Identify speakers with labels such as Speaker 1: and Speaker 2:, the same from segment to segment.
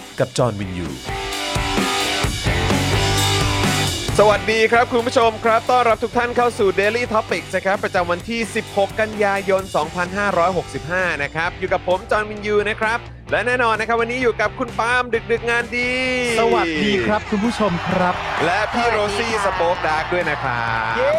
Speaker 1: กับจอห์นวินยู
Speaker 2: สวัสดีครับคุณผู้ชมครับ ต้อนรับทุกท่านเข้าสู่ Daily Topics นะครับ ประจำวันที่ 16 กันยายน 2565 นะครับ อยู่กับผมจอห์นวินยูนะครับ และแน่นอนนะครับ วันนี้อยู่กับคุณปาล์มดึกดึกๆงานดี
Speaker 3: สวัสดีครับคุณผู้ชมครับ
Speaker 2: และพี่โรซี่
Speaker 4: สวัส
Speaker 2: ส
Speaker 4: ดีค่ะ
Speaker 2: ป็อคดาร์กด้วยนะครับ
Speaker 3: เย้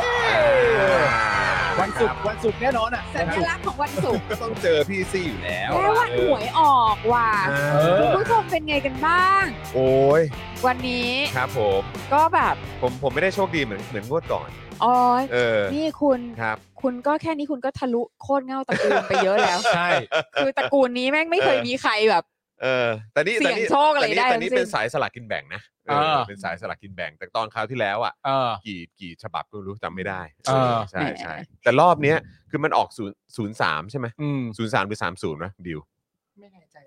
Speaker 3: วันศุก
Speaker 2: ค
Speaker 3: ร์วันศุกร์แน่นอนอ่ะ
Speaker 4: สั
Speaker 3: วัน
Speaker 4: ญ
Speaker 3: ศุกร์
Speaker 4: ลักษณ์ของวันศุกร์
Speaker 2: รับต้องเจอพี่ซี่อยู่แล้ว
Speaker 4: และวันหวยออกว่ะ
Speaker 2: เออ
Speaker 4: คุณผู้ชมเป็นไงกันบ้าง
Speaker 2: โอ้ย
Speaker 4: วันนี้
Speaker 2: ครับผม
Speaker 4: ก็แบบ
Speaker 2: ผมผมไม่ได้โชคดีเหมือนเหมือนงวดก่อน
Speaker 4: โอ๋อย
Speaker 2: เออ
Speaker 4: นี่คุณ
Speaker 2: ครับ
Speaker 4: คุณก็แค่นี้คุณก็ทะลุโคตรเง่าตระกูลไปเยอะแล้ว
Speaker 3: ใช่
Speaker 4: คือตระกูลนี้แม่งไม่เคย
Speaker 2: เออ
Speaker 4: มีใครแบบ
Speaker 2: เออแต่นี่
Speaker 4: เสี่ยง
Speaker 2: แต่นี่
Speaker 4: โชคอะไร
Speaker 2: แต่นี่
Speaker 4: ได้
Speaker 2: แต่นี่
Speaker 4: ทั้งสิ้น
Speaker 2: เป็นสายสลากกินแบ่งนะเออเป็นสายสลากกินแบ่ง แต่ตอนคราวที่แล้วอ่ะ
Speaker 3: เออ
Speaker 2: กี่กี่ฉบับก็ไม่รู้จำไม่ได้
Speaker 3: เออ
Speaker 2: ใช่ใช่แต่รอบเนี้ยคือมันออกศูนย์ศูนย์สามใช่ไหม
Speaker 3: อืม
Speaker 2: ศูนย์สามหรือสามศูนย์นะดิว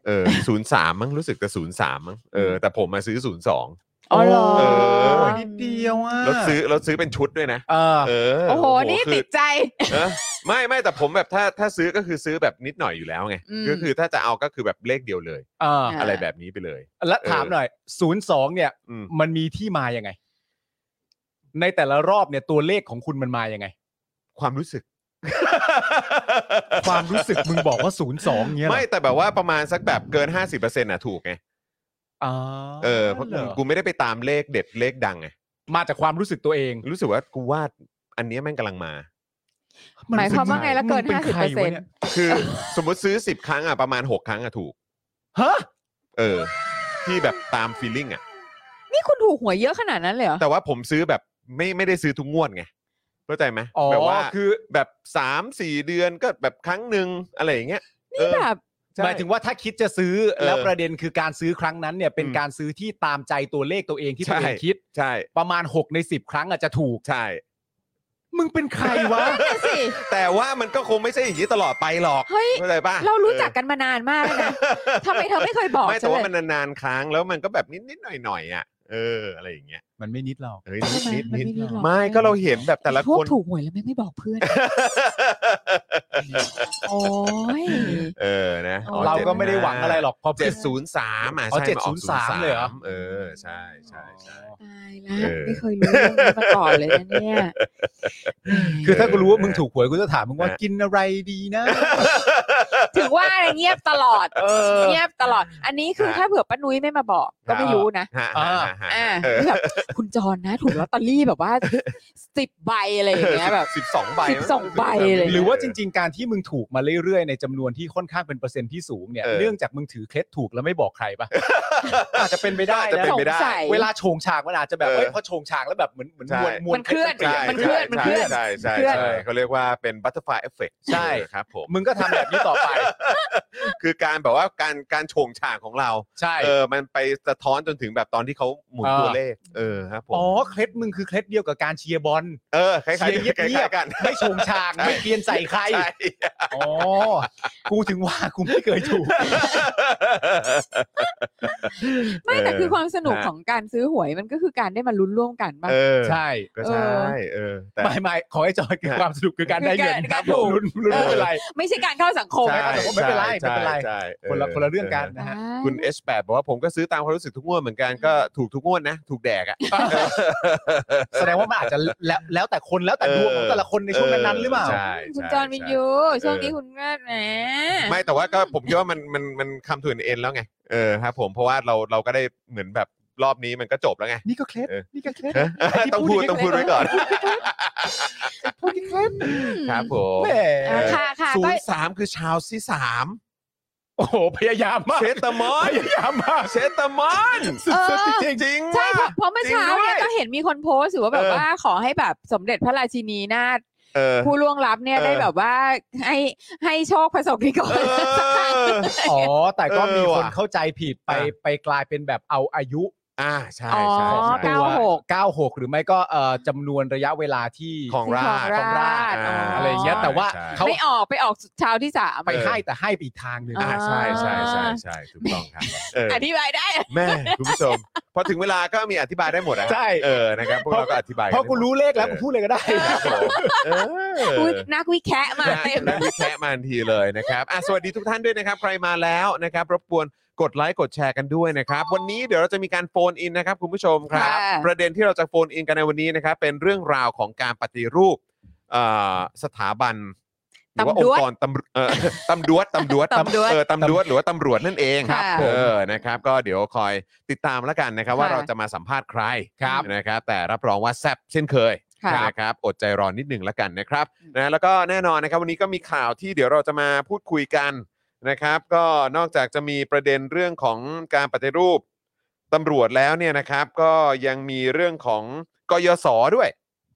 Speaker 2: เออศูนย์สามมั้งรู้สึกแต่ศูนย์สามมั้งเออแต่ผมมาซื้อศูนย์สอง
Speaker 4: อ๋อเหรอ
Speaker 2: เออ
Speaker 3: นิดเดียวอ่ะ
Speaker 2: แล้วซื้อแล้วซื้อเป็นชุดด้วยนะ
Speaker 3: เออ
Speaker 2: เออ
Speaker 4: โอ้โหนี่
Speaker 2: คือ
Speaker 4: ติดใจ
Speaker 2: เออไม่ไม่แต่ผมแบบถ้าถ้าซื้อก็คือซื้อแบบนิดหน่อยอยู่แล้วไง
Speaker 4: อืม
Speaker 2: ก็คือถ้าจะเอาก็คือแบบเลขเดียวเลย
Speaker 3: เออ
Speaker 4: อ่า
Speaker 2: อะไรแบบนี้ไปเลย
Speaker 3: แล้วถามหน่อยศูนย์สองเนี่ย
Speaker 2: อืม
Speaker 3: มันมีที่มายังไง ในแต่ละรอบเนี่ยตัวเลขของคุณมันมายังไง
Speaker 2: ความรู้สึก
Speaker 3: ความรู้สึกมึงบอกว่าศูนย์สองเนี่ยเหรอ
Speaker 2: ไม่แต่แบบว่าประมาณสักแบบเกิน 50%อ่ะถูกไง
Speaker 3: อ๋อ
Speaker 2: เออเพราะ
Speaker 3: หอ
Speaker 2: กูไม่ได้ไปตามเลขเด็ดเลขดังไง
Speaker 3: มาจากความรู้สึกตัวเอง
Speaker 2: รู้สึกว่ากูว่าอันเนี้ยแม่งกำลังมา
Speaker 4: หมายความว่าไงละเกิน
Speaker 3: มึงเป็นใครวะเนี่ย
Speaker 2: คือ สมมติซื้อ 10 ครั้งอ่ะประมาณ 6 ครั้งอ่ะถูก
Speaker 3: ฮะ
Speaker 2: เออ ที่แบบตามฟีลลิ่งอ่ะ
Speaker 4: นี่คุณถูกหวยเยอะขนาดนั้นเลยเหรอ
Speaker 2: แต่ว่าผมซื้อแบบไม่ไม่ได้ซื้อทุกงวดไงเข้าใจไหม
Speaker 3: อ๋อ
Speaker 2: แบบว่า
Speaker 3: คือ
Speaker 2: แบบ 3 4 เดือนก็แบบครั้งหนึ่งอะไรอย่างเงี้ยเอ
Speaker 4: นี่
Speaker 2: อ
Speaker 4: แบบ
Speaker 2: ใช่
Speaker 3: หมายถึงว่าถ้าคิดจะซื้อ
Speaker 2: เออ
Speaker 3: แล้วประเด็นคือการซื้อครั้งนั้นเนี่ย เป็น
Speaker 2: อืม
Speaker 3: การซื้อที่ตามใจตัวเลขตัวเองที่ตัวเอ
Speaker 2: ใช่
Speaker 3: งคิด
Speaker 2: ใช่
Speaker 3: ประมาณ 6 ใน 10 ครั้งอาจจะถูก
Speaker 2: ใช่
Speaker 3: มึงเป็นใครวะ
Speaker 4: นั่นน่ะสิ
Speaker 2: แต่ว่ามันก็คงไม่ใช่อย่างนี้ตลอดไปหรอก
Speaker 4: เฮ้ย
Speaker 2: เข้าใจปะ
Speaker 4: เรารู้จัก
Speaker 2: เ
Speaker 4: กันมานานมากแล้วนะ
Speaker 2: ออ
Speaker 4: ทำไมเธอไม่เคยบอก
Speaker 2: ไม่
Speaker 4: ฉั
Speaker 2: แต่
Speaker 4: นเล
Speaker 2: ว่าย มันนานๆครั้งแล้วมันก็แบบนิดนิดๆหน่อยหน่อยๆอ่ะเอออะไรอย่างเงี้ย
Speaker 3: มันไม่นิดหรอก
Speaker 2: เฮ้ย
Speaker 4: ใช่ไหม
Speaker 2: นิด
Speaker 4: มัน
Speaker 2: นิด
Speaker 4: ไม่มีหรอก
Speaker 2: ไม่ก็เราเห็นแบบแต่ละ
Speaker 4: พว
Speaker 2: ค
Speaker 4: ก
Speaker 2: น
Speaker 4: ถูกหวยแล้วแม่งไม่บอกเพื่อน โอ้ย
Speaker 2: เออ นะอ๋อ
Speaker 3: เราก็ไม่ได้หวังอะไรหรอกพอ
Speaker 2: เจ็
Speaker 3: ผิ
Speaker 2: ด
Speaker 3: ด
Speaker 2: ศูนย์สามอ่ะ
Speaker 3: อ๋อ
Speaker 2: ใช่มันออก
Speaker 3: 703เลยเหรอ
Speaker 2: เออ ใช่ใช่ใช่
Speaker 4: ตายละ
Speaker 2: เออ
Speaker 4: ไม่เคยรู้เรื่องนี้มาก่อนเลยนะเนี่ย
Speaker 3: คือถ้ากูรู้ว่ามึงถูกหวยกูจะถามมึงว่ากินอะไรดีนะ
Speaker 4: ถึงว่าอะไรเงียบตลอด
Speaker 2: เออ
Speaker 4: เงียบตลอด อันนี้คือ
Speaker 2: ฮะ
Speaker 4: ถ้าเผื่อป้านุ้ยไม่มาบอก ก็ไม่รู้นะ
Speaker 2: ฮะฮะฮะฮะ
Speaker 4: อ่า
Speaker 2: เออ
Speaker 4: นี่แบบคุณจรนะ ถูกลอตเตอรี่แบบว่าสิบใบอะไรอย่างเงี้ย แบบ
Speaker 2: สิบสองใบมั้ง
Speaker 4: 12ใบเลย
Speaker 3: หรือว่าจริง ๆ การที่มึงถูกมาเรื่อยๆ ในจำนวนที่ค่อนข้างเป็นเปอร์เซ็นต์ที่สูงเนี่ย
Speaker 2: เออ
Speaker 3: เนื่องจากมึงถือเคล็ดถูกแล้วไม่บอกใครปะ อาจจะเป็นไปได้
Speaker 2: อาจจะ
Speaker 3: นะ
Speaker 2: เป็นไปได้
Speaker 4: สงสัย
Speaker 3: เวลาโฉงฉากมันอาจจะแบบ
Speaker 2: เออ
Speaker 3: เอ้ยพอโฉงฉากแล้วแบบเหมือนเหมือน
Speaker 2: ใช่
Speaker 3: มวลมวล
Speaker 4: มันเคลื่อน
Speaker 3: พชรไป
Speaker 4: มันเคลื่อนมันเคลื่อน
Speaker 2: ใช่ใช่
Speaker 4: มันเคลื่อน
Speaker 2: ใช่เขาเรียกว่าเป็นบัตเตอร์ฟลายเอฟเฟก
Speaker 3: ใช่
Speaker 2: ครับผม
Speaker 3: มึงก็ทำแบบนี้ต่อไป
Speaker 2: คือการแบบว่าการการโฉงฉากของเรา
Speaker 3: ใช่
Speaker 2: เออ มันไปสะท้อนจนถึงแบบตอนที่เขาหมุน
Speaker 3: อ่า
Speaker 2: ตัวเลข เออครับผม
Speaker 3: อ๋อเคล็ดมึงคือเคล็ดเดียวกับการเชียร์บอล
Speaker 2: เออคล้ายๆ
Speaker 3: เชียร์เงียบๆ
Speaker 2: คล้ายๆกัน
Speaker 3: ไม่โฉงฉากไม่เปลี่ยนใส่ใคร
Speaker 2: ใช่
Speaker 3: อ๋อกูถึงว่ากูไม่เคยถูก
Speaker 4: ไม่แต่คือความสนุก
Speaker 2: ฮะ
Speaker 4: ของการซื้อหวยมันก็คือการได้มาลุ้นร่วมกันบ้าง
Speaker 2: เออ
Speaker 3: ใช่
Speaker 2: ก็ใช่ เออ แต่
Speaker 3: ไม่ไม่ขอให้จอยคือความสนุกคือการได้เงิน
Speaker 4: คือการ
Speaker 3: ครับ
Speaker 4: ถูก
Speaker 3: ลุ้นลุ้น
Speaker 2: เอ
Speaker 3: ไม่
Speaker 2: อ
Speaker 3: เป็นไร
Speaker 4: ไม่ใช่การเข้าสังคม
Speaker 2: ใช่
Speaker 3: ผมไม่เป็นไร
Speaker 2: ใช่
Speaker 3: ไม่เป็นไร
Speaker 2: ใช่ใช่
Speaker 3: คนละคนละเรื่องกันนะฮะ
Speaker 2: คุณ H8 บอกว่าผมก็ซื้อตามความรู้สึกทุกงวดเหมือนกันก็ถูกทุกงวดนะ ถูกแดกอ่ะ
Speaker 3: แสดงว่ามันอาจจะแล้วแล้วแต่คนแล้วแต่ดวงของแต่ละ คนในช่วงนั้นๆหรือเปล่า
Speaker 2: ใช่
Speaker 4: คุณ
Speaker 2: ใช่
Speaker 4: จอร์นวินยู
Speaker 2: ใ
Speaker 4: ช่วงนี้คุณก็แหม
Speaker 2: ไม่แต่ว่าก็ผมคิดว่ามันมันมันคำถึงเอ็นแล้วไงเออครับผมเพราะว่าเราเราก็ได้เหมือนแบบ รอบนี้มันก็จบแล้วไง
Speaker 3: นี่ก็เคล็ด
Speaker 2: เออ
Speaker 3: นี่ก็เคล็ด
Speaker 2: ฮะ
Speaker 3: ไอ้ที่
Speaker 2: ต้อง
Speaker 3: พู
Speaker 2: พู
Speaker 3: ด
Speaker 2: ด
Speaker 3: อีก
Speaker 2: ต้องพูดไว้ก่อน
Speaker 3: พูดอีกเคล็ด
Speaker 2: ครับผม
Speaker 3: แหม
Speaker 4: อ่ะค่ะค่ะ
Speaker 2: ศู
Speaker 4: ก็
Speaker 2: นย์สามคือชาวที่สาม
Speaker 3: โอ้โหพยายามมาก
Speaker 2: เชตตามอ
Speaker 3: พ
Speaker 2: น
Speaker 3: ยายามมาก
Speaker 2: เชตตามอน
Speaker 4: เออ
Speaker 2: จริงจริงๆ
Speaker 4: ใช่เพ
Speaker 2: ว่ะ
Speaker 4: ราะเพราะเมื่อเช้า
Speaker 2: จริงด้ว
Speaker 4: เนี่ย ยก็เห็นมีคนโพสต์อยู่ว่าแบบ
Speaker 2: เออ
Speaker 4: ว่าขอให้แบบสมเด็จพระราชินีนาถ
Speaker 2: เออ
Speaker 4: ผู้ล่วงลับเนี่ย
Speaker 2: เออ
Speaker 4: ได้แบบว่าให้ให้โชคประสบนิกร
Speaker 2: เออ
Speaker 3: อ๋อ แต่ก็มี
Speaker 2: เออ
Speaker 3: คน
Speaker 2: ว่ะ
Speaker 3: เข้าใจผิดไป
Speaker 2: อ่ะ
Speaker 3: ไปกลายเป็นแบบเอาอายุ
Speaker 2: อ่าใช่
Speaker 4: อ๋อ
Speaker 2: ใช่ใช่
Speaker 4: เก้าหก
Speaker 3: 96 หรือไม่ก็เอ่อจำนวนระยะเวลาที่
Speaker 2: ของราช
Speaker 3: ของราช
Speaker 4: ของราช
Speaker 3: อะไรอย่างเงี้ย
Speaker 2: อ๋อ
Speaker 3: แต่ว่า
Speaker 2: ใช่
Speaker 3: เขา
Speaker 4: ไม่ออกไปออกเช้าที่สาม
Speaker 3: ไปให้แต่ให้ไปอีกทางหนึ่ง
Speaker 2: อ่า
Speaker 4: อ่า
Speaker 2: ใช่ใช่ใช่ใช่ถูกต้องครับเออ
Speaker 4: อธิบายได้
Speaker 2: แม่คุณผู้ชม พอถึงเวลาก็มีอธิบายได้หมดอะ
Speaker 3: ใช่
Speaker 2: เออนะครับพวกเราก็อธิบายน
Speaker 3: เพราะกูรู้เลขแล้ว
Speaker 2: อ
Speaker 3: กู
Speaker 2: อ
Speaker 3: พูดเลยก็ได้
Speaker 2: ครับผมเออ
Speaker 4: อุ๊ยนักวิแคะมาเต็ม
Speaker 2: นะวิแคะมาทันทีเลยนะครับอ่ะสวัสดีทุกท่านด้วยนะครับ ใครมาแล้วนะครับ รบกวนกดไลค์กดแชร์กันด้วยนะครับ วันนี้เดี๋ยวเราจะมีการโฟนอินนะครับ คุณผู้ชมครับ
Speaker 4: ค่ะ
Speaker 2: ประเด็นที่เราจะโฟนอินกันในวันนี้นะครับ เป็นเรื่องราวของการปฏิรูปเอ่อสถาบันหรือว่าองค์กรตำเอ่อ ตำรวจตำรวจ
Speaker 4: ตำรวจ
Speaker 2: เออตำรวจหรือว่าตำรวจนั่นเอง
Speaker 4: ค่ะ
Speaker 2: เออนะครับ ก็เดี๋ยวคอยติดตามแล้วกันนะครับ ว่า
Speaker 4: ค่ะ
Speaker 2: เราจะมาสัมภาษณ์ใคร
Speaker 4: ครับ
Speaker 2: นะครับ แต่รับรองว่าแซ่บเช่นเคย
Speaker 4: ค่ะ
Speaker 2: นะครับอดใจรอนิดหนึ่งแล้วกันนะครับ
Speaker 4: อืม
Speaker 2: นะแล้วก็แน่นอนนะครับวันนี้ก็มีข่าวที่เดี๋ยวเราจะมาพูดคุยกันนะครับ ก็นอกจากจะมีประเด็นเรื่องของการปฏิรูปตำรวจแล้วเนี่ยนะครับ ก็ยังมีเรื่องของกยศด้วย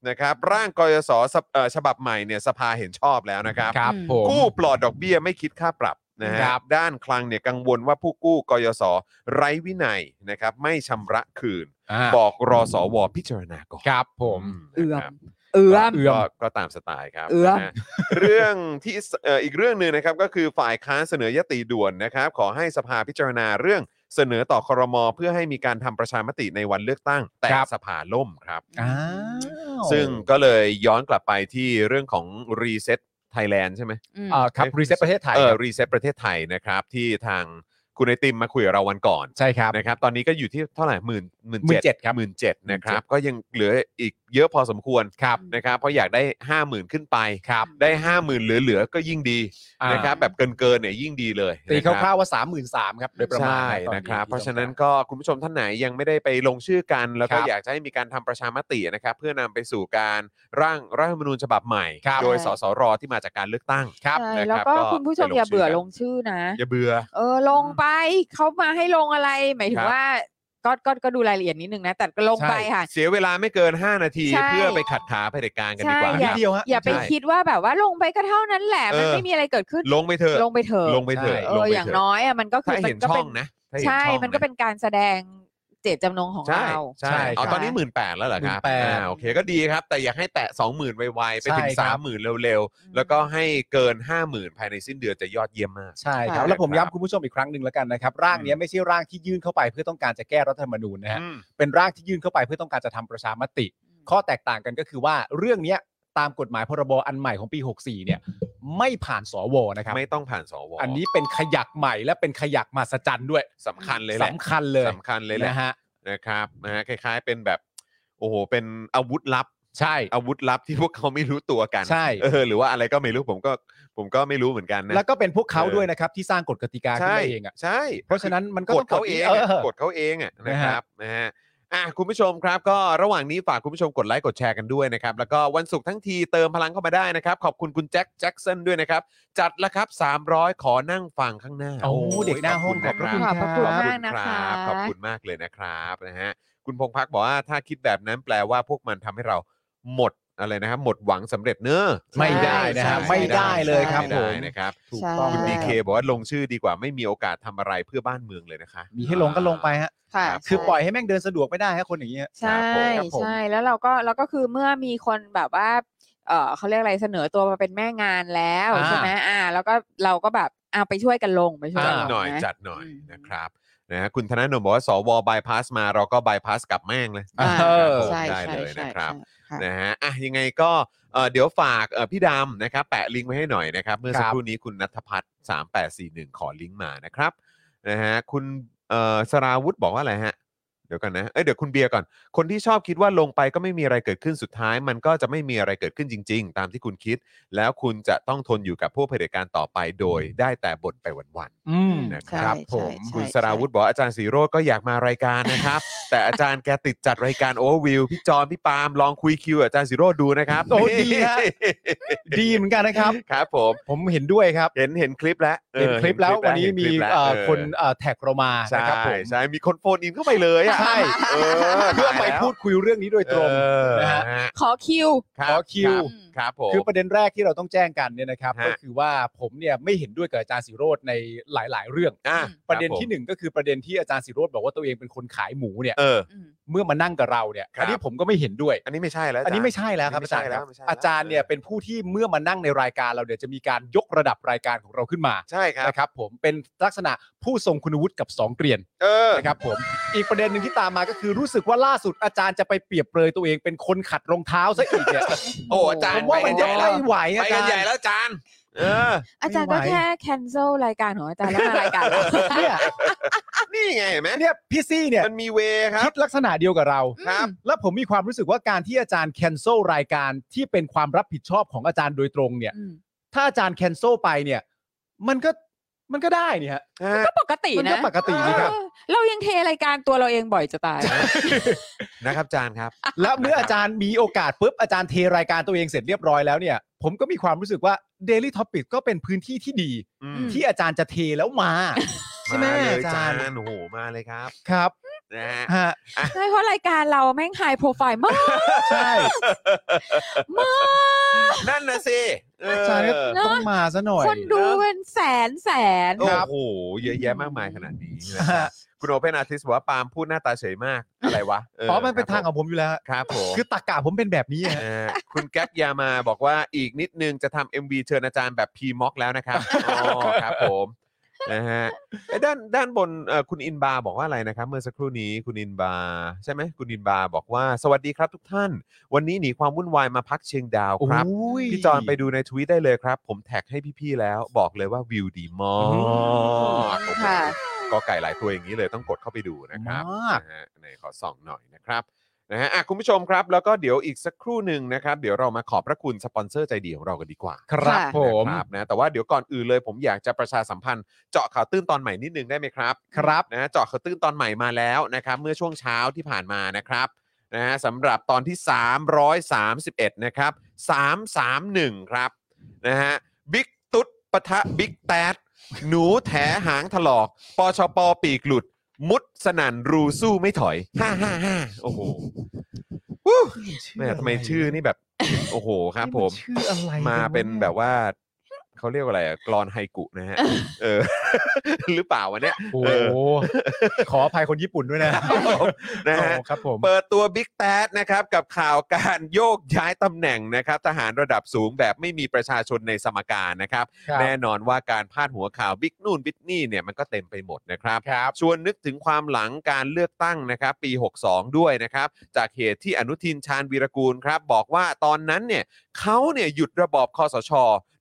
Speaker 2: นะครับ ร่างกยศสภเอ่อฉบับใหม่เนี่ยสภาเห็นชอบแล้วนะครับ
Speaker 3: ครับผม
Speaker 2: กู้ปลอดดอกเบี้ยไม่คิดค่าปรับนะฮะ
Speaker 3: ครับ
Speaker 2: ด้านคลังเนี่ยกังวลว่าผู้กู้กยศไร้วินัยนะครับไม่ชำระคืน บอกรอสวพิจารณาก่อน
Speaker 3: ครับผม
Speaker 4: เอือ
Speaker 2: นะค
Speaker 4: ม
Speaker 2: รับ
Speaker 4: เอือม
Speaker 2: ก็ก็ตามสไตล์ครับ
Speaker 4: เอื้อม
Speaker 2: นะฮะเรื่องที่สเอ่ออีกเรื่องหนึ่งนะครับก็คือฝ่ายค้านเสนอยติด่วนนะครับ ขอให้สภาพิจารณาเรื่องเสนอต่อครม เพื่อให้มีการทำประชามติในวันเลือกตั้ง แต่
Speaker 3: ครับ
Speaker 2: สภาล่มครับ
Speaker 3: อ้าว
Speaker 2: ซึ่งก็เลยย้อนกลับไปที่เรื่องของรีเซ็ตไทยแลนด์ใช่ไหม
Speaker 4: อืม
Speaker 3: อ่าครับรีเซ็ตประเทศไทย
Speaker 2: เออ
Speaker 3: ครับ
Speaker 2: รีเซ็ตประเทศไทยนะครับ ที่ทางคุณไอติมมาคุยกับเราวันก่อน
Speaker 3: ใช่ครับ
Speaker 2: นะครับ ตอนนี้ก็อยู่ที่เท่าไหร่หมื่นหมื่น
Speaker 3: 17,000ครับ
Speaker 2: หมื่นเจ็ดนะครับ ก็ยังเหลืออีกเยอะพอสมควร
Speaker 3: ครับ
Speaker 2: นะครับเพราะอยากได้ 5 0,000 ขึ้นไป
Speaker 3: ครับ
Speaker 2: ได้ 5 0,000 เหลือๆก็ยิ่งดี
Speaker 3: อ่า
Speaker 2: นะครับแบบเกินๆเนี่ยยิ่งดีเลย
Speaker 3: ตี
Speaker 2: นะ
Speaker 3: ครับ ร่าวๆว่า 3 3 0 0 0ครับ โดยประมาณ
Speaker 2: ใช่
Speaker 3: ตอ
Speaker 2: นะครับ เพราะฉะนั้น
Speaker 3: ที่
Speaker 2: ก็คุณผู้ชมท่านไหนยังไม่ได้ไปลงชื่อกัน แล้วก็
Speaker 3: ครับ
Speaker 2: อยากจะให้มีการทำประชามตินะครับ เพื่อนำไปสู่การร่างรัฐธรรมนูญฉบับใหม่
Speaker 3: ครับ
Speaker 2: โดย
Speaker 4: ใช่
Speaker 2: สสรที่มาจากการเลือกตั้ง
Speaker 3: ครับ
Speaker 4: ใช่
Speaker 2: นะ
Speaker 4: แล้ว
Speaker 2: รับ
Speaker 4: ก็คุณผู้ชมอย่าเบื่อลง
Speaker 2: ไป
Speaker 4: ชื่อนะ
Speaker 2: อย่าเบื่อ
Speaker 4: เออลงไปเขามาให้ลงอะไร หมายถึ
Speaker 2: ครั
Speaker 4: ง
Speaker 2: บ
Speaker 4: ว่าก็ก็ก็ดูรายละเอียดนิดนึงนะ แต่ก็ลงไปค่ะ
Speaker 2: เสียเวลาไม่เกิน 5 นาที
Speaker 4: ใช่
Speaker 2: เพื่อไปขัดขาเผด็จการกันดีกว่า
Speaker 4: ใช่
Speaker 3: นิด
Speaker 2: ครับ
Speaker 3: เดียวฮะ
Speaker 4: อย่าไป
Speaker 2: ใช่
Speaker 4: คิดว่าแบบว่าลงไปก็เท่านั้นแหละ มัน
Speaker 2: เออ
Speaker 4: ไม่มีอะไรเกิดขึ้น
Speaker 2: ลงไปเถอะ
Speaker 4: ลงไปเถอะ
Speaker 2: ลงไปเถอะ
Speaker 3: ใช่
Speaker 4: เอ
Speaker 2: ลง
Speaker 4: อ
Speaker 2: ไป
Speaker 4: อย่าง
Speaker 2: เถะ
Speaker 4: น้อยอ่ะมันก็คื
Speaker 2: ถ้า
Speaker 4: อมั
Speaker 2: เห็น
Speaker 4: นก็
Speaker 2: ช่
Speaker 4: เป็
Speaker 2: อง
Speaker 4: น
Speaker 2: นะถ้าเห็น
Speaker 4: ใช่
Speaker 2: ช่อ
Speaker 4: มันก็
Speaker 2: งะ
Speaker 4: เป็นการแสดงเจตจำนงของ
Speaker 2: ใช่
Speaker 4: เรา
Speaker 2: ใช่
Speaker 3: ใช่
Speaker 2: เอาตอนนี้
Speaker 4: ค่ะ
Speaker 2: หมื่นแปดแล้วเหรอครับ
Speaker 3: 18,000
Speaker 2: อ่าโอเคก็ดีครับ แต่อยากให้แตะสองหมื่นไวๆ ไปถึง
Speaker 3: ใช่ครั
Speaker 2: สาม
Speaker 3: บ
Speaker 2: หมื่นเร็วๆ แล้วก็ให้เกินห้าหมื่นภายในสิ้นเดือนจะยอดเยี่ยมมาก
Speaker 3: ใช่ค
Speaker 4: ครั
Speaker 3: รับ
Speaker 4: บ
Speaker 3: แล้วผมย้ำคุณผู้ชมอีกครั้งหนึ่งแล้วกันนะครับ ร่างเนี้ยไม่ใช่ร่างที่ยื่นเข้าไปเพื่อต้องการจะแก้รัฐธรรมนูญนะฮะ
Speaker 2: อืม
Speaker 3: เป็นร่างที่ยื่นเข้าไปเพื่อต้องการจะทำประชามติ ข้อแตกต่างกันก็คือว่าเรื่องเนี้ยตามกฎหมายพรบอันใหม่ของปี 64 เนี่ย ไม่ผ่านสวนะครับ
Speaker 2: ไม่ต้องผ่านสว
Speaker 3: อันนี้เป็นขยักใหม่และเป็นขยักมหัศจรรย์ด้วย
Speaker 2: สำคัญเลยแหละ
Speaker 3: สำคัญเลย
Speaker 2: สำคัญเลยแหละ
Speaker 3: นะฮะ
Speaker 2: นะครับนะฮะคล้ายๆเป็นแบบ โอ้โห เป็นอาวุธลับ
Speaker 3: ใช่
Speaker 2: อาวุธลับที่พวกเขาไม่รู้ตัวกัน
Speaker 3: ใช่
Speaker 2: เออหรือว่าอะไรก็ไม่รู้ผมก็ผมก็ไม่รู้เหมือนกันนะ
Speaker 3: แล้วก็เป็นพวกเขาด้วยนะครับที่สร้างกฎกติกาขึ้น
Speaker 2: ใช่
Speaker 3: มาเองอ่ะ
Speaker 2: ใช่
Speaker 3: เพราะฉะนั้นมันก็
Speaker 2: ก
Speaker 3: ต้
Speaker 2: ด
Speaker 3: อง
Speaker 2: เขาเอง
Speaker 3: เอ
Speaker 2: อะ
Speaker 3: อ
Speaker 2: กดเขาเองอะนะ
Speaker 3: นะ
Speaker 2: ค
Speaker 3: ฮะ
Speaker 2: รับนะฮะ อ่ะคุณผู้ชมครับก็ระหว่างนี้ฝากคุณผู้ชมกดไลค์กดแชร์กันด้วยนะครับ แล้วก็วันศุกร์ทั้งทีเติมพลังเข้ามาได้นะครับ ขอบคุณคุณแจ็คแจ็คสันด้วยนะครับ จัดละครับ 300 ขอนั่งฟังข้างหน้า
Speaker 3: โอ้เด็กหน้าห้องขอบพระคุณ
Speaker 4: ขอบพระคุณ
Speaker 3: ค
Speaker 2: ข
Speaker 3: รับ
Speaker 2: อบ
Speaker 4: มาก
Speaker 2: ณ
Speaker 4: นะ
Speaker 2: ค
Speaker 4: คะ
Speaker 2: รับขอบคุณมากเลยนะครับนะฮะคุณพงพักบอกว่าถ้าคิดแบบนั้นแปลว่าพวกมันทำให้เราหมดอะไรนะครับหมดหวังสำเร็จเนอะ
Speaker 3: ไม่ได้นะฮะ
Speaker 2: ใช่
Speaker 3: ไม่ได้เลยครับ
Speaker 2: ไม่
Speaker 3: ผ
Speaker 2: ได้
Speaker 3: ม
Speaker 2: นะครับ
Speaker 3: ถูก
Speaker 4: ใช่
Speaker 3: ต้อง
Speaker 2: คุณ
Speaker 3: แล้
Speaker 2: ดี
Speaker 3: ว
Speaker 2: เคบอกว่าลงชื่อดีกว่าไม่มีโอกาสทำอะไรเพื่อบ้านเมืองเลยนะคะ
Speaker 3: มีให้ลงก็ลงไปฮะ
Speaker 4: ค่ะ
Speaker 2: ครับ
Speaker 3: คือปล่อยให้แม่งเดินสะดวกไม่ได้ฮะคนอย่างเงี้ย
Speaker 4: ใช่
Speaker 3: ครับผม
Speaker 4: ใช่แล้วเราก็เราก็คือเมื่อมีคนแบบว่า เออเขาเรียกอะไรเสนอตัวมาเป็นแม่งานแล้ว
Speaker 3: อ่า
Speaker 4: ใช่ไหมอ่า แล้วก็เราก็แบบเอาไปช่วยกันลงไปช่วยกั
Speaker 2: จั
Speaker 4: น
Speaker 2: ด
Speaker 4: ลง
Speaker 2: หน่อย
Speaker 4: ะ
Speaker 2: จัดหน่อย
Speaker 4: อืม
Speaker 2: นะครับนะฮะคุณธนาโนมบอกว่าสวบายพาสมาเราก็บายพาสกลับแม่งเลย
Speaker 4: อ่า
Speaker 3: เออ
Speaker 2: ผม
Speaker 4: ใช่
Speaker 2: ได้
Speaker 4: ใช่
Speaker 2: เลย
Speaker 4: ใช่
Speaker 2: นะครับ
Speaker 4: ใช่ค่ะ
Speaker 2: นะฮะอ่ะยังไงก็เอ่อเดี๋ยวฝากเอ่อพี่ดำนะครับ แปะลิงก์ไว้ให้หน่อยนะครับ เมื่อสัก
Speaker 3: ครับ
Speaker 2: ครู่นี้คุณนัทพัฒน์สามแปดสี่หนึ่งขอลิงก์มานะครับนะฮะคุณเอ่อสราวุธบอกว่าอะไรฮะ เดี๋ยวกันนะเอ้ยเดี๋ยวคุณเบียร์ก่อน คนที่ชอบคิดว่าลงไปก็ไม่มีอะไรเกิดขึ้นสุดท้าย มันก็จะไม่มีอะไรเกิดขึ้นจริง ๆ ตามที่คุณคิด แล้วคุณจะต้องทนอยู่กับพวกเผด็จการต่อไปโดย ได้แต่บ่นไปวันๆ
Speaker 3: อืม
Speaker 2: นะค
Speaker 4: ใช่
Speaker 2: รับ
Speaker 4: ใช่
Speaker 2: ผม
Speaker 4: ใช่
Speaker 2: คุณ
Speaker 4: ใช่
Speaker 2: สราวุธบอกอาจารย์สีโรดก็อยากมารายการนะครับ แต่อาจารย์แกติดจัดรายการโอเวอร์วิวพี่จอมพี่ปาล์มลองคุยคิวกับอาจารย์สิโรจน์ดูนะครับ
Speaker 3: โอ้ดีฮะ ดีเหมือนกันนะครับ
Speaker 2: ครับผม
Speaker 3: ผมเห็นด้วยครับ
Speaker 2: เห็นเห็นคลิปแล้วออ
Speaker 3: เห็นคลิปแล้ววันนี้มี
Speaker 2: เห็คลิปแล้ว
Speaker 3: เอ่อ
Speaker 2: เออ
Speaker 3: คนเอ่อแท็กเรามา
Speaker 2: ใช่
Speaker 3: นะครับผม
Speaker 2: ใช่มีคนโฟนอินเข้าไปเลยอะ
Speaker 3: ใช่
Speaker 2: เออ
Speaker 3: เพื่อไปพูดคุยเรื่องนี้โดยตรง
Speaker 2: เออ
Speaker 3: นะฮะ
Speaker 4: ขอคิว
Speaker 2: รับ
Speaker 3: ขอคิว
Speaker 2: รับครับผม
Speaker 3: คือประเด็นแรกที่เราต้องแจ้งกันเนี่ยนะครับ
Speaker 2: ฮะ
Speaker 3: ก็คือว่าผมเนี่ยไม่เห็นด้วยกับอาจารย์สิโรธในหลาย ๆ เรื่อง
Speaker 2: อ่
Speaker 3: ประเด็นที่
Speaker 2: คบผม
Speaker 3: หนึ่งก็คือประเด็นที่อาจารย์สิโรธบอกว่าตัวเองเป็นคนขายหมูเนี่ย
Speaker 2: เออ
Speaker 4: อืม
Speaker 3: เมื่อมานั่งกับเราเนี่ย
Speaker 2: ครับ
Speaker 3: อันนี้ผมก็ไม่เห็นด้วย
Speaker 2: อันนี้ไม่ใช่แล้ว
Speaker 3: อันนี้ไม่ใช่แล้วครับอาจารย์ครับอาจารย์เนี่ยเป็นผู้ที่เมื่อมานั่งในรายการเราเดี๋ยวจะมีการยกระดับรายการของเราขึ้นมา
Speaker 2: ใช่ครับ
Speaker 3: นะครับผมเป็นลักษณะผู้ทรงคุณวุฒิกับสองเกรียน
Speaker 2: เออ
Speaker 3: นะครับผมอีกประเด็นหนึ่งที่ตามมาก็คือรู้สึกว่าล่าสุดอาจารย์จะไปเปรียบเปรยตัวเองเป็นคนขัดรองเท้าซะอีกเนี่ย
Speaker 2: โอ้อาจารย์
Speaker 3: ผมว่ามันยังไม่ไหว
Speaker 2: ไป
Speaker 3: อาจา
Speaker 2: กั
Speaker 3: น ร
Speaker 2: ใหญ่
Speaker 3: ย์
Speaker 2: แล้วอาจารย์ เออ
Speaker 4: อาจารย์ก็
Speaker 3: ไม่ไหว
Speaker 4: แค่ cancel รายการของอาจารย์แล้วมารายการเรา
Speaker 3: เนี่ย
Speaker 2: นี่ไงเห็นไหม
Speaker 3: เนี่ยพี่ซี่เนี่ย
Speaker 2: มันมีเวครับ
Speaker 3: คิดลักษณะเดียวกับเรา
Speaker 2: ครับ
Speaker 3: แล้วผมมีความรู้สึกว่าการที่อาจารย์แคนเซิลรายการที่เป็นความรับผิดชอบของอาจารย์โดยตรงเนี่ย
Speaker 4: อืม
Speaker 3: ถ้าอาจารย์แคนเซิลไปเนี่ยมันก็มันก็ได้นี่ฮะ
Speaker 2: ฮะ
Speaker 4: ก็ปกติ
Speaker 3: มัน
Speaker 4: นะ
Speaker 3: ก็ปกติดีครับ
Speaker 4: เออเรายังเทรายการตัวเราเองบ่อยจะตาย
Speaker 2: นะครับอาจารย์ครับ
Speaker 3: แล้วเมื่ออาจารย์มีโอกาสปุ๊บอาจารย์เทรายการตัวเองเสร็จเรียบร้อยแล้วเนี่ย ผมก็มีความรู้สึกว่า Daily Topic ก็เป็นพื้นที่ที่ดี
Speaker 2: อืม
Speaker 4: อืม
Speaker 3: ที่อาจารย์จะเทแล้วมา ใช่ไหมา
Speaker 2: เลย
Speaker 3: อาจารย์
Speaker 2: โอ้โหมาเลยครับ
Speaker 3: ครับ
Speaker 2: นะฮะ
Speaker 3: ฮะ
Speaker 4: ใช่เพราะรายการเราแม่งไฮโปรไฟล์มาก
Speaker 3: ใช่
Speaker 4: มาก
Speaker 2: นั่นนะสิเออ
Speaker 3: อาจารย์ก็ต้องมาซะหน่อย
Speaker 4: คนดูเป็นแสนแสน
Speaker 2: โอ้โห เยอะแยะมากมายขนาดนี้นะค
Speaker 3: ฮะ
Speaker 2: รับคุณโอเปนอาร์ติสบอกว่าปาล์มพูดหน้าตาเฉยมาก อะไรวะ
Speaker 3: เพราะมันเป็นทางของผมอยู่แล้ว
Speaker 2: ครับผม
Speaker 3: คือตากาผมเป็นแบบนี้ฮะ
Speaker 2: เออคุณแก๊กยามาบอกว่าอีกนิดนึงจะทำ MV เชิญอาจารย์แบบพีม็อกแล้ว นะครับอ๋อครับผมนะฮะเอ้ยด้านด้านบนเอ่อคุณอินบาบอกว่าอะไรนะครับ เมื่อสักครู่นี้คุณอินบาใช่ไหมคุณอินบาบอกว่าสวัสดีครับทุกท่าน วันนี้หนีความวุ่นวายมาพักเชียงดาวครับ
Speaker 3: โอ้ย
Speaker 2: พี่จอนไปดูในทวิตได้เลยครับ ผมแท็กให้พี่ๆแล้วบอกเลยว่าวิวดีมาก
Speaker 4: อืมค่ะ
Speaker 2: ก็ไก่หลายตัวอย่างนี้เลยต้องกดเข้าไปดูนะครับ
Speaker 3: มาก
Speaker 2: นะฮะในขอส่องหน่อยนะครับนะฮะอ่ะคุณผู้ชมครับ แล้วก็เดี๋ยวอีกสักครู่หนึ่งนะครับ เดี๋ยวเรามาขอบพระคุณสปอนเซอร์ใจดีของเรากันดีกว่า
Speaker 3: ครับ
Speaker 4: ค่ะ
Speaker 3: ผม
Speaker 2: นะครับนะแต่ว่าเดี๋ยวก่อนอื่นเลย ผมอยากจะประชาสัมพันธ์เจาะข่าวตื้นตอนใหม่นิดนึงได้ไหมครับ
Speaker 3: ครับ
Speaker 2: นะเจาะข่าวตื้นตอนใหม่มาแล้วนะครับ เมื่อช่วงเช้าที่ผ่านมานะครับนะฮะสำหรับตอนที่ 331 นะครับ 331 ครับนะฮะบิ๊กตุ๊ดปะทะบิ๊กแตดหนูแถหางถลอก ปชปปีกหลุด มุดสนั่นรูสู้ไม่ถอย ฮ่าฮ่าฮ่าโอ้โหวู้แม่ทำไมชื่อนี่แบบ โอ้โหครับผม
Speaker 3: นี่นชื่ออะไร
Speaker 2: มาเป็นแบบว่าเขาเรียกว่าอะไรอะกรอนไฮกุนะฮะเออ หรือเปล่าวะเนี่ย
Speaker 3: โอ้โหขออภัยคนญี่ปุ่นด้วยนะ
Speaker 2: นะฮะ
Speaker 3: โอ้ครับผม
Speaker 2: เปิดตัวบิ๊กแ a ดนะครับกับข่าวการโยกย้ายตำแหน่งนะครับ ทหารระดับสูงแบบไม่มีประชาชนในสมการนะครับ
Speaker 3: ครับ
Speaker 2: แน่นอนว่าการพาดหัวข่าวบิ๊กนู่นบิ๊กนี่เนี่ยมันก็เต็มไปหมดนะครับ
Speaker 3: ครับ
Speaker 2: ชวนนึกถึงความหลังการเลือกตั้งนะครับ ปี 62 ด้วยนะครับ จากเหตุที่อนุทินชาญวีรกูลครับ บอกว่าตอนนั้นเนี่ยเขาเนี่ยหยุดระบอบคอสช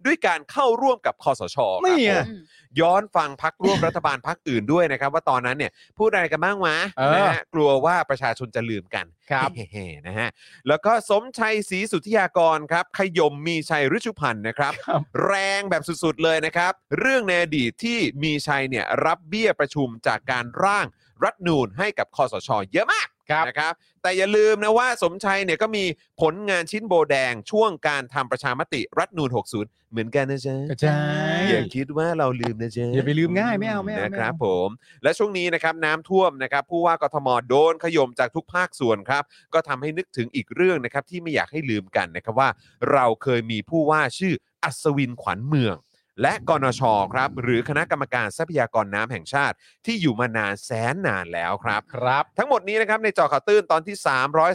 Speaker 2: ด้วยการเข้าร่วมกับคอสชครับ
Speaker 3: นี่
Speaker 2: ผ
Speaker 3: ไง
Speaker 2: ม ย้อนฟังพักร่วม รัฐบาลพักอื่นด้วยนะครับ ว่าตอนนั้นเนี่ยพูดอะไรกันบ้างวะ
Speaker 3: เออ
Speaker 2: นะฮะกลัวว่าประชาชนจะลืมกัน
Speaker 3: ครับ
Speaker 2: เฮ้ๆนะฮะ แล้วก็สมชัยศรีสุทธิยากรครับ ขยมมีชัยฤชุพันธ์นะครับ
Speaker 3: ครับ
Speaker 2: แรงแบบสุดๆเลยนะครับ เรื่องในอดีตที่มีชัยเนี่ยรับเบี้ยประชุมจากการร่างรัฐธรรมนูนให้กับคอสช เยอะมาก
Speaker 3: ครับ
Speaker 2: นะครับ แต่อย่าลืมนะว่าสมชัยเนี่ยก็มีผลงานชิ้นโบแดงช่วงการทำประชามติรัฐธรรมนูน60 เหมือนกันนะจ๊ะ
Speaker 3: อาจาร
Speaker 2: อย่าคิดว่าเราลืมนะเจ๊
Speaker 3: อย่าไปลืมง่ายไม่เอาไม่เอา
Speaker 2: นะ
Speaker 3: ไม่
Speaker 2: ค
Speaker 3: เอา
Speaker 2: รับผมและช่วงนี้นะครับน้ำท่วมนะครับผู้ว่ากทมโดนขย่มจากทุกภาคส่วนครับ ก็ทำให้นึกถึงอีกเรื่องนะครับที่ไม่อยากให้ลืมกันนะครับว่า เราเคยมีผู้ว่าชื่ออัศวินขวัญเมือง และกนชครับหรือคณะกรรมการทรัพยากรน้ำแห่งชาติ ที่อยู่มานานแสนนานแล้วครับ
Speaker 3: ครับ
Speaker 2: ทั้งหมดนี้นะครับในจอข่าวตื้นตอนที่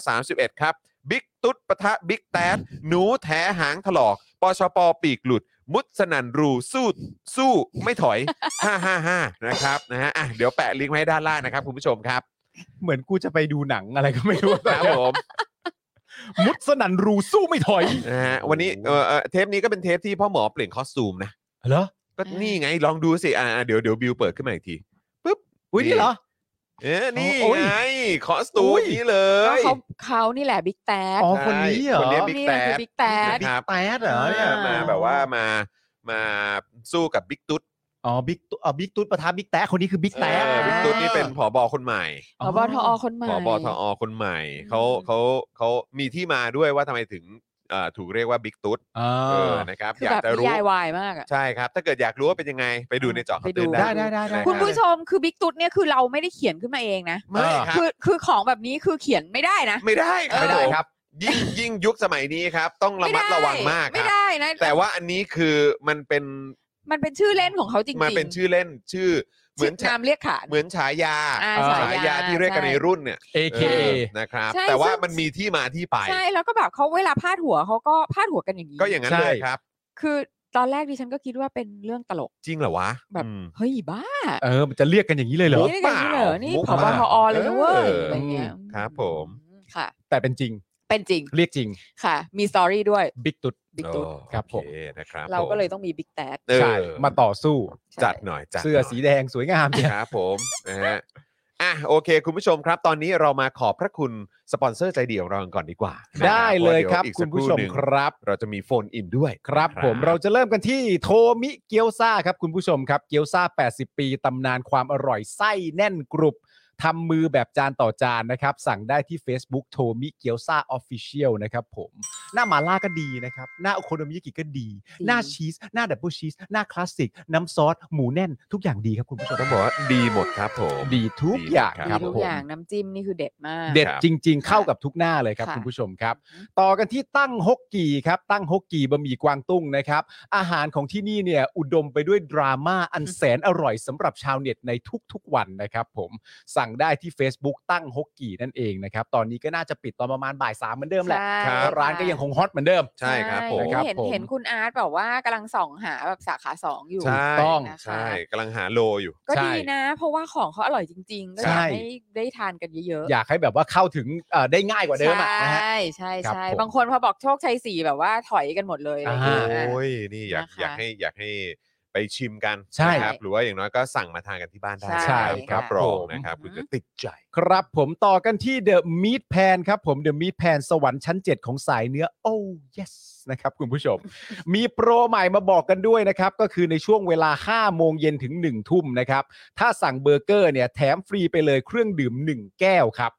Speaker 2: 331 ครับบิ๊กตุ๊ดปะทะบิ๊กแตดหนูแถหางถลอก ปชปปีกหลุด มุดสนันรูสู้สู้ไม่ถอย 555 นะครับนะฮะอ่ะเดี๋ยวแปะลิงก์ไว้ให้ด้านล่างนะครับ คุณผู้ชมครับ
Speaker 3: เหมือนกูจะไปดูหนังอะไรก็ไม่รู้
Speaker 2: ครับผม
Speaker 3: มุดสนันรูสู้ไม่ถอย
Speaker 2: นะฮะวันนี้เออเอ่อเทปนี้ก็เป็นเทปที่พ่อหมอเปลี่ยนคอสตูมนะ
Speaker 3: เหรอ
Speaker 2: ก็นี่ไงลองดูสิอ่าอ่าเดี๋ยวเดี๋ยวบิวเปิดขึ้นมาอีกทีปึ๊บ
Speaker 3: อุ้ยนี่เหรอ
Speaker 2: เอ๊ะนี่
Speaker 3: โอ้ย
Speaker 2: ไงคอสตูม
Speaker 3: อุ้ย
Speaker 2: นี้เล
Speaker 4: ก็
Speaker 2: ย
Speaker 4: เขาเขานี่แหละบิ๊กแต๊ด
Speaker 3: อ๋อคนนี้เหรอ
Speaker 2: คนนี้ Big
Speaker 4: นี่แหละคือ
Speaker 2: Dad
Speaker 4: บิ๊กแต๊ด
Speaker 2: นะครับ
Speaker 3: แตดเหรอเนี่ย
Speaker 4: อ่า
Speaker 2: มาแบบว่ามามาสู้กับบิ๊กตุ๊ด
Speaker 3: อ๋อบิ๊กตุ๊อ๋อบิ๊กตุ๊ดประธานบิ๊กแต๊ะคนนี้คือบิ๊ก
Speaker 2: แต่
Speaker 3: แต๊ะ
Speaker 2: บิ๊กตุ๊ดนี่เป็นผอบอคนใหม่
Speaker 4: ผบทอคนใหม่
Speaker 2: ผอบอทอคนใหม่
Speaker 4: อืม
Speaker 2: เขาเขาเขามีที่มาด้วยว่าทำไมถึงเอ่อถูกเรียกว่าบิ๊กตุ๊ด
Speaker 3: อ่า
Speaker 2: เออนะครับ
Speaker 4: คือ อย
Speaker 2: า
Speaker 4: แบ
Speaker 2: ก
Speaker 4: บ
Speaker 2: จะ
Speaker 4: นิ
Speaker 2: รู้
Speaker 4: ยายวายมากอ่ะ
Speaker 2: ใช่ครับ ถ้าเกิดอยากรู้ว่าเป็นยังไงไปดูในเจาะข่าวตื่น
Speaker 4: ไป
Speaker 3: ได้
Speaker 2: ได้
Speaker 3: ได้ได้ได้
Speaker 4: คุณผู้ชมคือบิ๊กตุ๊ดเนี่ยคือเราไม่ได้เขียนขึ้นมาเองนะ
Speaker 2: ไม่ครับ
Speaker 4: อคือของแบบนี้คือเขียนไม่ได้นะ
Speaker 2: ไม่ได้ครั
Speaker 4: ไม่ได้
Speaker 2: ผมยิ่งยิ่งยุคสมัยนี้ครับ ต้องระมัดระวังมากค
Speaker 4: ไม่
Speaker 2: รับ
Speaker 4: ได้นะ
Speaker 2: แต่ว่าอันนี้คือมันเป็น
Speaker 4: มันเป็นชื่อเล่นของเขาจริงๆ
Speaker 2: มันเป็นชื่อเล่นชื่อ เหมือน
Speaker 4: ชื่นามเรียกขาน
Speaker 2: เหมือนฉายา
Speaker 4: อ่า
Speaker 2: ฉา
Speaker 4: ฉา
Speaker 2: าย
Speaker 4: ยา
Speaker 2: ที่เรียกกันในรุ่นเนี่ย
Speaker 3: AKA
Speaker 2: เออนะครับ
Speaker 4: ใช่
Speaker 2: แต่ว่า
Speaker 4: ซึ่ง
Speaker 2: มันมีที่มาที่ไป
Speaker 4: ใช่แล้วก็แบบเขาเวลาพาดหัวเขาก็พาดหัวกันอย่างนี้
Speaker 2: ก็อย่างนั้น
Speaker 3: ใช่
Speaker 2: เลยครับ
Speaker 4: คือตอนแรกดิฉันก็คิดว่าเป็นเรื่องตลก
Speaker 2: จริงเหรอวะ
Speaker 4: แบบ
Speaker 2: อืม
Speaker 4: เฮ้ยบ้า
Speaker 3: เออมันจะเรียกกันอย่างนี้เลยเหรอ
Speaker 4: นี่ได้กันนี่เหรอนี่
Speaker 2: มุก
Speaker 4: ผบ
Speaker 2: บ้า
Speaker 4: ทอเลยนะเว้
Speaker 2: เอ
Speaker 4: ย
Speaker 2: ออ
Speaker 4: อะไรเงี้ย
Speaker 2: ครับผม
Speaker 4: ค่ะ
Speaker 3: แต่เป็นจริง
Speaker 4: เป็นจริง
Speaker 3: เรียกจริง
Speaker 4: ค่ะ มีสตอรี่ด้วย
Speaker 3: บิ๊กตุ๊ด
Speaker 4: บิ๊กตุ๊ด
Speaker 2: โอ้
Speaker 3: ครับผม
Speaker 2: โอเนะครับ
Speaker 4: เราก็เลย
Speaker 2: ผม
Speaker 4: ต้องมีบิ๊กแตด
Speaker 2: เออ
Speaker 3: ใช่มาต่อสู้
Speaker 4: ใช่
Speaker 2: จัดหน่อยจัด
Speaker 3: เสื้อ
Speaker 2: หน่ย
Speaker 3: สีแดงสวยงามเนี่ย
Speaker 2: ครับผมนะฮะอ่ะโอเค คุณผู้ชมครับ ตอนนี้เรามาขอบพระคุณสปอนเซอร์ใจเดียวเรากันก่อนดีกว่า
Speaker 3: ได้เลยครับ
Speaker 2: พาะดี๋วอีก
Speaker 3: คุ
Speaker 2: สัก
Speaker 3: ณผู้ชม
Speaker 2: หนึ่ง
Speaker 3: ครับ
Speaker 2: เราจะมีโฟนอินด้วย
Speaker 3: ครับ
Speaker 2: นะ
Speaker 3: ผมเราจะเริ่มกันที่โทมิเกียวซาครับคุณผู้ชมครับเกียวซา80 ปีตำนานความอร่อยไส้แน่นกรุบทำมือแบบจานต่อจานนะครับ สั่งได้ที่ Facebook โทมิเกียวซาออฟฟิเชียลนะครับผม หน้าหมาล่าก็ดีนะครับ หน้าโอโคโนมิยากิก็ดี
Speaker 4: จริง
Speaker 3: หน้าชีส หน้าดับเบิลชีส หน้าคลาสสิก น้ำซอส หมูแน่น ทุกอย่างดีครับคุณผู้ชม
Speaker 2: ต้องบอกว่าดีหมดครับผม
Speaker 3: ดีทุกอย่าง
Speaker 2: ดี
Speaker 4: มี
Speaker 3: ครับ
Speaker 4: ทุก
Speaker 3: ผ
Speaker 4: อ
Speaker 3: ม
Speaker 4: ย่างน้ำจิ้มนี่คือเด็ดมาก
Speaker 3: เด็ด
Speaker 2: ครับ
Speaker 3: จริง ๆ เข้ากับทุกหน้าเลยครับ
Speaker 4: ค่ะ
Speaker 3: คุณผู้ชมครับ ต่อกันที่ตั้งฮกกีครับตั้งฮกกีบะหมี่กวางตุ้งนะครับ อาหารของที่นี่เนี่ยอุดมไปด้วยดราม่าอันแสนอร่อยสำหรับชาวเน็ตในทุกๆวันนะครับผมสั่งได้ที่ Facebook ตั้งฮกกีนั่นเองนะครับตอนนี้ก็น่าจะปิดตอนประมาณบ่ายสามเหมือนเดิมแหละ
Speaker 4: ใช่
Speaker 2: ครับ
Speaker 3: ร้านก็ยังคงฮอตเหมือนเดิม
Speaker 2: ใช่ครับผม
Speaker 3: ครับ
Speaker 4: เห็น
Speaker 3: ผม
Speaker 4: เห็นคุณอาร์ตแบบว่ากำลังส่องหาแบบสาขาสองอยู่
Speaker 2: ใช่
Speaker 3: ถูกต้อง
Speaker 4: นะคะ
Speaker 2: ใช่กำลังหาโลอยู่
Speaker 4: ก็
Speaker 3: ใช่
Speaker 4: ดีนะ เพราะว่าของเขาอร่อยจริง ๆ ก็
Speaker 3: ใช่
Speaker 4: อยากให้ได้ทานกันเยอะ
Speaker 3: อยากให้แบบว่าเข้าถึงเอ่อได้ง่ายกว่าเดิมอะนะฮะ
Speaker 4: ใช่ใช่
Speaker 3: ครับ
Speaker 4: ใช่
Speaker 3: ผม
Speaker 4: บางคนพอบอกโชคชัยสี่แบบว่าถอยกันหมดเลยอะไรอย่างเงี้ย
Speaker 3: อ่า
Speaker 2: โอ้ย นี่อยาก
Speaker 4: นะคะ
Speaker 2: อยากให้อยากให้ไปชิมกัน
Speaker 3: ใช่
Speaker 2: นะครับ หรือว่าอย่างน้อยก็สั่งมาทานกันที่บ้านได้
Speaker 4: ใช่
Speaker 2: ค
Speaker 4: ครั
Speaker 2: รับบ รอง
Speaker 3: ผม
Speaker 2: นะครับคุณจะติดใจ
Speaker 3: ครับผมต่อกันที่เดอะม a ทแพนครับผมเดอะม a ทแพนสวรรค์ชั้น 7 ของสายเนื้อ โอ้ yes นะครับคุณผู้ชม มีโปรใหม่มาบอกกันด้วยนะครับ ก็คือในช่วงเวลา 5 โมงเย็นถึง 1 ทุ่มนะครับ ถ้าสั่งเบอร์เกอร์เนี่ยแถมฟรีไปเลยเครื่องดื่ม 1 แก้วครับ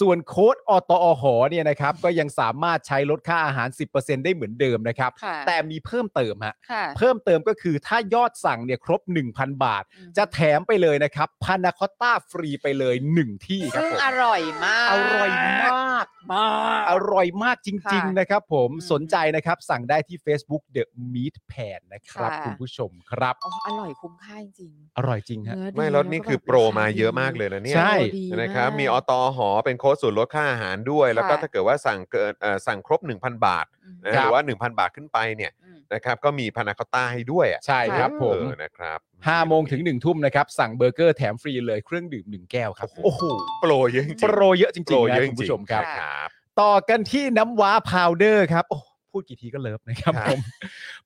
Speaker 3: ส่วนโค้ดอตอหอเนี่ยนะครับ ก็ยังสามารถใช้ลดค่าอาหาร 10%ได้เหมือนเดิมนะครับ
Speaker 4: ค่ะ
Speaker 3: แต่มีเพิ่มเติมฮะ
Speaker 4: ค่ะ
Speaker 3: เพิ่มเติมก็คือถ้ายอดสั่งเนี่ยครบ 1,000 บาท จะแถมไปเลยนะครับพานาคอตต้าฟรีไปเลย 1 ที่ครับ
Speaker 4: ซึ่ง
Speaker 3: ผม
Speaker 4: อร่อยมาก
Speaker 3: อร่อยมาก
Speaker 4: มาก
Speaker 3: อร่อยมากจริง
Speaker 4: ค่ะ
Speaker 3: ๆ นะครับผม
Speaker 4: อืม
Speaker 3: สนใจนะครับสั่งได้ที่ Facebook The Meat Pan นะครับ
Speaker 4: ค่ะ
Speaker 3: คุณผู้ชมครับ
Speaker 4: อ๋ออร่อยคุ้มค่าจริง
Speaker 3: อร่อยจริง
Speaker 4: ๆ
Speaker 3: ฮะ
Speaker 4: เนื้อดี
Speaker 2: ไม่แล้วนี่คือโปร
Speaker 4: ก็แบบ
Speaker 2: มาเยอะมากเลยนะเนี่ย
Speaker 3: ใช่
Speaker 4: ดีมาก
Speaker 2: นะครับ มีอตอหอเป็นโค้ดส่วนลดค่าอาหารด้วย แล้วก็
Speaker 4: ค่ะ
Speaker 2: ถ้าเกิดว่าสั่งเกินเอ่อสั่งครบ 1,000 บาท
Speaker 4: อืม
Speaker 2: นะ
Speaker 3: ครับ
Speaker 2: หรือว่า 1,000 บาทขึ้นไปเนี่ย
Speaker 4: อืม
Speaker 2: นะครับก็มีพานาคอตต้าให้ด้วยอะ
Speaker 3: ใช่ครับ
Speaker 2: เออ
Speaker 3: ผม
Speaker 2: นะครับ
Speaker 3: 5โมงถึง 1 ทุ่มนะครับ สั่งเบอร์เกอร์แถมฟรีเลยเครื่องดื่ม 1 แก้วครับ
Speaker 2: โอ้
Speaker 3: โอ้
Speaker 2: โห
Speaker 3: โห
Speaker 2: โปรเยอะจริงๆ
Speaker 3: โปรเยอะจริ
Speaker 2: โปรง
Speaker 3: ๆ
Speaker 2: เย
Speaker 3: นะ
Speaker 2: อะจ
Speaker 3: คุณ
Speaker 2: ริงๆ
Speaker 3: ผู้ชมครับ
Speaker 4: ค่ะ
Speaker 2: ครับ
Speaker 3: ต่อกันที่น้ำว้าพาวเดอร์ครับโอ้พูดกี่ทีก็เลิฟนะครับ
Speaker 2: ครับ
Speaker 3: ผม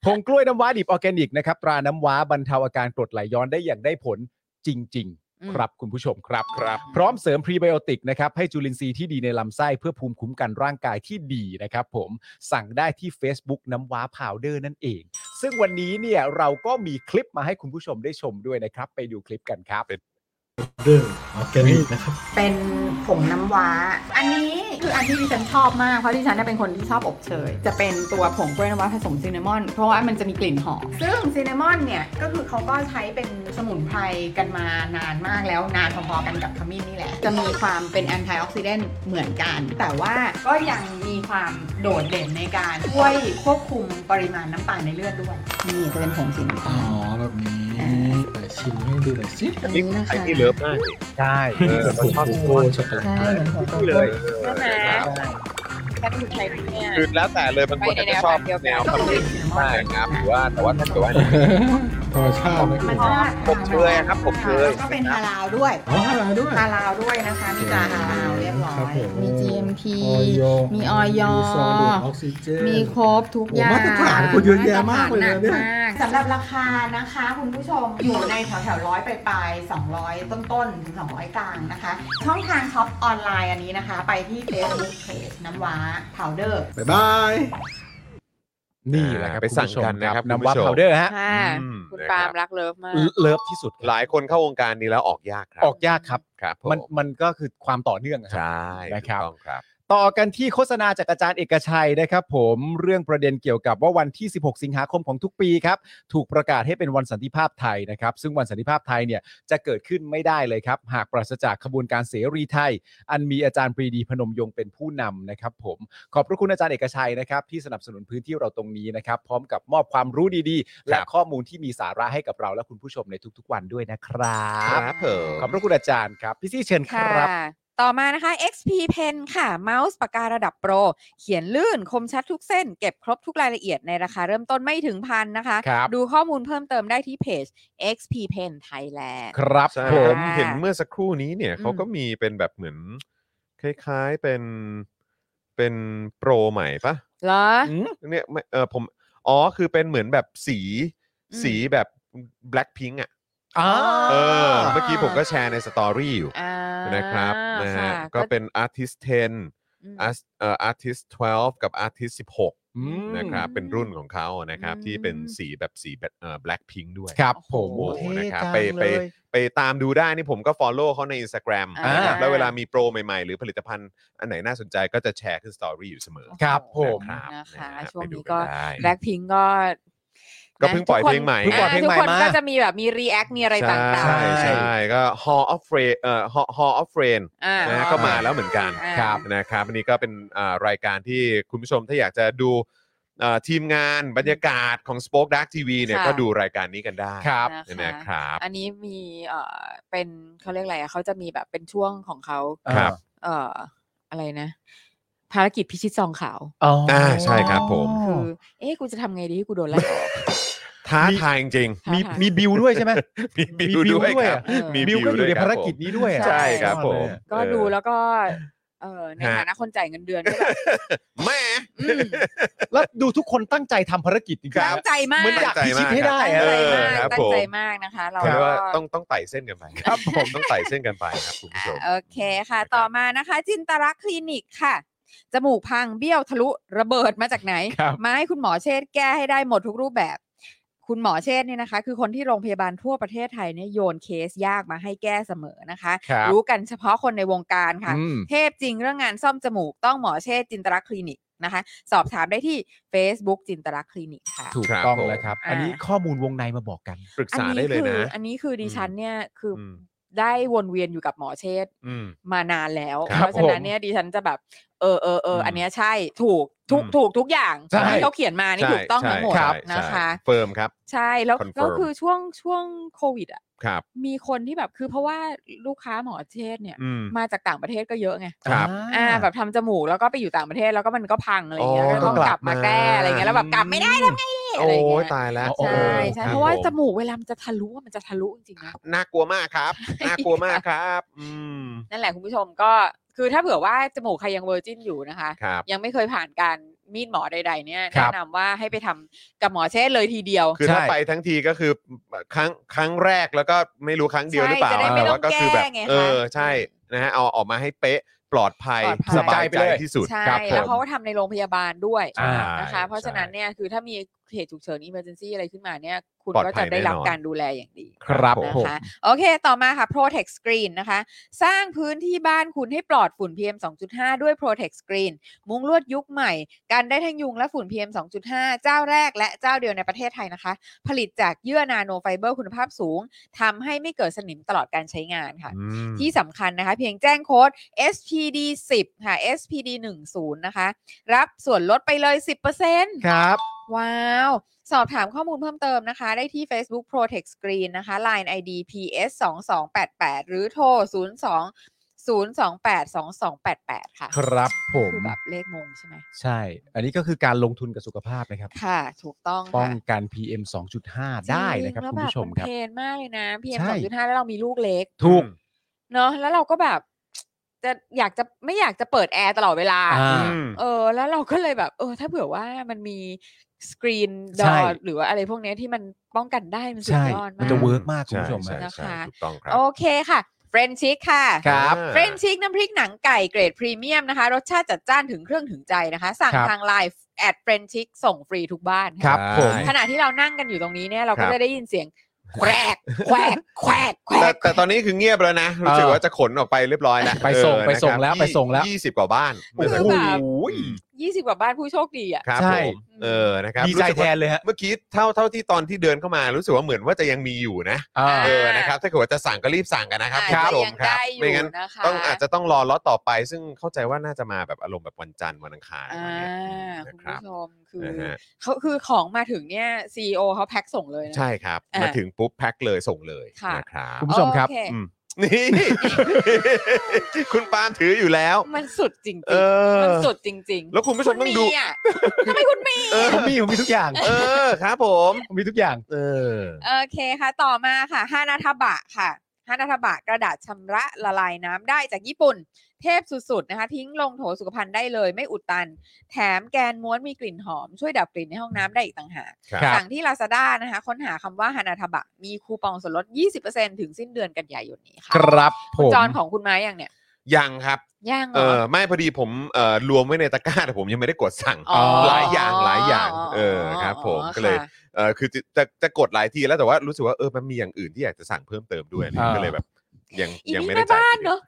Speaker 3: ผงกล้วยน้ำว้าดิบออร์แกนิกนะครับตราน้ำว้าบรรเทาอาการกรดไหลย้อนได้อย่างได้ผลจริง
Speaker 4: อืม
Speaker 3: ๆ ครับคุณผู้ชมครับ
Speaker 2: ครับ
Speaker 3: พร้อมเสริมพรีไบโอติกนะครับให้จุลินทรีย์ที่ดีในลำไส้เพื่อภูมิคุ้มกันร่างกายที่ดีนะครับผมสั่งได้ที่ Facebook น้ำว้าพาวเดอร์นั่นเอง ซึ่งวันนี้เนี่ยเราก็มีคลิปมาให้คุณผู้ชมได้ชมด้วยนะครับ ไปดูคลิปกันครับ
Speaker 5: เรื่องออร์แกนิกนะครับ
Speaker 6: เป็นผงน้ำว้า อันนี้คืออันที่ดิฉันชอบมาก เพราะดิฉันน่ะเป็นคนที่ชอบอบเชย จะเป็นตัวผงกล้วยน้ำว้าผสมซินนามอน เพราะว่ามันจะมีกลิ่นหอม ซึ่งซินนามอนเนี่ย ก็คือเขาก็ใช้เป็นสมุนไพรกันมานานมากแล้วนานพอๆกันกับขมิ้นนี่แหละ จะมีความเป็นแอนตี้ออกซิเดนต์เหมือนกัน แต่ว่าก็ยังมีความโดดเด่นในการช่วยควบคุมปริมาณน้ำตาลในเลือดด้วย นี่จะเป็นผงสีน้ำ
Speaker 5: อ๋อ
Speaker 6: ตาล
Speaker 5: แบบนี้แต่ชิมให้ดูหน่อยสิ
Speaker 6: ตัวนี้นะคะ
Speaker 2: ไอ้ที่เลิฟมาก
Speaker 3: ใช่
Speaker 2: เออ
Speaker 5: ผงโกโก้ช็อกโกแลต
Speaker 6: ใช่เหมือนผงโกโก้
Speaker 2: เลย
Speaker 4: ใช่ไหมแค่ดูใช้เนี่ย
Speaker 2: คือแล้วแต่เลยบางคนอาจจะชอบ
Speaker 4: ไปในแนวทางเดียว
Speaker 2: แนวแบ
Speaker 4: กัน
Speaker 2: บนี้มากนะครับหรือว่าแต่ว่าถ้าเกิดว่า
Speaker 5: ธรรมชาติไหม
Speaker 6: มัน
Speaker 5: อ๋
Speaker 6: ก็
Speaker 2: ผมเคยครับผมเคย
Speaker 6: ก็เป็นฮาลาลด้วย
Speaker 5: อฮาลาลด้วย
Speaker 6: ฮาลาลด้วยนะคะ มีตราฮาลาลเรียบร้อ
Speaker 5: ครับ
Speaker 6: ย
Speaker 5: ผม
Speaker 6: มี GMP
Speaker 5: ออย
Speaker 6: มีออย
Speaker 5: มีโซดูดออกซิเจน
Speaker 6: มีครบทุก
Speaker 5: โอ้
Speaker 6: อย่าง
Speaker 5: มาตรฐานคุณเยอะแยะมากเลยนะเนี่ย
Speaker 6: มาตรฐามากสำหรับราคานะคะ คุณผู้ชมอยู่ในแถวแถวร้อยปลายๆ200 ต้นๆ ถึง 200 กลางนะคะ ช่องทางช็อปออนไลน์อันนี้นะคะ ไปที่ Facebook Page น้ำว้า Powder
Speaker 5: บ๊ายบาย
Speaker 3: นี่แหละครับ
Speaker 2: ไปสั่งกันนะครับ
Speaker 3: ณผู้ชมน้ำ
Speaker 2: คุณผู้
Speaker 3: ว่า
Speaker 2: ชม
Speaker 3: พาวเดอร์ฮะ
Speaker 4: ค่ะ
Speaker 2: อืม
Speaker 4: คุณ
Speaker 2: นะ
Speaker 4: ปาล์ม
Speaker 2: ครับ
Speaker 4: รักเลิฟมาก
Speaker 3: เลิฟที่สุด
Speaker 2: หลายคนเข้าวงการนี้แล้วออกยากครับ
Speaker 3: ออกยากครับ
Speaker 2: ครับผ
Speaker 3: มันมันก็คือความต่อเนื่องอะครับ
Speaker 2: ใช่
Speaker 3: นะครับ
Speaker 2: ถูกต้องครับ
Speaker 3: ต่อกันที่โฆษณาจากอาจารย์เอกชัยนะครับผมเรื่องประเด็นเกี่ยวกับว่าวันที่ 16 สิงหาคมของทุกปีครับ ถูกประกาศให้เป็นวันสันติภาพไทยนะครับ ซึ่งวันสันติภาพไทยเนี่ยจะเกิดขึ้นไม่ได้เลยครับ หากปราศจากขบวนการเสรีไทย อันมีอาจารย์ปรีดีพนมยงค์เป็นผู้นำนะครับผมขอบพระคุณอาจารย์เอกชัยนะครับ ที่สนับสนุนพื้นที่เราตรงนี้นะครับ พร้อมกับมอบความรู้ดีๆ และ
Speaker 2: ครับ
Speaker 3: ข้อมูลที่มีสาระให้กับเราและคุณผู้ชมในทุกๆ วันด้วยนะครับ
Speaker 2: ครับผม
Speaker 3: ขอบพระคุณอาจารย์ครับพี่ซี่เชิญค
Speaker 4: ค่ะ
Speaker 3: รับ
Speaker 4: ต่อมานะคะ XP Pen ค่ะ เมาส์ปากการะดับโปร เขียนลื่นคมชัดทุกเส้น เก็บครบทุกรายละเอียดในราคาเริ่มต้นไม่ถึงพันนะคะ
Speaker 3: ครับ
Speaker 4: ดูข้อมูลเพิ่มเติมได้ที่เพจ XP Pen Thailand
Speaker 3: ครับ
Speaker 2: ใช่
Speaker 3: ผ
Speaker 2: ผม มเห็นเมื่อสักครู่นี้เนี่ย
Speaker 4: อืม
Speaker 2: เขาก็มีเป็นแบบเหมือน คล้ายๆเป็นเป็นโปรใหม่ปะ
Speaker 4: เหรอ
Speaker 2: เนี่ยไม่เออผมอ๋อคือเป็นเหมือนแบบสี
Speaker 4: อืม
Speaker 2: สีแบบแบล็คพิงอ่ะ
Speaker 3: อ่า
Speaker 2: เออ
Speaker 4: อ่า
Speaker 2: เมื่อกี้ผมก็แชร์ในสตอรี่อยู่
Speaker 4: อ่า
Speaker 2: นะครับนะฮะ
Speaker 4: ค่ะ
Speaker 2: ก็เป็น Artist 10
Speaker 4: อืม
Speaker 2: Art- เอ่อ Artist 12 กับ Artist 16
Speaker 3: อืม
Speaker 2: นะครับ เป็นรุ่นของเขานะครับ
Speaker 4: อืม
Speaker 2: ที่เป็นสีแบบสีแบบเอ่อแบล็คพิงด้วย
Speaker 3: ครับผม
Speaker 2: โอ้โหนะครับ
Speaker 3: เท่จัง
Speaker 2: ไปไป
Speaker 3: เลย
Speaker 2: ไปตามดูได้นี่ผมก็ Follow เขาใน Instagram
Speaker 4: อ่าน
Speaker 2: นะครับแล้วเวลามีโปรใหม่ๆ หรือผลิตภัณฑ์อันไหนน่าสนใจก็จะแชร์ขึ้นสตอรี่อยู่เสมอ
Speaker 3: ครับผม
Speaker 2: รับ
Speaker 4: นะคะ
Speaker 2: ฮ
Speaker 4: ช่วง
Speaker 2: ไปดู
Speaker 4: นี้ก็
Speaker 2: ได้
Speaker 4: แบล็คพิงก็
Speaker 2: ก็เพิ่งปล่อยเพลงใหม่
Speaker 3: เพิ่งปล่อยเพลงใหม่
Speaker 4: ทุกคน
Speaker 3: มา
Speaker 4: ก็จะมีแบบมีรีแอค มีอะไรต่างๆ
Speaker 2: ใช่ใช่ก็ Hall of Fame เอ่อ Hall- Hall of Fame
Speaker 4: อ่า
Speaker 2: นะฮะก็มาแล้วเหมือนกัน
Speaker 4: อ่า
Speaker 2: นะครับอันนี้ก็เป็นอ่ารายการที่คุณผู้ชมถ้าอยากจะดูเอ่อทีมงานบรรยากาศของ Spoke Dark TV เนี่ย
Speaker 4: ค่ะ
Speaker 2: ก็ดูรายการนี้กันได้
Speaker 3: ครับ
Speaker 4: นะคะ
Speaker 2: นะครับ
Speaker 4: อันนี้มีเอ่อเป็นเขาเรียกอะไรอะเขาจะมีแบบเป็นช่วงของเขา
Speaker 2: ครับ
Speaker 4: เอ่ออะไรนะ ภารกิจพิชิตซองขาว
Speaker 3: อ๋ออ่า
Speaker 2: ใช่ครับผม
Speaker 4: คือเอ๊ะกูจะทำไงดีให้กูโดนไล่ออก
Speaker 2: ท้า
Speaker 3: มี
Speaker 2: ทายจริง
Speaker 4: ท้า
Speaker 3: มี
Speaker 4: ทาย
Speaker 3: มีบิวด้วยใช่ไหม
Speaker 2: ๆมีบิ
Speaker 3: มี
Speaker 2: ว
Speaker 3: บิว
Speaker 2: ด้วย
Speaker 3: ด้วย
Speaker 2: ครับ
Speaker 3: อะ
Speaker 4: เออ
Speaker 2: มี
Speaker 3: บิวก็อยู่ใน
Speaker 2: ครับ
Speaker 3: ภารกิจนี้ด้วยอะ
Speaker 2: ใช่ครับผม
Speaker 4: ก็ดูแล้วก็ เออใน
Speaker 2: ฮะ
Speaker 4: ฐานะคนจ่ายเงินเดือนก็แบบ
Speaker 2: แหม่
Speaker 4: อืม
Speaker 3: แล้วดูทุกคนตั้งใจทำภารกิจจริงๆ
Speaker 4: ตั้งใจมาก
Speaker 2: เหมือน
Speaker 3: อยากพิชิตให้ได้
Speaker 4: ตั้ง
Speaker 3: อะ
Speaker 4: ใจ
Speaker 2: เอ
Speaker 4: มา
Speaker 2: อก ครับ
Speaker 4: ตั้
Speaker 2: ผ
Speaker 4: ง
Speaker 2: ม
Speaker 4: ใจมากนะคะ เรา
Speaker 2: เขาเรียกว่า
Speaker 4: ก็
Speaker 2: ต้องต้องไต่เส้นกันไปครับผมต้องไต่เส้นกันไปครับคุณผู้ชม
Speaker 4: โอเคค่ะ
Speaker 2: นะครับ
Speaker 4: ต่อมานะคะ จินตรักษณ์คลินิกค่ะ จมูกพังเบี้ยวทะลุระเบิดมาจากไหน
Speaker 3: ครับ
Speaker 4: มาให้คุณหมอเชษฐ์แก้ให้ได้หมดทุกรูปแบบ คุณหมอเชษฐ์เนี่ยนะคะ คือคนที่โรงพยาบาลทั่วประเทศไทยเนี่ยโยนเคสยากมาให้แก้เสมอนะคะ
Speaker 3: ครับ
Speaker 4: รู้กันเฉพาะคนในวงการค่ะ
Speaker 3: อืม
Speaker 4: เทพจริงเรื่องงานซ่อมจมูกต้องหมอเชษฐ์จินตรักษณ์คลินิกนะคะ สอบถามได้ที่ Facebook จินตรักษณ์คลินิกค่ะ
Speaker 3: ถูก
Speaker 2: ครับ
Speaker 3: ต้อง
Speaker 2: ผม
Speaker 3: แล้วครับ
Speaker 4: อ่า
Speaker 3: อันนี้ข้อมูลวงในมาบอกกัน
Speaker 2: ปรึกษาได้เลย
Speaker 4: คื
Speaker 2: นะ
Speaker 4: อันนี้คือดิฉันเนี่ยคืออ
Speaker 2: ม
Speaker 4: ได้วนเวียนอยู่กับหมอเชษฐ์
Speaker 2: อืม
Speaker 4: มานานแล้ว
Speaker 3: ครับ
Speaker 4: เพราะฉะนั้นเนี่ยดิฉันจะแบบเออเออเอออ
Speaker 2: ม
Speaker 4: อันเนี้ยใช่ถูกทุก
Speaker 2: อืม
Speaker 4: ถูกทุกอย่าง
Speaker 3: ใช่
Speaker 4: ที่เขาเขียนมานี่
Speaker 2: ใช่
Speaker 4: ถูกต้องทั้งหมด
Speaker 2: ใช่
Speaker 4: นะ
Speaker 2: ใช่
Speaker 4: คะ
Speaker 2: เฟิร์มครับ
Speaker 4: ใช่แล้ว
Speaker 2: Confirm
Speaker 4: ก็คือช่วงช่วงโควิดอ่ะ
Speaker 2: ครับ
Speaker 4: มีคนที่แบบคือเพราะว่าลูกค้าหมอเชษเนี่ย
Speaker 2: อืม
Speaker 4: มาจากต่างประเทศก็เยอะไง
Speaker 2: ครับ
Speaker 4: อ่าแบบทำจมูกแล้วก็ไปอยู่ต่างประเทศแล้วก็มันก็พังอะไรอย่างเงี้ย
Speaker 2: อ๋อ
Speaker 4: แล้วต้อง
Speaker 2: ต้องก
Speaker 4: ก
Speaker 2: ลั
Speaker 4: ลั
Speaker 2: บบ มา
Speaker 4: มาแก้อะไรเงี้ยแล้วแบบกลับไม่ได้ทำไง
Speaker 2: โอ
Speaker 4: อะไรอย่าง
Speaker 2: ้ย
Speaker 4: เงี้ย
Speaker 2: ตายแล้ว
Speaker 3: โอ้
Speaker 4: ใช่ใช่เพราะว่า
Speaker 2: คบ
Speaker 4: จ
Speaker 2: ผม
Speaker 4: มูกเวลามันจะทะลุอะมันจะทะลุจริงๆนะ
Speaker 2: น่ากลัวมากครับ น่ากลัวมากครับ อืม
Speaker 4: นั่นแหละคุณผู้ชมก็คือถ้าเผื่อว่าจมูกใครยังเวอร์จินอยู่นะคะ
Speaker 2: ครับ
Speaker 4: ยังไม่เคยผ่านการมีดหมอใด ๆ เนี่ย
Speaker 3: ครั
Speaker 4: แนะ
Speaker 3: บ
Speaker 4: นำว่าให้ไปทำกับหมอเชษเลยทีเดียว
Speaker 2: คือ
Speaker 3: ใช่
Speaker 2: ถ้าไปทั้งทีก็คือครั้งครั้งแรกแล้วก็ไม่รู้ครั้งเดียวหรือเปล่า
Speaker 4: ใช่จะได้ไม่
Speaker 2: แต่
Speaker 4: ต้อง
Speaker 2: ว่าก็คือแบบ
Speaker 4: แก้ไงคะ
Speaker 2: เออใช่นะฮะเอาออกมาให้เป๊ะปลอดภัย
Speaker 4: ปลอดภัย
Speaker 2: สบาย
Speaker 3: ใจไป
Speaker 2: ใจ
Speaker 3: เลย
Speaker 2: ที่สุด
Speaker 4: ใช่
Speaker 2: ครับ
Speaker 4: แล้ว
Speaker 2: ผม
Speaker 4: เขาก็ทำในโรงพยาบาลด้วย
Speaker 3: อ่า
Speaker 4: นะคะ เพราะฉะนั้นเนี่ยคือถ้ามีเหตุฉุกเฉิน emergency อะไรขึ้นมาเนี่ย คุณ
Speaker 2: ปลอ
Speaker 4: ก็
Speaker 2: ภั
Speaker 4: จะ
Speaker 2: ย
Speaker 4: ได้รับ
Speaker 2: แน่นอน
Speaker 4: การดูแลอย่างดี
Speaker 3: ครับ
Speaker 2: ผม
Speaker 3: ผม
Speaker 4: นะคะโอเค ต่อมาค่ะ Protect Screen นะคะ สร้างพื้นที่บ้านคุณให้ปลอดฝุ่น PM 2.5 ด้วย Protect Screen มุ้งลวดยุคใหม่ การได้ทั้งยุงและฝุ่น PM 2.5 เจ้าแรกและเจ้าเดียวในประเทศไทยนะคะ ผลิตจากเยื่อนาโนไฟเบอร์คุณภาพสูงทำให้ไม่เกิดสนิมตลอดการใช้งานค่ะ
Speaker 2: อืม
Speaker 4: ที่สำคัญนะคะ เพียงแจ้งโค้ด SPD 10ค่ะ SPD 10นะคะ รับส่วนลดไปเลย
Speaker 3: ค
Speaker 4: 10%
Speaker 3: รับ
Speaker 4: ว้าว สอบถามข้อมูลเพิ่มเติมนะคะ ได้ที่ Facebook Protect Screen นะคะ Line ID PS 2 2 8 8หรือโทร 0 2 0 2 8 2 2 8 8 ค่ะ
Speaker 3: ครับผม
Speaker 4: คือแบบเลขมงใช่ไหม
Speaker 3: ใช่ อันนี้ก็คือการลงทุนกับสุขภาพนะครับ
Speaker 4: ค่ะ ถูกต้อง
Speaker 3: ป้อง
Speaker 4: ค่ะ
Speaker 3: กัน PM 2.5 ได้นะครับ
Speaker 4: จง
Speaker 3: คุณผู้ชม
Speaker 4: แล้ว
Speaker 3: ครับ
Speaker 4: แนเพลนมากเลยนะ PM
Speaker 3: ใช่
Speaker 4: 2.5 แล้วเรามีลูกเล็ก
Speaker 3: ถูก
Speaker 4: เนอะแล้วเราก็แบบ จะอยากจะไม่อยากจะเปิดแอร์ตลอดเวลา
Speaker 3: อ่า
Speaker 4: เออแล้วเราก็เลยแบบเออถ้าเผื่อว่ามันมีสกรีนด
Speaker 3: ใช่
Speaker 4: อหรือว่าอะไรพวกเนี้ยที่มันป้องกันได้มันสุด
Speaker 3: ใช่
Speaker 4: ยอดมาก
Speaker 3: มันจะเวิร์กมากคุณผู้ชม
Speaker 2: ใช่
Speaker 3: ฮะ
Speaker 2: ใช่
Speaker 4: นะคะ
Speaker 2: ถูกต้องครับ
Speaker 4: โอเคค่ะ เฟรนชิกค่ะ
Speaker 3: ครับ
Speaker 2: อ่า
Speaker 4: เฟรนชิกน้ำพริกหนังไก่เกรดพรีเมียมนะคะ รสชาติจัดจ้านถึงเครื่องถึงใจนะคะ สั่ง
Speaker 3: ครับ
Speaker 4: ทางไลน์แอดเฟรนชิกส่งฟรีทุกบ้าน
Speaker 3: ค
Speaker 4: ค่ะ
Speaker 3: รับผม
Speaker 4: ขณะที่เรานั่งกันอยู่ตรงนี้เนี่ยเรา
Speaker 2: ครั
Speaker 4: ก็
Speaker 2: บ
Speaker 4: จะได้ยินเสียงแควกแควกแควกแคว
Speaker 2: แต่
Speaker 4: ก
Speaker 2: แต่ตอนนี้คือเงียบแล้วนะรู้สึกว่าจะขนออกไปเรียบร้อยแล้ว
Speaker 3: ไปส่ง
Speaker 2: เออ
Speaker 3: ไปส่งแล้ว
Speaker 2: นะครับ
Speaker 3: ไปส่งแล้ว
Speaker 2: ยี่สิบกว่าบ้าน
Speaker 3: โอ้โห
Speaker 4: ยี่สิบกว่าบ้านผู้โชคดีอ่ะ
Speaker 2: ครับ
Speaker 3: ใช่
Speaker 2: ผมเออนะครับ
Speaker 3: ดีใจ
Speaker 2: รู้สึก
Speaker 3: แท
Speaker 2: ว่าน
Speaker 3: เลยฮะ
Speaker 2: เมื่อกี้เท่าเท่าที่ตอนที่เดินเข้ามารู้สึกว่าเหมือนว่าจะยังมีอยู่นะ
Speaker 3: อ่า
Speaker 4: อ่า
Speaker 2: เออนะครับถ้าเกิดว่าจะสั่งก็รีบสั่งกันนะครับ
Speaker 4: อาจ
Speaker 2: คุณ
Speaker 4: จะ
Speaker 2: ผู้ชม
Speaker 4: ยัง
Speaker 2: ครับ
Speaker 4: ได้อ
Speaker 2: ไม่
Speaker 4: ยู่
Speaker 2: งั้น
Speaker 4: นะคะ
Speaker 2: ต้องอาจจะต้องรอล็อตต่อไป ซึ่งเข้าใจว่าน่าจะมาแบบอารมณ์แบบวันจันทร์วันอังคารอะไร
Speaker 4: อ่า
Speaker 2: เงี้ยนะค
Speaker 4: คุณผู้
Speaker 2: รับ
Speaker 4: ชมคือ
Speaker 2: นะฮะ
Speaker 4: เขาคือของมาถึงเนี่ยซีอเขาแพ็คส่งเลยนะ
Speaker 2: ใช่ครับ
Speaker 4: อ่าม
Speaker 2: มาถึงปุ๊บแพ็คเลยส่งเลย
Speaker 4: ค่ะ
Speaker 2: นะครับ
Speaker 3: คุณผู้ชมครับ
Speaker 4: โอเ
Speaker 2: อืมนี่ คุณปาล์มถืออยู่แล้ว
Speaker 4: มันสุดจริง
Speaker 2: เออ
Speaker 4: ๆมันสุดจริงๆ
Speaker 2: แล้วคุณผู้ชมต้องดู
Speaker 4: คุณะทำไมคุณมี
Speaker 2: เออ
Speaker 3: ผมมีผมมีทุกอย่าง
Speaker 2: เออครับผม
Speaker 3: ผมมีทุกอย่าง
Speaker 2: เออ
Speaker 4: โอเคค่ะ ต่อมาค่ะฮานาทบะค่ะฮานาทบะกระดาษชำระละลายน้ำได้จากญี่ปุ่น เทพสุดๆนะคะ ทิ้งลงโถสุขภัณฑ์ได้เลยไม่อุดตัน แถมแกนม้วนมีกลิ่นหอม ช่วยดับกลิ่นในห้องน้ำได้อีกต่างหาก
Speaker 2: ครับ
Speaker 4: สั่งที่ Lazada นะคะ ค้นหาคำว่าฮานาทบะ มีคูปองส่วนลด 20%ถึงสิ้นเดือนกันยายนนี้ค่ะ
Speaker 3: ครับผ
Speaker 4: คุณ
Speaker 3: ม
Speaker 4: จอนของคุณไม้อย่างเนี่ย
Speaker 2: ยังครับ
Speaker 4: ย่างเหร
Speaker 2: เอ
Speaker 4: อ
Speaker 2: อไม่พอดีผมเอ่อรวมไว้ในตะกร้าแต่ผมยังไม่ได้กดสั่ง
Speaker 4: อ๋อ
Speaker 2: หลายอย่างหลายอย่างเออครับผมก็เลย
Speaker 4: ค่ะ
Speaker 2: เออคือจะจะจะกดหลายทีแล้วแต่ว่ารู้สึกว่าเออมันมีอย่างอื่นที่อยากจะสั่งเพิ่มเติมด้วยอะไรอย่าง
Speaker 3: อ่า
Speaker 2: เงี้ยก็เลยแบบยัง
Speaker 4: อี
Speaker 2: ยัง
Speaker 4: นี่
Speaker 2: ไม่ได้
Speaker 4: แม่
Speaker 2: จ่าย
Speaker 4: บ้าน
Speaker 2: ทีดียว
Speaker 4: เนาะ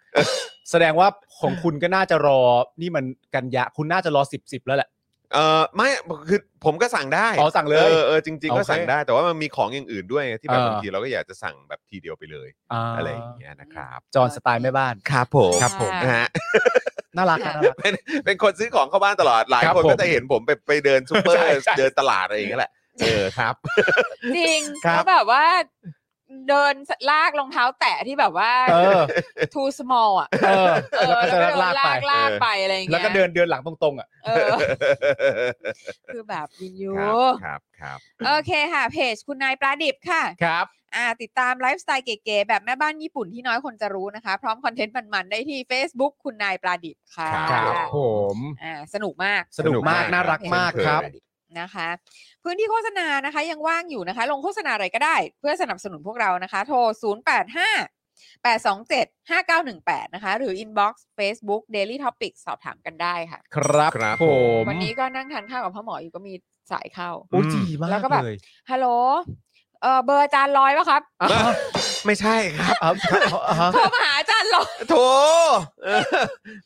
Speaker 3: แสดงว่าของคุณก็น่าจะรอ นี่มันกันยะคุณน่าจะรอสิบสิบแล้วแหละ
Speaker 2: เออไม่คือผมก็สั่งได้
Speaker 3: อ๋อสั่งเลย
Speaker 2: ออเออจริง ๆ ก็
Speaker 3: โอเค
Speaker 2: สั่งได้แต่ว่ามันมีของอย่างอื่นด้วยไงที่แบบ
Speaker 3: เออ
Speaker 2: บางทีเราก็อยากจะสั่งแบบทีเดียวไปเลยอะไรอย่างเงี้ยนะครับ
Speaker 3: จอนสไตล์แม่บ้าน
Speaker 2: ครับผม
Speaker 3: ครับผม
Speaker 2: นะฮ ะ
Speaker 3: น่ารักน่ารัก
Speaker 2: เป็นเป็นคนซื้อของเข้าบ้านตลอดหลาย
Speaker 3: ครับ
Speaker 2: คน
Speaker 3: ผม
Speaker 2: ก็จะเห็นผมไปไปเดินซูเปอร์
Speaker 3: ใช่ใช่
Speaker 2: เดินตลาดอะไรอย่างเงี้ยแหละเออครับ
Speaker 4: จริง
Speaker 2: ครับ
Speaker 4: แล้วแบบว่า เดินลากรองเท้าแตะที่แบบว่า
Speaker 3: เออ
Speaker 4: too small อ่ะ
Speaker 3: เออ
Speaker 4: เออ
Speaker 3: แล้วก็
Speaker 4: แล้วก็
Speaker 3: จะ
Speaker 4: เดิน
Speaker 3: ลาก
Speaker 4: ลา
Speaker 3: ไป
Speaker 4: กลากไปอะไรอย่างเงี้ย
Speaker 3: แล้วก็เดินเดินหลังตรงๆอ่ะ
Speaker 4: เออ คือแบบวินยู
Speaker 2: ครับ ครับ
Speaker 4: โอเคค่ะ เพจคุณนายปลาดิบค่ะ
Speaker 3: ครับ
Speaker 4: อ่าติดตามไลฟ์สไตล์เก๋ๆแบบแม่บ้านญี่ปุ่นที่น้อยคนจะรู้นะคะ พร้อมคอนเทนต์มันๆได้ที่ Facebook คุณนายปลาดิบค่ะ
Speaker 3: ครับผม
Speaker 4: อ่าสนุกมาก
Speaker 3: สนุกมากน่ารักมากครับ
Speaker 4: นะคะ พื้นที่โฆษณานะคะยังว่างอยู่นะคะ ลงโฆษณาอะไรก็ได้ เพื่อสนับสนุนพวกเรานะคะ โทร 0 8 5 8 2 7 5 9 1 8 นะคะ หรือ inbox Facebook daily topic สอบถามกันได้ค่ะ
Speaker 3: ครับ
Speaker 2: ครับ
Speaker 3: ผ
Speaker 2: ผม ม
Speaker 4: วันนี้ก็นั่งทานข้าวกับพ่อหมออยู่ก็มีสายเข้า
Speaker 3: โอ้ยดีมาก
Speaker 4: แล้วก็แบบ
Speaker 3: เลย
Speaker 4: ฮัลโหลเออเบอร์อาจารย์ลอยปะ ครับ
Speaker 3: อ่ะ
Speaker 2: ไม่ใช่ครับ
Speaker 3: อ่ะอ่ะอ่ะ
Speaker 4: โทรมาหาอาจารย์ลอย
Speaker 2: โถเออ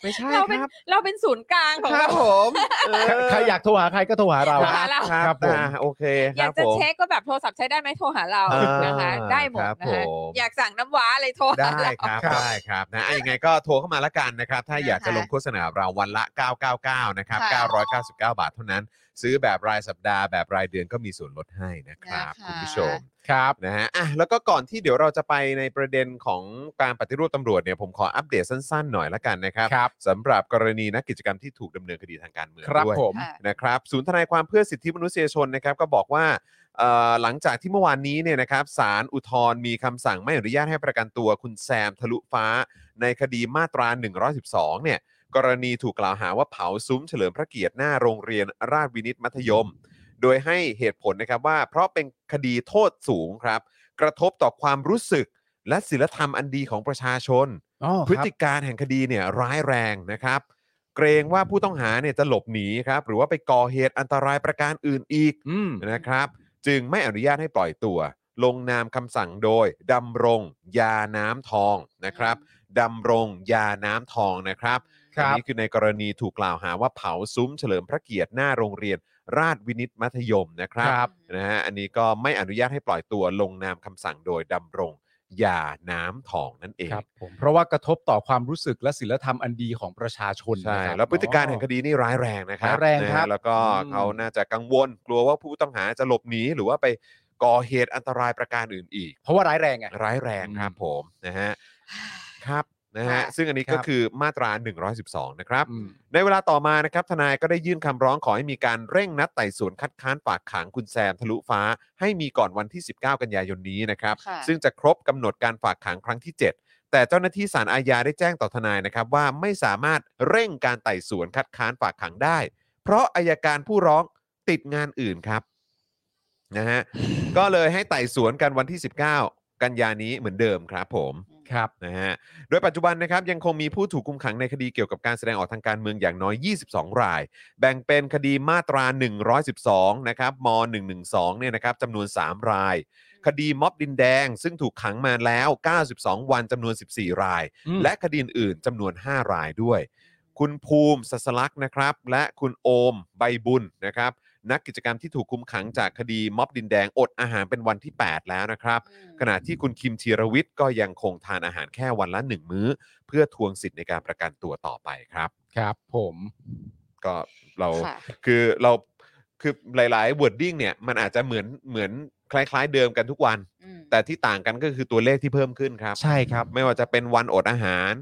Speaker 2: ไม่ใช่
Speaker 4: เรา
Speaker 2: ค
Speaker 4: เป็น
Speaker 2: รับ
Speaker 4: เราเป็นศูนย์กลางของ
Speaker 2: ครับ
Speaker 4: เรา
Speaker 2: ผมเออ
Speaker 3: ใครอยากโทรหาใครก็โทรหาเรา
Speaker 4: โทรหาเรา
Speaker 3: ครับผม
Speaker 2: อ่าโอเค
Speaker 4: อ
Speaker 2: ค
Speaker 4: ยา
Speaker 2: รั
Speaker 4: ก
Speaker 2: บ
Speaker 4: จะ
Speaker 2: ผม
Speaker 4: เช็คว่าแบบโทรศัพท์ใช้ได้ไหมโทรหาเรา
Speaker 2: อ่า
Speaker 4: นะคะ ได้หมด
Speaker 2: ครับ
Speaker 4: นะคะ
Speaker 2: ผม
Speaker 4: อยากสั่งน้ำว้าอะไรโทรหา
Speaker 2: ได้
Speaker 4: เรา
Speaker 2: ครับ
Speaker 3: ครับ
Speaker 2: ได้ครับนะอ่ะยังไงก็โทรเข้ามาละกันนะครับ ถ้าอยากจะลงโฆษณาเราวันละ 999 นะครับ
Speaker 4: ค่ะ
Speaker 2: 999 บาทเท่านั้น ซื้อแบบรายสัปดาห์แบบรายเดือนก็มีส่วนลดให้นะครับ
Speaker 4: นะคะ
Speaker 2: คุณผู้ชม
Speaker 3: ครับ
Speaker 2: นะฮะอ่ะแล้วก็ก่อนที่เดี๋ยวเราจะไปในประเด็นของการปฏิรูปตำรวจเนี่ยผมขออัปเดตสั้นๆหน่อยละกันนะครับ
Speaker 3: ครับ
Speaker 2: สำหรับกรณีนักกิจกรรมที่ถูกดำเนินคดีทางการเมือง
Speaker 3: ครับ
Speaker 2: ด้วย
Speaker 3: ผม
Speaker 4: ค่ะ
Speaker 2: นะครับศูนย์ทนายความเพื่อสิทธิมนุษยชนนะครับก็บอกว่าเอ่อหลังจากที่เมื่อวานนี้เนี่ยนะครับศาลอุทธรณ์มีคำสั่งไม่อนุญาตให้ประกันตัวคุณแซมทะลุฟ้า ในคดีมาตรา 112 เนี่ยกรณีถูกกล่าวหาว่าเผาซุ้มเฉลิมพระเกียรติหน้าโรงเรียนราชวินิตมัธยม โดยให้เหตุผลนะครับว่าเพราะเป็นคดีโทษสูงครับ กระทบต่อความรู้สึกและศีลธรรมอันดีของประชาชน
Speaker 3: อ๋อ
Speaker 2: พฤติการแห่งคดีเนี่ยร้ายแรงนะครับ เกรงว่าผู้ต้องหาเนี่ยจะหลบหนีครับ หรือว่าไปก่อเหตุอันตรายประการอื่นอีก
Speaker 3: อืม
Speaker 2: นะครับ จึงไม่อนุญาตให้ปล่อยตัว ลงนามคำสั่งโดยดำรง ยาน้ำทองนะครับดำรงยาน้ำทองนะครับ
Speaker 3: ครับ
Speaker 2: อันนี่คือในกรณีถูกกล่าวหาว่าเผาซุ้มเฉลิมพระเกียรติหน้าโรงเรียนราชวินิตมัธยมนะครับ
Speaker 3: ครับ
Speaker 2: นะฮะอันนี้ก็ไม่อนุญาตให้ปล่อยตัวลงนามคำสั่งโดยดำรงยาน้ำทองนั่นเอง
Speaker 3: ครับผมเพราะว่ากระทบต่อความรู้สึกและศีลธรรมอันดีของประชาชน
Speaker 2: ใช่
Speaker 3: นะคบ
Speaker 2: แล้วพฤติการแห่งคดีนี่ร้ายแรงนะครับ
Speaker 3: ร้ายแรง
Speaker 2: นะฮะ
Speaker 3: ครับ
Speaker 2: แล้วก็
Speaker 3: อืม
Speaker 2: เขาน่าจะกังวลกลัวว่าผู้ต้องหาจะหลบหนีหรือว่าไปก่อเหตุอันตรายประการอื่นอีก
Speaker 3: เพราะว่าร้ายแรงไง
Speaker 2: ร้ายแรงครับผมนะ ฮะครับนะฮะ
Speaker 4: ค่ะ
Speaker 2: ซึ่งอันนี้
Speaker 3: ครั
Speaker 2: ก็
Speaker 3: บ
Speaker 2: คือมาตรา 112 นะครับ
Speaker 3: อืม
Speaker 2: ในเวลาต่อมานะครับทนายก็ได้ยื่นคำร้องขอให้มีการเร่งนัดไต่สวนคัดค้านฝากขังคุณแซมทะลุฟ้า ให้มีก่อนวันที่ 19 กันยายนนี้นะครับ
Speaker 4: ค่ะ
Speaker 2: ซึ่งจะครบกำหนดการฝากขังครั้งที่ 7 แต่เจ้าหน้าที่ศาลอาญาได้แจ้งต่อทนายนะครับ ว่าไม่สามารถเร่งการไต่สวนคัดค้านฝากขังได้ เพราะอายการผู้ร้องติดงานอื่นครับนะฮะก็เลยให้ไต่สวนกันวันที่ 19 กันยานี้เหมือนเดิมครับผม
Speaker 4: อื
Speaker 3: ครับ
Speaker 2: นะฮะ โดยปัจจุบันนะครับยังคงมีผู้ถูกคุมขังในคดีเกี่ยวกับการแสดงออกทางการเมืองอย่างน้อย 22 ราย แบ่งเป็นคดีมาตรา 112 นะครับม 112 เนี่ยนะครับจำนวน 3 ราย คดีม็อบดินแดง ซึ่งถูกขังมาแล้ว 92 วันจำนวน 14 ราย
Speaker 3: อืม
Speaker 2: และคดีอื่นๆจำนวน 5 รายด้วย คุณภูมิสัสลักษณ์นะครับ และคุณโอมใบบุญนะครับ นักกิจกรรมที่ถูกคุมขังจากคดีม็อบดินแดงอดอาหารเป็นวันที่ 8 แล้วนะครับ ขณะที่คุณคิมธีรวิทย์ก็ยังคงทานอาหารแค่วันละ 1 มื้อ เพื่อทวงสิทธิ์ในการประกันตัวต่อไปครับ
Speaker 3: ครับผม
Speaker 2: ก็เรา
Speaker 4: ค่ะ
Speaker 2: คือเราคือหลายๆ wording เนี่ยมันอาจจะเหมือนเหมือนคล้ายๆเดิมกันทุกวัน
Speaker 4: อืม
Speaker 2: แต่ที่ต่างกันก็คือตัวเลขที่เพิ่มขึ้นครับ
Speaker 3: ใช่ครับ
Speaker 2: ไม่ว่าจะเป็นวันอดอาหาร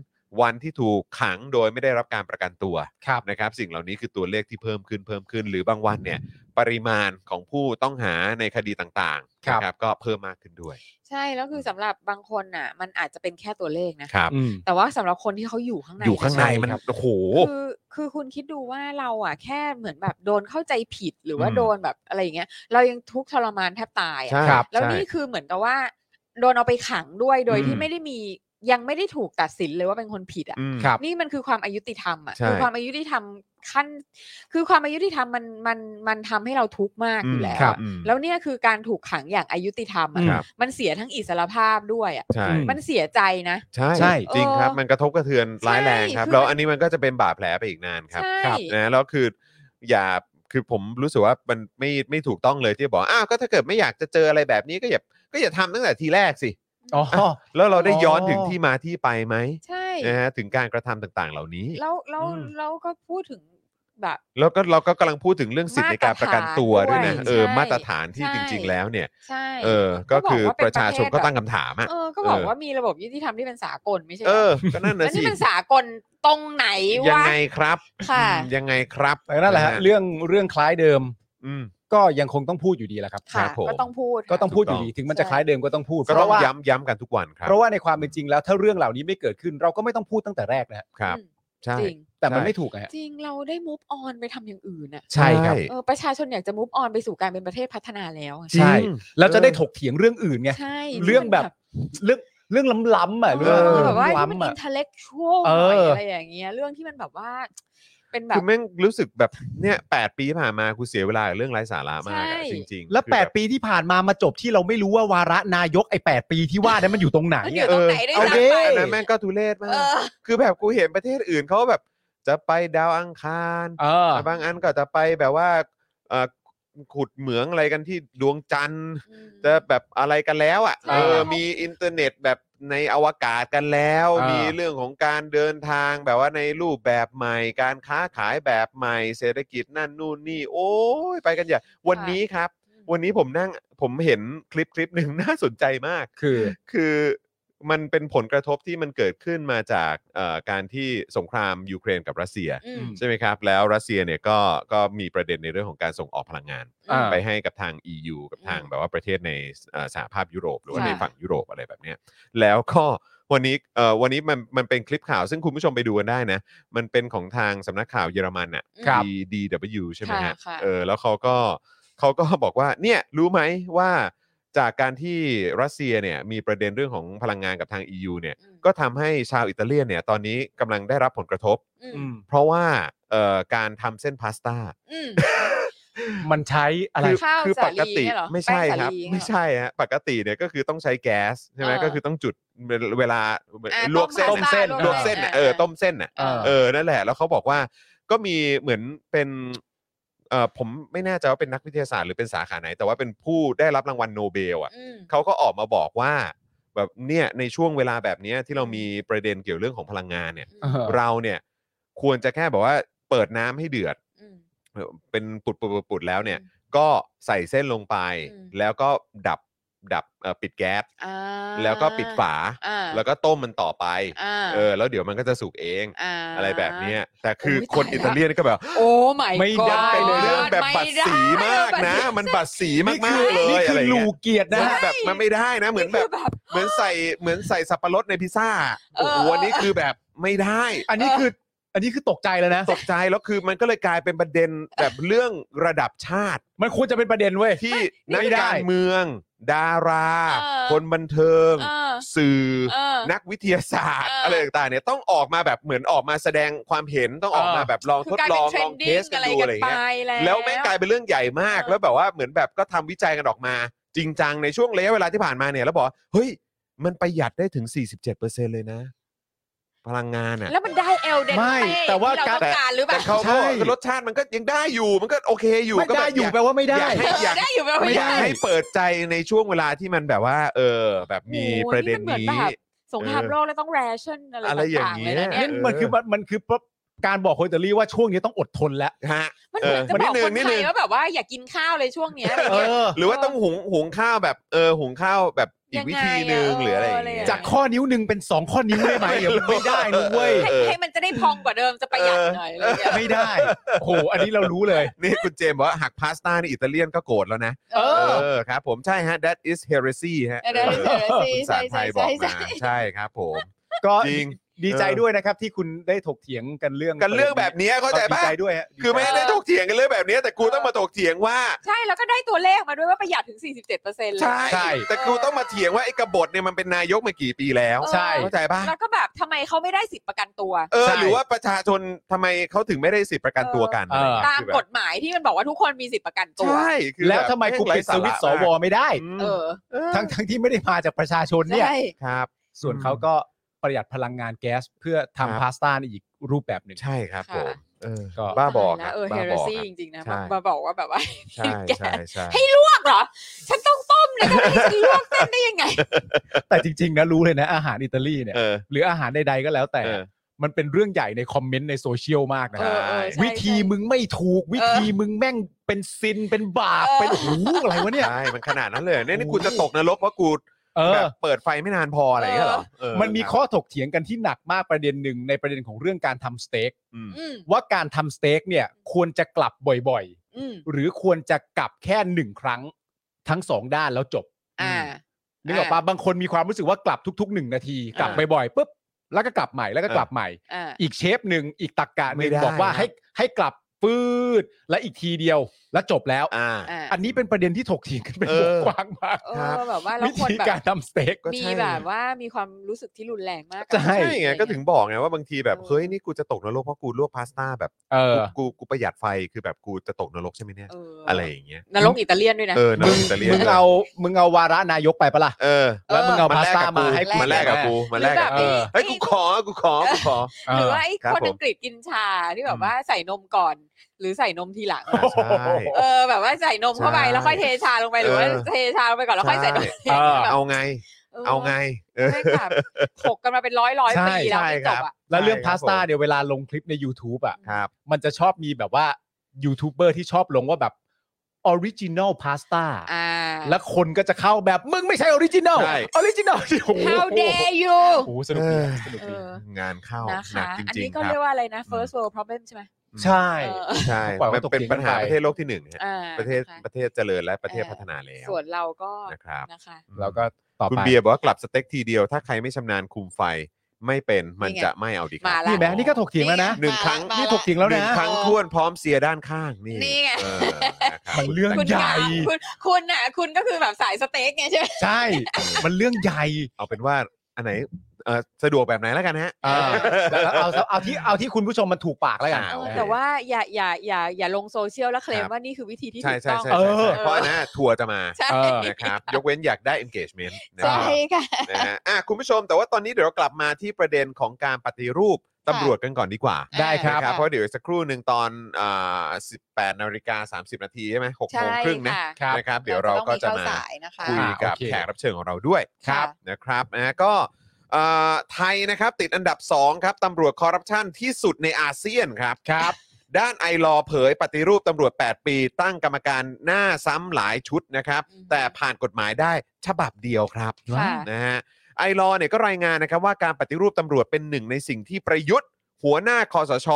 Speaker 2: วันที่ถูกขังโดยไม่ได้รับการประกันตัว
Speaker 3: ครับ
Speaker 2: นะครับ สิ่งเหล่านี้คือตัวเลขที่เพิ่มขึ้นเพิ่มขึ้น หรือบางวันเนี่ยปริมาณของผู้ต้องหาในคดีต่างๆ
Speaker 3: ครับ
Speaker 2: นะครับก็เพิ่มมากขึ้นด้วย
Speaker 4: ใช่แล้วคือสำหรับบางคนน่ะ มันอาจจะเป็นแค่ตัวเลขนะ
Speaker 2: ครับ
Speaker 3: อืม
Speaker 4: แต่ว่าสำหรับคนที่เขาอยู่ข้างใน
Speaker 2: อยู่ข้างใน
Speaker 4: ช่
Speaker 2: มัน
Speaker 4: ครับ
Speaker 2: โอ้โห
Speaker 4: คือคือคุณคิดดูว่าเราอ่ะแค่เหมือนแบบโดนเข้าใจผิดหรือว่า
Speaker 2: อืม
Speaker 4: โดนแบบอะไรอย่างเงี้ย เรายังทุกข์ทรมานแทบตายอะ
Speaker 2: ใช่
Speaker 3: ครับ
Speaker 4: แล้ว
Speaker 2: ใช่
Speaker 4: นี่คือเหมือนกับว่า โดนเอาไปขังด้วยโดย
Speaker 2: อื
Speaker 4: ที่
Speaker 2: ม
Speaker 4: ไม่ได้มียังไม่ได้ถูกตัดสินเลยว่าเป็นคนผิดอ่ะ
Speaker 2: อืม
Speaker 3: ครับ
Speaker 4: นี่มันคือความอายุติธรรมอ่ะ
Speaker 2: ใช่
Speaker 4: คือความอายุติธรรมขั้น คือความอายุติธรรมมันมันมันทำให้เราทุกข์มาก
Speaker 2: อืม
Speaker 4: อยู่แล้ว
Speaker 3: ครับ
Speaker 4: อะแล้วเนี่ยคือการถูกขังอย่างอายุติธรรมอะ
Speaker 3: อืม
Speaker 2: ครับ
Speaker 4: มันเสียทั้งอิสรภาพด้วยอ่ะ
Speaker 2: ใช่
Speaker 3: อืม
Speaker 4: มันเสียใจนะ
Speaker 2: ใช่
Speaker 3: ใช่
Speaker 2: จริงครับ
Speaker 4: เออ
Speaker 2: มันกระทบกระเทือนร้ายแรงครับ
Speaker 4: ใช่คือ
Speaker 2: แล้วอันนี้มันก็จะเป็นบาดแผลไปอีกนานครับ
Speaker 4: ใช่
Speaker 3: ครับ
Speaker 2: นะแล้วคืออย่าคือผมรู้สึกว่ามันไม่ไม่ถูกต้องเลยที่บอกว่าอ้าวก็ถ้าเกิดไม่อยากจะเจออะไรแบบนี้ก็อย่าก็อย่าทำตั้งแต่ทีแรกสิ
Speaker 3: อ๋อ
Speaker 5: 哦
Speaker 2: แล้วเราได้ย้อน
Speaker 3: อ๋อ
Speaker 2: ถึงที่มาที่ไปไหม
Speaker 4: ใช่
Speaker 2: นะฮะถึงการกระทำต่างๆ เหล่านี้
Speaker 4: แล้วแล้ว
Speaker 2: อืม
Speaker 4: เราก็พูดถึงแบบ
Speaker 2: แล้วก็เราก็กำลังพูดถึงเรื่องสิทธิ์ในการประกันตัวด้วยนะเออ
Speaker 4: ใช่
Speaker 2: มาตรฐานที่
Speaker 4: ใช่
Speaker 2: จริง ๆ แล้วเนี่ย
Speaker 4: ใช่
Speaker 2: เออ ก็คือ
Speaker 4: ก็บอกว่าเป็น
Speaker 2: ประชาชนก็ตั้งคำถามอะ
Speaker 4: เออก็บอก
Speaker 2: เออ
Speaker 4: ว่ามีระบบยุติธรรมที่เป็นสากลไม่ใช่หร
Speaker 2: เออ ก็นั่นนะ
Speaker 4: แล้วนี่
Speaker 2: สิ
Speaker 4: เป็นสากลตรงไหนวะ
Speaker 2: ยังไงครับ
Speaker 4: ค่ะ
Speaker 2: อืมยังไงครับ
Speaker 3: แต่นั่นแหละฮะเรื่องเรื่องคล้ายเดิม
Speaker 2: อืม
Speaker 3: ก็ยังคงต้องพูดอยู่ดีแหละครับ
Speaker 2: ครั
Speaker 4: ค่ะ
Speaker 2: บผม
Speaker 4: ก็ต้องพูด
Speaker 3: ก็ต้อง
Speaker 4: ค่ะ
Speaker 3: พูดอยู่ดีถึงมันจะ
Speaker 4: ใช่
Speaker 3: คล้ายเดิมก็ต้องพูด
Speaker 2: ก็
Speaker 3: เพ
Speaker 2: ต้อ
Speaker 3: ราะ
Speaker 2: ง
Speaker 3: ว่า
Speaker 2: ย้ำย้ำกันทุกวันครับ
Speaker 3: เพราะว่าในความเป็นจริงแล้วถ้าเรื่องเหล่านี้ไม่เกิดขึ้น เราก็ไม่ต้องพูดตั้งแต่แรกนะฮะ
Speaker 2: ครับ ใช่
Speaker 4: จริง
Speaker 3: แต่มัน
Speaker 2: ใช่
Speaker 3: ไม่ถูกอะฮะ
Speaker 4: จริงเราได้ move on ไปทำอย่างอื่นอ่ะ
Speaker 3: ใช่ครับ
Speaker 4: เออประชาชนอยากจะ move on ไปสู่การเป็นประเทศพัฒนาแล้วอะ
Speaker 2: จริง
Speaker 3: ใช่แล้วจะได้ถกเถียงเรื่องอื่นไง
Speaker 4: ใช่
Speaker 3: เรื่องแบบเรื่องเรื่องล้ำๆอ่ะ
Speaker 4: เอ
Speaker 3: เรื่อง
Speaker 4: อแบบว่าที่
Speaker 3: ล้ำๆ
Speaker 4: มัน
Speaker 3: อ่ะ
Speaker 4: intellectual ห
Speaker 3: เอ
Speaker 4: น่อย
Speaker 3: ออ
Speaker 4: อะไรอย่างเงี้ยเรื่องที่มันแบบว่า เป็นแบ
Speaker 2: คื
Speaker 4: บ
Speaker 2: อแม่งรู้สึกแบบเนี่ยแปดปีที่ผ่านมากูเสียเวลากับเรื่องไร้สาระมากอะ
Speaker 4: ใช่
Speaker 2: จริงๆ
Speaker 3: แล้ว
Speaker 2: คือ
Speaker 3: แปดปีที่ผ่านมามาจบที่เราไม่รู้ว่าวาระนายกไอ้แปดปีที่ว่านั้นมันอยู่ตรงไหน
Speaker 4: มันอยู่
Speaker 3: อะ
Speaker 4: ต
Speaker 3: เอ
Speaker 4: รง
Speaker 3: อ
Speaker 2: เอา
Speaker 4: ไหนได้วยซ้ำ
Speaker 2: เด้
Speaker 4: ไป
Speaker 2: อันนั้นแม่งก็ทุเรศมา
Speaker 4: เอก อ
Speaker 2: คือแบบกูเห็นประเทศอื่นเขาแบบจะไปดาวอังคาร
Speaker 3: เออ
Speaker 2: บางอันก็จะไปแบบว่าเอ่อขุดเหมืองอะไรกันที่ดวงจันทร์ จะแบบอะไรกันแล้วอ่ะ
Speaker 4: ใช่
Speaker 2: เออ
Speaker 4: แล้วก็
Speaker 2: มีอินเทอร์เน็ตแบบในอวกาศกันแล้ว
Speaker 3: อ่ามี
Speaker 2: มีเรื่องของการเดินทางแบบว่าในรูปแบบใหม่ การค้าขายแบบใหม่ เศรษฐกิจนั่นนู่นนี่ โอ้ยไปกันใหญ่วันนี้ครับ วันนี้ผมนั่งผมเห็นคลิปคลิปหนึ่ง น่าสนใจมาก
Speaker 3: คือ
Speaker 2: คือมันเป็นผลกระทบที่มันเกิดขึ้นมาจากเอ่อการที่สงครามยูเครนกับรัสเซีย
Speaker 4: อืม
Speaker 2: ใช่ไหมครับ แล้วรัสเซียเนี่ยก็ก็มีประเด็นในเรื่องของการส่งออกพลังงาน
Speaker 3: อ่า
Speaker 2: ไปให้กับทาง EU กับทางแบบว่าประเทศในเอ่อสหภาพยุโรปหรือว่า
Speaker 4: ค่ะ
Speaker 2: ในฝั่งยุโรปอะไรแบบเนี้ยแล้วก็วันนี้เอ่อวันนี้มันมันเป็นคลิปข่าว ซึ่งคุณผู้ชมไปดูกันได้นะ มันเป็นของทางสำนักข่าวเยอรมันอ่ะ
Speaker 3: ครับ
Speaker 2: D W ใช่ไหมฮะ
Speaker 4: ค่ะค่ะ
Speaker 2: เออแล้วเขาก็เขาก็บอกว่าเนี่ยรู้ไหมว่าจากการที่รัสเซียเนี่ยมีประเด็นเรื่องของพลังงานกับทาง EU เนี่ย
Speaker 4: อืม
Speaker 2: ก็ทำให้ชาวอิตาเลียนเนี่ยตอนนี้กำลังได้รับผลกระทบ
Speaker 4: อืม
Speaker 3: อืม
Speaker 2: เพราะว่าเอ่อการทำเส้นพาสต้า
Speaker 4: อืม
Speaker 3: มันใช้อะไร
Speaker 2: คือ
Speaker 4: ข้าว
Speaker 2: คือ
Speaker 4: สา
Speaker 2: ป
Speaker 4: ลี
Speaker 2: กติ
Speaker 4: เนี่ยเหรอ
Speaker 2: ไม่ใช่
Speaker 4: แป้งสาลี
Speaker 2: ครับ
Speaker 4: เนี่ยเหรอ
Speaker 2: ไม่ใช่ฮะปกติเนี่ยก็คือต้องใช้แก๊สใช่ไหม
Speaker 4: เออ
Speaker 2: ก็คือต้องจุดเวลา
Speaker 4: อ่า
Speaker 2: ลวกเส้น
Speaker 3: ต้มเส้น
Speaker 2: ลวกเส้นน่ะ
Speaker 4: เออ
Speaker 2: เออต้มเส้นน่ะ
Speaker 4: เออ
Speaker 2: เออนั่นแหละ แล้วเขาบอกว่าก็มีเหมือนเป็นเออผมไม่แน่ใจว่าเป็นนักวิทยาศาสตร์หรือเป็นสาขาไหน แต่ว่าเป็นผู้ได้รับรางวัลโนเบลอ่ะ
Speaker 4: อืม
Speaker 2: เขาก็ออกมาบอกว่าแบบเนี่ยในช่วงเวลาแบบเนี้ยที่เรามีประเด็นเกี่ยวเรื่องของพลังงานเนี่ย
Speaker 3: เออ
Speaker 2: เราเนี่ยควรจะแค่แบบว่าเปิดน้ำให้เดือด
Speaker 4: อืม
Speaker 2: เป็นปุดปุดปุดปุดแล้วเนี่ย
Speaker 4: อืม
Speaker 2: ก็ใส่เส้นลงไป
Speaker 4: อืม
Speaker 2: แล้วก็ดับดับเอ่อปิดแก๊ส
Speaker 4: อ่า
Speaker 2: แล้วก็ปิดฝา
Speaker 4: อ่า
Speaker 2: แล้วก็ต้มมันต่อไป
Speaker 4: อ่า
Speaker 2: เออแล้วเดี๋ยวมันก็จะสุกเอง
Speaker 4: า
Speaker 2: อะไรแบบเนี้ยแต่คือ
Speaker 4: โอ้ย
Speaker 2: คน
Speaker 4: ตายละ
Speaker 2: อิตาเลียนก็แบบ
Speaker 4: โอ้ my
Speaker 3: ไม่
Speaker 4: god
Speaker 3: ได้
Speaker 2: มันเป็นเรื่องแบบ
Speaker 4: ไม่
Speaker 2: บัดสี
Speaker 4: ได้
Speaker 2: มากนะ
Speaker 4: เรื่องบัดสี
Speaker 2: มันบัดสีมาก
Speaker 3: นี่คืนี่
Speaker 2: มากๆเลย
Speaker 3: คื
Speaker 2: อะไร
Speaker 3: อลู
Speaker 2: เงี้ย
Speaker 3: เกียรตินะ
Speaker 2: แล้ว
Speaker 3: ฮะ
Speaker 2: แบบมันไม่ได้นะ เหมือนแบบเหมือนใส่เหมือนใส่สับปะรดในพิซซ่า
Speaker 4: เออ
Speaker 2: โอ้โหอันนี้คือแบบไม่ได้
Speaker 3: อันนี้คืออันนี้คือตกใจแล้วนะ
Speaker 2: ตกใจแล้วคือมันก็เลยกลายเป็นประเด็นแบบเรื่องระดับชาติ
Speaker 3: มันควรจะเป็นประเด็นเว้ย
Speaker 2: ที่
Speaker 3: ไม่
Speaker 2: นัก
Speaker 3: ไม่ได้
Speaker 2: การเมือง ดารา
Speaker 4: เออ
Speaker 2: คนบันเทิง
Speaker 4: เออ
Speaker 2: สื่อ
Speaker 4: เออ
Speaker 2: นักวิทยาศาสตร์
Speaker 4: เอออ
Speaker 2: อะไรต่างๆเนี่ยต้องออกมาแบบเหมือนออกมาแสดงความเห็นต้องออกมา
Speaker 3: เออ
Speaker 2: แบบลอง
Speaker 4: คื
Speaker 2: ทด
Speaker 4: กลาย
Speaker 2: ลอ
Speaker 4: เป็
Speaker 2: นง
Speaker 4: เทร
Speaker 2: ล
Speaker 4: น
Speaker 2: องเท
Speaker 4: ดิ้
Speaker 2: ส
Speaker 4: ง
Speaker 2: กัน
Speaker 4: อะไร
Speaker 2: ดู
Speaker 4: กั
Speaker 2: อะ
Speaker 4: น
Speaker 2: ไรอย่าง
Speaker 4: ไป
Speaker 2: เงี้ย
Speaker 4: แล้ว
Speaker 2: แล้วแม่งกลายเป็นเรื่องใหญ่มาก
Speaker 4: เออ
Speaker 2: แล้วแบบว่าเหมือนแบบก็ทำวิจัยกันออกมา จริงจังในช่วงระยะเวลาที่ผ่านมาเนี่ยแล้วบอกว่าเฮ้ย มันประหยัดได้ถึง 47%เลยนะ พลังงานอ่ะ
Speaker 4: แล้วมันได้เอลเดน
Speaker 3: ไม่แต่ว่า
Speaker 4: ที่เราต้องการหรือเป
Speaker 2: แต่
Speaker 4: ล่า
Speaker 2: เขา
Speaker 3: ใช่
Speaker 2: ก็บอกว่ารสชาติมันก็ยังได้อยู่มันก็โอเคอยู่
Speaker 3: ไม่
Speaker 2: ก็
Speaker 3: ได้
Speaker 2: แบบ
Speaker 3: อยู่
Speaker 2: อา
Speaker 3: แปลว่าไม่ได้
Speaker 2: อยากให้
Speaker 4: เออได้อยู่แบบ
Speaker 3: ไม่
Speaker 4: ไม่
Speaker 3: ได้
Speaker 2: อ
Speaker 4: ได้
Speaker 2: ยากให้เปิดใจในช่วงเวลาที่มันแบบว่า เออ แบบมี
Speaker 4: โอ้ย
Speaker 2: ประเด็น
Speaker 4: มัเหมือ
Speaker 2: นี้
Speaker 4: แบบสงคราม
Speaker 2: เออ
Speaker 4: โลกแล้วต้องแรชั่นอะไร
Speaker 2: อะไรอย่าง
Speaker 4: ต่างๆเลยนะ
Speaker 2: เงี้ย
Speaker 4: เนี่ย
Speaker 3: นี่มันคือมันมันคือการบอกคนอิตาลีว่าช่วงนี้ต้องอดทนแล้ว
Speaker 2: ฮะ
Speaker 4: มันเหมือน
Speaker 2: เออ
Speaker 4: จะบอกค
Speaker 2: มัน นนิดนึงนิด
Speaker 4: ไท
Speaker 2: นึ
Speaker 4: ย
Speaker 2: ง
Speaker 4: ว่าแบบว่าอย่ากินข้าวเลยช่วงเนี้ย
Speaker 3: เออ
Speaker 2: หรือว่าต้องหุงหุงข้าวแบบเออหุงข้าวแบบอีกวิธีหนึ่ง
Speaker 4: ยัง
Speaker 2: ห
Speaker 4: ไงอะเออ
Speaker 2: รืออะไรอย่างเงี้ย
Speaker 4: ะ
Speaker 3: จากข้อนิ้วหนึ่งเป็นสองข้อนิ้วได้ไหมเดี๋ยวมันไม่ได้นะเว้ย
Speaker 2: เออ
Speaker 4: ให้ให้มันจะได้พองกว่าเดิมจะประหยัดหน่อยอะไรอย่างเงี้ย
Speaker 3: ไม่ได้โหอันนี้เรารู้เลย
Speaker 2: นี่คุณเจมส์บอกว่าหักพาสต้านี่อิตาเลียนก็โกรธแล้วนะ
Speaker 3: เอ
Speaker 2: เอ
Speaker 3: อ
Speaker 2: อครับผมใช่ฮะ that is heresy ฮะ
Speaker 4: เออเดี๋ยวเดี๋ยวเดี๋ยวสิ
Speaker 2: คุณสา
Speaker 4: ใช่
Speaker 2: รไทยบ
Speaker 4: ใช่
Speaker 2: อก
Speaker 4: ใช่
Speaker 2: มา
Speaker 4: ใช่
Speaker 2: ใช่ครับผม
Speaker 3: ก็
Speaker 2: จริง
Speaker 3: ดีใจด้วยนะครับที่คุณได้ถกเถียงกันเรื่อง
Speaker 2: กันเรื่องแบบเนี้ยเข้าใจ
Speaker 3: ดี
Speaker 2: ป่ะ
Speaker 3: ใจด้วยฮะ
Speaker 2: คือไม่
Speaker 3: ดีใจ
Speaker 2: ได้ถกเถียงกันเรื่องแบบเนี้ยแต่กูต้องมาถกเถียงว่า
Speaker 4: ใช่แล้วก็ได้ตัวเลขมาด้วยว่าประหยัดถึง 47%เปอร์เซ็นต์เลย
Speaker 2: ใช่
Speaker 3: ใช่
Speaker 2: แต่กูต้องมาเถียงว่าไอ้กบฏเนี่ยมันเป็นนายกมากี่ปีแล้ว
Speaker 4: ใช่
Speaker 2: เข้าใจป่ะ
Speaker 4: แล้วก็แบบทำไมเขาไม่ได้สิทธิประกันตัว
Speaker 2: เออ
Speaker 3: ใช่
Speaker 2: หรือว่าประชาชนทำไมเขาถึงไม่ได้สิทธิประกันตัวกัน
Speaker 3: เออ
Speaker 2: อะไร
Speaker 4: ตาม
Speaker 2: อย่งเงี้ย
Speaker 4: กฎหมายที่มันบอกว่าทุกคนมีสิทธิประกันตัว
Speaker 2: ใช่คือ
Speaker 3: แล้วทำไมกูปิดสวิตช์สวไม่ได้
Speaker 4: เออ
Speaker 3: ทั้งทั้งที่ไม่ได้มาจากประชาชนเนี่ย
Speaker 4: ใช่
Speaker 2: ครับ
Speaker 3: ส่วนเขาก็ประหยัดพลังงานแก๊สเพื่อ
Speaker 2: ครับ
Speaker 3: ทำพาสต้าในอีกรูปแบบหนึ่ง
Speaker 2: ใช่ครับ
Speaker 4: ค่ะ
Speaker 2: ผมเออ
Speaker 3: ก็
Speaker 2: บ้าบอค
Speaker 4: นะ
Speaker 2: รับ
Speaker 4: เออ
Speaker 2: บ้า
Speaker 4: เฮเร
Speaker 2: บอค
Speaker 4: ซี่
Speaker 2: รับ
Speaker 4: จริงๆนะ
Speaker 2: ใช่
Speaker 4: มามาบอกว่าแบบว่า
Speaker 2: ใช่ใช่ใช่
Speaker 4: ให้ ลวกเหรอ ฉันต้องต้มเลยทำไมฉันลวกเส้นได้ยังไง
Speaker 3: แต่จริง ๆ นะรู้เลยนะอาหารอิตาลีเนี่ย
Speaker 2: เออ
Speaker 3: หรืออาหารใดๆก็แล้วแต่
Speaker 2: เออ
Speaker 3: มันเป็นเรื่องใหญ่ในคอมเมนต์ในโซเชียลมากนะ
Speaker 4: เอ
Speaker 3: ฮะ
Speaker 4: อเออใช่
Speaker 3: วิธี
Speaker 4: ใช่
Speaker 3: มึงไม่ถูกวิธีมึงแม่งเป็นซินเป็นบาป
Speaker 4: เออ
Speaker 3: เป็นโอ้โหูอะไรวะเนี่ย
Speaker 2: ใช่มันขนาดนั้นเลยเนี่ยนี่
Speaker 3: โอ้
Speaker 2: กูจะตกนรกเพราะกู
Speaker 3: เอ
Speaker 2: แบ
Speaker 3: อ
Speaker 2: บเปิดไฟไม่นานพออะไรอย่างเงี้ยเหรอเออ
Speaker 3: มันมีข้อถกเถียงกันที่หนักมากประเด็นหนึ่งในประเด็นของเรื่องการทำสเต็ก
Speaker 2: อืม
Speaker 4: อืม
Speaker 3: ว่าการทำสเต็กเนี่ยควรจะกลับบ่อย
Speaker 4: อืม
Speaker 3: ๆ หรือควรจะกลับแค่หนึ่งครั้งทั้งสองด้านแล้วจบ
Speaker 4: อ่า
Speaker 3: นึกออกปะบางคนมีความรู้สึกว่ากลับทุกๆหนึ่งนาที กลับ
Speaker 4: อ่า
Speaker 3: บ่อยๆปุ๊บแล้วก็กลับใหม่แล้วก็กลับใหม่
Speaker 4: อ่า
Speaker 3: อีกเชฟหนึ่งอีกตักกะหนึ่ง
Speaker 2: ไม่ได้
Speaker 3: บอกว่า
Speaker 2: ครับ
Speaker 3: ให้ให้กลับฟืดและอีกทีเดียวแล้วจบแล้ว
Speaker 2: อ่า
Speaker 4: อ่า
Speaker 3: อันนี้เป็นประเด็นที่ถกเถียงกันเป็น
Speaker 2: เอ
Speaker 3: ว
Speaker 2: อ
Speaker 3: งกว้างมาก
Speaker 4: เออแบบว่าแล้
Speaker 3: วิ
Speaker 4: วคน
Speaker 3: ธี
Speaker 4: แบ
Speaker 3: การ
Speaker 4: บ
Speaker 3: ทำสเต็ก
Speaker 2: ก็
Speaker 4: มี
Speaker 2: ใช่
Speaker 4: แบบว่ามีความรู้สึกที่รุนแรงมากกับ
Speaker 3: ใช่
Speaker 2: ใช่ไง
Speaker 4: อะรเย
Speaker 2: ก็ถึงบอกไงว่าบางทีแบบ
Speaker 4: เออ
Speaker 2: เฮ้ยนี่กูจะตกนรกเพราะกูลวกพาสต้าแบบ
Speaker 3: เออ
Speaker 2: กูกูประหยัดไฟคือแบบกูจะตกนรกใช่ไหมเนี่ย
Speaker 4: เอออ
Speaker 2: อะไรอย่างเงี้ย
Speaker 4: นรกอิตาเลียนด้วยนะ
Speaker 2: เออนร
Speaker 3: มึ
Speaker 2: ก
Speaker 3: ง
Speaker 2: อิตาเลียน
Speaker 3: มึงเอามึงเอาวาระนายกไปปะล่ะ
Speaker 2: เออ
Speaker 3: แล้วมึงเอา
Speaker 2: มัน
Speaker 3: พา
Speaker 2: แล
Speaker 3: ส
Speaker 2: ก
Speaker 3: ต้า
Speaker 2: กับ
Speaker 3: มา
Speaker 2: กู
Speaker 3: ให้
Speaker 2: มันแลกกับกูมันแลกกับ
Speaker 3: เอ
Speaker 2: กู
Speaker 3: อ
Speaker 2: เฮ้ยกูขอกูขอกูขอ
Speaker 3: เอ
Speaker 4: หรือ
Speaker 3: อ
Speaker 4: ว่าไอ้
Speaker 2: ครับ
Speaker 4: คน
Speaker 2: ผม
Speaker 4: อังกฤษกินชาที่แบ
Speaker 2: อื
Speaker 4: บ
Speaker 2: ม
Speaker 4: ว่าใส่นมก่อน หรือใส่นมทีหลัง
Speaker 2: อ่าใช่
Speaker 4: เออแบบว่าใส่นมเข้าไป
Speaker 2: ใช่
Speaker 4: แล้วค่อยเทชาลงไปหรือว่า
Speaker 2: เออ
Speaker 4: เทชาลงไปก่อนแล้วค่อยใส่นม
Speaker 3: ใช่
Speaker 2: เอาไง เอาไง เออ
Speaker 4: แม่งแบบถกกันมาเป็นร้อยร้อย
Speaker 3: ใช่
Speaker 4: ปีแล้วไม่
Speaker 2: ใช่ค
Speaker 4: จ
Speaker 2: รั
Speaker 4: บบ อ่ะ
Speaker 3: แล้วเรื่อง
Speaker 2: ใช่ครั
Speaker 3: พา
Speaker 2: บ
Speaker 3: สต้า
Speaker 2: ผม
Speaker 3: เนี่ยเวลาลงคลิปใน YouTube อ่ะ
Speaker 2: ครับ
Speaker 3: มันจะชอบมีแบบว่ายูทูบเบอร์ที่ชอบลงว่าแบบออริจินอลพาสต้า
Speaker 4: อ่า
Speaker 3: แล้วคนก็จะเข้าแบบมึงไม่ใช่ออริจินอล
Speaker 2: ใช่
Speaker 3: ออริจินอล
Speaker 4: How dare you
Speaker 3: โอ้โหสนุกดีนะสนุก
Speaker 4: เอ
Speaker 3: ดี
Speaker 4: อง
Speaker 2: านเข้า
Speaker 4: นะ
Speaker 2: หนั
Speaker 4: คะ
Speaker 2: กจ
Speaker 4: อัน
Speaker 2: ริง
Speaker 4: นี้
Speaker 2: ๆค
Speaker 4: ก็
Speaker 2: รับ
Speaker 4: เรียกว่าอะไรนะ first world problem ใช่ไหม
Speaker 3: ใช่
Speaker 4: เออ
Speaker 2: ใช่
Speaker 3: ปล่อยให้
Speaker 2: มัน
Speaker 3: ตก
Speaker 2: เป็น
Speaker 3: เถียง
Speaker 2: ปัญหา
Speaker 3: กันไป
Speaker 2: ประเทศโลกที่หนึ่งฮะ
Speaker 4: อ่า
Speaker 2: ประเทศ
Speaker 4: นค
Speaker 2: ประเทศเจริญและประเทศพัฒนาแล้ว
Speaker 4: ส่วนเราก็
Speaker 2: นะครับ
Speaker 4: นะคะ
Speaker 3: แล้วก็ต่อ
Speaker 2: คุณ
Speaker 3: ไป
Speaker 2: เบียร์บอกว่ากลับสเต็กทีเดียว ถ้าใครไม่ชำนาญคุมไฟไม่เป็นมันจะไม่เอาดีครั
Speaker 4: มา
Speaker 2: บ
Speaker 4: ละ
Speaker 3: นี่แหมนี่ก็ถกเถียงแล้วนะ
Speaker 2: หนึ่งครั้ง
Speaker 4: มาละ
Speaker 3: นี่ถกเถียงแล้ว
Speaker 2: ห
Speaker 3: นะ
Speaker 2: นึ่งครั้งท้วนพร้อมเสียด้านข้างนี่
Speaker 4: นี่ไง
Speaker 2: เออนะครับ
Speaker 3: มันเรื่อง
Speaker 4: คุณ
Speaker 3: ใหญ่
Speaker 4: คุณคุณน่ะ คุณก็คือแบบสายสเต็กไงใช่ไหม
Speaker 3: ใช่ มันเรื่องใหญ่
Speaker 2: เอาเป็นว่าอันไหนเอ่อสะดวกแบบไหนแล้วกันฮะ
Speaker 3: เออแล้วเอาเอาเอาที่เอาที่คุณผู้ชมมันถูกปากแล้วกัน
Speaker 2: เอา
Speaker 4: เออแต่ว่าอย่าอย่าอย่าอย่าลงโซเชียลแล้วเคล
Speaker 2: ค
Speaker 4: ม
Speaker 2: รับ
Speaker 4: ว่านี่คือวิธีที่
Speaker 2: ใช่
Speaker 4: ถูก
Speaker 2: ใช่
Speaker 4: ต้อง
Speaker 2: ใช่
Speaker 3: เอ
Speaker 2: ใช่
Speaker 3: อ
Speaker 2: ใช่เพราะอันนะทัวร์จะมา
Speaker 4: ใช่
Speaker 3: เออ
Speaker 2: นะครับยกเว้นอยากได้ engagement นะ
Speaker 4: ใช่
Speaker 2: ครับ
Speaker 4: ค่ะ
Speaker 2: นะฮะอ่ะคุณผู้ชมแต่ว่าตอนนี้เดี๋ยวเรากลับมาที่ประเด็นของการปฏิรูปตำรวจกันก่อนดีกว่า
Speaker 3: ได้ครับ
Speaker 2: นะเพราะเดี๋ยวอีกสักครู่หนึ่งตอนอ่า18นาฬิกา30 นาทีใช่ไหม6โม
Speaker 4: ใช่
Speaker 2: งครึ่งนะ
Speaker 3: ครั
Speaker 4: ค่ะ
Speaker 3: บ
Speaker 2: นะครับ เดี๋ยวเราก็จะ
Speaker 4: ต้อง
Speaker 2: มา
Speaker 4: เข้สายนะคะ
Speaker 2: คุยกับ
Speaker 3: อ่าโอเค
Speaker 2: แขกรับเชิญของเราด้วย
Speaker 4: ครับ
Speaker 2: นะครับนะฮะก็อ่าไทยนะครับติดอันดับ 2 ครับตำรวจคอร์รัปชันที่สุดในอาเซียนครับ
Speaker 3: ครับ
Speaker 2: ด้านไอรอว์เผยปฏิรูปตำรวจ 8 ปี ตั้งกรรมการหน้าซ้ำหลายชุดนะครับ
Speaker 4: อืม
Speaker 2: แต่ผ่านกฎหมายได้ฉบับเดียวครับ
Speaker 4: ค่ะ
Speaker 2: นะฮะไอรอว์เนี่ยก็รายงานนะครับว่าการปฏิรูปตำรวจเป็นหนึ่งในสิ่งที่ประยุทธ์ หัวหน้าคอสช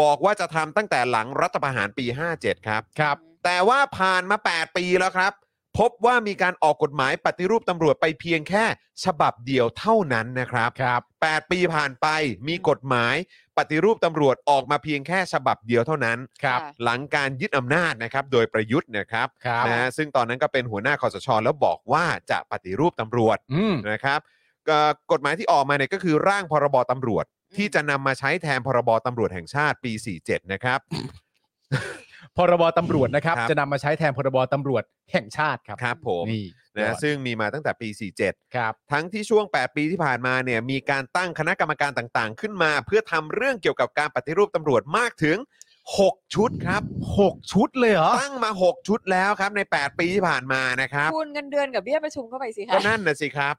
Speaker 2: บอกว่าจะทำตั้งแต่หลังรัฐประหารปี 57 ครับ
Speaker 3: ครับ
Speaker 2: แต่ว่าผ่านมา 8 ปีแล้วครับ พบว่ามีการออกกฎหมายปฏิรูปตำรวจไปเพียงแค่ฉบับเดียวเท่านั้นนะครับ
Speaker 3: ครับ
Speaker 2: 8 ปีผ่านไปมีกฎหมายปฏิรูปตำรวจออกมาเพียงแค่ฉบับเดียวเท่านั้น
Speaker 3: ครับ
Speaker 4: ค่ะ
Speaker 2: หลังการยึดอำนาจนะครับโดยประยุทธ์นะครับ
Speaker 3: ครับ
Speaker 2: นะฮะซึ่งตอนนั้นก็เป็นหัวหน้าคอสช แล้วบอกว่าจะปฏิรูปตำรวจ
Speaker 3: อืม
Speaker 2: นะครับ เอ่อกฎหมายที่ออกมาเนี่ยก็คือร่างพรบตำรวจ ที่จะนำมาใช้แทนพรบตำรวจแห่งชาติปี 47 นะครับ
Speaker 3: พรบตำรวจนะครับ
Speaker 2: ครับ
Speaker 3: จะนำมาใช้แทนพรบตำรวจแห่งชาติครับ
Speaker 2: ครับผม
Speaker 3: นี่
Speaker 2: นะซึ่งมีมาตั้งแต่ปี 47
Speaker 3: ครับ
Speaker 2: ทั้งที่ช่วง 8 ปีที่ผ่านมาเนี่ยมีการตั้งคณะกรรมการต่างๆ ขึ้นมา เพื่อทำเรื่องเกี่ยวกับการปฏิรูปตำรวจมากถึง 6 ชุดครับ
Speaker 3: 6 ชุดเลยเหรอ
Speaker 2: ตั้งมา 6 ชุดแล้วครับใน 8 ปีที่ผ่านมานะครับ
Speaker 4: คูณเงินเดือนกับเบี้ยประชุมเข้าไปสิ
Speaker 2: ก็
Speaker 4: คะ
Speaker 2: นั่นนะสิครับ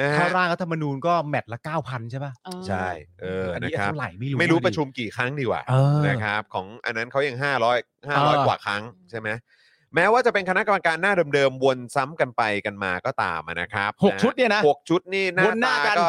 Speaker 2: นะ
Speaker 3: ถ้า
Speaker 2: ฮะ
Speaker 3: ร่างรัฐธรรมนูญก็แมตช์ละ 9,000 ใช่ป่ะ
Speaker 4: เออ
Speaker 2: ใช่เออนะ
Speaker 3: นี้
Speaker 2: ครับ
Speaker 3: เท่าไหร่ไม่รู้
Speaker 2: ไม่รู้
Speaker 3: น
Speaker 2: ประชุมกี่ครั้งดีกว่า
Speaker 3: เออ
Speaker 2: นะครับของอันนั้นเขายัง 500
Speaker 3: เออ
Speaker 2: 500 กว่าครั้งใช่ไหมแม้ว่าจะเป็นคณะกรรมการหน้าเดิมๆวนซ้ำกันไปกันมาก็ตามอะนะครับ
Speaker 3: หก
Speaker 2: นะ
Speaker 3: ชุดเนี่ยนะ
Speaker 2: หกชุดนี่หน้า
Speaker 3: วนหน้า
Speaker 2: ตา
Speaker 3: กัน
Speaker 2: ก็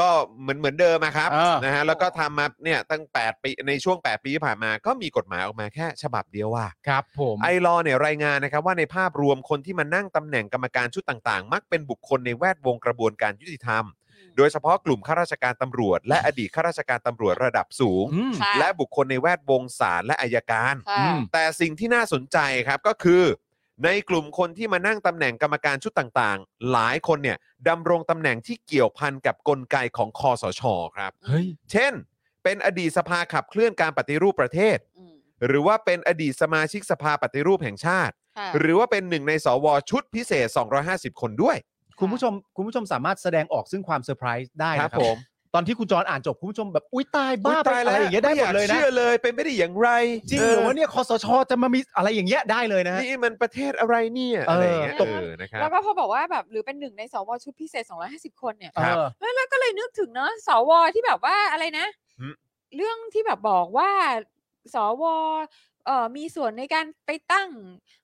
Speaker 2: ก็เหมือนเหมือนเดิมอะครับ
Speaker 3: เออ
Speaker 2: นะฮะแล้วก็ทำมาเนี่ยตั้ง 8 ปีในช่วง 8 ปีที่ผ่านมาก็มีกฎหมายออกมาแค่ฉบับเดียวว่า
Speaker 3: ครับผม
Speaker 2: ไอรอว์เนี่ยรายงานนะครับว่าในภาพรวมคนที่มานั่งตำแหน่งกรรมการชุดต่างๆ มักเป็นบุคคลในแวดวงกระบวนการยุติธรรม โดยเฉพาะกลุ่มข้าราชการตำรวจ และอดีตข้าราชการตำรวจระดับสูง
Speaker 3: อืม
Speaker 4: ค่ะ
Speaker 2: และบุคคลในแวดวงศาลและอายการ
Speaker 4: ค่ะ
Speaker 3: อืม
Speaker 2: แต่สิ่งที่น่าสนใจครับก็คือ ในกลุ่มคนที่มานั่งตำแหน่งกรรมการชุดต่างๆ หลายคนเนี่ยดำรงตำแหน่งที่เกี่ยวพันกับกลไกของคอสชครับ
Speaker 3: เฮ้ย
Speaker 2: เช่น เป็นอดีตสภาขับเคลื่อนการปฏิรูปประเทศ
Speaker 4: อืม
Speaker 2: หรือว่าเป็นอดีตสมาชิกสภาปฏิรูปแห่งชาติ
Speaker 4: ค่ะ
Speaker 2: หรือว่าเป็นหนึ่งในสวชุดพิเศษ 250 คนด้วย
Speaker 3: คุณผู้ชมคุณผู้ชมสามารถแสดงออกซึ่งความเซอร์ไพรส์ได้นะครับ
Speaker 2: ผม
Speaker 3: ตอนที่คุณจรอ่านจบคุณผู้ชมแบบอุ้ยตายบ้าไป
Speaker 2: ตาย
Speaker 3: อะไรอย่างเงี้ยได้หมดเลยนะ
Speaker 2: ไม่อากเชื่อเลยเป็นไม่ได้อย่างไร
Speaker 3: จริงเหรือว่าเนี่ยคอสชจะมามีอะไรอย่างเงี้ยได้เลยนะฮะ
Speaker 2: นี่มันประเทศอะไรเนี่ยอะไรอย่างเงี้ย
Speaker 4: เออ
Speaker 2: เออนะครับ
Speaker 4: แล้วก็พอบอกว่าแบบหรือเป็นหนึ่งในสวชุดพิเศษ 250 คนเนี่ย
Speaker 2: ครับ
Speaker 3: เออ
Speaker 4: แล้วเราก็เลยนึกถึงเนาะสวที่แบบว่าอะไรนะ
Speaker 2: หืม
Speaker 4: เรื่องที่แบบบอกว่าสวเอ่อมีส่วนในการไปตั้ง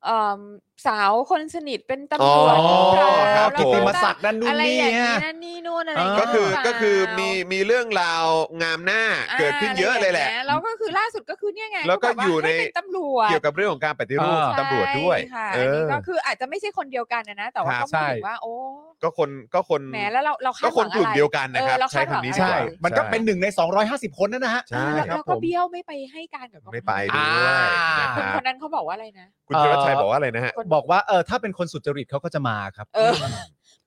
Speaker 4: เอิ่มสาวคนสนิทเป็นตำรวจ
Speaker 2: อ๋อ
Speaker 4: หอเป
Speaker 2: ครั
Speaker 4: ล่า
Speaker 2: บ
Speaker 4: แล้ว
Speaker 3: กิตติม
Speaker 4: ก็
Speaker 3: ศักดิ์นั่นนู่น
Speaker 4: อะไร
Speaker 3: นี่
Speaker 4: อย่าง
Speaker 3: ฮะ
Speaker 4: นี้นั่นนี่นู่นอะไร
Speaker 3: เออ
Speaker 4: ย่าง
Speaker 2: ก็
Speaker 4: นี้
Speaker 2: คือ
Speaker 4: หรืเปล่า
Speaker 2: ก็คือมีมีเรื่องราวงามหน้า
Speaker 4: า
Speaker 2: เกิดขึ้นเยอะเลยแหละ
Speaker 4: ไรางงี้แล้วก็คือล่าสุดก็คือเนี่ยไง
Speaker 2: แล้วก็
Speaker 4: เขาบา
Speaker 2: อยู่ใน
Speaker 4: ห้เป็นตำรวจ
Speaker 2: เกี่ยวกับเรื่องของการปฏิรูป
Speaker 3: เออ
Speaker 2: ตำรวจด้วย
Speaker 4: ใช่ค่ะ
Speaker 2: เอ
Speaker 4: อัน
Speaker 2: อ
Speaker 4: นี้ก็คืออาจจะไม่ใช่คนเดียวกันนะนะแต่ว่า
Speaker 2: ครับ
Speaker 4: ก็หมายถึงว่าโอ้
Speaker 2: ก็คนก็คน
Speaker 4: แหมแล้วเราเราคา
Speaker 2: ก็
Speaker 4: ดห
Speaker 2: ค
Speaker 4: วัน ง
Speaker 2: ก
Speaker 4: อะ
Speaker 2: ลุ่ม
Speaker 4: ไร
Speaker 2: เดียวกันนะครับ
Speaker 4: เออเรา
Speaker 2: ใช้
Speaker 4: คาดหวัง
Speaker 2: คำนี้ดี
Speaker 4: อะไร
Speaker 3: ใช่
Speaker 2: กว่า
Speaker 3: มันก็เป็นห
Speaker 2: ใช่
Speaker 3: นึ่งใน 250 คนนั่นนะฮะ
Speaker 2: ใช่
Speaker 4: แล้ว
Speaker 2: ครับ
Speaker 4: เราก็
Speaker 3: ผม
Speaker 4: เบี้ยวไม่ไปให้การกับกกต
Speaker 2: ไม่ไปด้วยนะค
Speaker 4: คน
Speaker 2: รั
Speaker 4: ค
Speaker 2: บ
Speaker 4: นนั้นเขาบอกว่าอะไรนะ
Speaker 2: คุณธีรชัยบอกว่าอะไรนะฮะ
Speaker 3: บอกว่าเออถ้าเป็นคนสุจริตเขาก็จะมาครับ
Speaker 4: เออ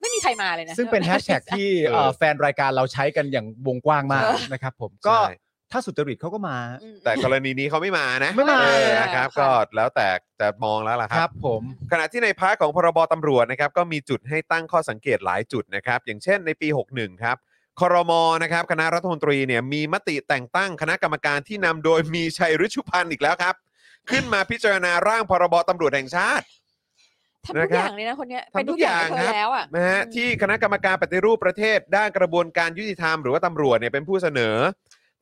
Speaker 4: ไม่มีใครมาเลยนะ
Speaker 3: ซึ่ง เป็นแฮชแท็กที่เอ่อ
Speaker 2: เออ
Speaker 3: แฟนรายการเราใช้กันอย่างวงกว้างมาก
Speaker 4: เออ
Speaker 3: นะครับผมก็
Speaker 2: ใช่
Speaker 3: ถ้าสุจริตเขาก็มา
Speaker 4: อืม
Speaker 2: แต่กรณีนี้เขาไม่มานะ
Speaker 3: ไม่มา
Speaker 2: เออนะครับ
Speaker 4: ค่ะ
Speaker 2: ก็แล้วแต่จะมองแล้วล่ะค
Speaker 3: ค
Speaker 2: รั
Speaker 3: รับ บผม
Speaker 2: ขณะที่ในพาร์ทของพรบตำรวจนะครับก็มีจุดให้ตั้งข้อสังเกตหลายจุดนะครับ อย่างเช่นในปี 61 ครับครมนะครับคณะรัฐมนตรีเนี่ยมีมติแต่งตั้งคณะกรรมการที่นำโดยมีชัยฤชุพันธ์อีกแล้วครับ ขึ้นมาพิจารณาร่างพรบตำรวจแห่งชาติ
Speaker 4: ทำทุก
Speaker 2: นะครับ
Speaker 4: อย่างเลยนะคนเนี้ยเป็น
Speaker 2: ทำทุ
Speaker 4: ทุ
Speaker 2: ก
Speaker 4: กอย่
Speaker 2: อา
Speaker 4: ย่าง งให้
Speaker 2: ครั
Speaker 4: เธอบ แล้วอ่ะ
Speaker 2: นะฮะที่คณะกรรมการปฏิรูปประเทศ ด้านกระบวนการยุติธรรมหรือว่าตำรวจเนี่ยเป็นผู้เสนอ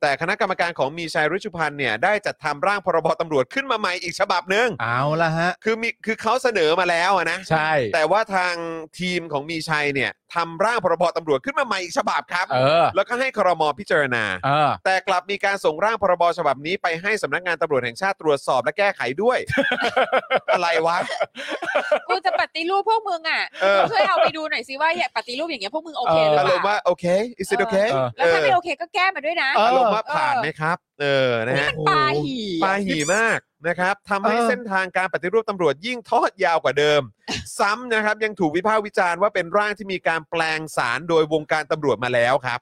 Speaker 2: แต่คณะกรรมการของมีชัยฤชุพันธ์เนี่ยได้จัดทำร่างพรบตำรวจขึ้นมาใหม่อีกฉบับหนึ่ง
Speaker 3: เอาละฮะ
Speaker 2: คือมีคือเขาเสนอมาแล้วอะนะ
Speaker 3: ใช่
Speaker 2: แต่ว่าทางทีมของมีชัยเนี่ยทำร่างพรบตำรวจขึ้นมาใหม่อีกฉบับครับ
Speaker 3: เออ
Speaker 2: แล้วก็ให้ครมพิจารณา
Speaker 3: เออ
Speaker 2: แต่กลับมีการส่งร่างพรบฉบับนี้ไปให้สำนักงานตำรวจแห่งชาติตรวจสอบและแก้ไขด้วย อะไรวะ
Speaker 4: กูจะปฏิรูปพวกมึงอ่ะ
Speaker 2: เออ
Speaker 4: ช่วยเอาไปดูหน่อยสิว่าอย่าปฏิรูปอย่างเงี้ยพวกมึงโอเคหรือ
Speaker 2: อาร
Speaker 4: เป
Speaker 2: มณ์
Speaker 4: ล่า
Speaker 2: ว่าโอเค is it
Speaker 4: เออ
Speaker 2: okay
Speaker 4: แล้วถ้าไม่โอเคก็แก้มาด้วยนะ
Speaker 3: เอ
Speaker 2: อารมณ์ว่าผ่านไหมครับ เออนะฮะ
Speaker 4: ปาหี่
Speaker 2: ปลาหี่มากนะครับทำให้
Speaker 3: เออ
Speaker 2: เส้นทางการปฏิรูปตำรวจยิ่งทอดยาวกว่าเดิม ซ้ำนะครับยังถูกวิพากษ์วิจารณ์ว่าเป็นร่างที่มีการแปลงสารโดยวงการตำรวจมาแล้วครับ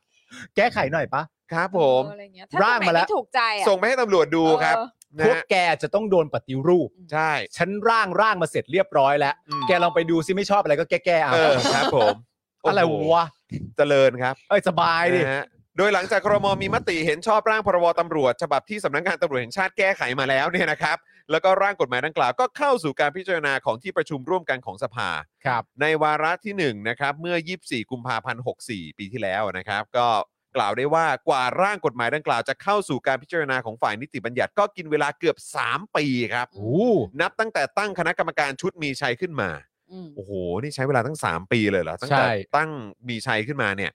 Speaker 3: แก้ไขหน่อยปะ
Speaker 2: ครับผม
Speaker 4: เอออะไรเงี้ยถ้า
Speaker 3: ร่าง
Speaker 4: ตรง
Speaker 3: มา
Speaker 4: ไหน
Speaker 3: แล้ว
Speaker 4: ไม่ถูกใจอ่ะ
Speaker 2: ส่งไปให้ตำรวจดูครับ
Speaker 4: เออ
Speaker 2: นะ
Speaker 3: พวก
Speaker 2: ฮะ
Speaker 3: แกจะต้องโดนปฏิรูป
Speaker 2: ใช่
Speaker 3: ฉันร่างร่างมาเสร็จเรียบร้อยแล้ว
Speaker 2: อืม
Speaker 3: แกลองไปดูซิไม่ชอบอะไรก็แก้แก้เอา
Speaker 2: เออครับผม
Speaker 3: อะไร
Speaker 2: โโห
Speaker 3: วะ
Speaker 2: เจริญครับ
Speaker 3: เอ้ยสบายดิ
Speaker 2: นะฮะโดยหลังจากครมมีมติเห็นชอบร่างพรบตำรวจฉบับที่สำนักงานตำรวจแห่งชาติแก้ไขมาแล้วเนี่ยนะครับ แล้วก็ร่างกฎหมายดังกล่าวก็เข้าสู่การพิจารณาของที่ประชุมร่วมกันของสภา
Speaker 3: ครับ
Speaker 2: ในวาระที่1นะครับเมื่อ 24 กุมภาพันธ์ 64 ปีที่แล้วนะครับ ก็กล่าวได้ว่ากว่าร่างกฎหมายดังกล่าวจะเข้าสู่การพิจารณาของฝ่ายนิติบัญญัติก็กินเวลาเกือบ 3 ปีครับ
Speaker 3: โอ้
Speaker 2: นับตั้งแต่ตั้งคณะกรรมการชุดมีชัยขึ้นมา
Speaker 4: อืม
Speaker 2: โอ้โห นี่ใช้เวลาตั้ง 3 ปีเลยเหรอ ตั้งแต่ตั้งมีชัยขึ้นมาเนี่ย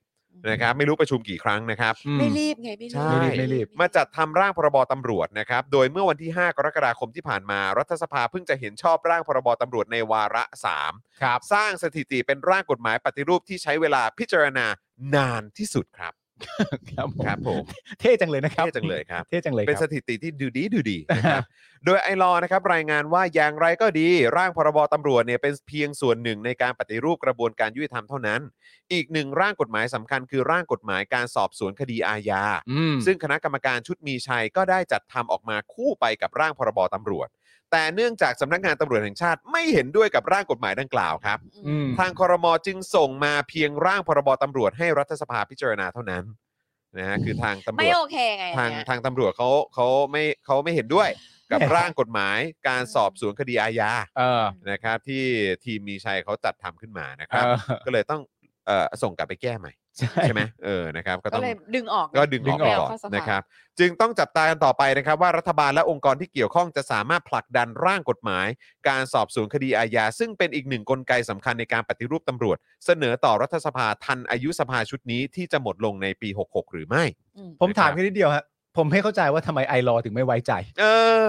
Speaker 2: นะครับ ไม่รู้ประชุมกี่ครั้งนะครับ
Speaker 3: อืม
Speaker 4: ไม่รีบไงไม่รี
Speaker 2: ใช่
Speaker 4: บ
Speaker 3: ไม่รีบ
Speaker 2: มาจัดทำร่างพรบตำรวจนะครับ โดยเมื่อวันที่ 5 กรกฎาคมที่ผ่านมา รัฐสภาเพิ่งจะเห็นชอบร่างพรบตำรวจในวาระ 3
Speaker 3: ครับ
Speaker 2: สร้างสถิติเป็นร่างกฎหมายปฏิรูปที่ใช้เวลาพิจารณานานที่สุดครับ
Speaker 3: ครับผม
Speaker 2: ครับผม
Speaker 3: เท่จังเลยนะครับ
Speaker 2: เท่จังเลยครับ
Speaker 3: เท่จังเลย
Speaker 2: เป็น
Speaker 3: ค
Speaker 2: ส
Speaker 3: รับ
Speaker 2: ถิติที่ดูดีดูดีนะครับ โดยไอรอว์นะครับรายงานว่าอย่างไรก็ดี ร่างพรบตำรวจเนี่ยเป็นเพียงส่วนหนึ่งในการปฏิรูปกระบวนการยุติธรรมเท่านั้น อีกหนึ่งร่างกฎหมายสำคัญคือร่างกฎหมายการสอบสวนคดีอาญา
Speaker 3: อืม
Speaker 2: ซึ่งคณะกรรมการชุดมีชัยก็ได้จัดทำออกมาคู่ไปกับร่างพรบตำรวจ แต่เนื่องจากสำนักงานตำรวจแห่งชาติไม่เห็นด้วยกับร่างกฎหมายดังกล่าวครับ
Speaker 3: อืม
Speaker 2: ทางคอรมอจึงส่งมาเพียงร่างพรบตำรวจให้รัฐสภาพิจารณาเท่านั้นนะฮะคือทางตำร
Speaker 4: ไม่
Speaker 2: วจ
Speaker 4: โอเคไง
Speaker 2: ทาง
Speaker 4: เนี่ย
Speaker 2: ทางตำรวจเขาเขาไม่เขาไม่เห็นด้วยกับร่างกฎหมายการสอบสวนคดีอาญา
Speaker 3: เออ
Speaker 2: นะครับ ที่ทีมมีชัยเขาจัดทำขึ้นมานะค
Speaker 3: เอ
Speaker 2: รับ
Speaker 3: อ
Speaker 2: ก็เลยต้องเอ่อส่งกลับไปแก้ใหม่
Speaker 3: ใช่
Speaker 2: ใช่ไหมเออนะครับ ก็
Speaker 4: ก็
Speaker 2: ต้อง
Speaker 4: เลยดึงออก
Speaker 2: ก็ดึงออก
Speaker 4: ไม่เา
Speaker 2: ก่อน
Speaker 4: เข้าสภา
Speaker 2: นะครับ จึงต้องจับตากันต่อไปนะครับ ว่ารัฐบาลและองค์กรที่เกี่ยวข้องจะสามารถผลักดันร่างกฎหมาย การสอบสวนคดีอาญาซึ่งเป็นอีกหนึ่งกลไกสำคัญในการปฏิรูปตำรวจ เสนอต่อรัฐสภาทันอายุสภาชุดนี้ที่จะหมดลงในปี 66 หรือไม่
Speaker 4: อืม
Speaker 3: ผมถาม
Speaker 2: นะครับ
Speaker 3: แค่นิดเดียวฮะผมไม่เข้าใจว่าทำไมไอรอถึงไม่ไว้ใจ
Speaker 2: เออ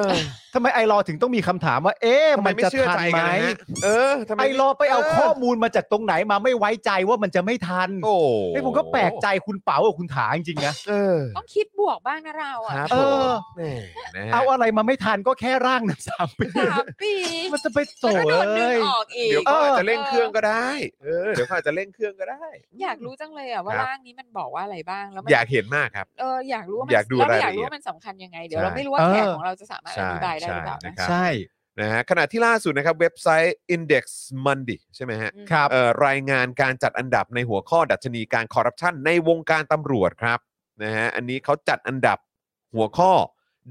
Speaker 3: ทำไมไอรอถึงต้องมีคำถามว่า เอ๊ะ
Speaker 2: ทำไม
Speaker 3: มัน
Speaker 2: ไม่
Speaker 3: จะ
Speaker 2: เชื่อ
Speaker 3: ทัน
Speaker 2: ใจ
Speaker 3: ไหม
Speaker 2: กันนะฮะเออทำไม
Speaker 3: ไอรอไปเอา
Speaker 2: เออ
Speaker 3: ข้อมูลมาจากตรงไหนมาไม่ไว้ใจว่ามันจะไม่ทัน
Speaker 2: โอ้
Speaker 3: ไอ้ยผมก็แปลกใจคุณเป๋ากับคุณถาจริงๆนะ
Speaker 2: เออ
Speaker 4: ต้องคิดบวกบ้างนะเรา
Speaker 2: ค
Speaker 4: อ่ะ
Speaker 2: รับ
Speaker 3: เอ
Speaker 2: ผม
Speaker 3: อ
Speaker 2: แหม่นะฮะ
Speaker 3: เอาอะไรมาไม่ทันก็แค่ร่างหนึ่ง สามปี
Speaker 4: สามปี
Speaker 3: มันจะไปโส
Speaker 4: แล้วก็โดนดึ
Speaker 3: เล
Speaker 4: ง
Speaker 3: ย
Speaker 4: ออกอีก
Speaker 2: เดี๋ยวก็อาจจะเร่ง
Speaker 4: เออ
Speaker 2: เครื่องก็ได้เออเดี๋ยวก็อาจจะเร่งเครื่องก็ได้
Speaker 4: อยากรู้จังเลยอ่ะว่า
Speaker 2: ครับ
Speaker 4: ร่างนี้มันบอกว่าอะไรบ้างแล้วมัน
Speaker 2: อยากเห็นมากครับ
Speaker 4: เอออยากรู้ว่ามัน
Speaker 2: อยากดู
Speaker 4: เรา
Speaker 2: ราย
Speaker 4: อยา
Speaker 2: ละ
Speaker 4: ก
Speaker 2: เอี
Speaker 4: รู้
Speaker 2: ยด
Speaker 4: ว่ามันสำคัญยังไง เดี๋ยวเรา
Speaker 2: ใช่
Speaker 4: ไม่รู้ว่า
Speaker 3: เออ
Speaker 4: แขกของเราจะสามารถอ
Speaker 2: ใช่
Speaker 4: ธิบายได้
Speaker 2: ใช่
Speaker 4: หรือเปล่า
Speaker 2: นะ
Speaker 4: นะครับ
Speaker 3: ใช่
Speaker 2: นะฮะขณะที่ล่าสุดนะครับเว็บไซต์ Index Monday ใช่ไหมฮะ
Speaker 3: ครับ
Speaker 2: เอ่อรายงานการจัดอันดับในหัวข้อดัชนีการคอร์รัปชันในวงการตำรวจครับนะฮะอันนี้เขาจัดอันดับหัวข้อ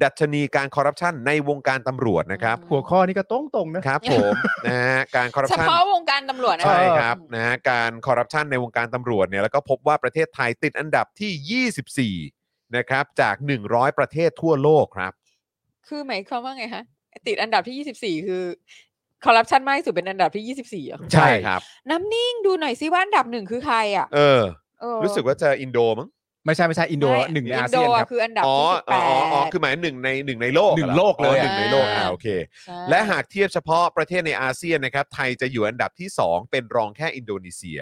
Speaker 2: ดัชนีการคอร์รัปชันในวงการตำรวจนะครับ
Speaker 3: หัวข้อนี้ก็ตรงตรงๆนะ
Speaker 2: ครับผม นะฮะการคอร์รัป
Speaker 4: เฉ
Speaker 2: ชัน
Speaker 4: พาะวงการตำรวจนะ
Speaker 2: ใช่
Speaker 3: เออ
Speaker 2: ครับนะฮะการคอร์รัปชันในวงการตำรวจเนี่ยแล้วก็พบว่าประเทศไทยติดอันดับที่ 24 นะครับจาก 100 ประเทศทั่วโลกครับ
Speaker 4: คือหมายความว่าไงฮะติดอันดับที่ 24 คือคอร์รัปชันมากที่สุดเป็นอันดับที่ 24เหรอ
Speaker 3: ใช่
Speaker 2: ใช่ครับ
Speaker 4: น้ำนิ่งดูหน่อยซิว่าอันดับหนึ่งคือใครอ่ะ
Speaker 2: เออ
Speaker 4: เออ
Speaker 2: รู้สึกว่าจะอินโดมั้ง
Speaker 3: ไม่ใช่ไม่ใช่อินโด
Speaker 4: ไม่
Speaker 3: หนึ่งในอา
Speaker 4: โด
Speaker 3: เซียนครับ
Speaker 4: คืออันดับ
Speaker 2: อ๋อ
Speaker 4: ที่สิบแป
Speaker 2: อ๋อ
Speaker 4: ด
Speaker 2: อ๋ออ๋อคือหมายหนึ่งในหนึ่งในโลก
Speaker 3: หนึ่งโลกเลย
Speaker 2: อ๋อหนึ่งในโลก
Speaker 4: อ่า
Speaker 2: อ่าโอเค
Speaker 4: ใช่
Speaker 2: และหากเทียบเฉพาะประเทศในอาเซียนนะครับไทยจะอยู่อันดับที่ 2 เป็นรองแค่อินโดนีเซีย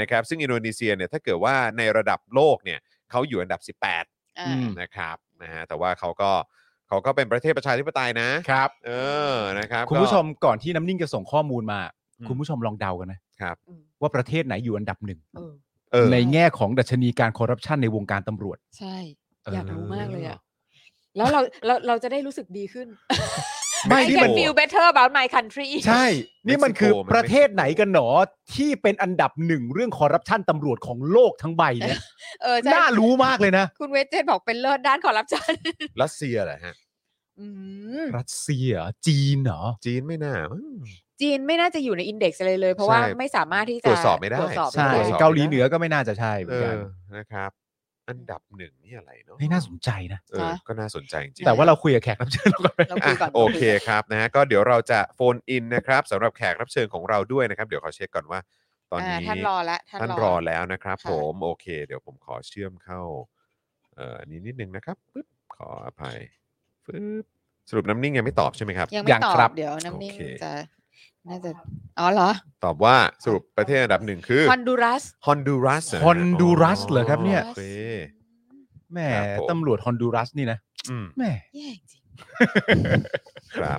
Speaker 2: นะครับซึ่งอินโดนีเซียเนี่ยถ้าเกิดว่าในระดับโลกเนี่ยเขาอยู่อันดับ 18
Speaker 4: อ่า
Speaker 3: อืม
Speaker 2: นะครับนะฮะแต่ว่าเขาก็เขาก็เป็นประเทศประชาธิปไตยนะ
Speaker 3: ครับ
Speaker 2: เออ นะครับ
Speaker 3: คุณ
Speaker 2: ก็
Speaker 3: ผู้ชมก่อนที่น้ำนิ่งจะส่งข้อมูลมา
Speaker 2: อืม
Speaker 3: คุณผู้ชมลองเดากันนะครับ ว่าประเทศไหนอยู่อันดับหนึ่ง
Speaker 4: เออ
Speaker 2: เออ
Speaker 3: ในแง่ของดัชนีการคอร์รัปชันในวงการตำรวจ
Speaker 4: ใช่
Speaker 3: เออ
Speaker 4: อ
Speaker 3: อ
Speaker 4: ยากรู้มากเลยอ่ะแล้วเราเราเราจะได้รู้สึกดีขึ้น
Speaker 3: ไม่
Speaker 4: I
Speaker 3: นี่มัน
Speaker 4: can feel better about my country
Speaker 3: ใช่ นี่มันคือ
Speaker 2: เม็กซิโก
Speaker 3: ประเทศไหนกันหนอที่เป็นอันดับหนึ่งเรื่องคอร์รัปชันตำรวจของโลกทั้งใบเนี่ย
Speaker 4: เออใช่
Speaker 3: น่ารู้มากเลยนะ
Speaker 4: คุณเวจเจตบอกเป็นเลิศด้านคอร์รัปชัน
Speaker 2: รัสเซียเหรอฮะ
Speaker 4: อืม
Speaker 3: รัสเซียเหรอจีนเหรอ
Speaker 2: จีนไม่น่ามั้ง
Speaker 4: จีนไม่น่าจะอยู่ในอินเด็กซ์เลยเลย เพราะ
Speaker 2: ใช่
Speaker 4: ว่าไม่สามารถที่จะ
Speaker 2: ตรวจสอบไม่ได้
Speaker 4: ตรวจสอบ
Speaker 3: ใช่
Speaker 4: ได้
Speaker 2: ตรวจสอบ
Speaker 3: เกาหลีเหนือก็ไม่น่าจะใช่เหมื
Speaker 2: เอ
Speaker 3: อนกัน
Speaker 2: อ นะครับ อันดับหนึ่งนี่อะไรเนาะ
Speaker 3: เฮ้ยน่าสนใจนะ
Speaker 2: เออ ก็น่าสนใจจริงๆ
Speaker 3: แต่ว่าเราคุยกับแขกรับเชิญเราก่อนไหม
Speaker 4: เราคุ
Speaker 2: อ่ะ
Speaker 4: ยก่อน
Speaker 2: โอเคครับนะฮะก็เดี๋ยวเราจะโฟนอินนะครับสำหรับแขกรับเชิญของเราด้วยนะครับ เดี๋ยวขอเช็คก่อนว่า ตอน
Speaker 4: อ่า
Speaker 2: นี้
Speaker 4: ท่านรอแล้ว
Speaker 2: ท่านรอแล้วนะครับ
Speaker 4: ค่ะ
Speaker 2: ผมโอเค เดี๋ยวผมขอเชื่อมเข้า เอ่ออันนี้นิดนึงนะครับปึ๊บขออภัยปึ๊บสรุปน้ำนิ่งยังไม่ตอบใช่ไหมครับ
Speaker 4: ยังไม่ตอบเดี๋ยวน้ำนิ่ง
Speaker 2: โอเค
Speaker 4: จะน่าจะอ๋อเหรอ
Speaker 2: ตอบว่าสรุปประเทศอันดับหนึ่งคือ
Speaker 4: ฮอนดูรัส
Speaker 2: ฮอนดูรัส
Speaker 3: ฮอนดูรัสเหรอครับเนี่ย
Speaker 2: โอเค
Speaker 3: แหม่
Speaker 2: ครับผม
Speaker 3: ตำรวจฮอนดูรัสนี่นะ
Speaker 2: อืม
Speaker 3: แหม่
Speaker 4: แย่จริง
Speaker 2: ครับ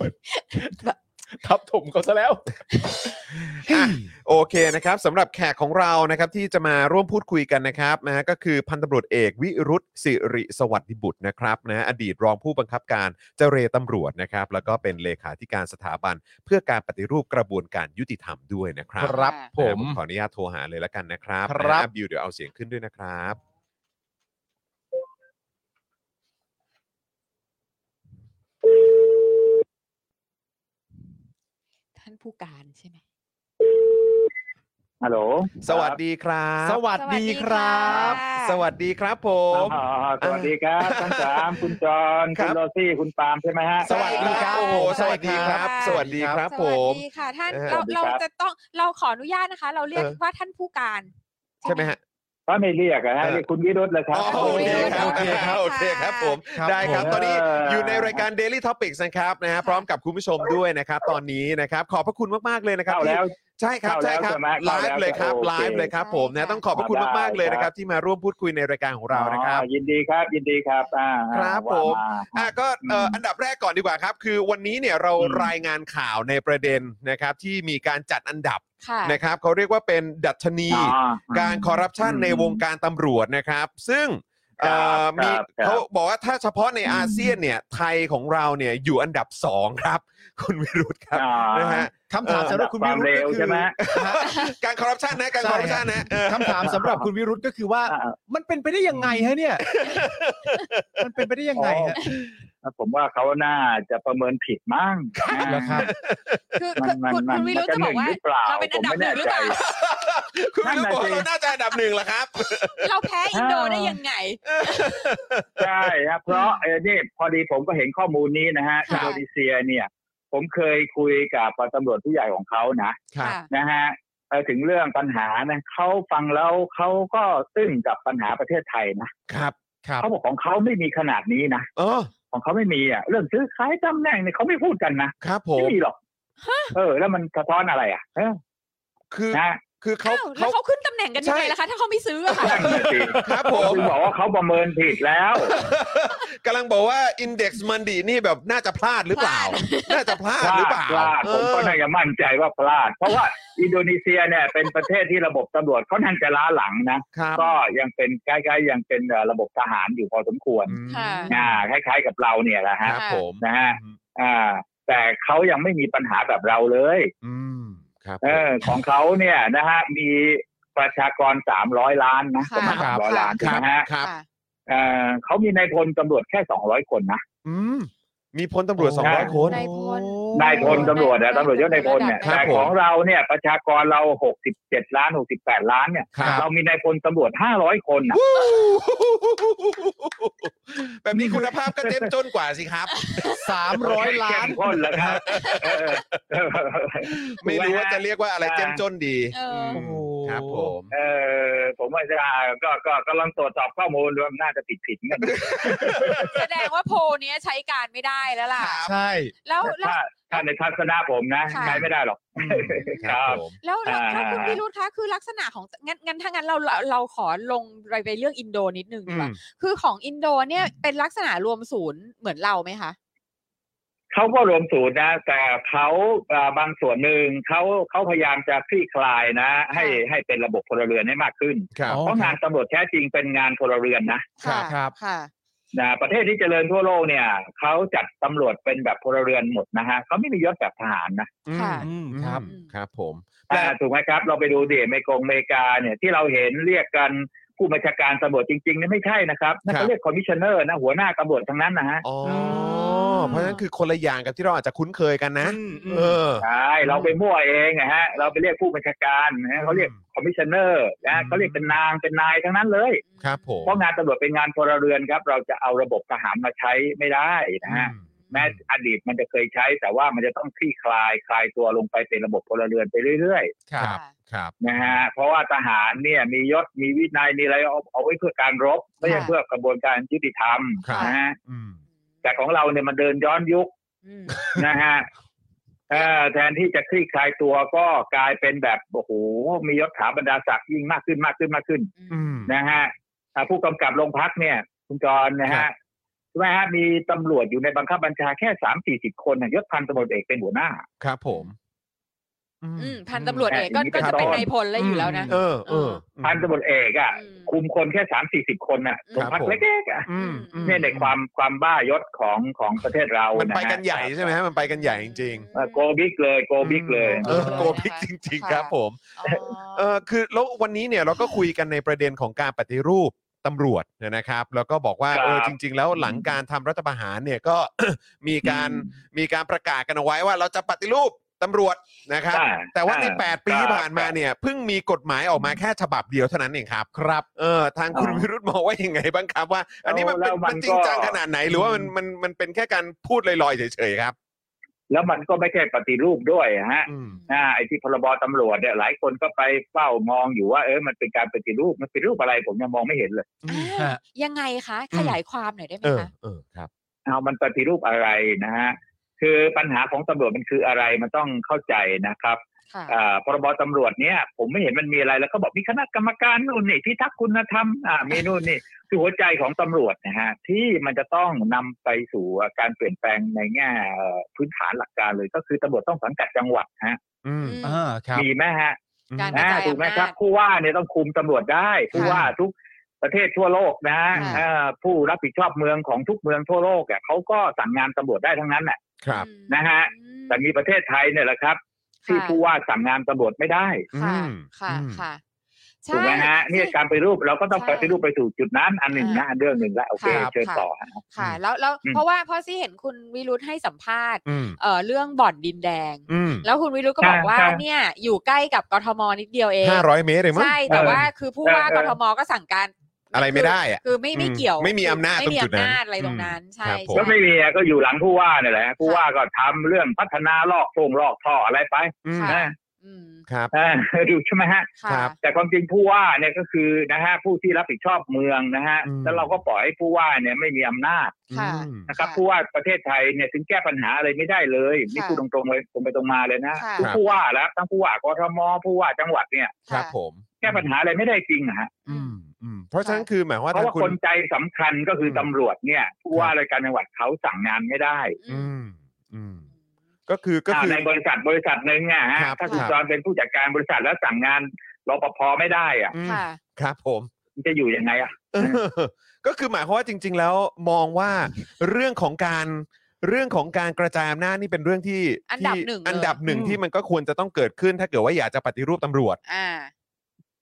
Speaker 3: ทับถมเขาซะแล้ว
Speaker 2: อ่ะ โอเคนะครับสำหรับแขกของเรานะครับที่จะมาร่วมพูดคุยกันนะครับนะฮะก็คือพันตำรวจเอกวิรุธสิริสวัสดิบุตรนะครับนะฮะอดีตรองผู้บังคับการเจเรตำรวจนะครับ แล้วก็เป็นเลขาธิการสถาบัน เพื่อการปฏิรูปกระบวนการยุติธรรมด้วยนะครับ
Speaker 3: ครับ
Speaker 4: ค่ะ
Speaker 3: ผม
Speaker 2: นะฮะขออนุญาตโทรหาเลยละกันนะครับ
Speaker 3: ครับ
Speaker 2: นะฮะบิวเดี๋ยวเอาเสียงขึ้นด้วยนะครับ
Speaker 4: ท่านผู้การใช่ไหม
Speaker 7: ฮัลโหล
Speaker 2: สวัสดีครับ
Speaker 3: สวัสดีครับ
Speaker 4: ค่ะ
Speaker 2: สวัสดีครับผม
Speaker 7: อ่าสวัสดีครับทั้งสามคุณจอห์น
Speaker 2: ครั
Speaker 7: คุณ
Speaker 2: บ
Speaker 7: โรซี่ คุณปาล์มใช่ไหมฮะ
Speaker 3: สวัสดีครับ
Speaker 2: โอ้โหสวัสดีครับ
Speaker 4: ค่ะ
Speaker 2: สวัสดีครับผม
Speaker 4: สวัสดีค่ะ ท่าน
Speaker 2: เออ
Speaker 4: เรา
Speaker 7: สวัสดี
Speaker 4: เรา
Speaker 7: ครับ
Speaker 4: จะต้องเราขออนุญาตนะคะ เราเรียก
Speaker 2: เออ
Speaker 4: ว่าท่านผู้การ
Speaker 2: ใช่ไหมฮะ
Speaker 7: ก็ไม่เรียกอะฮะ
Speaker 2: เออ
Speaker 7: เรียกคุณวิรุธเลยครับ
Speaker 2: อ๋อโอเคครับ โอเคครับ โอเคครับผม
Speaker 3: ครับ
Speaker 2: ได้ครับ
Speaker 7: ผม
Speaker 2: ตอนนี้อยู่ในรายการ Daily Topics นะครับนะฮะ พร้อมกับคุณผู้ชมด้วยนะครับ ตอนนี้นะครับ ขอบพระคุณมาก ๆ เลยนะครับ
Speaker 7: เข้าแล้ว
Speaker 2: ใช่ครับ
Speaker 7: เข้าแล้
Speaker 2: ใช่
Speaker 7: ว
Speaker 2: ครับ
Speaker 7: ใช่ไหม
Speaker 2: ไล
Speaker 7: เข้าแล้ว
Speaker 2: ฟ์เลยครับ
Speaker 7: โอเค
Speaker 2: ไลฟ์เลยครับผมนะต้องขอบพระคุณมากๆเลยนะครับ ที่มาร่วมพูดคุยในรายการของเรานะครับ
Speaker 7: อ๋อยินดีครับยินดีครับอ่า
Speaker 2: ครับ
Speaker 7: ว่า
Speaker 2: ผม
Speaker 7: า
Speaker 2: อ่ะก็เอ่ออ
Speaker 7: ม
Speaker 2: อันดับแรกก่อนดีกว่าครับ คือวันนี้เนี่ยเรา
Speaker 7: อืม
Speaker 2: รายงานข่าวในประเด็นนะครับที่มีการจัดอันดับ
Speaker 4: ค่ะ
Speaker 2: นะครับเขาเรียกว่าเป็นดัชนี
Speaker 7: อ๋อ
Speaker 2: การคอร์รัปชัน
Speaker 7: อืม
Speaker 2: ในวงการตำรวจนะครับ ซึ่งเอ่อ
Speaker 7: ครับ
Speaker 2: มี
Speaker 7: ครับครับ
Speaker 2: เขาบอกว่าถ้าเฉพาะในอาเซียนเนี่ยไทยของเราเนี่ยอยู่อันดับ 2 ครับ คุณวิรุธครับ
Speaker 7: อ๋อ
Speaker 2: นะฮะ
Speaker 3: คำถามสำหรับคุณวิรุ
Speaker 7: วาม
Speaker 3: ธ
Speaker 7: เร็
Speaker 3: ก็
Speaker 7: ว
Speaker 3: คือ
Speaker 7: ใช่ไหม
Speaker 2: การคอร์รัปชันนะการ
Speaker 3: ใช่ฮะ
Speaker 2: คอร์รัปชันนะเออ
Speaker 3: คำถามสำหรับคุณวิรุธก็คือว่า
Speaker 7: อ่า
Speaker 3: มันเป็นไปได้ยังไงฮะเนี่ย มันเป็นไปได้ยังไงฮะ
Speaker 7: ผมว่าเขาน่าจะประเมินผิดมั้ง
Speaker 3: เหรอครับ
Speaker 4: คือ
Speaker 7: มั
Speaker 4: คื
Speaker 7: น
Speaker 4: อ
Speaker 7: มัน
Speaker 4: คุณ
Speaker 7: มัน
Speaker 4: คุณวิรุธ
Speaker 7: มัน
Speaker 4: จะ
Speaker 7: ห
Speaker 4: บอ
Speaker 7: นึ่
Speaker 4: กว่า
Speaker 7: งหรือเปล่า
Speaker 4: เราเป็นอันดับ
Speaker 7: ผม
Speaker 4: ห
Speaker 7: ไม่
Speaker 4: นึ่งหรือเปล่า
Speaker 7: แน่ใจ
Speaker 2: คุณวิรุธบอก
Speaker 7: นั่
Speaker 2: ว่านเรา
Speaker 7: น่ะสิ
Speaker 2: น่าจะอันดับหนึ่งเหรอ ครับ
Speaker 4: เราแพ้อินโดได้ยังไง
Speaker 7: ใช่ครับเพราะเออนี่พอดีผมก็เห็นข้อมูลนี้นะฮะ
Speaker 4: ค่ะ
Speaker 7: อินโดนีเซียเนี่ย ผมเคยคุยกับตำรวจผู้ใหญ่ของเขานะ
Speaker 2: ครับ
Speaker 4: ค่ะ
Speaker 7: นะฮะเอ่อถึงเรื่องปัญหานะเขาฟังแล้วเขาก็ตึ้งกับปัญหาประเทศไทยนะครับ เขาบอกของเขาไม่มีขนาดนี้นะ
Speaker 2: เออ
Speaker 7: ของเขาไม่มีอ่ะเรื่องซื้อขายตำแหน่งเนี่ยเขาไม่พูดกันนะครับ
Speaker 2: ผ
Speaker 7: ไม่
Speaker 2: ม
Speaker 7: มีหรอกเออ แล้วมันสะท้อนอะไรอ่ะเออ
Speaker 2: คือ
Speaker 7: นะ
Speaker 2: คือเขา
Speaker 4: อ้าวแล้ว
Speaker 2: เขา
Speaker 4: เขาขึ้นตำแหน่งกันยังไง
Speaker 2: ใช่
Speaker 4: ล่ะคะ ถ้าเขาไม่ซื้ออะค่ะ
Speaker 7: นั่นน่ะสิ
Speaker 2: ครับผ
Speaker 7: ผม มบอกว่าเขาประเมินผิดแล้ว
Speaker 2: กำลังบอกว่าอินเด็กซ์มันดีนี่แบบน่าจะพลาดหรือเปล่า น่าจะพลาด
Speaker 7: พ
Speaker 2: ห
Speaker 7: ลา
Speaker 2: รือ
Speaker 7: ด
Speaker 2: เปล่า
Speaker 7: พลาด
Speaker 2: เอ
Speaker 7: ผม
Speaker 2: อ
Speaker 7: ก็น่าจะมั่นใจว่าพลาด เพราะว่าอินโดนีเซียเนี่ยเป็นประเทศที่ระบบตำรวจเขานั่งจะล้าหลังนะครับ ก็ยังเป็นใกล้ๆยังเป็นเอ่อระบบทหารอยู่พอสมควร
Speaker 2: อืม
Speaker 4: ค่ะ
Speaker 7: อ่าคล้าย ๆ กับเราเนี่ยแหละ
Speaker 2: ค
Speaker 7: ฮะ
Speaker 2: รับผม
Speaker 7: นะฮะ อ่า แต่เขายังไม่มีปัญหาแบบเราเลย
Speaker 2: อืมครับ
Speaker 7: เออ ของเขาเนี่ยนะฮะ มีประชากรสามร้อยล้านนะ
Speaker 4: ค่ะ
Speaker 7: ประมาณ
Speaker 4: ครั
Speaker 7: สาม
Speaker 4: บ
Speaker 7: ร้อยล้าน
Speaker 2: ค
Speaker 7: ถูก
Speaker 2: รับ
Speaker 7: ไหมฮะ
Speaker 2: ครับ
Speaker 4: ค่ะ
Speaker 7: เออเขามีนายพลตำรวจแค่สองร้อยคนนะ
Speaker 2: อืมมีพลตำรวจ
Speaker 3: โอ้
Speaker 2: 200 คน
Speaker 4: นายพล
Speaker 2: โ
Speaker 7: นายพลตำรวจนะตำรวจยศนายพลเนี่ย
Speaker 2: ครับ
Speaker 7: แต่
Speaker 2: ผม
Speaker 7: ของเราเนี่ย ประชากรเราหกสิบเจ็ดล้านหกสิบแปดล้านเนี่ย
Speaker 2: ครับ
Speaker 7: เรามีนายพลตำรวจห้าร้อยคนนะ
Speaker 2: แบบนี้คุณภาพก็เจ้มจนกว่าสิครับ
Speaker 3: สามร้อยล้า
Speaker 7: เข้
Speaker 3: น
Speaker 7: มข้นแล้วครับเออเออ
Speaker 2: ไม่รู้ว่าจะเรียกว่าอะไร
Speaker 7: อ่า
Speaker 2: เจ้มจนดี
Speaker 4: เอออื
Speaker 2: มครับผม
Speaker 7: เออผมว่าจะก็ก็กำลังตรวจสอบข้อมูลว่าน่าจะผิดผิดๆกัน
Speaker 4: แสดงว่าโพลเนี้ยใช้การไม่ได้แล้วล่ะ
Speaker 2: ครับ
Speaker 3: ใช่
Speaker 4: แล้วแล้ว
Speaker 7: ถ้าถ้าในทัศนะผมนะ
Speaker 4: ค่ะ
Speaker 7: ใช้ไม่ได้หรอก
Speaker 2: ครับผม
Speaker 4: แล้วแล้ว
Speaker 7: อ่า
Speaker 4: แล้วคุณวิรุธคะคือลักษณะของงั้นงั้นถ้างั้นเราเราเราขอลงไปไปเรื่องอินโดนิดนึงดีกว่า
Speaker 2: อืม
Speaker 4: คือของอินโดเนี่ยเป็นลักษณะรวมศูนย์เหมือนเราไหมคะ
Speaker 7: เขาก็รวมศูนย์นะ แต่เขาเอ่อบางส่วนหนึ่งเขาเขาพยายามจะคลี่คลายนะ ให้
Speaker 4: ค่ะ
Speaker 7: ให้เป็นระบบพลเรือนให้มากขึ้น
Speaker 2: ครับ
Speaker 3: อ๋อ
Speaker 7: เพราะงานตำรวจแท้จริงเป็นงานพลเรือนนะ
Speaker 3: ครับค
Speaker 4: ค่ะ
Speaker 3: รับ
Speaker 4: ค่ะ
Speaker 7: นะประเทศที่เจริญทั่วโลกเนี่ยเขาจัดตำรวจเป็นแบบพลเรือนหมดนะฮะเขาไม่มียศแบบทหารนะ
Speaker 2: อืม
Speaker 4: ค่ะ
Speaker 3: อืม
Speaker 2: อืม
Speaker 3: ครับ
Speaker 2: ครับผม
Speaker 7: อ่าถูกไหมครับ เราไปดูดิอเมริกงอเมริกาเนี่ยที่เราเห็นเรียกกันผู้บัญชาการตำรวจจริงๆเนี่ยไม่ใช่นะครับนั่น
Speaker 2: ครั
Speaker 7: เขา
Speaker 2: บ
Speaker 7: เรียกคอมมิชชันเนอร์นะหัวหน้าตำรวจทั้งนั้นนะฮะ
Speaker 2: อ๋ออ
Speaker 4: ม
Speaker 2: เพราะฉะนั้นคือคนละอย่างกับที่เราอาจจะคุ้นเคยกันนะ เออ
Speaker 7: ใช่เราไปมั่วเองนะฮะ เราไปเรียกผู้บัญชาการนะฮะเขาเรียกคอมมิชชันเนอร์นะฮะเขาเรียกเป็นนางเป็นนายทั้งนั้นเลย
Speaker 2: ครับผม
Speaker 7: เพราะงานตำรวจเป็นงานพลเรือนครับ เราจะเอาระบบทหารมาใช้ไม่ได้นะฮะ
Speaker 2: อืม
Speaker 7: แม้อดีตมันจะเคยใช้ แต่ว่ามันจะต้องคลี่คลายคลายตัวลงไปเป็นระบบพลเรือนไปเรื่อย
Speaker 2: ครั
Speaker 4: ค่ะ
Speaker 2: บ ครับ
Speaker 7: ๆนะฮะเพราะว่าทหารเนี่ยมียศมีวินัยมีอะไรเอาเอาไว้เพื่อการรบไม่ใช่
Speaker 4: ค่ะ
Speaker 7: เพื่อกระบวนการยุติธรรม
Speaker 2: ครับ
Speaker 7: นะฮะ
Speaker 2: อืม
Speaker 7: แต่ของเราเนี่ยมันเดินย้อนยุค
Speaker 4: อืม
Speaker 7: นะฮะเอ่อแทนที่จะคลี่คลายตัวก็กลายเป็นแบบโอ้โหมียศถาบรรดาศักดิ์ยิ่งมากขึ้นมากขึ้นมากขึ้น
Speaker 2: อืม
Speaker 7: นะฮะอ่าผู้กำกับโรงพักเนี่ย คุณจรนะ
Speaker 2: ครั
Speaker 7: ฮะ
Speaker 2: บ
Speaker 7: ใช่ไหมฮะมีตำรวจอยู่ในบังคับบัญชาแค่สามสี่สิบคนน่ะยศพันตำรวจเอกเป็นหัวหน้า
Speaker 2: ครับผม อืม
Speaker 4: อืมพันตำรวจเอกก็
Speaker 7: อืม
Speaker 4: ก็จะเป็นนายพลเลยอยู่แล้วนะ
Speaker 2: เออ เออ
Speaker 7: พันตำรวจเอกอ่ะ
Speaker 4: อืม
Speaker 7: คุมคนแค่สามสี่สิบคนน่ะโรงพัก
Speaker 2: ผม
Speaker 7: เล็กๆอ่ะ
Speaker 2: อืมอืม
Speaker 7: เนี่ยในความความบ้ายศของของประเทศเรา
Speaker 2: มัน
Speaker 7: นะ
Speaker 2: ไป
Speaker 7: ฮะ
Speaker 2: กันใหญ่ใช่ไหมฮะมันไปกันใหญ่จริง
Speaker 7: เอ่อโกบิ๊กเลยโกบิ๊กเลย
Speaker 2: ๆเออโกพิกจริง ๆ ครับผม
Speaker 4: อ๋
Speaker 2: เอ
Speaker 4: อ
Speaker 2: อคือแล้ววันนี้เนี่ยเราก็คุยกันในประเด็นของการปฏิรูปตำรวจเนี่ยนะครับ แล้วก็บอกว่า
Speaker 7: ครับ
Speaker 2: เออจริง ๆ แล้วหลังการทำรัฐประหารเนี่ยก็ มีการมีการประกาศกันเอาไว้ว่าเราจะปฏิรูปตำรวจนะครับ
Speaker 7: ใช่
Speaker 2: แต่ว่าใน
Speaker 7: ใช่
Speaker 2: 8 ปี
Speaker 7: ครับ
Speaker 2: ที่ผ่านมาเนี่ยเพิ่งมีกฎหมายออกมาแค่ฉบับเดียวเท่านั้นเองครับครับเออทางคุณ
Speaker 7: อ๋อ
Speaker 2: วิรุธมองว่ายังไงบ้างครับว่า อันนี้มันเป็น
Speaker 7: แล้วมัน
Speaker 2: มันจริงจัง
Speaker 7: ก็
Speaker 2: ขนาดไหนหรือว่ามันมันมันเป็นแค่การพูดลอยๆเฉยๆครับ
Speaker 7: แล้วมันก็ไม่ใช่ปฏิรูปด้วยฮะ
Speaker 2: อืม
Speaker 7: อ่าไอ้ที่พรบตำรวจเนี่ยหลายคนก็ไปเฝ้ามองอยู่ว่าเออมันเป็นการปฏิรูปมันปฏิรูปอะไรผมยังมองไม่เห็นเลย
Speaker 4: อ่า
Speaker 3: ฮะ
Speaker 4: ยังไงคะ ขยายความหน่อยได้
Speaker 2: เออ
Speaker 4: ไหมคะ
Speaker 2: เออครับ
Speaker 7: เอามันปฏิรูปอะไรนะฮะคือปัญหาของตำรวจมันคืออะไรมันต้องเข้าใจนะครับ
Speaker 4: ค่ะ
Speaker 7: เอ่อพรบตำรวจเนี่ยผมไม่เห็นมันมีอะไรแล้วก็บอกมีคณะกรรมการนู่นนี่พิทักษ์คุณธรรมอ่ามีนู่นนี่คือหัวใจของตำรวจนะฮะที่มันจะต้องนำไปสู่การเปลี่ยนแปลงในแง่เอ่อพื้นฐานหลักการเลย ก็คือตำรวจต้องสังกัดจังหวัดฮะ
Speaker 2: อืม
Speaker 3: อ่าครับ
Speaker 7: มีไหมฮะ
Speaker 4: การกระ
Speaker 7: อ่า
Speaker 4: จาย
Speaker 7: ถูกไหม
Speaker 4: อำ
Speaker 7: ครั
Speaker 4: นา
Speaker 7: บ
Speaker 4: จ
Speaker 7: ผู้ว่าเนี่ยต้องคุมตำรวจได้ผู้ว่าทุกประเทศทั่วโลกนะฮะ
Speaker 4: ค่ะ
Speaker 7: เอ่อผู้รับผิดชอบเมืองของทุกเมืองทั่วโลกอ่ะเขาก็สั่งงานตำรวจได้ทั้งนั้นแหละ
Speaker 2: ครับ
Speaker 4: อืม
Speaker 7: นะฮะ แต่มีประเทศไทยเนี่ยแหละครับ ที่
Speaker 4: ค่ะ
Speaker 7: ผู้ว่าสั่งงานตำรวจไม่ได้
Speaker 4: ค่ะ
Speaker 2: อืม
Speaker 4: ค่ะ
Speaker 2: อืม
Speaker 4: ค่ะใช่
Speaker 7: ถูกไหมฮะเนี่ยการไปรูปเราก็ต้อง
Speaker 4: ใช่
Speaker 7: ไปฏิรูปไปสู่จุดนั้นอันหนึ่งนะอันเรื่องหนึ่งละโอเค
Speaker 4: ครับ
Speaker 7: เชิญ
Speaker 4: ค่ะ
Speaker 7: ต่อฮะ
Speaker 4: ค่ะ แล้วแล้ว
Speaker 7: อืม
Speaker 4: เพราะว่าเพราะซี่เห็นคุณวิรุธให้สัมภาษณ์
Speaker 2: อืม
Speaker 4: เอ่อเรื่องบ่อนดินแดง
Speaker 2: อืม
Speaker 4: แล้วคุณวิรุธก็บอกว่า
Speaker 7: ใช่
Speaker 4: เนี่ยอยู่ใกล้กับกทมนิดเดียวเอง
Speaker 2: ห้าร้อยเมตรเองมั้ง
Speaker 4: ใช่แต่ว่าคือผู้ว่า
Speaker 7: เออเออ
Speaker 4: กทมก็สั่งการ
Speaker 2: อะไรไม่ได้อะ
Speaker 4: คือไม่ไม่
Speaker 2: อืม
Speaker 4: เกี่ยว
Speaker 2: ไม่มีอำนาจ
Speaker 4: ไม่มี
Speaker 2: ตรงจุดนั้
Speaker 4: อำ
Speaker 2: น
Speaker 4: นาจอะไรตรงนั้นใช่
Speaker 2: ครับผม
Speaker 4: ใช่
Speaker 7: ก็ไม่มีอะก็อยู่หลังผู้ว่าเนี่ยแหละผู้ว่าก็ทำเรื่องพัฒนาลอกโพรงลอกท่ออะไรไป
Speaker 2: อืม
Speaker 4: ค่ะ
Speaker 7: นะ
Speaker 4: อืม
Speaker 2: ครับ
Speaker 7: เออ ดูใช่ไหมฮะ
Speaker 4: ค่ะ
Speaker 2: ครับ
Speaker 7: แต่ความจริงผู้ว่าเนี่ยก็คือนะฮะผู้ที่รับผิดชอบเมืองนะฮะ
Speaker 2: อืม
Speaker 7: แล้วเราก็ปล่อยให้ผู้ว่าเนี่ยไม่มีอำนาจ
Speaker 4: ค่ะ
Speaker 2: อืม
Speaker 7: นะครับ
Speaker 4: ค่ะ
Speaker 7: ผู้ว่าประเทศไทยเนี่ยถึงแก้ปัญหาอะไรไม่ได้เลยนี่
Speaker 4: ค่ะ
Speaker 7: พูดตรงๆเลยตรงไปตรงมาเลยนะ
Speaker 4: ค่ะ
Speaker 7: ทุกผู้ว่าแล้วทั้งผู้ว่ากทมผู้ว่าจังหวัดเนี่ย
Speaker 2: ครับ
Speaker 4: ค่ะ
Speaker 2: ผม
Speaker 7: แก้ปัญหาอะไรไม่ได้จริงอะฮะ
Speaker 2: อืมอืมเพราะฉะนั้นคือหมายว่า
Speaker 7: เพราะ
Speaker 2: ทาง
Speaker 7: ว่า
Speaker 2: คุ
Speaker 7: ค
Speaker 2: ณ
Speaker 7: นใจสำคัญก็คือ
Speaker 2: ม
Speaker 7: ตำรวจเนี่ยผู้ว่าราชการจังหวัดเขาสั่งงานไม่ได้
Speaker 2: อื
Speaker 4: อืม
Speaker 2: มอืมก็คือก็คือ
Speaker 7: อ่าในบริษัทบริษัทหนึ่งอะฮะ
Speaker 2: ครับ
Speaker 7: ถ้าคุณ
Speaker 2: ครับ
Speaker 7: จอนเป็นผู้จัดการบริษัทแล้วสั่งงานรปภไม่ได้อะ
Speaker 2: อืม
Speaker 4: ค่ะ
Speaker 2: ครับผม
Speaker 7: มันจะอยู่ยังไงอะ
Speaker 2: เออก็คือหมายความว่าจริง ๆ แล้วมองว่าเรื่องของการเรื่องของการกระจายอำนาจนี่เป็นเรื่องที่
Speaker 4: อันดับ
Speaker 2: ที่
Speaker 4: หนึ่งเลย
Speaker 2: อันดับหนึ่งที่มันก็ควรจะต้องเกิดขึ้น ถ้าเกิดว่าอยากจะปฏิรูปตำรวจ
Speaker 4: อ่า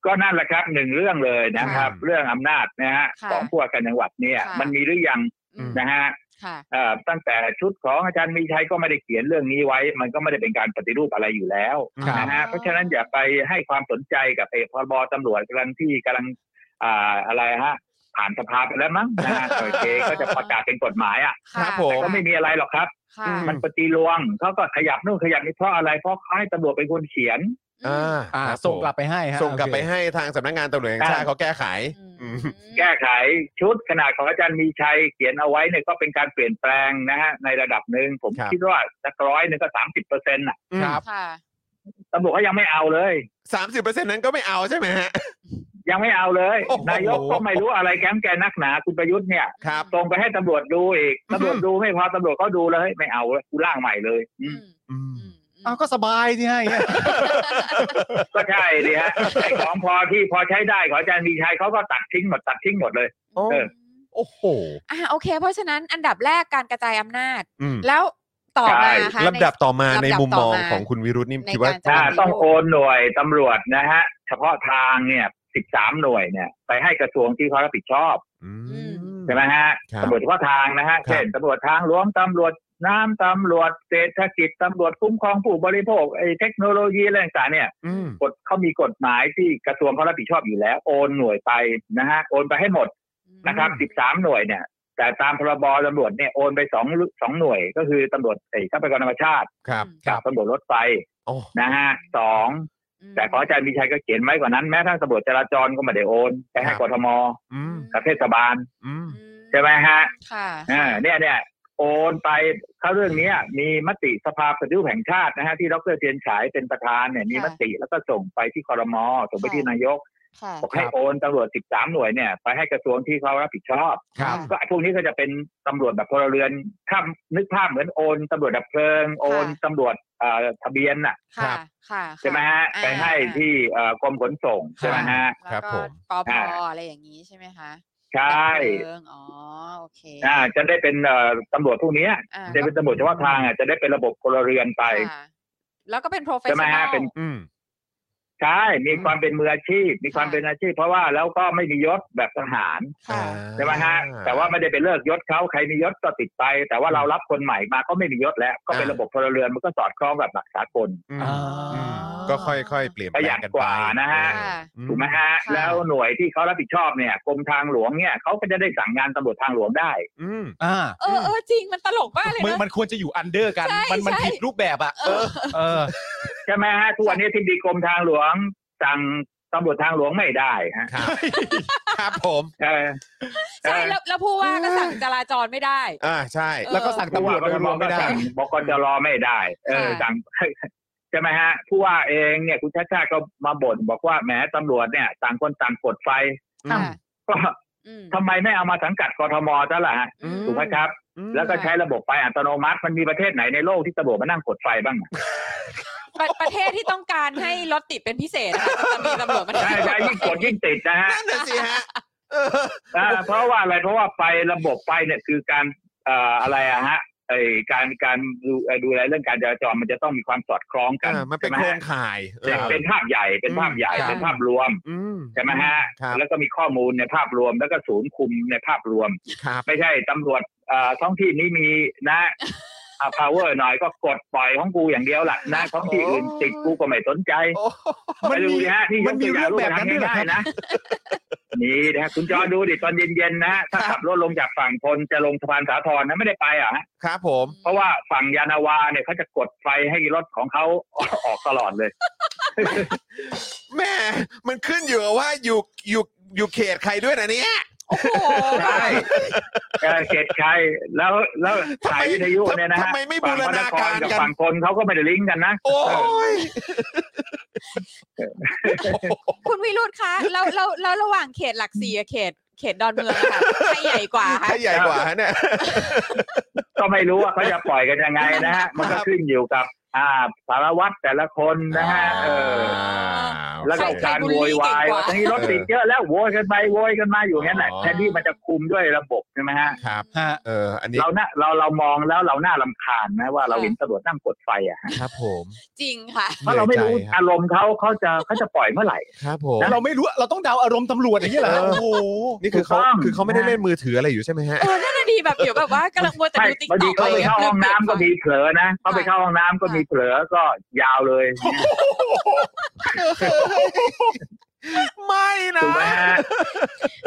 Speaker 7: ก็นั่นแหละครับหนึ่งเรื่องเลยนะครับ
Speaker 2: ค่ะ
Speaker 7: เรื่องอำนาจนะฮะ
Speaker 4: ค่ะ
Speaker 7: ของผู้ว่าการจังหวัดเนี่ย
Speaker 4: ค่ะ
Speaker 7: มันมีหรือยัง
Speaker 4: อืม
Speaker 7: นะฮะ
Speaker 4: ค่ะ
Speaker 7: เอ่อตั้งแต่ชุดของอาจารย์มีชัยก็ไม่ได้เขียนเรื่องนี้ไว้ มันก็ไม่ได้เป็นการปฏิรูปอะไรอยู่แล้ว
Speaker 2: ครับ
Speaker 7: นะฮะเพราะฉะนั้นอย่าไปให้ความสนใจกับไอ้พรบตำรวจกำลังที่กำลังอ่าอะไรฮะ ผ่านสภาไปแล้วมั้งนะฮะ โอเคก็จะประกาศเป็นกฎหมายอ่ะ
Speaker 4: ค่ะ
Speaker 2: ครับผ
Speaker 7: แต่ก็ไม่มีอะไรหรอกครับ
Speaker 4: ค่ะ
Speaker 2: อืม
Speaker 7: มันปฏิรวงเขาก็ขยับนู่นขยับนี่เพราะอะไรเพราะเขาให้ตำรวจเป็นคนเขียน
Speaker 2: อ่า
Speaker 3: อ่า
Speaker 2: ครับ
Speaker 3: ส่ง
Speaker 2: ผม
Speaker 3: กลับไปให้ฮะ
Speaker 2: ส่งกลับ
Speaker 3: โอ
Speaker 2: ไป
Speaker 3: เค
Speaker 2: ให้ทางสำนักงานตำรวจแห่งชาติ
Speaker 7: อ่า
Speaker 2: เขาแก้ไข
Speaker 4: อืม
Speaker 2: อืม
Speaker 7: แก้ไขชุดขนาดของอาจารย์มีชัยเขียนเอาไว้เนี่ยก็เป็นการเปลี่ยนแปลงนะฮะในระดับหนึ่งผม
Speaker 2: ครับ
Speaker 7: คิดว่าสักร้อยหนึ่งก็สามสิบเปอร์เซ็นต์่ะ
Speaker 3: ครับ
Speaker 4: ค่ะ
Speaker 7: ตำรวจก็ยังไม่เอาเลย
Speaker 2: สามสิบเปอร์เซ็นต์นั้นก็ไม่เอาใช่ไหมฮะ
Speaker 7: ยังไม่เอาเลย
Speaker 2: โอ้โห
Speaker 7: นายกก็ไม่รู้อะไรแก้มแกนักหนาคุณประยุทธ์เนี่ย
Speaker 2: ครับ
Speaker 7: ตรงไปให้ตำรวจดูอีกตำรวจดูไม่พอตำรวจก็ดูเลยไม่เอาเลยกูร่างใหม่เลยอื
Speaker 4: อื
Speaker 7: ม
Speaker 4: ม
Speaker 2: อืม
Speaker 4: อืมม
Speaker 3: อ้าวก็สบายสิฮะอย่างเงี้ย
Speaker 7: ก็ใช่ดิฮะไอ้ของพอที่พอใช้ได้ของอาจารย์มีชัยเขาก็ตัดทิ้งหมดตัดทิ้งหมดเลย
Speaker 2: โอ้
Speaker 7: เออ
Speaker 2: โอ้โห
Speaker 4: อ่าโอเค เพราะฉะนั้นอันดับแรกการกระจายอำนาจ
Speaker 2: อืม
Speaker 4: แล้วต่อมา
Speaker 7: ใช่
Speaker 4: ค่ะ
Speaker 2: ลำดับ
Speaker 4: ใน
Speaker 2: ต่อมาใน
Speaker 4: ลำดับ
Speaker 2: มุมมอง
Speaker 4: ต่อมา
Speaker 2: ของคุณวิรุธนี่
Speaker 4: ใน
Speaker 2: คิดว่า
Speaker 4: การจะ
Speaker 7: ถ้า
Speaker 4: ปฏิ
Speaker 7: ต้องโอ
Speaker 4: รูป
Speaker 7: นหน่วยตำรวจนะฮะ เฉพาะทางเนี่ย 13 หน่วยเนี่ย ไปให้กระทรวงที่เขารับผิดชอบ
Speaker 2: อืม
Speaker 7: ใช่ไหมฮะ
Speaker 2: ครับ
Speaker 7: ตำรวจเฉพาะทางนะฮะ เช่นตำรวจทางหลวงตำรวจน้ำตำรวจเศรษฐกิจตำรวจคุ้มครองผู้บริโภคไอ้เทคโนโลยีอะไรต่างๆเนี่ย
Speaker 2: อืม
Speaker 7: กฎเขามีกฎหมายที่กระทรวงเขารับผิดชอบอยู่แล้ว โอนหน่วยไปนะฮะโอนไปให้หมดนะครับ 13 หน่วยเนี่ย แต่ตามพรบตำรวจเนี่ยโอนไปสองสองหน่วย ก็คือตำรวจไอ้ทรัพยากรธรรมชาติ
Speaker 2: ครับ
Speaker 7: กับตำรวจรถไฟ
Speaker 2: โอ้
Speaker 7: นะฮะสอง
Speaker 4: ม
Speaker 7: แต่ของอาจารย์มีชัยก็เขียนไว้กว่านั้นแม้ทั้งตำรวจจราจรก็ไม่ได้โอนไปให้กทม
Speaker 2: อืม
Speaker 7: กับเทศบาล
Speaker 2: อืม
Speaker 4: อื
Speaker 7: ใช่ไหมฮะ
Speaker 4: ค่ะ
Speaker 7: อ่าเนี่ยเนี่ยโอนไปเข้าเรื่องเนี้ยมีมติสภาปฏิรูปแห่งชาตินะฮะที่ดรเทียนฉายเป็นประธานเนี่ยมีมติแล้วก็ส่งไปที่คอรมอส่งไปที่นายก
Speaker 4: ค่ะ
Speaker 7: บอกให้โอนตำรวจ 13 หน่วยเนี่ยไปให้กระทรวงที่เขารับผิดชอบ
Speaker 4: ครับ
Speaker 7: ก็พวกนี้ก็จะเป็นตำรวจแบบพลเรือนถ้านึกภาพเหมือนโอนตำรวจดับเพลิงโอนตำรวจเอ่อทะเบียนน่ะ
Speaker 2: ครั
Speaker 4: ค่ะ
Speaker 2: บ
Speaker 4: ค่ะ
Speaker 7: ใช่ไหมฮะ
Speaker 4: อ่า
Speaker 7: ไปให้ที่เอ่อกรมขนส่งใช่ไหมฮะ
Speaker 4: แล้ว
Speaker 2: ครับ
Speaker 4: ก็
Speaker 2: ผม
Speaker 4: ปอพ
Speaker 7: อ่า
Speaker 4: อะไรอย่างนี้ใช่ไหมคะ
Speaker 7: ใช่
Speaker 4: ดับเพลิงอ๋อโอเค
Speaker 7: อ่าจะได้เป็นเอ่อตำรวจพวกเนี้ย
Speaker 4: อ่า
Speaker 7: จะเป็นตำรวจเฉพาะทางอ่ะจะได้เป็นระบบพลเรือนไป
Speaker 4: ค่ะแล้วก็เป็นโปรเฟช
Speaker 7: ใช่ไหม
Speaker 4: ชั่นแน
Speaker 7: ฮะ
Speaker 4: ล
Speaker 7: เป็น
Speaker 2: อืม
Speaker 7: ใช่มีความเป็นมืออาชีพ มีความ
Speaker 4: ค่ะ
Speaker 7: เป็นอาชีพ เพราะว่าแล้วก็ไม่มียศแบบทหาร
Speaker 4: ค่ะ
Speaker 7: ใช่ไหมฮะแต่ว่าไม่ได้ไปเลิกยศเขาใครมียศก็ติดไป แต่ว่าเรารับคนใหม่มาก็ไม่มียศแล้ว ก็เป็น
Speaker 2: อ่า
Speaker 7: ระบบพลเรือนมันก็สอดคล้องกับหลักสากล
Speaker 2: อืม
Speaker 3: อ่า
Speaker 2: อืมก็ค่อยๆ เปลี่ยนแปลงกัน
Speaker 7: ประหยัดก
Speaker 2: ไป
Speaker 7: ว่านะฮะ
Speaker 4: ค่ะ
Speaker 2: อื
Speaker 7: ถูกไหมฮะ
Speaker 4: ค่ะ
Speaker 7: แล้วหน่วยที่เขารับผิดชอบเนี่ยกรมทางหลวงเนี่ยเขาก็จะได้สั่งงานตำรวจทางหลวงได้
Speaker 2: อืม
Speaker 3: อ่า
Speaker 4: เออเออจริงมันตลกมากเลย
Speaker 3: มัน
Speaker 4: นะ
Speaker 3: มันควรจะอยู่อันเดอร์กัน
Speaker 4: ใช่
Speaker 3: มันมัน
Speaker 4: ใช่
Speaker 3: ผิดรูปแบบอ่ะ เออ เออ
Speaker 7: ใช่ไหมฮะทุกวันนี้ที่ดีกรมทางหลวง สั่งตำรวจทางหลวงไม่ได้ฮะ
Speaker 2: ครับ ครับผม
Speaker 7: เออ
Speaker 4: ใช่แล้วแล้วผู้ว่าก็สั่งจราจรไม่ได้
Speaker 2: อ่า ใช่
Speaker 4: เออ
Speaker 3: แล้วก็สั่งตำรวจโดยรวมไม่ได้
Speaker 7: สั่งบกจรอไม่ได้ เออ
Speaker 4: ค่ะ
Speaker 7: สั่ง ใช่ไหมฮะผู้ว่าเองเนี่ยคุณชาติชาติก็มาบ่นบอกว่าแหมตำรวจเนี่ยต่างคนต่างกดไฟ
Speaker 2: อื
Speaker 4: ค่ะ
Speaker 2: ม
Speaker 7: ก็
Speaker 4: อืม
Speaker 7: ทำไมไม่เอามาสังกัดกทมซะล่ะฮะ
Speaker 4: อื
Speaker 7: ถูกไหมครับ แล้วก็ใช้ระบบไฟอัตโนมัติมันมีประเทศไหนในโลกที่ตำรวจมานั่งกดไฟบ้างอะ
Speaker 4: ประประเทศที่ต้องการให้รถติดเป็นพิเศษนะคะจะมีตำรวจมา
Speaker 7: ใช่ใช่ยิ่งกดยิ่งติดนะฮะ
Speaker 2: นั่นน่ะสิฮะเออ
Speaker 7: อ่าเพราะว่าอะไรเพราะว่าไฟระบบไฟเนี่ยคือการเอ่ออะไรอะฮะไอการการดูเอ่อดูแลเรื่องการจราจรมันจะต้องมีความสอดคล้องกัน
Speaker 2: อ่ามันเป็น
Speaker 7: ใช่ไห
Speaker 2: โคร
Speaker 7: ฮะ
Speaker 2: งข่ายเอ
Speaker 7: เป็น
Speaker 2: อ
Speaker 7: เป็นภาพใหญ่เป็นภาพใหญ่
Speaker 2: ครับ
Speaker 7: เป็นภาพรวม
Speaker 2: อืม
Speaker 7: ใช่ไหมฮะ
Speaker 2: ครับ
Speaker 7: แล้วก็มีข้อมูลในภาพรวม แล้วก็ศูนย์คุมในภาพรวม
Speaker 2: ครับ
Speaker 7: ไม่ใช่ตำรวจเอ่อท้องที่นี้มีนะอ่า power หน่อยก็กดปล่อยของกูอย่างเดียวล่ะนะท้องที่อื่นติดกูก็ไม่สนใจ
Speaker 2: โอ้
Speaker 3: มัน
Speaker 7: ไปดู
Speaker 3: มี
Speaker 7: ดิฮะที่ย
Speaker 3: มัน
Speaker 7: ก
Speaker 3: มี
Speaker 7: ตัวอย่างรูปธรรม
Speaker 3: เรื่องแบบนั้นด้วยเหรอ
Speaker 7: ง่า
Speaker 3: ครั
Speaker 7: ย
Speaker 3: บ
Speaker 7: ๆนะนี่นะฮะคุณจอดูดิตอนเย็นๆนะฮะถ้าขับรถลงจากฝั่งทนจะลงสะพานสาทรนะไม่ได้ไปอ่ะฮะ
Speaker 2: ครับผม
Speaker 7: เพราะว่าฝั่งยานาวาเนี่ยเขาจะกดไฟให้รถของเขา ออกตลอดเลย
Speaker 2: แม่มันขึ้นอยู่กับว่าอยู่อยู่อยู่เขตใครด้วยนะเนี่ย
Speaker 4: โอ้โห
Speaker 7: ใช่เออเขตชัยแล้วแล้วสายวิทยุเนี่ยนะ
Speaker 2: ทำ
Speaker 7: ฮะ
Speaker 2: ไมไม่บู
Speaker 7: ฝั่ง
Speaker 2: ร
Speaker 7: พระน
Speaker 2: ณา
Speaker 7: คร
Speaker 2: การ
Speaker 7: กับ
Speaker 2: กัน
Speaker 7: ฝั่งทนเขาก็ไม่ได้ลิงก์กันนะ
Speaker 2: โอ้ย
Speaker 4: คุณวิรุธคะเราเราเราระหว่างเขตหลักสี่กับเขต เขตดอนเมืองอะค่ะใครใหญ่กว่าคะ
Speaker 2: ถ้าใหญ่กว่าฮะเนี่ย
Speaker 7: ก็ไม่รู้ว่าเขาจะปล่อยกันยังไงนะฮะมันก็ขึ้นอยู่กับ อ่าสารวัตรแต่ละคนนะฮะเออ แล้วก็การโวยวายว่าทั้งนี้รถติดเยอะแล้วโวยกันไปโวยกันมาอยู่งั้นแหละ
Speaker 2: อ๋อ
Speaker 7: แทนที่มันจะคุมด้วยระบบใช่ไหมฮะ
Speaker 2: ครับ
Speaker 3: ฮะ
Speaker 2: เออ อันนี้
Speaker 7: เราน่ะเราเรามองแล้วเราหน้าลำคาญนะว่าเราเห็นตำรวจนั่งกดไฟอ่ะฮะ
Speaker 2: ครับผม
Speaker 4: จริงค่ะ
Speaker 7: เพราะเราไม่รู้
Speaker 2: หนื่อยใจคบ
Speaker 7: อารมณ์เขาเขาจะเขาจะปล่อยเมื่อไหร่
Speaker 2: ครับผม
Speaker 3: แล้วเราไม่รู้เราต้องเดาอารมณ์ตำรวจอย่างนี้เหรอ
Speaker 2: เออ
Speaker 3: โอ้โห
Speaker 2: นี่คือเขา
Speaker 7: ถูกต้อง
Speaker 2: คือเขาไม่ได้เล่นมือถืออะไรอยู่ใช่ไหมฮะ
Speaker 4: เออนั่นน่ะดีแบบเดี๋ยวแบบว่ากำลังมัวแต่
Speaker 7: ใช่
Speaker 4: ดูติ๊กต็
Speaker 7: บาง
Speaker 4: อ
Speaker 7: ที
Speaker 4: ก
Speaker 7: เขา
Speaker 4: อะไรเงี้ย
Speaker 7: ไปเข้าห้องน้ำก็มีเผลอนะเขาไปเข้าห้องน้ำก็มีเผลอก็ยาวเลย
Speaker 2: ไม่นะ
Speaker 7: ถูกไหมฮะ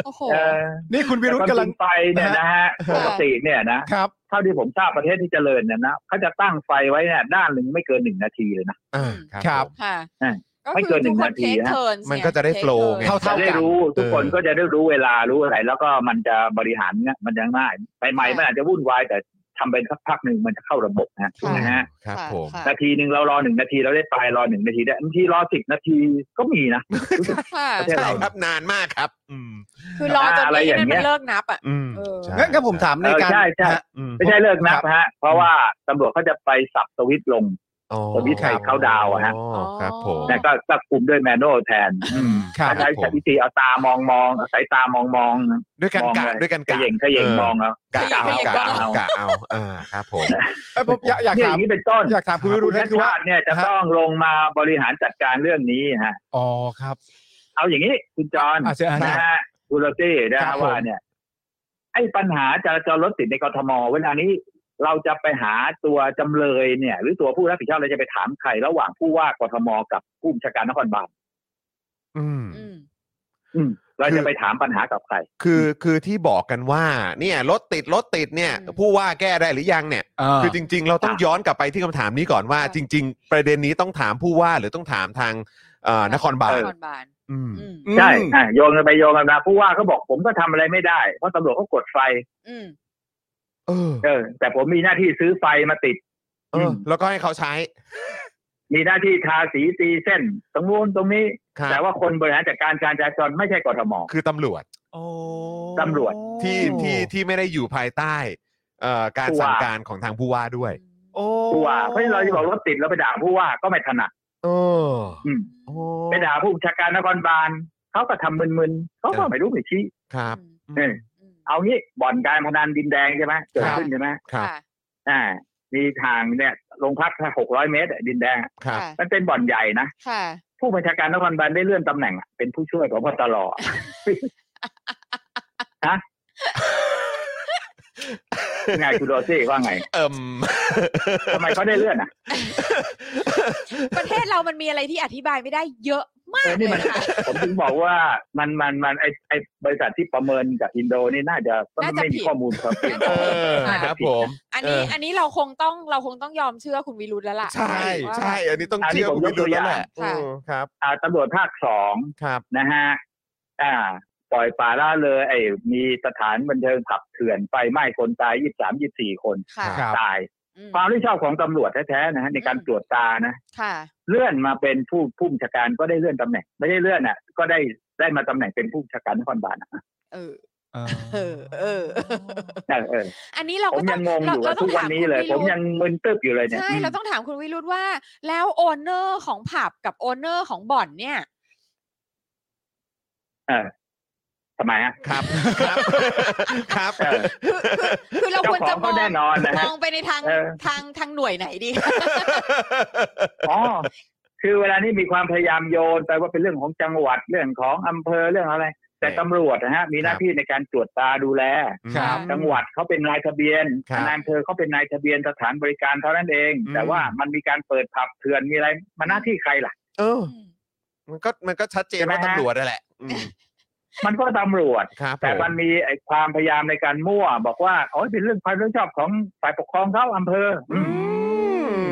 Speaker 4: โอ้โห
Speaker 7: เออ
Speaker 3: นี่คุณวิรุธ
Speaker 7: แต่
Speaker 3: กำลั
Speaker 7: คาม
Speaker 3: ง
Speaker 7: จริไฟเนี่ยนะฮะปกติเนี่ยนะครับ เท่าที่ผมทราบประเทศที่เจริญเนี่ยนะเขาจะตั้งไฟไว้เนี่ยด้านหนึ่งไม่เกินหนึ่งนาทีเลยนะ
Speaker 2: อ่า
Speaker 3: ครับ
Speaker 4: ค่ะ
Speaker 7: อ่ะ
Speaker 4: ก็
Speaker 7: ไม่เกิ
Speaker 4: คือน
Speaker 7: หนึ่
Speaker 4: ทุก
Speaker 7: ง
Speaker 4: คน
Speaker 7: นาที
Speaker 4: เทค
Speaker 7: นะ
Speaker 4: เทิร์น
Speaker 2: มันก็จะได้โฟล์ไง
Speaker 3: เท่า
Speaker 7: จะได้
Speaker 3: กัน
Speaker 7: รู้ทุกคน
Speaker 2: เออ
Speaker 7: ก็จะได้รู้เวลารู้อะไร แล้วก็มันจะบริหารเนี่ยมันจะง่ายไปใหม่ๆมันอาจจะวุ่นวายแต่ทำเป็นสักพักหนึ่งมันจะเข้าระบบนะ
Speaker 4: ค่ะ
Speaker 7: นะฮะ
Speaker 2: ครับผม
Speaker 7: นาทีหนึ่งเรารอหนึ่งนาทีเราได้ไปรอหนึ่งนาทีได้บางทีรอสิบนาทีก็มีนะ
Speaker 4: ค่ะ
Speaker 7: ประเทศ
Speaker 2: ใช่
Speaker 7: เรา
Speaker 2: ครับนานมากครับ อืม
Speaker 4: คือรอจน
Speaker 7: อะไร
Speaker 4: ไอ้
Speaker 7: อย่าง
Speaker 4: นั่น
Speaker 7: เงี้
Speaker 4: มั
Speaker 7: ย
Speaker 4: นเลิกนับอ่ะ
Speaker 2: อืม
Speaker 4: เออ
Speaker 2: ใช่
Speaker 3: งั้นก็ผมถามในการ
Speaker 7: เออใช่ใช่
Speaker 3: ฮะ
Speaker 2: อืม
Speaker 7: ไม่ใช่เลิกนับฮะ เพราะว่าตำรวจเขาจะไปสับสวิตช์ลง
Speaker 2: อ๋อ
Speaker 7: ผมวิจัยเขาดาวอะฮะ
Speaker 2: อ๋อครับผม
Speaker 7: แต่ก็ก็คุมด้วยแมนนวลแทน
Speaker 2: อืม
Speaker 3: ครับ
Speaker 7: ใช้
Speaker 2: ผม
Speaker 7: วิธีเอาตามองมองๆเอาสายตามองมองๆ
Speaker 2: ด้วยกัน
Speaker 7: มอง
Speaker 2: กะ
Speaker 7: อะไร
Speaker 2: ด้วยกัน
Speaker 7: เข
Speaker 2: กะ
Speaker 7: ย่งเขย่งมองเอา
Speaker 2: กะเอา
Speaker 4: เขย่ง
Speaker 2: กะ
Speaker 4: มอง
Speaker 2: เอากะเอาอ่าครับผม
Speaker 3: เอ้ยผมอยากอยาก
Speaker 7: เนี่ยอ
Speaker 3: ถาม
Speaker 7: ย่างนี้เป็นต้น
Speaker 3: อยากถามคุณวิรุ
Speaker 7: คุณ
Speaker 3: ธ
Speaker 7: ชั
Speaker 3: นะ
Speaker 7: ด
Speaker 3: คือว่า
Speaker 7: ชาติเนี่ยจะ
Speaker 3: ฮะ
Speaker 7: ต้องลงมาบริหารจัดการเรื่องนี้ฮะ
Speaker 3: อ๋อครับ
Speaker 7: เอาอย่างนี้คุณจอน
Speaker 3: อ่ะเชิญฮะ
Speaker 7: นะฮะคุณโรตี้นะครับ ฮะ
Speaker 3: ผม
Speaker 7: ว่าเนี่ย ไอ้ปัญหาจราจรรถติดในกทมเวลานี้ เราจะไปหาตัวจำเลยเนี่ย หรือตัวผู้รับผิดชอบเราจะไปถามใครระหว่างผู้ว่ากทมกับผู้บัญชาการนครบาล
Speaker 2: อืม
Speaker 4: อืม
Speaker 7: อืมเรา
Speaker 2: คื
Speaker 7: จะ
Speaker 2: อ
Speaker 7: ไปถามปัญหากับใคร
Speaker 2: คือคือที่บอกกันว่า เนี่ยรถติดรถติดเนี่ย
Speaker 4: อืม
Speaker 2: ผู้ว่าแก้ได้หรือยังเนี่ย
Speaker 3: า
Speaker 2: คือจริง ๆ เราต้อง
Speaker 7: อ่ะ
Speaker 2: ย้อนกลับไปที่คำถามนี้ก่อนว่า
Speaker 4: อ่ะ
Speaker 2: จริง ๆ ประเด็นนี้ต้องถามผู้ว่าหรือต้องถามทางเอ่อนครบาล
Speaker 4: นครบาล
Speaker 2: อืม
Speaker 4: อืม
Speaker 3: อืม
Speaker 7: ใช่อ่ะโยงกันไปโยงกันมาผู้ว่าเขาบอกผมก็ทำอะไรไม่ได้เพราะตำรวจเขากดไฟ
Speaker 4: อืม
Speaker 2: เออ
Speaker 7: เออ แต่ผมมีหน้าที่ซื้อไฟมาติด
Speaker 2: เออ แล้วก็ให้เขาใช้
Speaker 7: มีหน้าที่ทาสีตีเส้น ตรงนู้นตรงนี้
Speaker 2: ครับ
Speaker 7: แต่ว่าคนบริหารจัดการการจราจรไม่ใช่กทม
Speaker 2: คือตำรวจ
Speaker 3: โอ้
Speaker 7: ตำรวจ
Speaker 2: ที่ที่ที่ไม่ได้อยู่ภายใต้เอ่อการ
Speaker 7: ผู้ว่า
Speaker 2: สั่งการของทางผู้ว่าด้วย
Speaker 3: โอ้
Speaker 7: ผู้ว่าเพราะฉะนั้นเราจะบอกรถติดแล้วไปด่าผู้ว่าก็ไม่ถนัด
Speaker 2: เออ
Speaker 7: อืม
Speaker 2: โอ้
Speaker 7: ไปด่าผู้บัญชาการนครบาลเขาก็ทำมึนๆเขาก็ไม่รู้ไม่ชี้
Speaker 2: ครับ
Speaker 7: เออเอางี้บ่อนการพนันดินแดงใช่ไหมเกิดขึ้นใช่ไหม
Speaker 2: ครับ
Speaker 7: อ่า มีทางเนี่ยโรงพักหกร้อยเมตรอะดินแดงอะ
Speaker 2: ครับ
Speaker 7: มันเป็นบ่อนใหญ่นะ
Speaker 4: ค่ะ
Speaker 7: ผู้บัญชาการนครบาลได้เลื่อนตำแหน่งอะเป็นผู้ช่วยพบตร อะ ฮะไงคุณโรซี่ว่าไง
Speaker 2: เอิ่ม
Speaker 7: ทำไมเขาได้เลื่อนอ่ะ
Speaker 4: ประเทศเรามันมีอะไรที่อธิบายไม่ได้เยอะมาก
Speaker 7: เออ
Speaker 4: เล
Speaker 7: นี่
Speaker 4: ย
Speaker 7: มัน
Speaker 4: ค่ะ
Speaker 7: ผมถึงบอกว่ามันมันมันไอไอบริษัทที่ประเมินกับอินโดนี่น่าจะก็
Speaker 4: น่าจะ
Speaker 7: ไม่
Speaker 4: ผิ
Speaker 7: มี
Speaker 4: ด
Speaker 7: ข้อมูลครับ
Speaker 4: น่า
Speaker 2: เอ
Speaker 4: จะผิด
Speaker 2: อ
Speaker 4: ค่ะ
Speaker 2: ครับผม
Speaker 4: อันนี้
Speaker 2: เอออั
Speaker 4: อันนี้เราคงต้องเราคงต้องยอมเชื่อคุณวิรุธแล้วล่ะ
Speaker 2: ใช่
Speaker 4: ว่า
Speaker 2: ใช่ อันนี้ต้องเชื่อคุณวิรุธแล้วแหละ
Speaker 4: ค่ะ
Speaker 2: อืมครับ
Speaker 7: อ่าตำรวจภาคสอง
Speaker 2: ครับ
Speaker 7: นะฮะอ่า ปล่อยป่าละเลย ไอมีสถานบันเทิงผับเถื่อนไฟไหม้คนตายยี่สามยี่สี่คน
Speaker 4: ค่ะ
Speaker 3: ครับ
Speaker 7: ตาย
Speaker 4: อืม
Speaker 7: ความรับผิดชอบของตำรวจแท้ๆนะฮะในการตรวจตานะ
Speaker 4: ค่ะ
Speaker 7: เลื่อนมาเป็นผู้ผู้บัญชาการก็ได้เลื่อนตำแหน่ง ไม่ได้เลื่อนอ่ะ ก็ได้ได้มาตำแหน่งเป็นผู้บัญชาการนครบาลอะ
Speaker 4: เออ
Speaker 3: เออ
Speaker 4: เออเออ
Speaker 7: เออเออ
Speaker 4: อันนี้เรา
Speaker 7: ผ
Speaker 4: ก็
Speaker 7: ม
Speaker 4: ต้
Speaker 7: ยั
Speaker 4: อง
Speaker 7: งงง
Speaker 4: เรา
Speaker 7: อยู่
Speaker 4: เรา
Speaker 7: อะ
Speaker 4: ต้
Speaker 7: ทุ
Speaker 4: อง
Speaker 7: กวัน
Speaker 4: ถาม
Speaker 7: นี้เลย
Speaker 4: คุณวิ
Speaker 7: ผม
Speaker 4: รุธ
Speaker 7: ยังมึนตึ๊บอยู่เลยเนี่ย
Speaker 4: ใช่
Speaker 7: อืม
Speaker 4: เราต้องถามคุณวิรุธว่า แล้วโอเนอร์ของผับกับโอเนอร์ของบ่อนเนี่ย
Speaker 7: เออทำไมฮะ
Speaker 2: ครับ ครับ ครับ
Speaker 7: เออ
Speaker 4: คือคือคือเราค
Speaker 7: เจ้า
Speaker 4: วร
Speaker 7: ขอ
Speaker 4: จะ
Speaker 7: ง
Speaker 4: ม
Speaker 7: ก็
Speaker 4: อง
Speaker 7: แน่นอนนะ
Speaker 4: ม
Speaker 7: ฮะ
Speaker 4: องไปในทาง
Speaker 7: เออ
Speaker 4: ทางทางหน่วยไหน ดี
Speaker 7: อ๋อ คือเวลานี้มีความพยายามโยนไปว่าเป็นเรื่องของจังหวัดเรื่องของอำเภอเรื่องอะไร แต่ตำรวจนะฮะ มีหน้าที่ในการตรวจตาดูแล
Speaker 3: ครับ
Speaker 7: จังหวัดเขาเป็นนายทะเบียน
Speaker 2: ครับ
Speaker 7: นายอำเภอเขาเป็นนายทะเบียนสถานบริการเท่านั้นเอง
Speaker 3: อืม
Speaker 7: แต่ว่ามันมีการเปิดผับเถื่อนมีอะไรมันหน้าที่ใครล่ะ
Speaker 2: เออ มันก็มันก็ชัดเจนว่าตำรวจนั่นแหละอืม
Speaker 7: มันก็ตำรวจ
Speaker 2: ครับ
Speaker 7: แต่มันมีไอ้ความพยายามในการมั่ว บอกว่าโอ๋อเป็นเรื่องความรับผิดชอบของฝ่ายปกครองเขาอำเภออืม
Speaker 2: อื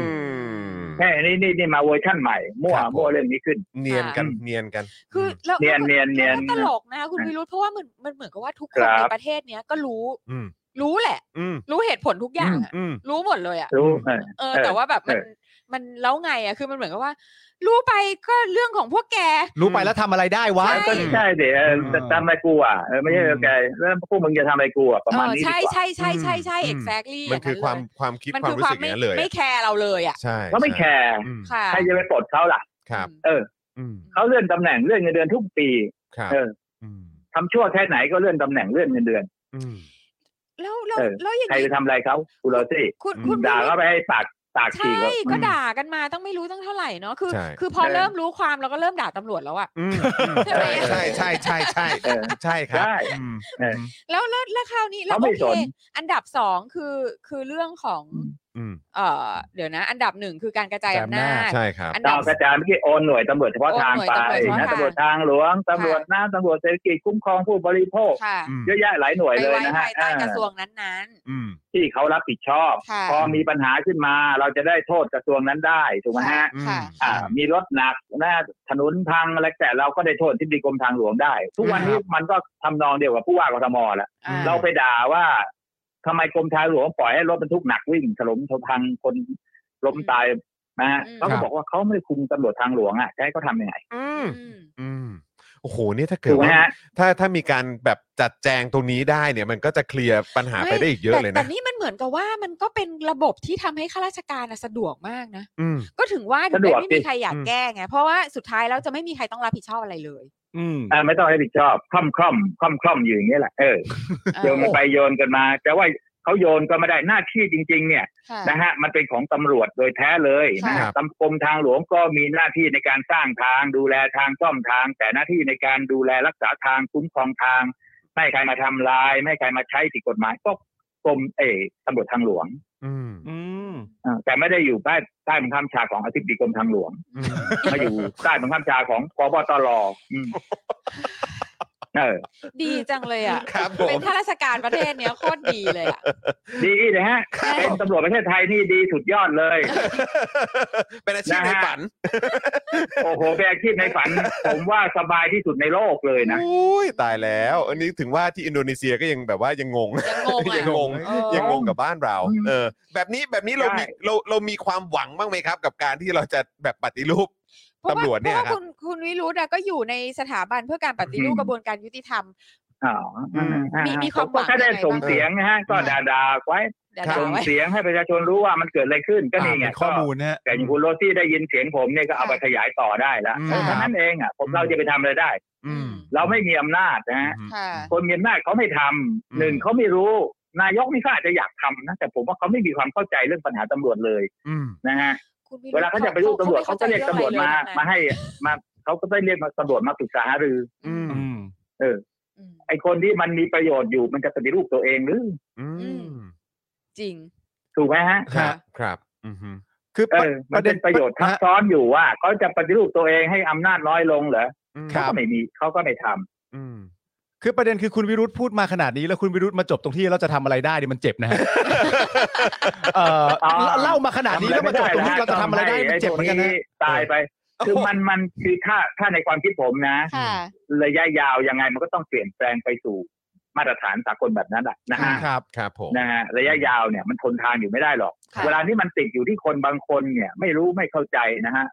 Speaker 2: ม
Speaker 7: แค่นี้นี่นี่มาเวอร์ชั่นใหม่ มั่ว
Speaker 2: ครับผม
Speaker 7: มั่วเรื่องนี้ขึ้น
Speaker 2: เนียนกัน
Speaker 7: อ่า
Speaker 2: เนียนกัน
Speaker 4: คือแล้ว
Speaker 7: เนียนเนียนเนียน
Speaker 4: แล้วก็ตลกนะคุณวิรุธเพราะว่ามันมันเหมือนกับว่าทุกคน
Speaker 7: ครับ
Speaker 4: ในประเทศเนี้ยก็รู้
Speaker 2: อืม
Speaker 4: รู้แหละ
Speaker 2: อืม
Speaker 4: รู้เหตุผลทุกอย่างอะ
Speaker 2: อืม
Speaker 4: รู้หมดเลยอ่ะ
Speaker 7: รู้เออ
Speaker 4: เออ
Speaker 7: เออ
Speaker 4: แต่ว่าแบบมัน
Speaker 7: เออ
Speaker 4: มันแล้วไงอ่ะคือมันเหมือนกับว่า รู้ไปก็เรื่องของพวกแก
Speaker 3: รู้ไปแล้วทำอะไรได้วะ
Speaker 4: ใช่
Speaker 7: ก็ใช่เดี๋ยว
Speaker 3: อืม
Speaker 7: ทำอะไรกูอ่ะเออไม่ใช่แกแล้วพวกมึงจะทำอะไรกูอ่ะประ
Speaker 4: เอ
Speaker 7: มาณ
Speaker 4: อ
Speaker 7: นี้ดี
Speaker 4: ใช่
Speaker 7: กว่า
Speaker 4: ใช่ใช่ใช่ใช่
Speaker 2: อืม
Speaker 4: exactly
Speaker 2: มันคือความ
Speaker 4: ย่ง
Speaker 2: ความคิด
Speaker 4: เลยมัน
Speaker 2: ความ
Speaker 4: คือ
Speaker 2: รู้
Speaker 4: ความ
Speaker 2: สึกอ
Speaker 4: ไม่
Speaker 2: ย่างนั้นเลย
Speaker 4: ไม่แคร์เราเลยอ่ะ
Speaker 2: ใช่
Speaker 7: เขาไม่แคร์
Speaker 2: อืม
Speaker 4: ค่ะ
Speaker 7: ใครจะไปปลดเขาล่ะ
Speaker 2: ครับ
Speaker 7: เออ
Speaker 2: อืม
Speaker 7: เขาเลื่อนตำแหน่งเลื่อนเงินเดือนทุกปี
Speaker 2: ครับ
Speaker 7: เออ
Speaker 2: ม
Speaker 7: ทำชั่วแค่ไหนก็เลื่อนตำแหน่งเลื่อนเงินเดือน
Speaker 2: อืม
Speaker 4: แล้วแล้ว
Speaker 7: เออ
Speaker 4: แล้วอย่าง
Speaker 7: ใครไป
Speaker 4: นี้
Speaker 7: ทำอะไรเขากูเราสิ
Speaker 4: คุณ
Speaker 2: อืม
Speaker 4: คุณ
Speaker 7: ด่า
Speaker 4: วิรุ
Speaker 7: เขา
Speaker 4: ธ
Speaker 7: ไปให้ปากปากฉี
Speaker 4: ใช่
Speaker 7: กเขา
Speaker 4: ก็ด่ากันมาต้องไม่รู้ตั้งเท่าไหร่เนาะคือ
Speaker 2: ใช่
Speaker 4: คือพอ
Speaker 7: เออ
Speaker 4: เริ่มรู้ความเราก็เริ่มด่าตำรวจแล้วอ่ะ
Speaker 2: อืม
Speaker 4: ใช่ไหม
Speaker 2: ใช่ใช่ใช่ใช่
Speaker 7: เออ
Speaker 2: ใช่ครับ
Speaker 7: ได้
Speaker 2: อืม
Speaker 4: แล้วแล้วแล้วคราวนี้แล้ว
Speaker 7: เขาไม่
Speaker 4: โอเค
Speaker 7: สน
Speaker 4: อันดับสองคือคือเรื่องของ
Speaker 2: อืม
Speaker 4: เอ่อเดี๋ยวนะ อันดับหนึ่งคือการกระจาย
Speaker 3: กระจาย
Speaker 4: อำนา
Speaker 3: อำนา
Speaker 4: จ
Speaker 3: จ
Speaker 2: ใช่ครับ
Speaker 4: อัน
Speaker 7: ต่
Speaker 4: ดั
Speaker 7: อบ กระจายไม่ใช่โอนหน่วยตำรวจเฉพาะทางไป
Speaker 4: โอนหน่วย
Speaker 7: นะ
Speaker 4: ตำ
Speaker 7: ตำ
Speaker 4: ร
Speaker 7: ร
Speaker 4: ว
Speaker 7: ว
Speaker 4: จเฉพาะ
Speaker 7: จ
Speaker 4: ทาง
Speaker 7: ทางหลวงตำรวจน้ำตำรวจเศรษฐกิจคุ้มครองผู้บริโภค
Speaker 4: ค่ะ
Speaker 2: อืม
Speaker 7: เยอะแยะหลายหน่วย
Speaker 4: ไป
Speaker 7: เลย
Speaker 4: ไว้
Speaker 7: นะฮะ
Speaker 4: ภายใต้
Speaker 7: อ่าก
Speaker 4: ระทรวงนั้น
Speaker 2: อืม
Speaker 7: ที่เขารับผิดชอบ
Speaker 4: ๆค่ะ
Speaker 7: พอมีปัญหาขึ้นมาเราจะได้โทษกระทรวงนั้นได้ถูกไหมฮะ
Speaker 2: อืม
Speaker 4: ค่ะ
Speaker 7: อ่ามีรถหนักหน้าถนนพังอะไรแต่เราก็ได้โทษที่ดีกรมทางหลวงได้ ทุกวันนี้มันก็ทำนองเดียวกับผู้ว่ากทมแหละ
Speaker 4: อ่า
Speaker 7: เราไปด่าว่าทำไมกรมทางหลวงปล่อยให้รถบรรทุกหนักวิ่งถล่มทางคนล้มตายนะฮะ
Speaker 4: อืม
Speaker 7: เขาก็บอกว่าเขาไม่ได้คุมตำรวจทางหลวงอ่ะจะให้เขาทำยังไง
Speaker 2: อืม
Speaker 4: อืม
Speaker 2: อืมโอ้โหนี่ถ้าเกิ
Speaker 7: ถู
Speaker 2: ด
Speaker 7: กไหม
Speaker 2: ว่า
Speaker 7: ฮะ
Speaker 2: ถ้าถ้ามีการแบบจัดแจงตรงนี้ได้เนี่ย มันก็จะเคลียร์ปัญหาไป
Speaker 4: ม่
Speaker 2: ได้อีกเยอะ
Speaker 4: แต่
Speaker 2: เลย
Speaker 4: แต่
Speaker 2: นะ
Speaker 4: นี่มันเหมือนกับว่ามันก็เป็นระบบที่ทำให้ข้าราชการน่ะสะดวกมากนะ
Speaker 2: อืม
Speaker 4: ก็ถึงว่าถึง
Speaker 7: สะดวก
Speaker 4: ไม่มี
Speaker 7: สิ
Speaker 4: ใครอยาก
Speaker 2: อืม
Speaker 4: แก้ไง เพราะว่าสุดท้ายแล้วจะไม่มีใครต้องรับผิดชอบอะไรเลย
Speaker 3: อืม
Speaker 7: อ่าไม่ต้องให้ผิดชอบคล่อมคล่อมคล่อมคล่อมอยู่อย่างเงี้ยแหละเออ
Speaker 4: เออ
Speaker 7: โยนกันไปโยนกันมาแต่ว่าเขาโยนก็ไม่ได้หน้าที่จริง ๆ เนี่ย
Speaker 4: ค่ะ
Speaker 7: นะฮะมันเป็นของตำรวจโดยแท้เลยนะ
Speaker 2: ครั
Speaker 7: ฮะ
Speaker 2: บ
Speaker 7: ตำกรมทางหลวงก็มีหน้าที่ในการสร้างทางดูแลทางซ่อมทาง แต่หน้าที่ในการดูแลรักษาทางคุ้มครองทาง ไม่ให้ใครมาทำลาย ไม่ให้ใครมาใช้ผิดกฎหมายก็กรมเอกตำรวจทางหลวง
Speaker 2: อืม
Speaker 3: อืม
Speaker 7: อ่าแต่ไม่ได้อยู่ใต้ใต้บังคับบัญชาของอธิบดีกรมทางหลวง
Speaker 2: อืม
Speaker 7: มาอยู่ใต้บังคับบัญชาของกบตรอืมเออ
Speaker 4: ดีจังเลยอ่ะ
Speaker 2: ครับผ
Speaker 4: เป็น
Speaker 2: ม
Speaker 4: ข้าราชการประเทศเนี้ยโคตรดีเลยอ่ะ
Speaker 7: ดีนะฮะ
Speaker 4: ครับ
Speaker 7: เป็นตำรวจประเทศไทยนี่ดีสุดยอดเลย
Speaker 2: เป็นอาชีพในฝัน
Speaker 7: โอ้โหเป็นอาชีพในฝัน ผมว่าสบายที่สุดในโลกเลยนะ
Speaker 2: อุ้ยตายแล้ว อันนี้ถึงว่าที่อินโดนีเซียก็ยังแบบว่ายังงง
Speaker 4: ยังงง
Speaker 2: ยังงง
Speaker 4: อ่ะเออ
Speaker 2: ยังงงกับบ้านเรา
Speaker 7: อืม
Speaker 2: เออ แบบนี้แบบนี้เรา
Speaker 7: ใช่
Speaker 2: มีเราเรามีความหวังบ้างไหมครับ กับการที่เราจะแบบปฏิรูป
Speaker 4: เพราะว่า
Speaker 2: ตำรวจเนี่ย
Speaker 4: เพราะ
Speaker 2: ค
Speaker 4: ว่า
Speaker 2: รับ
Speaker 4: คุณคุณวิรุธอะก็อยู่ในสถาบันเพื่อการปฏิรูปกระบวนการยุติธรรม
Speaker 7: อ๋ออ่าอ่า
Speaker 4: มีมีความหวัง
Speaker 7: ก็แค่ได้
Speaker 4: ยังไงบ้าง
Speaker 7: ส่งเสียงนะฮะ ก็ด่าๆไว้
Speaker 4: ด่า
Speaker 2: ครับ
Speaker 7: ส่ง
Speaker 4: ๆไว้
Speaker 7: เสียงให้ประชาชนรู้ว่ามันเกิดอะไรขึ้นก็นี่ไง
Speaker 3: เป็นข้อมูลนะฮะ
Speaker 7: ก็แต่อย่างคุณโรซี่ได้ยินเสียงผมเนี่ยก็เอาไปขยายต่อได้แล้ว
Speaker 2: อืม
Speaker 7: เพราะฉะนั้นเองอ่ะผมเราจะไปทำอะไรได้
Speaker 2: อืม
Speaker 7: เราไม่มีอำนาจนะฮะ
Speaker 4: ค่ะ
Speaker 7: คนมีอำนาจเขาไม่ท
Speaker 2: อืม
Speaker 7: ำหนึ่งเขาไม่รู้ นายกนี่เขาอาจจะอยากทำนะแต่ผมว่าเขาไม่มีความเข้าใจเรื่องปัญหาตำรวจเลย
Speaker 2: อืม
Speaker 7: นะฮะ
Speaker 4: คุณวิรุธ
Speaker 7: เวลาเขาจะไปรูปตำรวจเขาก็เรียกตำรวจมา
Speaker 4: เข
Speaker 7: มาให้มาเขาก็ได้เรียกมาตำรวจมาปรึกษาหารือ
Speaker 2: อืม
Speaker 3: อืม
Speaker 4: อืม
Speaker 7: ไอ้คนที่มันมีประโยชน์อยู่มันจะปฏิรูปตัวเองหรือ
Speaker 2: อื
Speaker 4: อื
Speaker 2: ม
Speaker 4: ม จริง
Speaker 7: ถูกไหมฮะ
Speaker 3: ค
Speaker 2: ค
Speaker 3: รั
Speaker 2: รับบ ครับ อืมฮึ
Speaker 3: คือ
Speaker 7: เออมันเป็นประโยชน์ทับ
Speaker 3: ฮะ
Speaker 7: ซ้อนอยู่ว่าเขาจะปฏิรูปตัวเองให้อำนาจน้อยลงเหรอ
Speaker 2: อืม
Speaker 3: ครั
Speaker 7: เขา
Speaker 3: บ
Speaker 7: ก็ไม่มีเขาก็ไม่ทำ
Speaker 2: อืม
Speaker 3: คือประเด็นคือคุณวิรุธพูดมาขนาดนี้ แล้วคุณวิรุธมาจบตรงที่เราจะทำอะไรได้เนี่ยมันเจ็บนะฮะ เออเล่ามาขนาดนี้แล้วมาจบตรงที่เราจะทำอะไรได้มันเจ็บเหมือนกันนะ
Speaker 7: ตายไป คือมันมันคือถ้าถ้าในความคิดผมนะ
Speaker 4: ค่ะ
Speaker 7: ระยะยาวยังไงมันก็ต้องเปลี่ยนแปลงไปสู่ มาตรฐานสากลแบบนั้นอ่ะนะฮะ
Speaker 3: ครับ
Speaker 2: ครับผม
Speaker 7: นะฮะระยะยาวเนี่ยมันทนทานอยู่ไม่ได้หรอก
Speaker 4: ค่ะ
Speaker 7: เวลานี้มันติดอยู่ที่คนบางคนเนี่ยไม่รู้ไม่เข้าใจนะฮะ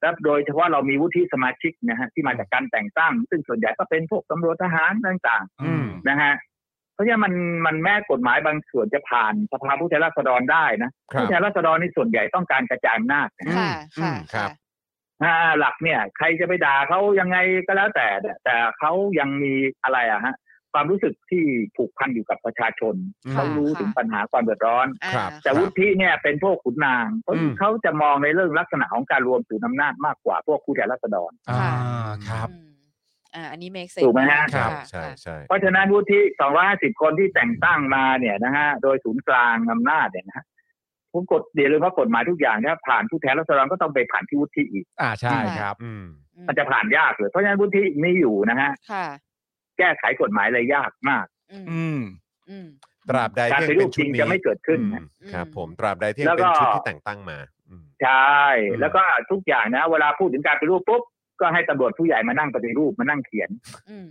Speaker 7: แล้วโดยเฉพาะเรามีวุฒิสมาชิกนะฮะที่มาจากการแต่งตั้ง ซึ่งส่วนใหญ่ก็เป็นพวกตำรวจทหารต่าง
Speaker 3: อืม
Speaker 7: ๆนะฮะเพราะฉะนั้นมันมันแม้กฎหมายบางส่วนจะผ่านสภาผู้แทนราษฎรได้นะครับ ผู้แทนราษฎรในส่วนใหญ่ต้องการกระจายอำนาจนะฮะ
Speaker 4: ค่ะ
Speaker 2: อื
Speaker 4: ค่ะ
Speaker 2: มครับ
Speaker 7: อ่าหลักเนี่ย ใครจะไปด่าเขายังไงก็แล้วแต่ แต่เขายังมีอะไรอะฮะ ความรู้สึกที่ผูกพันอยู่กับประชาชน
Speaker 2: อืม
Speaker 7: เขารู้ถึงปัญหาความเดือดร้อน
Speaker 4: อ่า
Speaker 2: ครับ
Speaker 7: แต่วุฒิเนี่ยเป็นพวกขุนนางเพราะ
Speaker 2: อืม
Speaker 7: เขาจะมองในเรื่องลักษณะของการรวมศูนย์อำนาจมากกว่าพวกผู้แทนราษฎร
Speaker 3: อ่าครับ
Speaker 4: อืมอ่าอันนี้เมกเซ
Speaker 7: ถูกไหมฮะ
Speaker 2: ครับ
Speaker 4: ค่ะ
Speaker 2: ใช่ใช่
Speaker 7: เพราะฉะนั้นวุฒิ250 คนที่แต่งตั้งมาเนี่ยนะฮะโดยศูนย์กลางอำนาจเนี่ยนะฮะผมกฎเดี๋ยวเลยว่ากฎหมายทุกอย่างเนี่ยผ่านผู้แทนราษฎรก็ต้องไปผ่านที่วุฒิอีก
Speaker 3: อ่าใช่ครับ
Speaker 2: อืม
Speaker 4: อื
Speaker 7: มันจะผ่านยากเลยเพราะฉะนั้นวุฒิมีอยู่นะฮะ
Speaker 4: ค่ะ
Speaker 7: แก้ไขกฎหมายอะไรยากมาก
Speaker 4: อืม
Speaker 3: อืม
Speaker 4: อืม
Speaker 2: ตราบใด
Speaker 7: การ
Speaker 2: ที่
Speaker 7: ป
Speaker 2: ยัง
Speaker 7: ฏิรู
Speaker 2: เป็น
Speaker 7: ปจ
Speaker 2: ชุ
Speaker 7: ริ
Speaker 2: ด
Speaker 7: ง
Speaker 2: นี้
Speaker 7: จะไม่เกิดขึ้นนะ
Speaker 2: อืมครับ
Speaker 4: อืม
Speaker 2: ผมตราบใดที่ยั
Speaker 7: แล้
Speaker 2: ง
Speaker 7: วก็
Speaker 2: เป็นชุดที่แต่งตั้งมาอืม
Speaker 7: ใช่
Speaker 2: อืม
Speaker 7: แล้วก็ทุกอย่างนะเวลาพูดถึงการปฏิรูปปุ๊บก็ให้ตำรวจผู้ใหญ่มานั่งปฏิรูปมานั่งเขียน
Speaker 4: อืม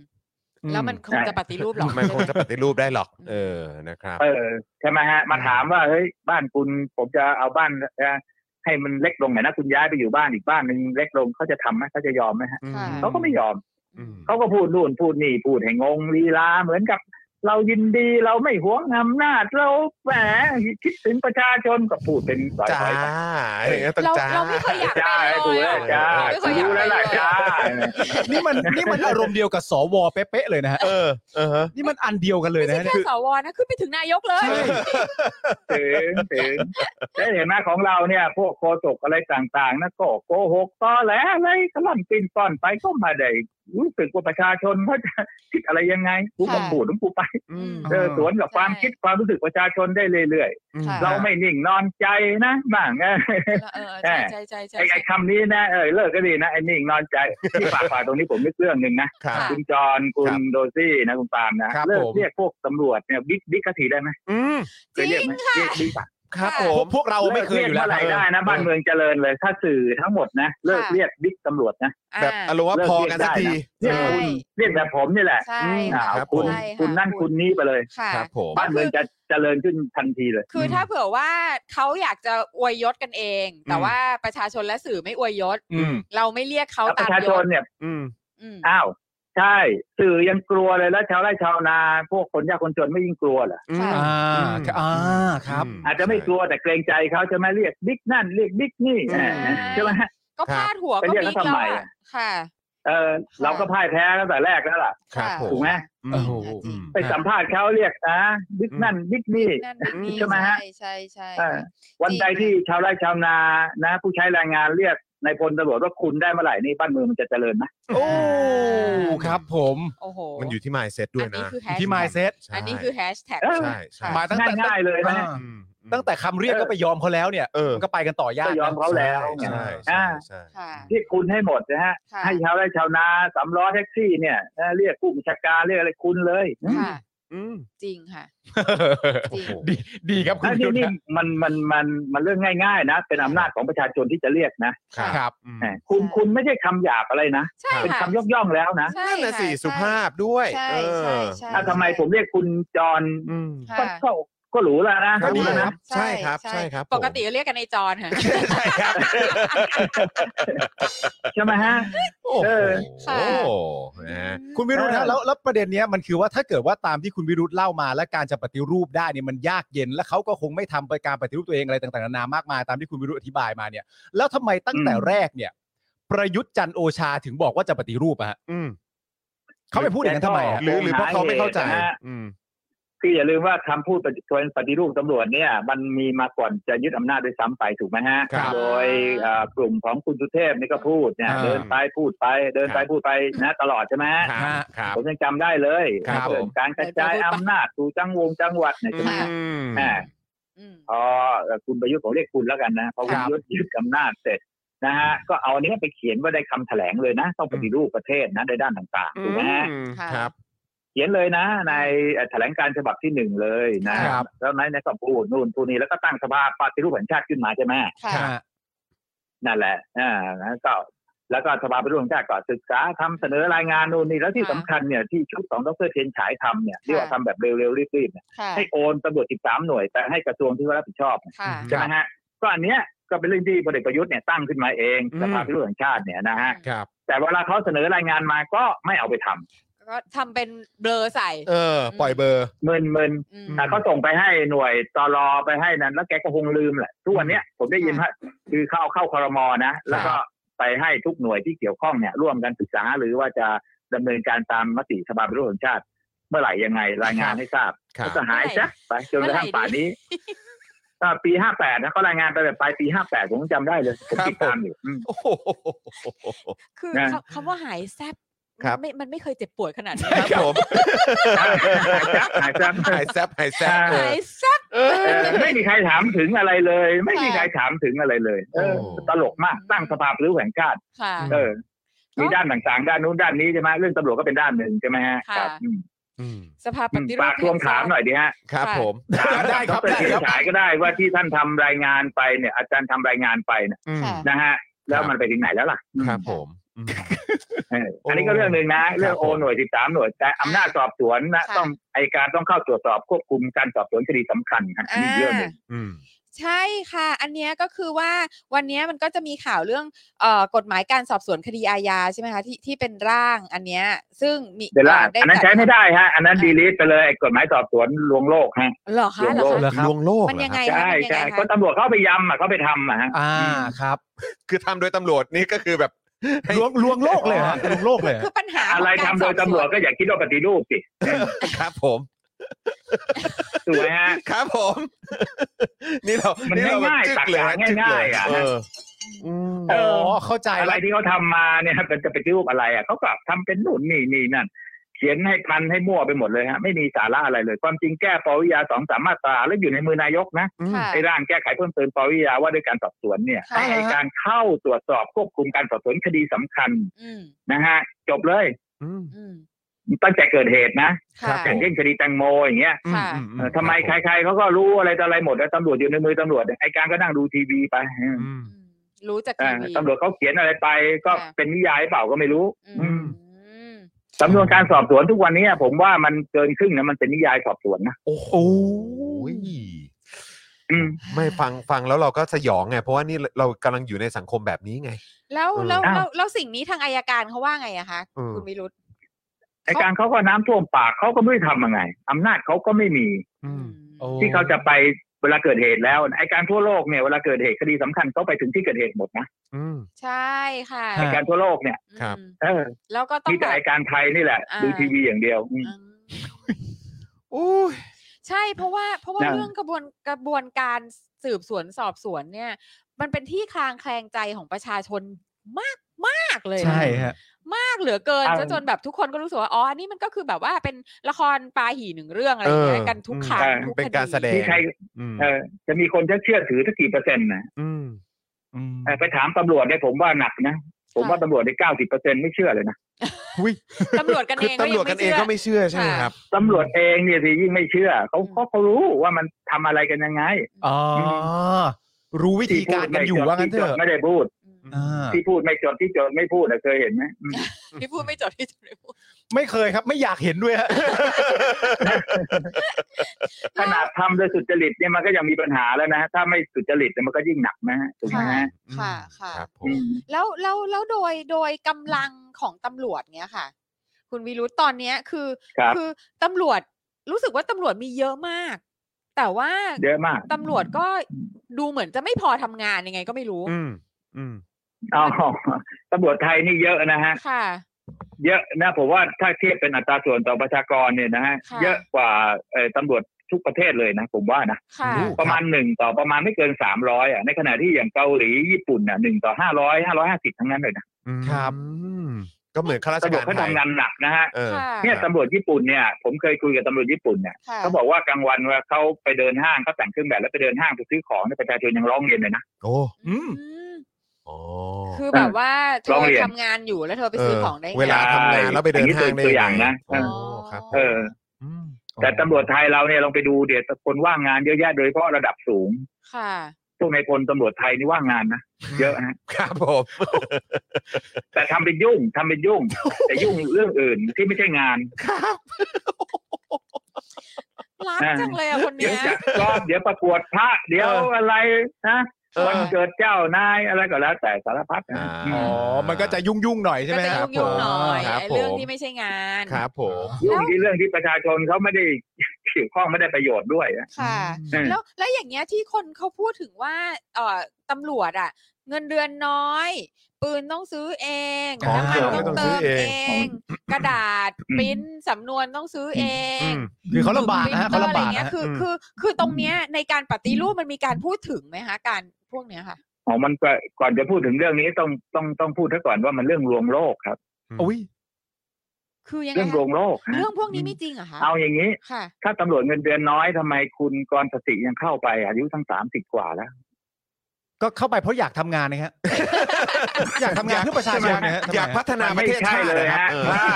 Speaker 3: อืม
Speaker 4: แล้วมันคงจะปฏิรูปหรอ
Speaker 2: มันคงจะปฏิรูปได้หรอก เออนะครับ
Speaker 7: เออใช่ไหมฮะมาถามว่าเฮ้ยบ้านคุณผมจะเอาบ้านเอ่อให้มันเล็กลงหน่อยนะคุณย้ายไปอยู่บ้านอีกบ้านหนึ่งเล็กลงเขาจะทำไหมเขาจะยอมไหมฮะ
Speaker 2: อืม
Speaker 4: ค่ะ
Speaker 7: เขาก็ไม่ยอม
Speaker 2: อืม
Speaker 7: เขาก็พูดนู่นพูดนี่พูดให้งงลีลาเหมือนกับ เรายินดีเราไม่หวงอำนาจเราแหมคิดถึงประชาชนก็พูดเป็นสอย
Speaker 2: จ้า
Speaker 7: ๆไป
Speaker 2: อย่างเงี้ยต้อง
Speaker 4: เรา
Speaker 2: จ้า
Speaker 4: เราไม่เคยอยากไป
Speaker 7: จ้า
Speaker 4: เลย
Speaker 7: ถูกแล้ว
Speaker 4: อะ
Speaker 7: จ้า
Speaker 4: ไม่เคยอยาก
Speaker 7: รู้
Speaker 4: ไป
Speaker 7: แล้วแหละ
Speaker 4: เลย
Speaker 7: จ้า
Speaker 3: นี่มันนี่มันอารมณ์เดียวกับสวเป๊ะๆเลยนะฮะ
Speaker 2: เออเออฮะ
Speaker 3: นี่มันอันเดียวกันเลย
Speaker 4: ไม่
Speaker 3: นะ
Speaker 4: ใช่
Speaker 3: ฮะ
Speaker 4: แค่สวนะขึ้นไปถึงนายกเลย
Speaker 7: ถึงถึงได้เห็นไหมของเราเนี่ย พวกโคศกอะไรต่างๆนะก็โกหกตอแหลอะไรกล่อนปีนป้อนไปก็ไมาได้รู้สึกว่าประชาชนเขาจะคิดอะไรยังไงกูก็พูดของกูไป
Speaker 4: อืม
Speaker 7: เออสวนกับความ
Speaker 4: ใช่
Speaker 7: คิดความรู้สึกประชาชนได้เรื่อย
Speaker 4: ค่ะ
Speaker 7: ๆ เราไม่นิ่งนอนใจนะบ้างเออ
Speaker 4: เออเออใช่ใช่ใช่
Speaker 7: ไอ้
Speaker 4: ใช่
Speaker 7: ไอ้คำนี้นะเออเลิกก็ดีนะไอ้นิ่งนอนใจที่ฝากฝากตรงนี้ผมนึกเรื่องหนึ่งนะ
Speaker 2: ค่ะ
Speaker 4: รับ
Speaker 7: คุณจรคุณโดซี่นะคุณปาล์มนะครับ เลิ
Speaker 3: ผ
Speaker 7: ก
Speaker 3: ม
Speaker 7: เรียกพวกตำรวจเนี่ยบิ๊กบิ๊กกะทีได้ไหม
Speaker 2: อืม
Speaker 7: เคยเรียกไหมเรียกบิ๊กอะ
Speaker 2: ครับผ
Speaker 3: พว
Speaker 2: ม
Speaker 3: กพวกเราไม่เคยอยู่แล้ว
Speaker 7: เกเรีกเมื่ไหร่ได้นะบ้านเมืองเจริญเลยถ้าสื่อทั้งหมดนะเลิกเรียกบิ๊กตำรวจนะ
Speaker 2: แบบอารมณ์ว่าพอกันสักที
Speaker 7: เรียกคุณเรียกแบบผมนี่แหละ
Speaker 4: ใช่
Speaker 2: อืม
Speaker 4: ค่ะ
Speaker 7: อ่า
Speaker 2: ครับ
Speaker 7: คุณ
Speaker 2: ผม
Speaker 4: ใช่ะ
Speaker 7: คุณนั่นคุณนี้ไปเลย
Speaker 4: ค่ะ
Speaker 2: ครับผม
Speaker 7: บ้านเมืองจะเจริญขึ้นทันทีเลย
Speaker 4: คือถ้าเผื่อว่าเขาอยากจะอวยยศกันเอง แต่ว่าประชาชนและสื่อไม่อวยยศ
Speaker 3: อืม
Speaker 4: เราไม่เรียกเขา
Speaker 7: แล้วป
Speaker 4: ตาม
Speaker 7: ระชาย ชน
Speaker 4: ศ
Speaker 7: เนี่ย
Speaker 2: อืม
Speaker 4: อืม
Speaker 7: อ้าวใช่ สื่อยังกลัวเลยแล้วชาวไร่ชาวนา พวกคนยากคนจนไม่ยิ่งกลัวเหรอ
Speaker 4: ค่ะ
Speaker 3: อ่า
Speaker 2: ครับ
Speaker 3: อ่า
Speaker 5: 啊
Speaker 3: ครับ
Speaker 7: อาจจะไม่กลัวแต่เกรงใจเขาจะมาเรียกบิ๊กนั่นเรียกบิ๊กนี่
Speaker 2: ใช่
Speaker 7: ใช่ไหมฮะ
Speaker 4: ก็พลาดหัว
Speaker 7: ไป
Speaker 4: ก็
Speaker 7: เรียก
Speaker 4: มี
Speaker 7: เขาทำไม
Speaker 4: แล้วอะ
Speaker 7: อะ
Speaker 4: ค่ะ
Speaker 7: เออ เราก็พ่ายแพ้ตั้งแต่แรกแล้วล่ะ
Speaker 2: ครับผม
Speaker 7: ถูกไหม
Speaker 4: จริง
Speaker 3: โอ้โห
Speaker 4: ค่ะจริง
Speaker 7: ไปสัมภาษณ์เขาเรียกนะบิ๊กนั่นบิ๊กนี่
Speaker 4: นั่นนี่นี่
Speaker 7: ใช่ไหมฮะ
Speaker 4: ใช่ใช่
Speaker 7: เอ
Speaker 4: ใช่
Speaker 7: อวันใดที่ชาวไร่ชาวนานะ ผู้ใช้แรงงานเรียกในายพลตำรวจว่าคุณได้เมื่อไหร่นี่บ้านเมืองมันจะเจริญนะ
Speaker 3: โอ้ครับผม
Speaker 4: โอ้โห
Speaker 2: มันอยู่ที่ mindset ด้วยนะ
Speaker 4: อัคือแฮช
Speaker 3: ที่ mindset
Speaker 2: ใช่
Speaker 4: อันนี้คือแฮชแท็ก
Speaker 7: เออ
Speaker 2: ใช่ใช่
Speaker 3: มาตั้งแต่
Speaker 7: ง่ายๆเลยนะฮะ
Speaker 3: อ่า
Speaker 2: อืม
Speaker 3: ตั้งแต่คำเรียกก็ไปยอมเขาแล้วเนี่ย
Speaker 2: เออ
Speaker 3: มันก็ไปกันต่อยาก
Speaker 7: ก็ยอม
Speaker 3: นะ
Speaker 7: เขาแล้ว
Speaker 2: ใช่
Speaker 7: ไง
Speaker 2: ใช่ใช่
Speaker 4: ค่ะ
Speaker 7: ที่คุณให้หมดนะฮะ
Speaker 4: ค่ะ
Speaker 7: ให้ชาวไร่ชาวนาสำล้อแท็กซี่เนี่ยนะเรียกผู้บัญชาการเรียกอะไรคุณเลย
Speaker 4: ค่ะ
Speaker 2: อืม
Speaker 4: จริงค่ะ
Speaker 2: โอ้โห
Speaker 3: ดีดีครับคุณ
Speaker 7: แล้ว
Speaker 3: ผู้ชม
Speaker 7: ที่นี่มันมันมันมันเรื่องง่าย ๆ นะ เป็นอำนาจของประชาชนที่จะเรียกนะครับ
Speaker 3: ครับ
Speaker 2: อืม
Speaker 7: แหมคุณ
Speaker 4: ใช่
Speaker 7: คุณไม่ใช่คำหยาบอะไรนะ
Speaker 4: ใช่
Speaker 7: เป็น
Speaker 4: ค่ะ
Speaker 7: คำยกย่องแล้วนะ
Speaker 4: ใช่
Speaker 2: นั่นน่ะ
Speaker 4: ค่
Speaker 2: สิสุภา
Speaker 4: ใช่
Speaker 2: พด้วย
Speaker 4: ใช่
Speaker 2: เออ
Speaker 4: ใช่ใช่
Speaker 7: ถ้าทำไมผมเรียกคุณจร
Speaker 2: อืม
Speaker 4: ค่ะ
Speaker 7: ก็ก็ก็หรูแล้วนะ
Speaker 2: ครั
Speaker 7: ก็
Speaker 2: บ
Speaker 7: ดีแล้วนะ
Speaker 2: ใช่ครับใช่ครับผม
Speaker 4: ปกติเรียกกันในจอนค่ะ
Speaker 2: ใช่ครับ
Speaker 7: ใช่ไหมฮะ
Speaker 2: โอ้โห
Speaker 7: เออ
Speaker 4: ค่ะ
Speaker 2: โอ้โหนะฮะ
Speaker 3: คุณวิรุธ
Speaker 7: เอ
Speaker 3: ฮะ
Speaker 7: อ
Speaker 3: แล้วแล้วประเด็นเนี้ยมันคือว่าถ้าเกิดว่าตามที่คุณวิรุธเล่ามาและการจะปฏิรูปได้เนี่ยมันยากเย็น และเขาก็คงไม่ทำไปการปฏิรูปตัวเองอะไรต่างๆนานามากมายตามที่คุณวิรุธอธิบายมาเนี่ย แล้วทำไมตั้งแต่แรกเนี่ย ประยุทธ์จันทร์โอชาถึงบอกว่าจะปฏิรูปอะฮะ
Speaker 2: อืม
Speaker 3: เขาไปพูดอย่างนั้นทำไมฮะ
Speaker 2: หรือหรือเพราะเขาไม่เข้าใจ
Speaker 7: นะฮะ
Speaker 2: อืม
Speaker 7: คืออย่าลืมว่าคำพูดปฏิปฏิรูปตำรวจเนี่ย มันมีมาก่อนจะยึดอำนาจด้วยซ้ำไปถูกไหมฮะ
Speaker 2: ครับ
Speaker 7: โดยเอ่อกลุ่มของคุณสุเทพนี่ก็พูดเนี่ย
Speaker 3: อ่า
Speaker 7: เดินไปพูดไปเดินไปพูดไปนะตลอดใช่ไหมฮะ
Speaker 2: ครับครับ
Speaker 7: ผมยังจำได้เลย
Speaker 2: ครับผม
Speaker 7: เรื่องการกระจายอำนาจสู่จังหวงจังหวัดเนี่ยใช่ไหม
Speaker 2: อืม
Speaker 7: อ่า
Speaker 4: อืม
Speaker 7: พอเอ่อคุณประยุทธ์ผมเรียกคุณแล้วกันนะพอคุณ
Speaker 3: ครับ
Speaker 7: ประยุทธ์ยึดอำนาจเสร็จนะฮะก็เอาอันนี้ไปเขียนไว่าในคำแถลงเลยนะ ต้องปฏิรูปประเทศนะในด้านต่างๆถูกไหมฮะ
Speaker 2: อืม
Speaker 4: ค่ะ
Speaker 2: ครับ
Speaker 7: เขียนเลยนะในเอ่อแถลงการฉบับที่หนึ่งเลยนะครับ แล้วนายนายก็พูดนู่นพูดนี่แล้วก็ตั้งสภาปฏิรูปแห่งชาติขึ้นมาใช่ไหม
Speaker 4: ค่ะ
Speaker 3: ค่ะ
Speaker 7: นั่นแหละอ่าแล้วก็ แล้วก็สภาปฏิรูปแห่งชาติก็ศึกษาทำเสนอรายงานนู่นนี่แล้วที่
Speaker 4: ค่ะ
Speaker 7: สำคัญเนี่ยที่ชุดของดรเทียนฉายทำเนี่ยที่ว่า
Speaker 4: ค่ะ
Speaker 7: ทำแบบเร็วๆรีบๆเนี่ย
Speaker 4: ค่ะ
Speaker 7: ให้โอนตำรวจ 13 หน่วยแต่ให้กระทรวงที่เขารับผิดชอบ
Speaker 4: ค่ะ
Speaker 7: ใช่ไหมฮะก็อันเนี้ยก็เป็นเรื่องที่พลเอกประยุทธ์เนี่ยตั้งขึ้นมาเอง
Speaker 3: อืม
Speaker 7: สภาพิรูปแห่งชาติเนี่ยนะฮะ
Speaker 3: ครับ
Speaker 7: แต่เวลาเขาเสนอรายงานมาก็ไม่เอาไปทำ
Speaker 4: ก็ทำเป็นเบลอใส่
Speaker 8: เออ ปล่อยเบอร์
Speaker 7: เมินเมิน
Speaker 4: อืม
Speaker 7: แต่เขาส่งไปให้หน่วยตรอไปให้นั้น แล้วแกก็คงลืมแหละทุกวันเนี้ยผมได้ยินว่าคือเข้าเข้าคอรมอนะ แล้วก็ไปให้ทุกหน่วยที่เกี่ยวข้องเนี่ยร่วมกันศึกษาหรือว่าจะดำเนินการตามมติสภาพิรูปแห่งชาติ เมื่อไหร่ยังไงรายงานให้ทราบ
Speaker 3: ครับ
Speaker 7: แล้วก็หายซะไปจนกระทั่งป่านนี้อ่าปีห้าแปดนะเขารายงานไปแบบปลายปีห้าแปดผมจำได้เลยผมติดตามอยู่อืม
Speaker 2: โอ้โห
Speaker 4: คือ
Speaker 7: นะ
Speaker 4: คำคำว่าหายแซบ
Speaker 2: ครับ
Speaker 4: ไม่มันไม่เคยเจ็บปวดขนาดนี้
Speaker 2: ครับผม
Speaker 7: หายจับหายจับ
Speaker 2: หายแซบหายแซบ
Speaker 7: เออ
Speaker 2: เออ
Speaker 4: หายแซบ
Speaker 7: เออไม่มีใครถามถึงอะไรเลย ไม่มี
Speaker 4: ค่ะ
Speaker 7: ใครถามถึงอะไรเลย เออ
Speaker 4: โอ้
Speaker 7: ตลกมากตั้งสภาพรือแห่งชาติ
Speaker 4: ค่ะ
Speaker 7: เออ มีด้านต่างๆ ด้านนู้นด้านนี้ใช่ไหมเรื่องตำรวจก็เป็นด้านหนึ่งใช่ไหมฮะ
Speaker 4: ค่ะ
Speaker 7: ครับอืม
Speaker 2: อืม
Speaker 4: สภาปฏิรูป
Speaker 7: ฝากทวงถามหน่อยดีฮะ
Speaker 2: ครับผม
Speaker 3: ได้ครับ
Speaker 7: เปิดเผยฉายก็ได้ว่าที่ท่านทำรายงานไปเนี่ย อาจารย์ทำรายงานไปเนี่ย
Speaker 2: อืม
Speaker 4: ค่ะ
Speaker 7: นะฮะ แล้วมันไปถึงไหนแล้วล่ะอืม
Speaker 2: ครับผมอืม
Speaker 7: เอออันนี้ก็เรื่องหนึ่งนะ เรื่อ
Speaker 2: ค
Speaker 7: ง
Speaker 2: รับผ
Speaker 7: โอ
Speaker 2: ม
Speaker 7: หน่วยสิบสามหน่วยแต่อำนาจสอบสวนนะ
Speaker 4: ค่ะ
Speaker 7: ต้องไอยการต้องเข้าตรวจสอบควบคุมการสอบสวนคดีสำคัญฮะอันนี้เรื่องหนึ่ง
Speaker 2: อืม
Speaker 4: ใช่ค่ะ อันเนี้ยก็คือว่าวันเนี้ยมันก็จะมีข่าวเรื่องเออกฎหมายการสอบสวนคดีอาญาใช่ไหมคะที่ที่เป็นร่างอันเนี้ยซึ่งมี
Speaker 7: เดยวล่า
Speaker 4: ได้
Speaker 7: อันนั้น
Speaker 4: จัด
Speaker 7: ใช้ไม่ได้ฮะ อันนั้น
Speaker 4: ค่ะ
Speaker 7: ดีลิทไปเลยไอ้กฎหมายสอบสวนลวงโลกฮะ
Speaker 4: เหรอคะเหรอ
Speaker 7: ลวงโลก
Speaker 3: เหรอครับ
Speaker 2: ลวงโลก
Speaker 4: คะมัน
Speaker 2: เหรอ
Speaker 4: ยัง
Speaker 2: ค
Speaker 4: ไง
Speaker 2: รับ
Speaker 4: คะมันยัง
Speaker 7: ใช่ใช่
Speaker 4: ไง
Speaker 7: ก็
Speaker 4: คะ
Speaker 7: ตำรวจเข้าไปยำอ่ะเขาไปทำอ่ะฮะ
Speaker 3: อ่าครับ
Speaker 2: คือทำโดยตำรวจนี่ก็คือแบบ
Speaker 3: ลวงลวงโลกเลยฮะลวงโลกเลย
Speaker 4: คือปัญหาขง
Speaker 7: อะไร
Speaker 4: กา
Speaker 7: ทำโดยตำรวจ
Speaker 4: สอบสน
Speaker 7: ก็อย่าคิดว่าปฏิรูปสิ
Speaker 2: ครับผม
Speaker 7: ถูกไหม ฮะ
Speaker 2: ครับผม นี่เรา
Speaker 7: มัน
Speaker 2: นี่เรา
Speaker 7: ง่ายๆ
Speaker 2: จึ๊กเลยฮะ
Speaker 7: ตักหลัง
Speaker 2: จึ๊กเล
Speaker 7: ง่ายๆอ่ะ
Speaker 2: เออ
Speaker 3: อ๋อเข้าใจ
Speaker 7: อะไร
Speaker 3: แล้ว
Speaker 7: ที่เขาทำมาเนี่ยมันจะปฏิรูปอะไรอ่ะเขาก็ทำเป็นนู่นนี่นี่นั่น เขียนให้พันให้มั่วไปหมดเลยฮะ ไม่มีสาระอะไรเลย ความจริงแก้ปวิยาสองสามมาตราแล้วอยู่ในมือนายกนะ
Speaker 4: ค่ะ
Speaker 7: ไอ้ร่างแก้ไขเพิ่มเติมปวิยาว่าด้วยการสอบสวนเนี่ย
Speaker 4: ค่ะ
Speaker 7: ให้การเข้าตรวจสอบควบคุมการสอบสวนคดีสำคัญ
Speaker 4: อืม
Speaker 7: นะฮะ จบเลย
Speaker 4: อืม
Speaker 7: ตั้งแต่เกิดเหตุนะ
Speaker 4: ค่ะ
Speaker 7: อย่างเช่นคดีแตงโมอย่างเงี้ย
Speaker 4: ค่ะ
Speaker 7: เอ่อทำไมใครๆเขาก็รู้อะไรต่ออะไรหมดแล้วตำรวจอยู่ในมือตำรวจไอ้การก็นั่งดูทีวีไป
Speaker 4: รู้จาก
Speaker 7: เอ
Speaker 4: ที
Speaker 7: อ
Speaker 4: วี
Speaker 7: ตำรวจเขาเขียนอะไรไปก็
Speaker 4: ค่ะ
Speaker 7: เป็นนิยายเปล่าก็ไม่รู้
Speaker 4: อืม
Speaker 7: สำนวนการสอบสวนทุกวันเนี้ยผมว่ามันเกินครึ่งนะมันเป็นนิยายสอบสวนนะ
Speaker 2: โอ้โห
Speaker 7: อืม
Speaker 2: ไม่ฟังฟังแล้วเราก็สยองไง เพราะว่านี่เรากำลังอยู่ในสังคมแบบนี้ไง
Speaker 4: แล้วแล้ว
Speaker 7: อ้าว
Speaker 4: แล้วแล้วสิ่งนี้ทางอายการเขาว่าไงอะคะ
Speaker 2: อืม
Speaker 4: คุณวิรุธ
Speaker 7: ไอ้การเขาก็น้ำท่วมปากเขาก็ไม่รู้ทำยังไงอำนาจเขาก็ไม่มี
Speaker 4: อืม
Speaker 7: ที่เขาจะไปเวลาเกิดเหตุแล้วไอ้การทั่วโลกเนี่ยเวลาเกิดเหตุคดีสำคัญเขาไปถึงที่เกิดเหตุหมดนะ
Speaker 2: อืม
Speaker 4: ใช่ค่ะ
Speaker 3: ฮะ
Speaker 7: การทั่วโลกเนี่ย
Speaker 4: อืม
Speaker 2: ครับ
Speaker 7: เออ
Speaker 4: แล้วก็ต้อง
Speaker 7: มีแต่
Speaker 4: แบบ
Speaker 7: ไอ้การไทยนี่แหละ
Speaker 4: อ่า
Speaker 7: ดูทีวีอย่างเดียวอืม
Speaker 4: อืม
Speaker 2: อ้ย
Speaker 4: ใช่เพราะว่าเพราะว่า
Speaker 7: นั่น
Speaker 4: เรื่องกระบวนกระบวนการสืบสวนสอบสวนเนี่ย มันเป็นที่คลางแคลงใจของประชาชนมากมากเลยนะ
Speaker 3: ใช่ฮะ
Speaker 4: มากเหลือเกิน
Speaker 7: อ่า
Speaker 4: ซะจนแบบทุกคนก็รู้สึกว่าอ๋ออันนี้มันก็คือแบบว่าเป็นละครปลาหีหนึ่งเรื่องอะไรอย่างเงี้ย
Speaker 2: เออ
Speaker 4: กันทุก
Speaker 2: อืม
Speaker 4: ข่าว
Speaker 2: ใช่
Speaker 4: ทุก
Speaker 2: เป็น
Speaker 4: คดี
Speaker 2: การแสดง
Speaker 7: มีใคร
Speaker 2: อืม
Speaker 7: เออจะมีคนจะเชื่อถือสักกี่เปอร์เซ็นต์นะ
Speaker 2: อืม
Speaker 7: เออไปถามตำรวจเนี่ยผมว่าหนักนะ ผมว่าตำรวจในเก้าสิบเปอร์เซ็นต์ไม่เชื่อเลยนะ
Speaker 4: ตำรวจกัน
Speaker 2: คื
Speaker 4: เอ
Speaker 2: อง ตำรวจกันเองก็ไม่เชื่อใช่ไหมครับ
Speaker 7: ตำรวจเองเนี่ยสิยิ่งไม่เชื่อเขา
Speaker 4: อืม
Speaker 7: เขาเขารู้ว่ามันทำอะไรกันยังไง
Speaker 3: อ๋อ รู้วิธีการกันอยู่ว่างั้นเถ
Speaker 7: ที่พูด
Speaker 3: อะ
Speaker 7: ไม่จดที่จด
Speaker 3: อ่า
Speaker 7: ไม่ได้พูดที่พูดไม่จดที่จดไม่พูดน่ะเคยเห็นไหมอืม
Speaker 4: พี่พูดไม่จบที่จะไม่พูด
Speaker 3: ไม่เคยครับ ไม่อยากเห็นด้วยฮะ
Speaker 7: ขนาดทำโดยสุจริตเนี่ยมันก็ยังมีปัญหาแล้วนะถ้าไม่สุจริตเนี่ยมันก็ยิ่งหนักนะฮะถูกไหมฮะ
Speaker 4: ค่ะค่ะ
Speaker 2: ครับผ
Speaker 7: อื
Speaker 2: ม
Speaker 7: ม
Speaker 4: แล้วแล้วแล้วโดยโดยกำลังของตำรวจเนี้ยค่ะ คุณวิรุธตอนเนี้ยคือ
Speaker 7: ครับ
Speaker 4: คือตำรวจรู้สึกว่าตำรวจมีเยอะมาก แต่ว่า
Speaker 7: เยอะมาก
Speaker 4: ตำรวจก็ดูเหมือนจะไม่พอทำงานยังไงก็ไม่รู้
Speaker 2: อืมอืม
Speaker 7: อ๋อตำรวจไทยนี่เยอะนะฮะ
Speaker 4: ค่ะ
Speaker 7: เยอะนะผมว่าถ้าเทียบเป็นอัตราส่วนต่อประชากรเนี่ยนะฮะ
Speaker 4: ค่ะ
Speaker 7: เยอะกว่าเอ่อตำรวจทุกประเทศเลยนะ ผมว่านะ
Speaker 4: ค่ะ
Speaker 2: รู้
Speaker 7: ประมาณหนึ่งต่อประมาณไม่เกินสามร้อยอ่ะในขณะที่อย่างเกาหลีญี่ปุ่นอ่ะหนึ่งต่อห้าร้อยห้าร้อยห้าสิบทั้งนั้นเลยนะครับ
Speaker 2: อืมก็เหมือนข้าราช
Speaker 7: ตำรว
Speaker 2: กา
Speaker 7: จ
Speaker 2: ร
Speaker 7: เขา
Speaker 2: ไทย
Speaker 7: ทำงานหนักนะฮะ
Speaker 2: เออ
Speaker 4: ค่ะ
Speaker 7: เนี่ยตำรวจญี่ปุ่นเนี่ยผมเคยคุยกับตำรวจญี่ปุ่นเนี่ย
Speaker 4: ค่ะ
Speaker 7: เขาบอกว่ากลางวันเว่าเขาไปเดินห้างเขาแต่งเครื่องแบบแล้วไปเดินห้างไปซื้อของเนี่ยประชาชนยังร้องเรียนเลยนะ
Speaker 2: โอ้
Speaker 3: อืม
Speaker 4: อืม
Speaker 2: โอ้
Speaker 4: คือแบบว่าเธ
Speaker 7: ลอง
Speaker 4: อ
Speaker 7: เรียน
Speaker 4: ทำงานอยู่แล้วเธอไปซื้อของได้ไง
Speaker 2: เวลาทำงานแล้วไปเดินห้างได้
Speaker 7: ตัวอย่างนะ
Speaker 2: โอ้ครับผม
Speaker 7: เออ
Speaker 2: ม
Speaker 7: แต่ตำรวจไทยเราเนี่ยลองไปดูเดี๋ยวคนว่างงานเยอะแยะโดยเฉพาะระดับสูง
Speaker 4: ค่ะ
Speaker 7: พวกในายพลตำรวจไทยนี่ว่างงานนะเยอะฮะ
Speaker 2: ครับผม
Speaker 7: แต่ทำเป็นยุ่งทำเป็นยุ่ง แต่ยุ่งเรื่องอื่นที่ไม่ใช่งาน
Speaker 4: รักจังเลยอ่ะคน
Speaker 7: เดี๋ย
Speaker 4: เนี้
Speaker 7: วย จัดรอบเดี๋ยวประกวดพระเดี๋ยว
Speaker 2: เออ
Speaker 7: อะไรนะ
Speaker 2: เออ
Speaker 7: วันเกิดเจ้านายอะไรก็แล้วแต่สารพัดนะ
Speaker 2: อ่า
Speaker 7: อื
Speaker 3: อ๋อ
Speaker 7: ม
Speaker 3: มันก็จะยุ่งยุ่งๆหน่อยใช่
Speaker 4: ก็
Speaker 3: ไหม
Speaker 4: จะ
Speaker 3: ครับ
Speaker 4: ยุ่งๆหน่อย
Speaker 3: ครับ
Speaker 4: ไอ้
Speaker 3: ผ
Speaker 4: เรื่อง
Speaker 3: ม
Speaker 4: ที่ไม่ใช่งาน
Speaker 3: ครับผม
Speaker 7: ยุ่งที่เรื่องที่ประชาชนเขาไม่ได้เกี่ยวข้องไม่ได้ประโยชน์ด้วยนะ
Speaker 4: ค่ะ
Speaker 7: อืม
Speaker 4: แล้วแล้วอย่างเงี้ยที่คนเขาพูดถึงว่าเอ่อตำรวจอ่ะ เงินเดือนน้อย ปืนต้องซื้อเอง
Speaker 2: ของ
Speaker 4: น้ำมั
Speaker 2: เติ
Speaker 4: น
Speaker 2: ม
Speaker 4: ต้อง
Speaker 2: ไม่ต้องซื้อ
Speaker 4: เติม
Speaker 2: เอ
Speaker 4: เอง ง กระดาษ
Speaker 7: อืม
Speaker 4: ปริ้นสำนวนต้องซื้อเอง
Speaker 2: อืม
Speaker 3: คือเขาลำบากนะฮะ
Speaker 4: ปริ
Speaker 3: เขา
Speaker 4: นตอร์อ
Speaker 3: ลำ
Speaker 4: ไร
Speaker 3: บาก
Speaker 4: เงี้
Speaker 3: นะ
Speaker 4: ย
Speaker 3: ฮะ
Speaker 4: คือ
Speaker 2: อืม
Speaker 4: คือคือตรงเนี้ยในการปฏิรูปมันมีการพูดถึงไหมคะการพวกเนี้ยค่ะ
Speaker 7: อ๋อมันก็ก่อนจะพูดถึงเรื่องนี้ต้องต้องต้องพูดซะก่อนว่ามันเรื่องรวมโลกครับ
Speaker 3: อุ้ย
Speaker 4: คือยังไง
Speaker 7: เรื่องร
Speaker 4: คะ
Speaker 7: วมโลกฮะ
Speaker 4: เรื่องพวกนี้มีจริงเหรอคะ
Speaker 7: เอาอย่างนี้
Speaker 4: ค่ะ
Speaker 7: ถ้าตำรวจเงินเดือนน้อยทำไมคุณกรสติยังเข้าไป อายุทั้งสามสิบกว่าแล้ว
Speaker 3: ก็เข้าไปเพราะอยากทำงานนะฮะ อยากทำงานเพื่อประชาชนนะฮะ
Speaker 2: อยาก
Speaker 3: ทำไม
Speaker 2: พั
Speaker 3: ฮะ
Speaker 2: ฒนา
Speaker 7: มัน
Speaker 2: ประ
Speaker 7: ไม่
Speaker 2: เทศ
Speaker 7: ใช่
Speaker 2: ชาติ
Speaker 7: เลย
Speaker 2: นะครับ
Speaker 7: ฮะ
Speaker 2: เออ
Speaker 7: ถ้า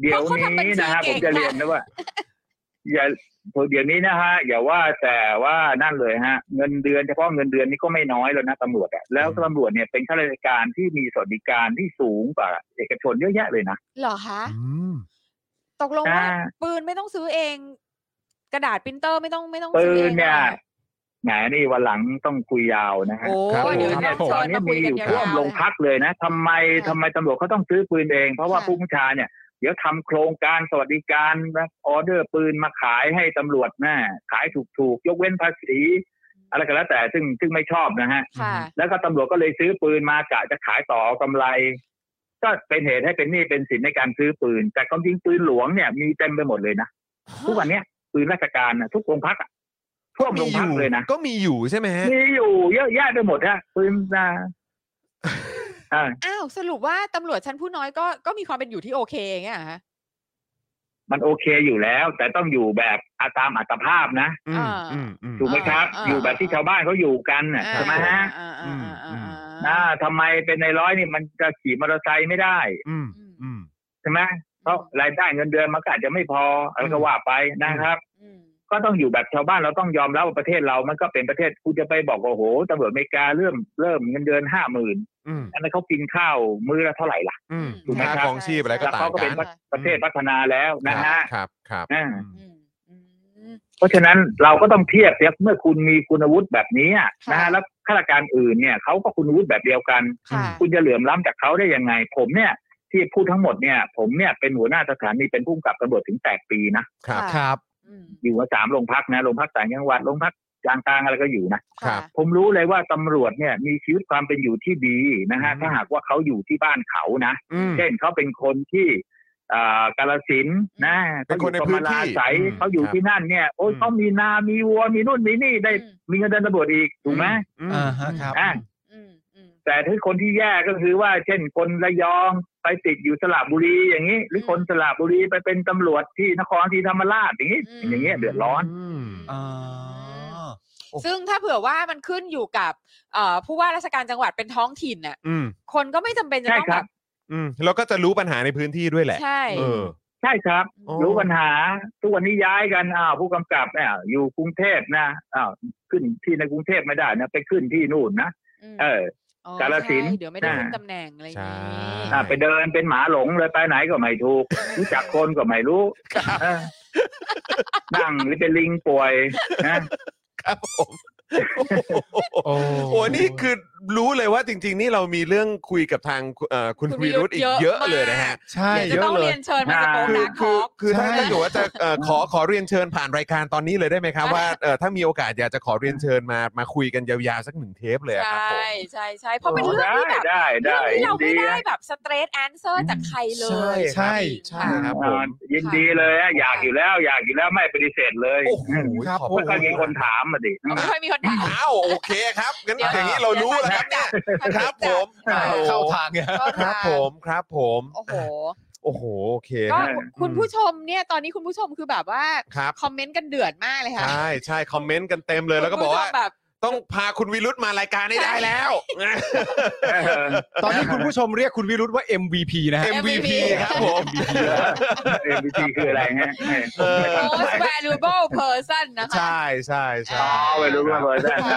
Speaker 7: เดี๋ยวนี้นะฮะ
Speaker 4: เพ
Speaker 7: ผ
Speaker 4: ราะเขาทำบัญชีเก่
Speaker 7: ม
Speaker 4: ง
Speaker 7: จะเรียนนะว่า อย่าเดี๋ยวนี้นะฮะอย่าว่าแต่ว่านั่นเลยฮะ เงินเดือนเฉพาะเงินเดือนนี่ก็ไม่น้อยแล้วนะตำรวจอะแล้วตำรวจเนี่ยเป็นข้าราชการที่มีสวัสดิการที่สูงกว่าเอกชนเยอะแยะเลยนะ
Speaker 4: เหรอคะ
Speaker 3: อืม
Speaker 4: ตกลงว่า
Speaker 7: อ่า
Speaker 4: ปืนไม่ต้องซื้อเอง กระดาษปรินเตอร์ไม่ต้องไม่ต้อง
Speaker 7: ปื
Speaker 4: ซื้อเอน ง
Speaker 7: เนี่ย
Speaker 4: หรอ
Speaker 7: แหมนี่วันหลังต้องคุยยาวนะฮะ
Speaker 4: โอ้
Speaker 3: ครับ
Speaker 4: เดี๋ยว
Speaker 3: ผม
Speaker 4: เดี๋ยว
Speaker 7: ตอ
Speaker 4: เชิญ
Speaker 7: นนี้
Speaker 4: มาคุ
Speaker 7: มี
Speaker 4: ยกัน
Speaker 7: อยู่
Speaker 4: ยา
Speaker 7: ท่ว
Speaker 4: ว
Speaker 7: ม
Speaker 4: ๆเล
Speaker 7: โรง
Speaker 4: ย
Speaker 7: พักเลยนะทำไม
Speaker 4: ค่ะ
Speaker 7: ทำไมตำรวจเขาต้องซื้อปืนเอง เพราะว่า
Speaker 4: ค่ะ
Speaker 7: ผู้บัญชาเนี่ย เดี๋ยวทำโครงการสวัสดิการนะออเดอร์ปืนมาขายให้ตำรวจนะขายถูกๆ ยกเว้นภาษี อะไรก็แล้วแต่ซึ่งซึ่งไม่ชอบนะฮะ
Speaker 4: ค่ะ
Speaker 7: แล้วก็ตำรวจก็เลยซื้อปืนมากะจะขายต่อเอากำไร ก็เป็นเหตุให้เป็นหนี้เป็นสินในการซื้อปืน แต่ความจริงปืนหลวงเนี่ยมีเต็มไปหมดเลยนะทุกวันเนี้ยปืนราชการนะทุกโรงพักอะท่วมโร
Speaker 2: มี
Speaker 7: ง
Speaker 2: อ
Speaker 7: พัก
Speaker 2: ยู่
Speaker 7: เลยนะ
Speaker 2: ก็มีอยู่ใช่ไหมฮะ
Speaker 7: มีอยู่เยอะแยะไปหมดฮะปืนนะอ่า
Speaker 4: อ้าวสรุปว่าตำรวจชั้นผู้น้อยก็ก็มีความเป็นอยู่ที่โอเคอย่างเงี้ยเหรอคะ
Speaker 7: มันโอเคอยู่แล้ว แต่ต้องอยู่แบบอาตามอัตภาพนะ
Speaker 2: อืมอืมอืม
Speaker 7: ถูกไหมครับ อยู่แบบที่ชาวบ้านเขาอยู่กันน่ะ
Speaker 4: อ่า
Speaker 7: ใช่ไหมฮะ
Speaker 4: อ่าอ่าอ่าอ่า
Speaker 7: อ่าทำไมเป็นในร้อยนี่มันจะขี่มอเตอร์ไซค์ไม่ได้
Speaker 2: อืม
Speaker 4: อืม
Speaker 2: อืม
Speaker 7: ใช่ไหมเพราะรายได้เงินเดือนมันก็อาจจะไม่พออะไรก็ว่าไปนะครับ
Speaker 4: อืม
Speaker 7: ก็ต้องอยู่แบบชาวบ้านเราต้องยอมรับว่าประเทศเรามันก็เป็นประเทศคุณจะไปบอกว่าโอ้โหตำรวจอเมริกาเริ่มเริ่มเงินเดือนห้าหมื่น
Speaker 2: อืม
Speaker 7: อันนั้นเขากินข้าวมื้อละเท่าไหร่ล่ะ
Speaker 2: อืม
Speaker 7: ถูกไหมครับ
Speaker 2: ค่าครองชีพอะไรก็
Speaker 7: แล้ว
Speaker 2: ต่า
Speaker 7: เขา
Speaker 2: ง
Speaker 7: ก็
Speaker 2: กั
Speaker 7: เป็น นประเทศพัฒนาแล้วนะฮะ
Speaker 2: ครับครับ
Speaker 7: อ่า
Speaker 4: อืมอืม
Speaker 7: เพราะฉะนั้นเราก็ต้องเทียบเทียบเมื่อคุณมีคุณวุฒิแบบนี้อะ
Speaker 4: ค่ะ
Speaker 7: นะฮะแล้วข้าราชการอื่นเนี่ยเขาก็คุณวุฒิแบบเดียวกัน
Speaker 4: ค่ะ
Speaker 7: คุณจะเหลื่อมล้ำจากเขาได้ยังไง ผมเนี่ย ที่พูดทั้งหมดเนี่ย ผมเนี่ยเป็นหัวหน้าสถานีเป็นผู้กำกับตำรวจถึงแปดปีนะครับ
Speaker 3: ครับ
Speaker 4: อืม
Speaker 7: อยู่มาสามโรงพักนะโรงพักต่างจังหวัดโรงพักกลางกลางๆอะไรก็อยู่นะ
Speaker 2: ครั
Speaker 4: ค่ะ
Speaker 2: บ
Speaker 7: ผมรู้เลยว่าตำรวจเนี่ยมีชีวิตความเป็นอยู่ที่ดีนะฮะ
Speaker 2: อืม
Speaker 7: ถ้าหากว่าเขาอยู่ที่บ้านเขานะ
Speaker 2: อืม
Speaker 7: เช่นเขาเป็นคนที่อ่ากาลสินธุ์นะ
Speaker 2: เป็นคนในพื้นที่
Speaker 7: เขาอยู่กรรมลาไสย
Speaker 2: อืม
Speaker 7: เขาอยู่
Speaker 2: ครับ
Speaker 7: ที่นั่นเนี่ยโอ้ย
Speaker 2: อืม
Speaker 7: เขามีนา มีวัว มีนู่นมีนี่ได้
Speaker 4: อืม
Speaker 7: มีเงินเดือนตำรวจอีกถูกไหม
Speaker 2: อืม
Speaker 3: อ่าฮะครับ
Speaker 7: อ่ะ
Speaker 4: อืมอืม
Speaker 7: แต่ถ้าคนที่แย่ก็คือว่า เช่นคนระยองไปติดอยู่สระบุรีอย่างนี้ หรืออ
Speaker 4: ม
Speaker 7: คนสระบุรีไปเป็นตำรวจที่นครศรีธรรมราชอย่างนี้
Speaker 4: อืม
Speaker 7: อย่างเงี้ยเดือดร้อน
Speaker 2: ม
Speaker 3: อ๋อ
Speaker 4: ซึ่งถ้าเผื่อว่ามันขึ้นอยู่กับเอ่อผู้ว่าราชการจังหวัดเป็นท้องถิ่นน่ะ
Speaker 2: อืม
Speaker 4: คนก็ไม่จำเป็นจะ
Speaker 7: ใช่
Speaker 4: ต้อง
Speaker 7: ครั
Speaker 4: แบบ บ
Speaker 2: อืมแล้วก็จะรู้ปัญหาในพื้นที่ด้วยแหละ
Speaker 4: ใช่
Speaker 2: เออ
Speaker 7: ใช่ครับ
Speaker 2: โอ้
Speaker 7: รู้ปัญหาทุกวันนี้ย้ายกันอ้าวผู้กำกับเนี่ยอยู่กรุงเทพนะอ้าวขึ้นที่ในกรุงเทพไม่ได้นะไปขึ้นที่นู่นนะเออ
Speaker 4: อ๋อก
Speaker 7: าฬสินธุ์
Speaker 4: ใช่เดี๋ยวไม่ได้ขึ้น
Speaker 7: อ่า
Speaker 4: ตำแหน่งอะไรอย่างนี้
Speaker 2: ใช่
Speaker 7: อ่ะไปเดินเป็นหมาหลงเลยไปไหนก็ไม่ถูก รู้จักคนก็ไม่รู้เออนั่งหรือเป็นลิงป่วยนะครับ
Speaker 2: ผม
Speaker 3: โอ้
Speaker 2: โอ้โหนี่คือรู้เลยว่าจริง ๆ นี่เรามีเรื่องคุยกับทางเอ่อคุณวีรุธอีกเยอะเลยนะฮะ
Speaker 3: ใช่
Speaker 4: เดี๋ย
Speaker 3: เย
Speaker 4: วจะต้อ
Speaker 3: อะ
Speaker 4: ง
Speaker 3: เลย
Speaker 4: เรียนเชิญมาสโก
Speaker 2: คือคือคือ
Speaker 4: ดาร์คท็อก
Speaker 2: ถ้า
Speaker 3: ใช่
Speaker 2: ถ้าเกิดว่าจะเอ่อขอขอเรียนเชิญผ่านรายการตอนนี้เลยได้ไหมครับ
Speaker 4: ได้
Speaker 2: ว่าเอ่อถ้ามีโอกาสอยากจะขอเรียนเชิญมามาคุยกันยาวๆสักหนึ่งเทปเลยอะ
Speaker 4: ใช
Speaker 2: ครับผ่ ม
Speaker 4: ใช่ใช่เพราะเป็นเรื่อง
Speaker 7: ได้
Speaker 4: ที่แบบ
Speaker 7: ได้
Speaker 4: เรื่
Speaker 7: ได้
Speaker 4: องที่เรา
Speaker 7: ยิน
Speaker 4: ไม่
Speaker 7: ดี
Speaker 4: ได้
Speaker 7: นะ
Speaker 4: แบบสเตรทแอนเซอร์จากใครเลย
Speaker 3: ใช่ใช่
Speaker 4: ค่ะ
Speaker 2: ครับ
Speaker 7: อ่ายินดีเลยอะอยากอยู่แล้ว อยากอยู่แล้วไม่ปฏิเสธเลย
Speaker 2: โอ้โห
Speaker 3: ครับ
Speaker 2: ขอบ
Speaker 7: ไม่ค่อยมี
Speaker 2: ณ
Speaker 7: คนถามมาดิ
Speaker 4: ไม่ค่อยมีคนถาม
Speaker 2: อ้าวโอเคครับงั้น
Speaker 4: เดี๋ยว
Speaker 2: อย่างนี้เรารู้แล้วครับเนี่ยครับผม
Speaker 4: อ่า
Speaker 3: เข้าทางเนี่ย
Speaker 4: ก็
Speaker 2: ครับผมครับผม
Speaker 4: โอ้โห
Speaker 2: โอ้โหโอเค
Speaker 4: ก็
Speaker 2: ครับ
Speaker 4: คุณผู้ชมเนี่ยตอนนี้คุณผู้ชมคือแบบว่า
Speaker 2: ครับ
Speaker 4: คอมเมนต์กันเดือดมากเลยค่ะ
Speaker 2: ใช่ใช่คอมเมนต์กันเต็มเลยแล้วก็บอกว่า
Speaker 4: คุณผู้ชมแบบ
Speaker 2: ต้องพาคุณวิรุธมารายการให้ได้แล้ว
Speaker 3: ตอนนี้คุณผู้ชมเรียกคุณวิรุธว่า MVP นะฮะ
Speaker 2: MVP ครับผม
Speaker 7: เอ็มบีทีคืออะไรฮะเออผมไม่ทันสมั
Speaker 4: most
Speaker 7: ย
Speaker 4: valuable person นะคะ
Speaker 3: ใช่ใช่ใช่
Speaker 7: อ๋อไม่รู้ว่าเบอร์ได้เ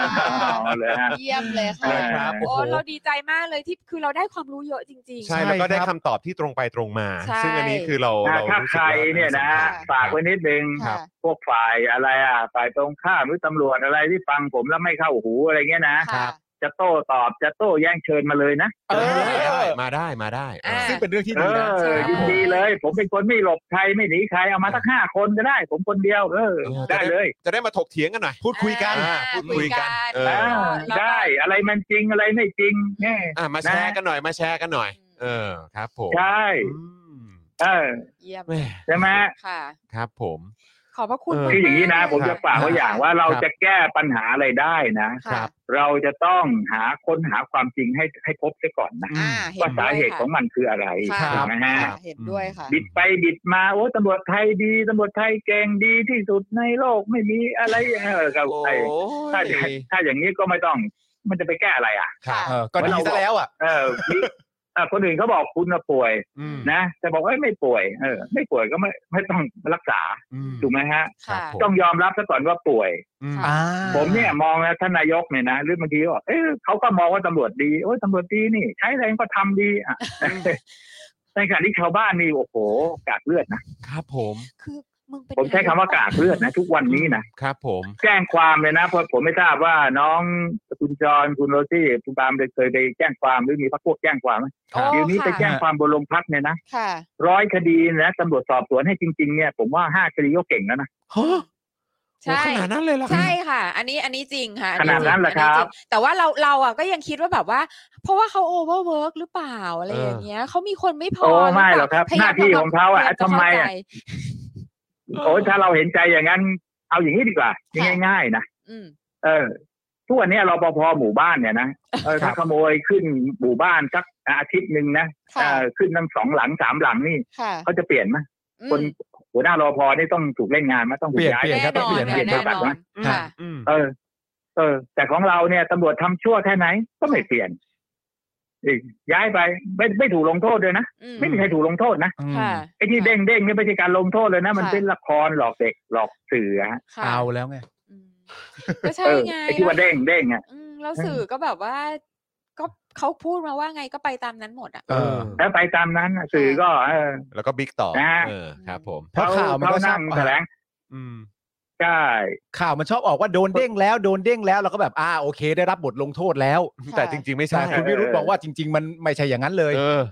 Speaker 7: อาเลยฮะ
Speaker 4: เยี่ยมเลย
Speaker 7: ใช่
Speaker 4: ค่ะ
Speaker 7: ครับ
Speaker 4: โอ้
Speaker 3: โอ้โห
Speaker 4: เราดีใจมากเลยที่คือเราได้ความรู้เยอะจริง
Speaker 2: ใช่
Speaker 3: ใช่
Speaker 2: แล้วก็ได้
Speaker 3: ครับ
Speaker 2: คำตอบที่ตรงไปตรงมา
Speaker 4: ใช่
Speaker 2: ซึ่งอันนี้คือเรา
Speaker 7: อ่า
Speaker 2: เรา
Speaker 7: ถ้า
Speaker 2: รู้ส
Speaker 7: ใค
Speaker 2: ึก
Speaker 7: ร
Speaker 2: ว่า
Speaker 7: เนี่ยนะฝากไว้นิดนึง
Speaker 4: ค่ะ
Speaker 7: พวกฝ่ายอะไรอ่ะฝ่ายตรงข้ามหรือตำรวจอะไรที่ฟังผมแล้วไม่เข้าหูอะไรเงี้ยนะ
Speaker 4: ค่ะ
Speaker 7: จะโต้ตอบจะโต้แย่งเชิญมาเลยนะ
Speaker 3: เออ
Speaker 2: มาได้มาได้มาได้
Speaker 4: อ่า
Speaker 3: ซึ่งเป็นเรื่องที่
Speaker 7: เอ
Speaker 3: ดีนะ
Speaker 7: อยินดีเลย ผมเป็นคนไม่หลบใครไม่หนีใครเอามาทั้งห้าคนก็ได้ ผมคนเดียว เออ ได้เลย
Speaker 2: จะได้มาถกเถียงกันหน่อย พูดคุยกัน
Speaker 4: อ่า
Speaker 2: พูดคุยกัน
Speaker 4: คุยกัน
Speaker 2: เออ
Speaker 7: อ่า
Speaker 4: แล้วก็
Speaker 7: ได้อะไรมันจริงอะไรไม่จริงแน่
Speaker 2: อ่ะมาแชร์
Speaker 7: นะ
Speaker 2: กันหน่อยมาแชร์กันหน่อย เออครับผม
Speaker 7: ใช่
Speaker 2: อืม
Speaker 7: เออ
Speaker 4: เยี่ยม
Speaker 2: แม่
Speaker 7: ใช่ไหม
Speaker 4: ค่ะ
Speaker 2: ครับผม
Speaker 4: ขอบพระคุณ
Speaker 2: เออ
Speaker 4: มก
Speaker 7: คืออย่างนี้นะ ผมจะฝากไว้อย่างว่าเราจะแก้ปัญหาอะไรได้นะ
Speaker 4: ค่ะ
Speaker 7: เราจะต้องหาค้นหาความจริงให้ให้พบเสียก่อนนะ
Speaker 4: อ่าห็น
Speaker 7: ว่า
Speaker 4: ด้
Speaker 7: สา
Speaker 4: วย
Speaker 7: เหตุของมันคืออะไร
Speaker 4: ค่ะ
Speaker 7: ถูกไหมฮะ
Speaker 4: ค่ะเห็นด้วยค่ะ
Speaker 7: บิดไปบิดมาโอ้ตำรวจไทยดีตำรวจไทยเก่งดีที่สุดในโลกไม่มีอะไรเออครับ
Speaker 2: โอ้
Speaker 7: ไอ้ถ้าอย่าง
Speaker 2: ย
Speaker 7: ถ้าอย่างนี้ก็ไม่ต้อง มันจะไปแก้อะไรอ่ะ
Speaker 2: ครับ
Speaker 3: เออก็ดีซะแล้วอ่ะ
Speaker 7: เออมีเอ่อคนอื่นเขาบอกคุณน่ะป่วย
Speaker 2: อืม
Speaker 7: นะแต่บอกว่าไม่ป่วยเออ ไม่ป่วยก็ไม่ไม่ต้องรักษา
Speaker 2: อืม
Speaker 7: ถูกไหมฮะ
Speaker 2: ครับผม
Speaker 7: ต้องยอมรับซะก่อนว่าป่วย
Speaker 2: อืม
Speaker 4: ค่ะ
Speaker 7: ผมเนี่ยมองนะท่านนายกเนี่ยนะหรือบางทีก็บอกเออเขาก็มองว่าตำรวจดีโอ้ยตำรวจดีนี่ ใช้แรงก็ทำดีอ่ะในขณะที่ชาวบ้านนี่โอ้โหกากเลือดนะครับ
Speaker 2: ผม
Speaker 4: คือมึงเป็น
Speaker 7: ผมใช้คำว่ากากเลือดนะทุกวันนี้นะครับ
Speaker 2: ผม
Speaker 7: แจ้งความเลยนะเพราะผมไม่ทราบว่าน้องคุณจรคุณโรซี่คุณปาล์มเคยไปแจ้งความหรือมีพรรคพวกแจ้งความไหม
Speaker 4: โอ้
Speaker 7: เดี๋ยวนี้ไป
Speaker 4: ค่ะ
Speaker 7: แจ้งความบนโรงพักเนี่ยนะ
Speaker 4: ค่ะ
Speaker 7: ร้อยคดีนะตำรวจสอบสวนให้จริง ๆ เนี่ย ผมว่าห้าคดีก็เก่งแล้วนะ
Speaker 2: ฮะ
Speaker 4: ใช่
Speaker 2: โอ้ขนาดนั้นเลยเหรอ
Speaker 4: ใช่ค่ะ อันนี้อันนี้จริงค่ะอั
Speaker 7: ขนาดนั้นเหรอ
Speaker 4: จง
Speaker 7: ครั
Speaker 4: อัน
Speaker 7: บ
Speaker 4: นี้จงแต่ว่าเราเราอ่ะก็ยังคิดว่าแบบว่า เพราะว่าเขาโอเวอร์เวิร์กหรือเปล่าอะไรอย่างเงี้ยเขามีคนไม่พอ
Speaker 7: โอ้ไม่
Speaker 4: เปล่า
Speaker 7: หรอกครับ
Speaker 4: พย
Speaker 7: ห
Speaker 4: ย
Speaker 7: น้ามที่ของเขาอ่ะ
Speaker 4: พยย
Speaker 7: ทำไม
Speaker 4: เข้า
Speaker 7: อ่ะ
Speaker 4: ใจ
Speaker 7: โอ้ยถ้าเราเห็นใจอย่างนั้น เอาอย่างนี้ดีกว่า
Speaker 4: ค่ะ
Speaker 7: ง่ายๆนะ
Speaker 4: อืม
Speaker 7: เออทุกวันนี้รปภหมู่บ้านเนี่ยนะเออ
Speaker 2: ครั
Speaker 7: ถ้า
Speaker 2: บ
Speaker 7: ขโมยขึ้นหมู่บ้านสักอาทิตย์หนึ่งนะ
Speaker 4: ค่ะ
Speaker 7: เออขึ้นทั้งสองหลังสามหลังนี่
Speaker 4: ค่ะ
Speaker 7: เขาจะเปลี่ยนไหม
Speaker 4: อืม
Speaker 7: คนหัวหน้ารปภนี่ต้องถูกเล่นงานไหมต้องถูกย้าย
Speaker 3: เปลี่ยนครับ
Speaker 4: แน่นอน
Speaker 3: เปลี่ยน
Speaker 4: ค่ะแน่นอนค่ะ
Speaker 2: อืม
Speaker 7: เออ เออ แต่ของเราเนี่ยตำรวจทำชั่วแค่ไหนก็ไม่เปลี่ยนอีกย้ายไปไม่ไม่ถูกลงโทษด้วยนะ
Speaker 4: อื
Speaker 7: ไม่มีใครถูกลงโทษนะ
Speaker 4: ค่ะ
Speaker 7: ไอ้ที่เด้งเด้งนี่ไม่ใช่การลงโทษเลยนะ มัน
Speaker 4: ค่ะ
Speaker 7: เป็นละครหลอกเด็กหลอกสื่อฮะ
Speaker 4: ค่ะ
Speaker 3: เอาแล้วไง
Speaker 4: อืมก็ใช่
Speaker 7: เออ
Speaker 4: ไง
Speaker 7: ไอ้ที่ว่าเด้งเด้งอ่ะ
Speaker 4: อืมแล้วสื่อก็แบบว่า ก็เขาพูดมาว่าไงก็ไปตามนั้นหมดอ่ะ
Speaker 2: เออ
Speaker 7: แล้วไปตามนั้นน่ะสื่อก็เออ
Speaker 2: แล้วก็บิ๊กต่อ
Speaker 7: นะฮะ
Speaker 2: เออครับผม
Speaker 3: เพราะข่าวมันก็
Speaker 7: เขนั่ง
Speaker 3: ชอบ
Speaker 7: แถลง
Speaker 2: อืม
Speaker 7: ใช่
Speaker 3: ข่าวมันชอบออกว่าโดนเด้งแล้วโดนเด้งแล้วเราก็แบบอ่าโอเค ได้รับบทลงโทษแล้ว
Speaker 2: แต่จริง ๆ ไม่
Speaker 3: แต่
Speaker 2: ใช่
Speaker 3: คุณวิรุธบอกว่าจริง ๆ มันไม่ใช่อย่างนั้นเลย
Speaker 2: เออ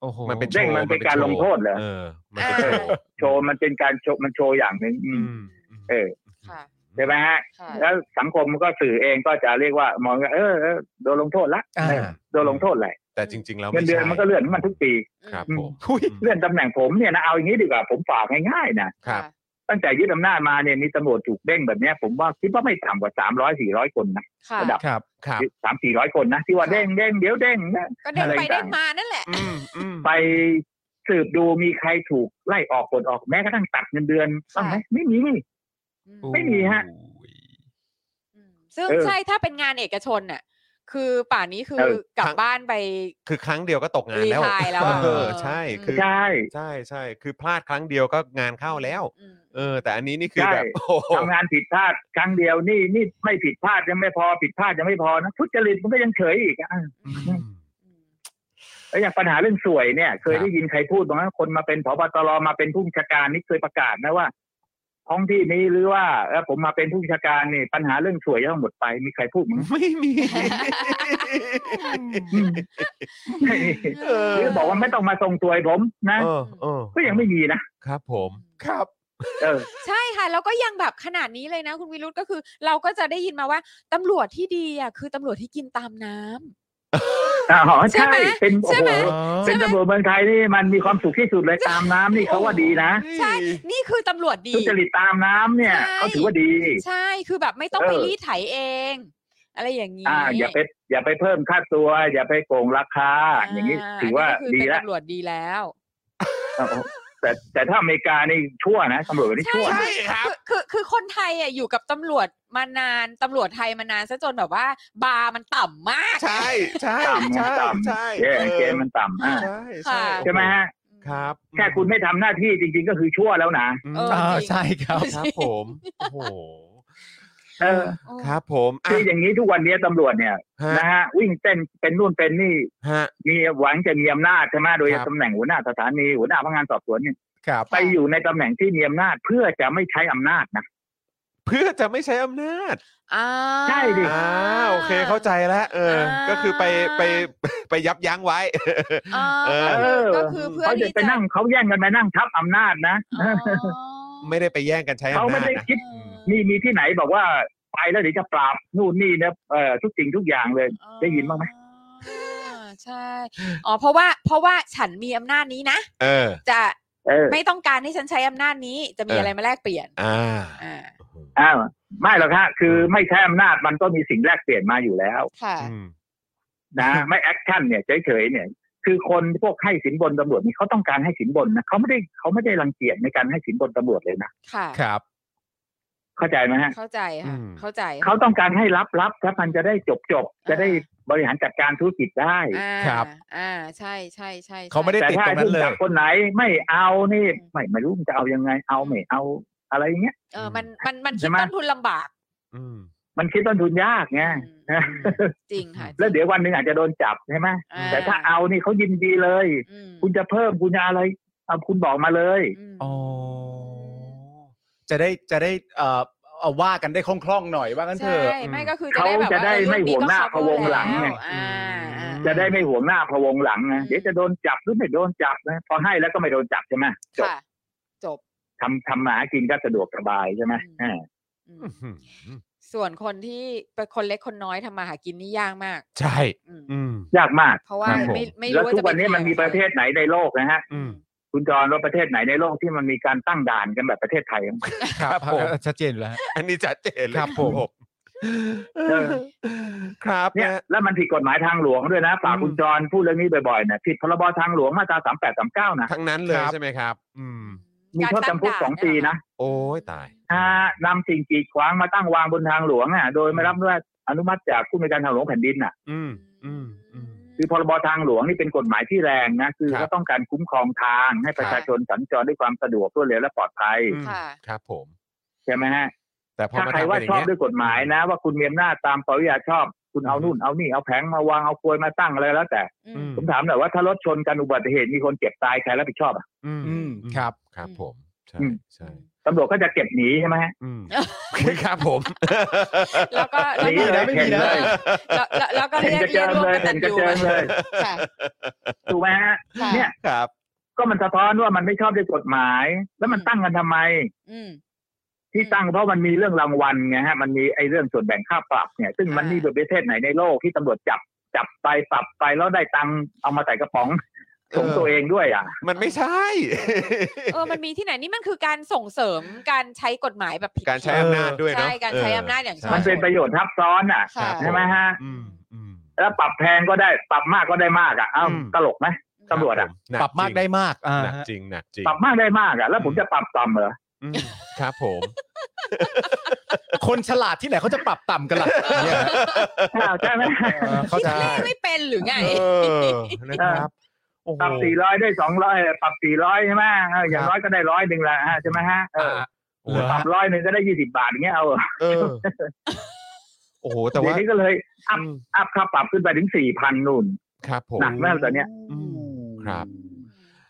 Speaker 3: โอ้โห
Speaker 2: มันเป็นโช
Speaker 7: เด้ง
Speaker 2: ว์
Speaker 7: มันเป็นการลงโทษเหรอ
Speaker 2: เออ มันเป็นโชว์
Speaker 7: โชว์มันเป็นการโชว์มันโชว์อย่างหนึ่งอื
Speaker 2: อื
Speaker 7: ม
Speaker 2: ม
Speaker 7: เออ
Speaker 4: ค่ะ
Speaker 7: ใช่ไหมฮะ
Speaker 4: ค่ะ
Speaker 7: แล้วสังคมมันก็สื่อเองก็จะเรียกว่ามองว่าเออเออโดนลงโทษละ
Speaker 3: อ่า
Speaker 7: เออโดนลงโทษแหละ
Speaker 2: แต่จริง ๆ แล้ว
Speaker 7: เงินเดือน
Speaker 2: ไใช่
Speaker 7: มันก็เลื่อนมันทุกปี
Speaker 2: ครับ
Speaker 7: อื
Speaker 2: ผม ม
Speaker 3: อุ๊ย
Speaker 7: เลื่อนตำแหน่งผมเนี่ยนะเอาอย่างนี้ดีกว่าผมฝากง่ายๆนะ
Speaker 2: ครั
Speaker 4: ค่ะ
Speaker 2: บ
Speaker 7: ตั้งแต่ยึดอำนาจมาเนี่ยมีตำรวจถูกเด้งแบบเนี้ยผมว่าคิดว่าไม่ต่ำกว่าสามร้อยสี่ร้อยคนนะ
Speaker 4: ค่ะ
Speaker 7: ระดับ
Speaker 3: ครับ
Speaker 2: ครับ
Speaker 7: สามสี่ร้อยคนนะที่ว่า
Speaker 4: ค่ะ
Speaker 7: เด้งเด้งเดี๋ยวเด้งนะ
Speaker 4: ก็เด้งไปเด้งมานั่นแหละ
Speaker 2: อืมอืม
Speaker 7: ไปสืบดูมีใครถูกไล่ออกกดออกแม้กระทั่งตัดเงินเดือนต้องไหมไม่มี ไม่มีฮะ
Speaker 4: อืมซึ่ง
Speaker 7: เออ
Speaker 4: ใช่ถ้าเป็นงานเอกชนน่ะ คือป่านนี้คือ
Speaker 7: เออ
Speaker 4: กลับ
Speaker 2: ครั้ง
Speaker 4: บ้านไป
Speaker 2: คือครั้งเดียวก็ตกงานแล้ว
Speaker 4: รีไทร์แล้วอะ
Speaker 2: เออใช่คือ
Speaker 7: ใช่
Speaker 2: ใช่ใช่คือพลาดครั้งเดียวก็งานเข้าแล้ว
Speaker 4: อืม
Speaker 2: เออ แต่อันนี้นี่คือ
Speaker 7: ใช่
Speaker 2: แบบโอ้โห
Speaker 7: ทำงานผิดพลาดครั้งเดียวนี่นี่ไม่ผิดพลาดยังไม่พอผิดพลาดยังไม่พอนะทุจริตมันก็ยังเฉยอีกอ่ะ
Speaker 2: อืม
Speaker 4: อืม
Speaker 7: แล้วอย่างปัญหาเรื่องสวยเนี่ย เคย
Speaker 2: ครับ
Speaker 7: ได้ยินใครพูดบ้างไหมคนมาเป็นผบตรมาเป็นผู้บัญชาการนี่เคยประกาศนะว่าท้องที่นี้หรือว่าเอ่อผมมาเป็นผู้บัญชาการนี่ปัญหาเรื่องสวยจะต้องหมดไปมีใครพูดมั้ง
Speaker 2: ไม่มี เอ
Speaker 7: หรือบอกว่าไม่ต้องมาส่งสวยผมนะ
Speaker 2: เออเออ
Speaker 7: ก็ยังไม่มีนะครับ
Speaker 2: ผม
Speaker 3: ครับ
Speaker 7: เออ
Speaker 4: ใช่ค่ะ แล้วก็ยังแบบขนาดนี้เลยนะคุณวิรุธก็คือ เราก็จะได้ยินมาว่าตำรวจที่ดีอ่ะคือตำรวจที่กินตามน้ำ
Speaker 7: อ๋อ
Speaker 4: ใช่
Speaker 7: ใช่
Speaker 4: ไหม
Speaker 7: เป็นโอ้
Speaker 4: ใช่
Speaker 7: โห
Speaker 4: ไหม
Speaker 7: เป็นตำรวจเมืองไทยนี่มันมีความสุขที่สุดเลยตามน้ำนี่เขาว่าดีนะ
Speaker 4: ใช่ นี่คือตำรวจดี
Speaker 7: ทุจริตตามน้ำเนี่ย
Speaker 4: ใช่
Speaker 7: เขาถือว่าดี
Speaker 4: ใช่คือแบบไม่ต้อง
Speaker 7: เออ
Speaker 4: ไปรีดไถเอง อะไรอย่างนี้
Speaker 7: อ่า อย่าไปอย่าไปเพิ่มค่าตัว อย่าไปโกงราคา
Speaker 4: อ่
Speaker 7: อย่างนี้ถือว่า
Speaker 4: ก็คื
Speaker 7: ดี
Speaker 4: เป็น
Speaker 7: ละ
Speaker 4: ตำรวจดีแล้ว
Speaker 7: โอ้โห แต่แต่ถ้าอเมริกานี่ชั่วนะตำรวจแบบนี้ชั่ว
Speaker 2: ใช่
Speaker 7: นะ
Speaker 2: ครับ
Speaker 4: คือคือคือคนไทยอ่ะอยู่กับตำรวจมานานตำรวจไทยมานานซะจนแบบว่า บาร์มันต่ำมาก
Speaker 2: ใช่ใช่
Speaker 7: ต่ำ
Speaker 2: ใช่
Speaker 7: ต่ำ
Speaker 2: ใช่
Speaker 7: เก
Speaker 2: อ
Speaker 7: ม
Speaker 2: อ
Speaker 7: เกมมันต่ำอ่า
Speaker 2: ใช่ใช่
Speaker 4: ค่ะ
Speaker 7: ใช่ไหมฮะ
Speaker 2: ครับ
Speaker 7: แค่คุณไม่ทำหน้าที่จริง ๆ ก็คือชั่วแล้วนะ
Speaker 2: อืม
Speaker 4: เออ
Speaker 3: อ่ าใช่ครับ
Speaker 2: ครับผมโอ้โห
Speaker 7: เออ
Speaker 4: โอ้
Speaker 2: ครับผมอ่ะ
Speaker 7: คืออย่างนี้ทุกวันนี้ตำรวจเนี่ย
Speaker 2: ฮะ
Speaker 7: นะฮะวิ่งเต้นเป็นนู่นเป็นนี่
Speaker 2: ฮะ
Speaker 7: มีหวังจะมีอำนาจใช่ไหมโดย
Speaker 2: ครับ
Speaker 7: ตำแหน่งหัวหน้าสถานีหัวหน้าพนักงานสอบสวนเนี่ย
Speaker 3: ครับ
Speaker 7: ไปอยู่ในตำแหน่งที่มีอำนาจเพื่อจะไม่ใช้อำนาจนะ
Speaker 2: เพื่อจะไม่ใช้อำนาจ
Speaker 4: อ่า
Speaker 7: ใช่ดิ
Speaker 2: อ่าโอเคเข้าใจแล้วเออ
Speaker 4: อ่า
Speaker 2: ก็คือไปไปไปยับยั้ งไว้
Speaker 4: อ่า
Speaker 2: เออ
Speaker 4: ก็คือเพื่อ
Speaker 7: เขาจะ
Speaker 4: ที่
Speaker 7: ไปนั่งเขาแย่งกันไปนั่งทับอำนาจนะ
Speaker 4: อ๋อ
Speaker 2: ไม่ได้ไปแย่งกันใช้อำ
Speaker 7: เขาไม่
Speaker 2: นาจ
Speaker 7: ได้
Speaker 2: นะ
Speaker 7: คิด
Speaker 4: เออ
Speaker 7: มีมีที่ไหนบอกว่าไปแล้วเดี๋ยวจะปราบนู่นนี่นะเอ่อทุกสิ่งทุกอย่างเลย ได้ยินบ้างไหม
Speaker 4: อ่าใช่อ๋อเพราะว่าเพราะว่าฉันมีอำนาจนี้นะ
Speaker 2: เออ
Speaker 4: จะ
Speaker 7: เออ
Speaker 4: ไม่ต้องการให้ฉันใช้อำนาจนี้ จะมี
Speaker 2: เอออ
Speaker 4: อะไรมาแลกเปลี่ยน
Speaker 2: อ่า
Speaker 4: อ่า
Speaker 7: อ้าวไม่หรอกฮะคือไม่ใช้อำนาจมันก็มีสิ่งแลกเปลี่ยนมาอยู่แล้ว
Speaker 4: ค่ะ
Speaker 2: อืม
Speaker 7: นะ ไม่แอคชั่นเนี่ยเฉยๆเนี่ย คือคนพวกให้สินบนตำรวจนี่เขาต้องการให้สินบนนะเขาไม่ได้เขาไม่ได้รังเกียจในการให้สินบนตำรวจเลยนะ
Speaker 4: ค่ะ
Speaker 3: ครับ
Speaker 7: เข้าใจไหมฮะ
Speaker 4: เข้าใจค่ะเข้าใจ
Speaker 7: เขาต้องการให้รับรับถ้ามันจะได้จบจบจะได้บริหารจัดการธุรกิจได้
Speaker 4: อ่า
Speaker 3: ครับ
Speaker 4: อ่าใช่ใช่ใช่ใช่
Speaker 3: เขาไม่ได้
Speaker 7: แต่
Speaker 3: ติด
Speaker 7: ถ้า
Speaker 3: ตรงนั้น
Speaker 7: ผู้
Speaker 3: เลย
Speaker 7: จับคนไหนไม่เอานี่ไม่ไม่รู้มันจะเอายังไงเอาไม่เอาอะไรอย่างเงี้ย
Speaker 4: เออมันมันมันคิ
Speaker 7: ใช่
Speaker 4: ด
Speaker 7: ไหม
Speaker 4: ต้นทุนลำบาก
Speaker 2: อืม
Speaker 7: มันคิดต้นทุนยากไง
Speaker 4: อืมจริงค่ะ
Speaker 7: แล้วเดี๋ยววันหนึ่งอาจจะโดนจับใช่ไหม
Speaker 4: อ่
Speaker 7: แต่ถ้าเอานี่เขายินดีเลย
Speaker 4: อืม
Speaker 7: คุณจะเพิ่มคุณจะอะไรเอาคุณบอกมาเลย
Speaker 4: อืม
Speaker 3: อ๋อ จะได้จะได้เอ่อเอาว่ากันได้คล่องๆหน่อยว่างั้นเถ
Speaker 4: ใช่
Speaker 3: อะ
Speaker 4: ไม่ก็คือจะ
Speaker 7: เขา
Speaker 4: ได้แบบ
Speaker 7: จะได้
Speaker 4: เออ
Speaker 7: ไม่ห่วงหน้า
Speaker 4: รุ่
Speaker 7: พะวงหลังไง
Speaker 4: แวอ่าอ่า
Speaker 3: อืม
Speaker 7: จะได้ไม่ห่วงหน้าพะวงหลัง
Speaker 4: อื
Speaker 7: นะ
Speaker 4: ม
Speaker 7: เดี๋ยวจะโดนจับหรือไม่โดนจับนะพอให้แล้วก็ไม่โดนจับใช่ไหมจบ
Speaker 4: ค่ะ จบ
Speaker 7: ทำทำมาหากินก็สะดวกสบายใช่ไหม
Speaker 4: อืม
Speaker 7: อ่า
Speaker 4: อืมส่วนคนที่เป็นคนเล็กคนน้อยทำมาหากินนี่ยากมาก
Speaker 2: ใช่
Speaker 4: อืม
Speaker 2: อืม
Speaker 7: ยากมาก
Speaker 4: เพราะว่า
Speaker 2: ครับผม
Speaker 4: ไม่ไม่
Speaker 7: แล้ว
Speaker 4: รู้ว่า
Speaker 7: ทุ
Speaker 4: จะ
Speaker 7: กวันนี้มันมีประเทศไหนในโลกนะฮะ
Speaker 2: อื ม
Speaker 7: คุณจรว่าประเทศไหนในโลกที่มันมีการตั้งด่านกันแบบประเทศไทยบ้าง
Speaker 3: ครับ
Speaker 2: ครับผม
Speaker 3: ชัดเจนอยู่แล้วฮะ
Speaker 2: อันนี้ชัดเจนเลย
Speaker 3: ครับผม
Speaker 2: เออครับ
Speaker 7: เนี่
Speaker 2: เนี่ย ย
Speaker 7: แล้วมันผิดกฎหมายทางหลวงด้วยนะฝาก
Speaker 2: อืม
Speaker 7: คุณจรพูดเรื่องนี้บ่อยๆนะผิดพรบทางหลวงมาตราสามแปดสามเก้านะ
Speaker 2: ทั้งนั้นเลย
Speaker 3: ครับ
Speaker 2: ใช่ไหมครับ อืม
Speaker 7: มีโทษจำคุกสองปีนะ
Speaker 2: โอ้ยตาย
Speaker 7: ถ้านำสิ่งกีดขวางมาตั้งวางบนทางหลวงอ่ะโดยไม่รับอนุมัติจากผู้มีการทางหลวงแผ่นดินอ่ะ
Speaker 2: อืมอืมอืม
Speaker 7: คือพรบทางหลวงนี่เป็นกฎหมายที่แรงนะคือ
Speaker 2: ครับ
Speaker 7: ก็ต้องการคุ้มครองทางให้ประชาชนสัญจรด้วยความสะดวกรวดเร็วและปลอดภัย
Speaker 2: อืม
Speaker 4: ค่ะ
Speaker 2: ครับผม
Speaker 7: ใช่ไหมฮะ
Speaker 2: แต่พอ
Speaker 7: ถ้า
Speaker 2: มา
Speaker 7: ใคร
Speaker 2: ทำ
Speaker 7: ว่า
Speaker 2: เป็นอ
Speaker 7: ช
Speaker 2: ย่าง
Speaker 7: อบ
Speaker 2: เงี้ย
Speaker 7: ด้วยกฎหมายนะ ว่าคุณมีอำนาจตามปริยาชอบ คุณเอานู่นเอานี่เอาแผงมาวางเอากลวยมาตั้งอะไรแล้วแต่
Speaker 4: อื
Speaker 2: อื
Speaker 4: ม
Speaker 2: ม
Speaker 7: ผมถามหน่อยว่าถ้ารถชนกันอุบัติเหตุมีคนเจ็บตายใครรับผิดชอบอ่ะ
Speaker 2: อืม
Speaker 3: อืมครับ
Speaker 2: ครับผม ใช่
Speaker 7: อืม
Speaker 2: ใช่
Speaker 7: ตำรวจก็จะเก็บหนีใช่ไหมฮะ
Speaker 2: อืมครับผม
Speaker 4: แล้วก็
Speaker 7: ไม่มีนะไม่มี
Speaker 4: แ
Speaker 7: นะ
Speaker 4: ล้วแล้วแล้วก็
Speaker 7: เห็น
Speaker 4: เรีย
Speaker 7: ก
Speaker 4: ก
Speaker 7: ระ
Speaker 4: เรี
Speaker 7: เจิ
Speaker 4: ยก
Speaker 7: ง
Speaker 4: ร่วมกันตันยู
Speaker 7: เลยเห็นกระเจิงเลย
Speaker 4: ค่ะ
Speaker 7: ถูกไหมฮะ
Speaker 4: ค่ะ
Speaker 7: เนี่ย
Speaker 2: ครับ
Speaker 7: ก็มันสะท้อนว่ามันไม่ชอบด้วยกฎหมาย แล้วมันตั้งกันทำไม
Speaker 4: อืม
Speaker 7: ที่ตั้งเพราะมันมีเรื่องรางวัลไงฮะมันมีไอ้เรื่องส่วนแบ่งค่าปรับเนี่ยซึ่งมัน
Speaker 4: อ่ามี
Speaker 7: มีประเทศไหนในโลกที่ตำรวจจับจับไปปรับไปแล้วได้ตังค์เอามาใส่กระป๋อง
Speaker 2: เออ
Speaker 7: ของตัวเองด้วยอ่ะ
Speaker 2: มันไม่ใช่
Speaker 4: เออ มันมีที่ไหนนี่มันคือการส่งเสริมการใช้กฎหมายแบบผิด
Speaker 2: การใช้อำนาจด้วยเนอะ
Speaker 4: ใช่การใช้อำนาจอย่าง
Speaker 2: ใช่
Speaker 7: มันเป็นประโยชน์ทับซ้อนอ่ะ
Speaker 4: ค่ะ
Speaker 7: ใช่ไหมฮะ
Speaker 2: อืมอืม
Speaker 7: แล้วปรับแพงก็ได้ปรับมากก็ได้มากอ่ะเอ้า
Speaker 2: อืม
Speaker 7: ตลกไหม ตำรวจอะ
Speaker 2: คบผมหนั
Speaker 3: ปรับมากได้มากอ่า
Speaker 2: หนัก
Speaker 3: ฮะ
Speaker 2: จริงหนักจริง
Speaker 7: ปรับมากได้มากอ่ะแล้วผมจะปรับต่ำเหรอ
Speaker 2: อืมครับผม
Speaker 3: คนฉลาดที่ไหนเขาจะปรับต่ำกันล่ะเนี่ยฮะ
Speaker 7: อ้าวใช่ไหม
Speaker 3: เออเข้าใจ
Speaker 4: ไม่เป็นหรือไง
Speaker 2: เออ นะครับ โอ้โห
Speaker 7: ปรับสี่ร้อยได้สองร้อยปรับสี่ร้อยใช่ไหมเอออย่าง
Speaker 2: ครับ
Speaker 7: น้อยก็ได้ร้อยหนึ่งละฮะใช่ไหมฮะเออ
Speaker 2: โอ้โห
Speaker 7: ปรับร้อยหนึ่งก็ได้ยี่สิบาทอย่างเงี้ยเอาเหรอ
Speaker 2: เออ โอ้โห แต่
Speaker 7: เดี๋ย
Speaker 2: ว่า
Speaker 7: วนี้ก็เลยอัพ
Speaker 2: อืม
Speaker 7: อัพค่าปรับขึ้นไปถึงสี่พันนู่น
Speaker 2: ครับผม
Speaker 7: หนักมากตอนเนี้ย
Speaker 2: อืมครับ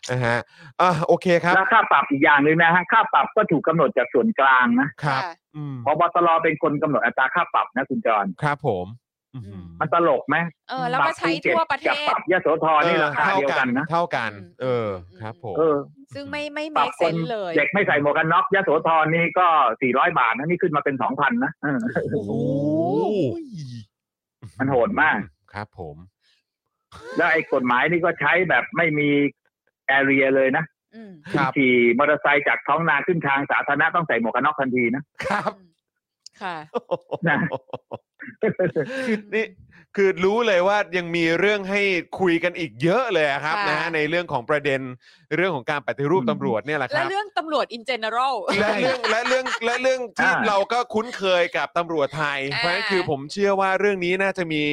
Speaker 2: นะฮะอ่ะโอเคครับ
Speaker 7: แล้วค่าปรับอีกอย่างหนึ่งนะฮะค่าปรับก็ถูกกำหนดจากส่วนกลางนะครับ
Speaker 4: ค่ะ
Speaker 2: อืม
Speaker 7: พบตรเป็นคนกำหนดอัตราค่าปรับนะคุณจร
Speaker 2: ครับผมอืม
Speaker 7: มันตลกไหม
Speaker 4: เออ แล้วก็ใช้
Speaker 7: ปรับภูเก็ต
Speaker 4: ทั่วประเท
Speaker 7: กับ
Speaker 4: ศ
Speaker 7: ปรับยโสธรนี่ราคา
Speaker 2: เท่า
Speaker 7: เดียวกันนะ
Speaker 2: เท่ากัน เออ
Speaker 4: อืม
Speaker 2: ครับผม
Speaker 7: เออ
Speaker 4: ซึ่งไม่ไม่
Speaker 7: ปรับ
Speaker 4: make
Speaker 7: คน
Speaker 4: sense เลย
Speaker 7: เด็กไม่ใส่หมวกกันน็อกยโสธรนี่ก็สี่ร้อยบาทนะนี่ขึ้นมาเป็นสองพันนะเออ
Speaker 2: โอ้โห
Speaker 7: มันโหดมาก
Speaker 2: ครับผม
Speaker 7: แล้วไอ้กฎหมายนี่ก็ใช้แบบไม่มีแอเรียเลยนะ
Speaker 4: อืม
Speaker 2: ครับ
Speaker 7: ขี่มอเตอร์ไซค์จากท้องนาขึ้นทางสาธารณะต้องใส่หมวกกันน็อกทัน ทีนะ
Speaker 2: ครับ
Speaker 4: ค่ะ
Speaker 7: นะ
Speaker 2: นี่ คือรู้เลยว่ายังมีเรื่องให้คุยกันอีกเยอะเลยอะครับ
Speaker 4: ค่ะ
Speaker 2: นะฮะในเรื่องของประเด็นเรื่องของการปฏิรูป
Speaker 7: อืม
Speaker 2: ตำรวจเนี่ยแหละค
Speaker 4: และ
Speaker 2: รับ
Speaker 4: เรื่องตำรวจ in general
Speaker 2: และเรื่องและเรื่องและเรื่องที่
Speaker 7: อ่า
Speaker 2: เราก็คุ้นเคยกับตำรวจไทย
Speaker 4: อ่า
Speaker 2: เพราะฉะนั้นคือผมเชื่อว่าเรื่องนี้น่าจะมี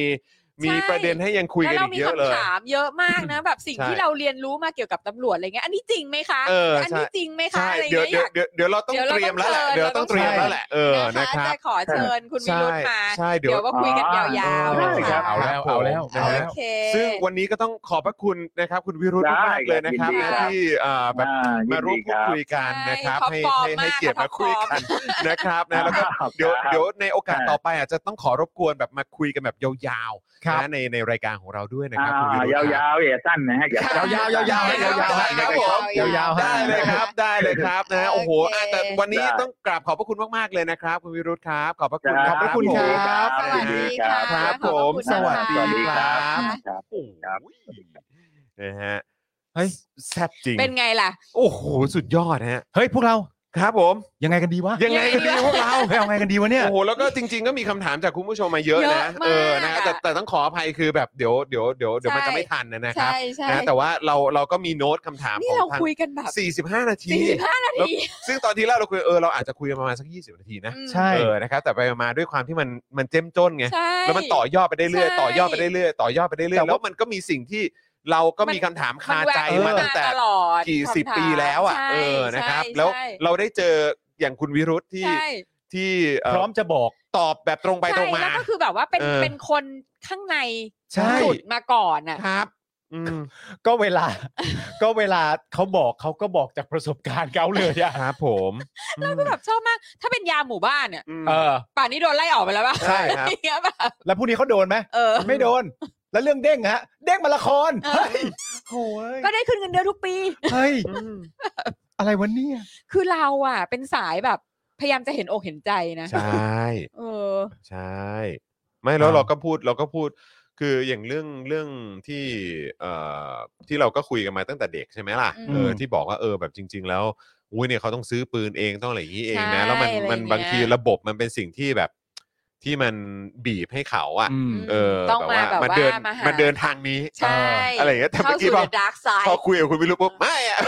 Speaker 2: มี
Speaker 4: ใช่
Speaker 2: ประเด็นให้ยังคุย
Speaker 4: และ
Speaker 2: กัน
Speaker 4: เรา
Speaker 2: อี
Speaker 4: มี
Speaker 2: กเยอะเลย
Speaker 4: คำถามเยอะมากนะ แบบสิ่ง
Speaker 2: ใช่
Speaker 4: ที่เราเรียนรู้มาเกี่ยวกับตำรวจอะไรเงี้ยอันนี้จริงไหมคะ
Speaker 2: เอออั
Speaker 4: นนี้จริงไหมคะ
Speaker 2: ใช่
Speaker 4: อะไร
Speaker 2: เดี๋ยว
Speaker 4: เงี้ย
Speaker 2: เดี๋ยวย
Speaker 4: อาก
Speaker 2: เดี๋ยวเดี๋ยวเราต้อง
Speaker 4: เดี๋ยว
Speaker 2: เต
Speaker 4: เรา
Speaker 2: รียมแล้วแหละ
Speaker 4: ต้อง
Speaker 2: เดี๋ยวต้อง
Speaker 4: เชิญ
Speaker 2: เตรียม
Speaker 3: เราต้อง
Speaker 2: แล้วแหละเออนะ
Speaker 4: ะ
Speaker 2: ครั
Speaker 4: คะ
Speaker 2: บ
Speaker 4: จะขอเชิญคุณวิ
Speaker 2: ใช่
Speaker 4: รุธมา
Speaker 2: ใช่เดี๋
Speaker 4: เดี๋ยวมาคุยกันยาวๆ
Speaker 7: ได้
Speaker 4: นะ
Speaker 7: ค
Speaker 4: คะ
Speaker 7: รับ
Speaker 3: เอาแล้วเอาแล้วเอาแล้ว
Speaker 4: โอเค
Speaker 2: ซึ่งวันนี้ก็ต้องขอบพระคุณนะครับคุณวิรุธ
Speaker 7: ได้
Speaker 2: มากๆเลยนะครับ
Speaker 7: ยินดีครับ
Speaker 2: ที่อ่าแบบ
Speaker 7: อ่ายิ
Speaker 2: มาน ร่ว
Speaker 7: ดี
Speaker 2: ม
Speaker 7: ค
Speaker 2: พูด
Speaker 7: รับ
Speaker 2: คุยกันนะครับ
Speaker 4: ใช่
Speaker 2: ให้
Speaker 4: ท็อปฟอร์ม
Speaker 2: ให้ให้
Speaker 4: มาก
Speaker 2: เกียรติ
Speaker 4: ค่ะ
Speaker 2: มาคุยกัน นะครับนะแล้วก็
Speaker 7: ครับ
Speaker 2: เดี๋ยวเดี๋ยวในโอกาส
Speaker 7: ครับ
Speaker 2: ต่อไปอาจจะต้องขอรบกวนแบบมาคุยกันแบบยาว
Speaker 3: ครั
Speaker 2: ๆ
Speaker 3: บ
Speaker 2: นะในในรายการของเราด้วยนะค
Speaker 7: อ่า
Speaker 2: รับคุณวิโรจน์ค
Speaker 7: ยา
Speaker 2: รับ
Speaker 7: วๆอย่าสั้นนะฮะอย่าสั้น
Speaker 3: ยาวๆยาวๆให้ยาวๆ
Speaker 4: ได้
Speaker 3: ให้
Speaker 4: ครับ
Speaker 3: ผม
Speaker 4: ยาวๆ
Speaker 3: ยาวๆให้
Speaker 2: ได้เลยครับ ได้เลยครับนะโอ้โห
Speaker 4: โอเค
Speaker 2: อ่ะแต่วันนี้
Speaker 7: ได้
Speaker 2: ต้องกราบขอบพระคุณมากๆเลยนะครับ คุณวิรุธครับ ขอบพระคุณ
Speaker 3: ขอบพระคุณครับ
Speaker 4: สวัสดี
Speaker 7: ค
Speaker 4: ค่ะ
Speaker 7: รับ
Speaker 2: ครับ
Speaker 4: ข
Speaker 2: ผ
Speaker 4: อ
Speaker 2: ม
Speaker 4: บคุณ
Speaker 2: ส
Speaker 4: นะคะ
Speaker 2: วัสดีครับ
Speaker 7: ครับ
Speaker 2: โอ้โห
Speaker 7: ครับ
Speaker 2: นะฮะ
Speaker 3: เฮ้ย
Speaker 2: แซ่บจริง
Speaker 4: เป็นไงล่ะ
Speaker 2: โอ้โหสุดยอดฮะ
Speaker 3: เฮ้ยพวกเรา
Speaker 2: ครับผม
Speaker 3: ยังไงกันดีวะ
Speaker 2: ยังไงกันดีพวกเรา
Speaker 3: เฮ้ยเอาไงกันดีวะเนี่ย
Speaker 2: โอ้โหแล้วก็จริง ๆ ก็มีคำถามจากคุณผู้ชมมาเยอะ
Speaker 4: เย
Speaker 2: นะ
Speaker 4: อะมาก
Speaker 2: เออนะแต่แต่ต้องขออภัยคือแบบเดี๋ยวเดี๋ยวเดี๋ยวเดี๋ยวมัน
Speaker 4: ใช่
Speaker 2: จะไม่ทันนะนะครั
Speaker 4: ใช่
Speaker 2: บ
Speaker 4: ใช่
Speaker 2: นะแต่ว่าเราเราก็มีโน้ตคำถามข
Speaker 4: นี่
Speaker 2: อง
Speaker 4: เรา
Speaker 2: ทาง
Speaker 4: คุยกันแบบ
Speaker 2: 45 นาที
Speaker 4: 45นาที
Speaker 2: ซึ่งตอนที่แรกเราคุยเออเราอาจจะคุยกันประมาณสัก 20 นาทีนะ
Speaker 4: อืม
Speaker 3: ใช่
Speaker 2: เออนะครับแต่ไปมาด้วยความที่มันมันเจ้มจนไง
Speaker 4: ใช่
Speaker 2: แล้วมันต่อยอดไปได้เรื่อย
Speaker 4: ใช่
Speaker 2: ต่อยอดไปได้เรื่อยต่อยอดไปได้เรื่อ
Speaker 3: แต่
Speaker 2: ย
Speaker 3: ว่า
Speaker 2: แล้วมันก็มีสิ่งที่เราก็มี
Speaker 4: มัน
Speaker 2: คำถามคาใจ
Speaker 4: แว
Speaker 2: มา
Speaker 4: บ
Speaker 2: ตั้งแต่
Speaker 4: ลอด
Speaker 2: กี่สิบ
Speaker 4: คำถาม
Speaker 2: ปีแล้วอ่ะ
Speaker 4: ใช่
Speaker 2: เออนะครับ
Speaker 4: ใช่
Speaker 2: แล้ว
Speaker 4: ใช่
Speaker 2: เราได้เจออย่างคุณวิรุธที่
Speaker 4: ใช่
Speaker 2: ที่เอ่อ
Speaker 3: พร้อมจะบอก
Speaker 2: ตอบแบบตรงไปตรงมา
Speaker 4: ใช่แล้วก็คือแบบว่าเป็น
Speaker 2: เออ
Speaker 4: เป็นคนข้างใน
Speaker 3: ใช่
Speaker 4: สุดมาก่อนอ่ะ
Speaker 2: ครับ อืม
Speaker 3: ก็เวลา ก็เวลาเขาบอกเขาก็บอกจากประสบการณ์เขาเลยอะ
Speaker 2: ครับผมแล้วก็
Speaker 4: ก็แบบชอบมาก ถ้าเป็นยามหมู่บ้านเนี่ย
Speaker 3: เออ
Speaker 4: ป่านนี้โดนไล่ออกไปแล้วป่ะ
Speaker 2: ใช่ครับ
Speaker 4: อย่างเงี้ยแบบ
Speaker 3: แล้วพวกนี้เขาโดนไหม
Speaker 4: เออ
Speaker 3: ไม่โดน แล้วเรื่องเด้งฮะ เด้งมาละคร
Speaker 4: เออ
Speaker 3: เฮ้ยโอ้ย
Speaker 4: ก็ได้ขึ้นเงินเดือนทุกปี
Speaker 3: เฮ้ยอะไรวะเนี่ย
Speaker 4: คือเราอ่ะ เป็นสายแบบ พยายามจะเห็นอกเห็นใจนะ
Speaker 2: ใช่
Speaker 4: เออ
Speaker 2: ใช่ ไม่แล้ว
Speaker 3: อ่า
Speaker 2: เราก็พูดเราก็พูดคืออย่างเรื่องเรื่องที่เอ่อที่เราก็คุยกันมาตั้งแต่เด็กใช่ไหมล่ะ
Speaker 4: อืม
Speaker 2: เออที่บอกว่าเออแบบจริง ๆ แล้วอุ้ยเนี่ยเขาต้องซื้อปืนเองต้องอะไรอย่างนี้เองนะ แล้วมัน
Speaker 4: ใช่อะไร
Speaker 2: มัน
Speaker 4: อย่างเงี้ย
Speaker 2: บางทีระบบมันเป็นสิ่งที่แบบที่มันบีบให้เขาอ่ะ
Speaker 3: ม
Speaker 2: เออ
Speaker 4: ต้องมา
Speaker 2: แบบว่ามัน
Speaker 4: แบบว่า
Speaker 2: เดิน
Speaker 4: มาหามั
Speaker 2: มันเดินทางนี้
Speaker 4: ใช่
Speaker 2: อะไรอย่างเงี้ยแต่เมื่อ
Speaker 4: เข้า
Speaker 2: กี้
Speaker 4: สู่
Speaker 2: พอ
Speaker 4: ดาร์กไซด์
Speaker 2: พอคุยกับคุณวิรุธปุ๊บไม่อะ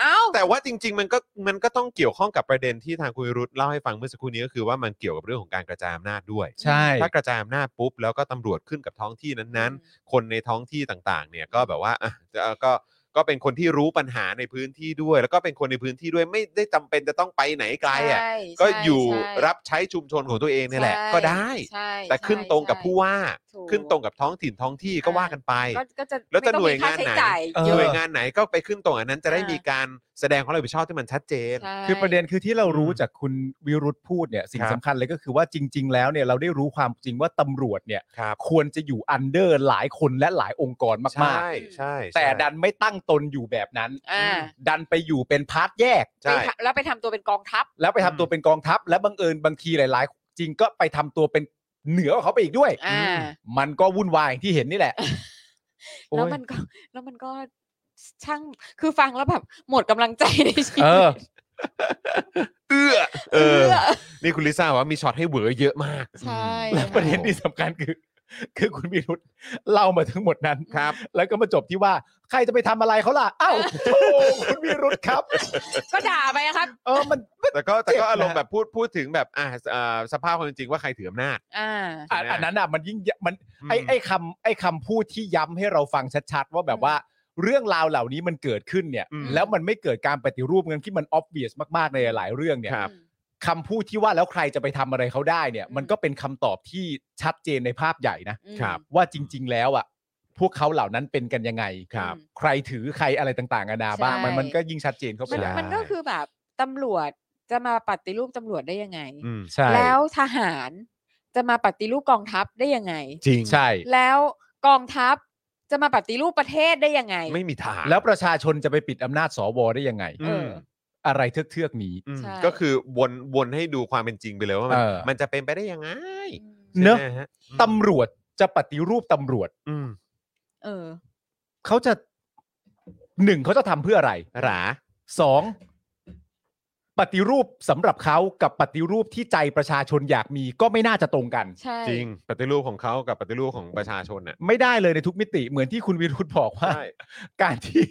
Speaker 4: เอ้า
Speaker 2: แต่ว่าจริง ๆ มันก็มันก็ต้องเกี่ยวข้องกับประเด็นที่ทางคุณวิรุธเล่าให้ฟังเมื่อสักครู่นี้ก็คือว่ามันเกี่ยวกับเรื่องของการกระจายอำนาจด้วย
Speaker 3: ใช่
Speaker 2: ถ้ากระจายอำนาจปุ๊บแล้วก็ตำรวจขึ้นกับท้องที่นั้นๆ คนในท้องที่ต่างๆ เนี่ยก็แบบว่า อ่ะจะก็ก็เป็นคนที่รู้ปัญหาในพื้นที่ด้วย แล้วก็เป็นคนในพื้นที่ด้วยไม่ได้จำเป็นจะต้องไปไหนไกลอ่ะ
Speaker 4: ใช่
Speaker 2: ก็
Speaker 4: ใช่
Speaker 2: อยู่
Speaker 4: ใช่
Speaker 2: รับใช้ชุมชนของตัวเองเนี่ยแหละ
Speaker 4: ใช่
Speaker 2: ก็ได้
Speaker 4: ใช่
Speaker 2: แต่ขึ้นตรงกับ
Speaker 4: ใช่
Speaker 2: ผู้ว่า
Speaker 4: ถูก
Speaker 2: ขึ้นตรงกับท้องถิ่นท้องที่ก็ว่ากันไป
Speaker 4: ก็ก็จะ
Speaker 2: แล้วจะ
Speaker 4: ไม่ต้อง
Speaker 2: หน่วยงาน
Speaker 4: มีค่ใช้
Speaker 2: ไหน
Speaker 4: จ่ย
Speaker 3: เออ
Speaker 2: ห
Speaker 4: เย
Speaker 2: น่วย
Speaker 4: อะ
Speaker 2: งานไหนก็ไปขึ้นตรงอันนั้นจะได้
Speaker 4: อ่ามี
Speaker 2: มีการแสดงความรับผิดชอบที่มันชัดเจน
Speaker 4: ใช่
Speaker 3: คือประเด็นคือที่เรารู้
Speaker 2: อืม
Speaker 3: จากคุณวิรุธพูดเนี่ยสิ่ง
Speaker 2: ครับ
Speaker 3: สำคัญเลยก็คือว่าจริง ๆ แล้วเนี่ยเราได้รู้ความจริงว่าตำรวจเนี่ย
Speaker 2: ครับ
Speaker 3: ควรจะอยู่อันเดอร์หลายคนและหลายองค์กรมาก
Speaker 2: ใช่ใช่
Speaker 3: ๆ แต่ดันไม่ตั้งตนอยู่แบบนั้น
Speaker 4: อ่า
Speaker 3: ดันไปอยู่เป็นพาร์ทแยก
Speaker 2: ใช่
Speaker 4: ไปทำแล้วไปทำตัวเป็นกองทัพ
Speaker 3: แล้วไปทำตัวเป็นกองทัพ และบังเอิญบางทีหลาย ๆ จริงก็ไปทำตัวเป็นเหนือกว่าเขาไปอีกด้วย
Speaker 4: อ่า
Speaker 3: มันก็วุ่นวายอย่างที่เห็นนี่แหละ
Speaker 4: แล้วมันก็แล้วมันก็ช่างคือฟังแล้วแบบหมดกำลังใจในชี
Speaker 3: เอ
Speaker 4: วิต
Speaker 3: อ
Speaker 2: เอื้อเอ
Speaker 4: เอ
Speaker 2: อ
Speaker 4: อ
Speaker 2: นี่คุณลิซ่าบอกว่ามีช็อตให้เหวอเยอะมาก
Speaker 4: ใช่
Speaker 3: แล้วประเด็นที่สำคัญคือ คือคุณวิรุธเล่ามาทั้งหมดนั้น
Speaker 2: ครับ
Speaker 3: แล้วก็มาจบที่ว่าใครจะไปทำอะไรเขาล่ะอ้าว โธ่คุณวิรุธครับ
Speaker 4: ก็ด่าไปอะครับ
Speaker 3: เออมัน
Speaker 2: แต่ก็แต่
Speaker 3: เจ็
Speaker 2: ก็
Speaker 3: บนะ
Speaker 2: อารมณ์แบบพูดพูดถึงแบบอ่าอ่าสภาพความเป็นจริงว่าใครถืออำนาจ
Speaker 4: อ่า
Speaker 3: อ่ะอันนั้นอ่ะมันยิ่งยมันไอ้
Speaker 2: อืม
Speaker 3: ไอ้คำไอ้คำพูดที่ย้ำให้เราฟังชัดๆ ว่าแบบว่าเรื่องราวเหล่านี้มันเกิดขึ้นเนี่ย
Speaker 2: อืม
Speaker 3: แล้วมันไม่เกิดการปฏิรูปเงินที่มันออบเวียสมากๆในหลายๆเรื่องเนี่ย
Speaker 2: ครับ
Speaker 3: คำพูดที่ว่าแล้วใครจะไปทำอะไรเขาได้เนี่ย
Speaker 4: อืม
Speaker 3: มันก็เป็นคำตอบที่ชัดเจนในภาพใหญ่นะ
Speaker 4: อืม
Speaker 2: ครับ
Speaker 3: ว่าจริง ๆ แล้วอ่ะพวกเขาเหล่านั้นเป็นกันยังไง
Speaker 4: ครับ
Speaker 3: ใครถือใครอะไรต่างๆนานาบ้างมันมันก็ยิ่งชัดเจนเข้าไป
Speaker 4: มัน
Speaker 3: แล้ว
Speaker 4: มันก็คือแบบตำรวจจะมาปฏิรูปตำรวจได้ยังไง
Speaker 2: อืม
Speaker 3: ใช่
Speaker 4: แล้วทหารจะมาปฏิรูปกองทัพได้ยังไง
Speaker 2: จริง
Speaker 3: ใช่
Speaker 4: แล้วกองทัพจะมาปฏิรูปประเทศได้ยังไง
Speaker 2: ไม่มีทาง
Speaker 3: แล้วประชาชนจะไปปิดอำนาจสวได้ยังไง
Speaker 4: เออ
Speaker 3: อะไรเทือกเทือกๆนี้
Speaker 2: ม
Speaker 4: ใช่
Speaker 2: ก็คือวนวนให้ดูความเป็นจริงไปเลยว่ามัน
Speaker 3: เออ
Speaker 2: มันจะเป็นไปได้ยังไง
Speaker 3: เนอะ
Speaker 2: ใช่ไหมฮะ
Speaker 3: ตำรวจจะปฏิรูปตำรวจ
Speaker 2: อืม
Speaker 4: เออ
Speaker 3: เขาจะหนึ่งเขาจะทำเพื่ออะไร
Speaker 2: หรา
Speaker 3: สอง ปฏิรูปสำหรับเขากับปฏิรูปที่ใจประชาชนอยากมีก็ไม่น่าจะตรงกัน
Speaker 4: ใช่
Speaker 2: จริงปฏิรูปของเขากับปฏิรูปของประชาชนน่ะ
Speaker 3: ไม่ได้เลยในทุกมิติเหมือนที่คุณวิรุธบอกว่า
Speaker 2: ใช่
Speaker 3: การที่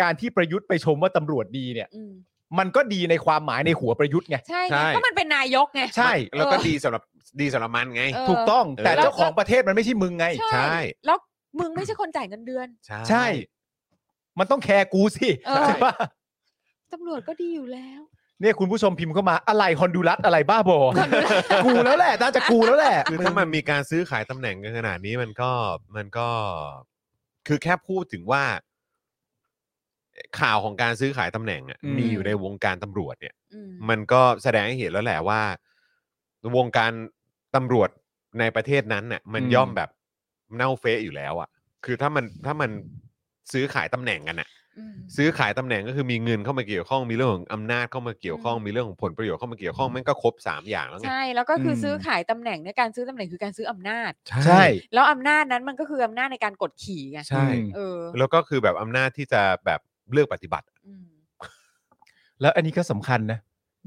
Speaker 3: การที่ประยุทธ์ไปชมว่าตำรวจดีเนี่ย
Speaker 4: อืม
Speaker 3: มันก็ดีในความหมายในหัวประยุทธ์ไง
Speaker 4: ใช่ไง
Speaker 2: ใช่
Speaker 4: ก็มันเป็นนายกไง
Speaker 3: ใช่
Speaker 2: แล้วก็ดีสำหรับดีสำหรับมันไง
Speaker 4: เอ
Speaker 3: ถูกต้อง
Speaker 2: เออ
Speaker 3: แต่เจ้าของประเทศมันไม่ใช่มึงไง
Speaker 2: ใช่
Speaker 4: แล้วมึงไม่ใช่คนจ่ายเงินเดือน
Speaker 3: ใช่ มันต้องแคร์กูสิ
Speaker 4: เออ
Speaker 3: ใช่ปะ
Speaker 4: ตำรวจก็ดีอยู่แล้ว
Speaker 3: เนี่ยคุณผู้ชมพิมพ์เข้ามาอะไรฮอนดูรัสอะไรบ้าบอกูแล้วแหละน่าจะกูแล้วแหละ
Speaker 2: คือถ้ามันมีการซื้อขายตำแหน่งกันขนาดนี้มันก็มันก็ คือแค่พูดถึงว่า ข่าวของการซื้อขายตำแหน่งอะ
Speaker 4: อืม
Speaker 2: มีอยู่ในวงการตำรวจเนี่ย
Speaker 4: อืม
Speaker 2: มันก็แสดงให้เห็นแล้วแหละว่า วงการตำรวจในประเทศนั้นเนี่ยมันย่อมแบบเน่าเฟะอยู่แล้วอะคือถ้ามันถ้ามันซื้อขายตำแหน่งกันอะ
Speaker 4: อืม
Speaker 2: ซื้อขายตำแหน่งก็คือมีเงินเข้ามาเกี่ยวข้องมีเรื่องของอำนาจเข้ามาเกี่ยวข้อง
Speaker 4: อืม
Speaker 2: มีเรื่องของผลประโยชน์เข้ามาเกี่ยวข้องมันก็ครบสามอย่างแล้วไง
Speaker 4: ใช่แล้วก็คืออซื้อขายตำแหน่งเนี่ยการซื้อตำแหน่งคือการซื้ออำนาจ
Speaker 3: ใช่
Speaker 4: แล้วอำนาจนั้นมันก็คืออำนาจในการกดขี่ไง
Speaker 2: ใช่
Speaker 3: อืม
Speaker 4: เออ
Speaker 2: แล้วก็คือแบบอำนาจที่จะแบบเลือกปฏิบัติ
Speaker 4: อืม
Speaker 3: แล้วอันนี้ก็สำคัญนะ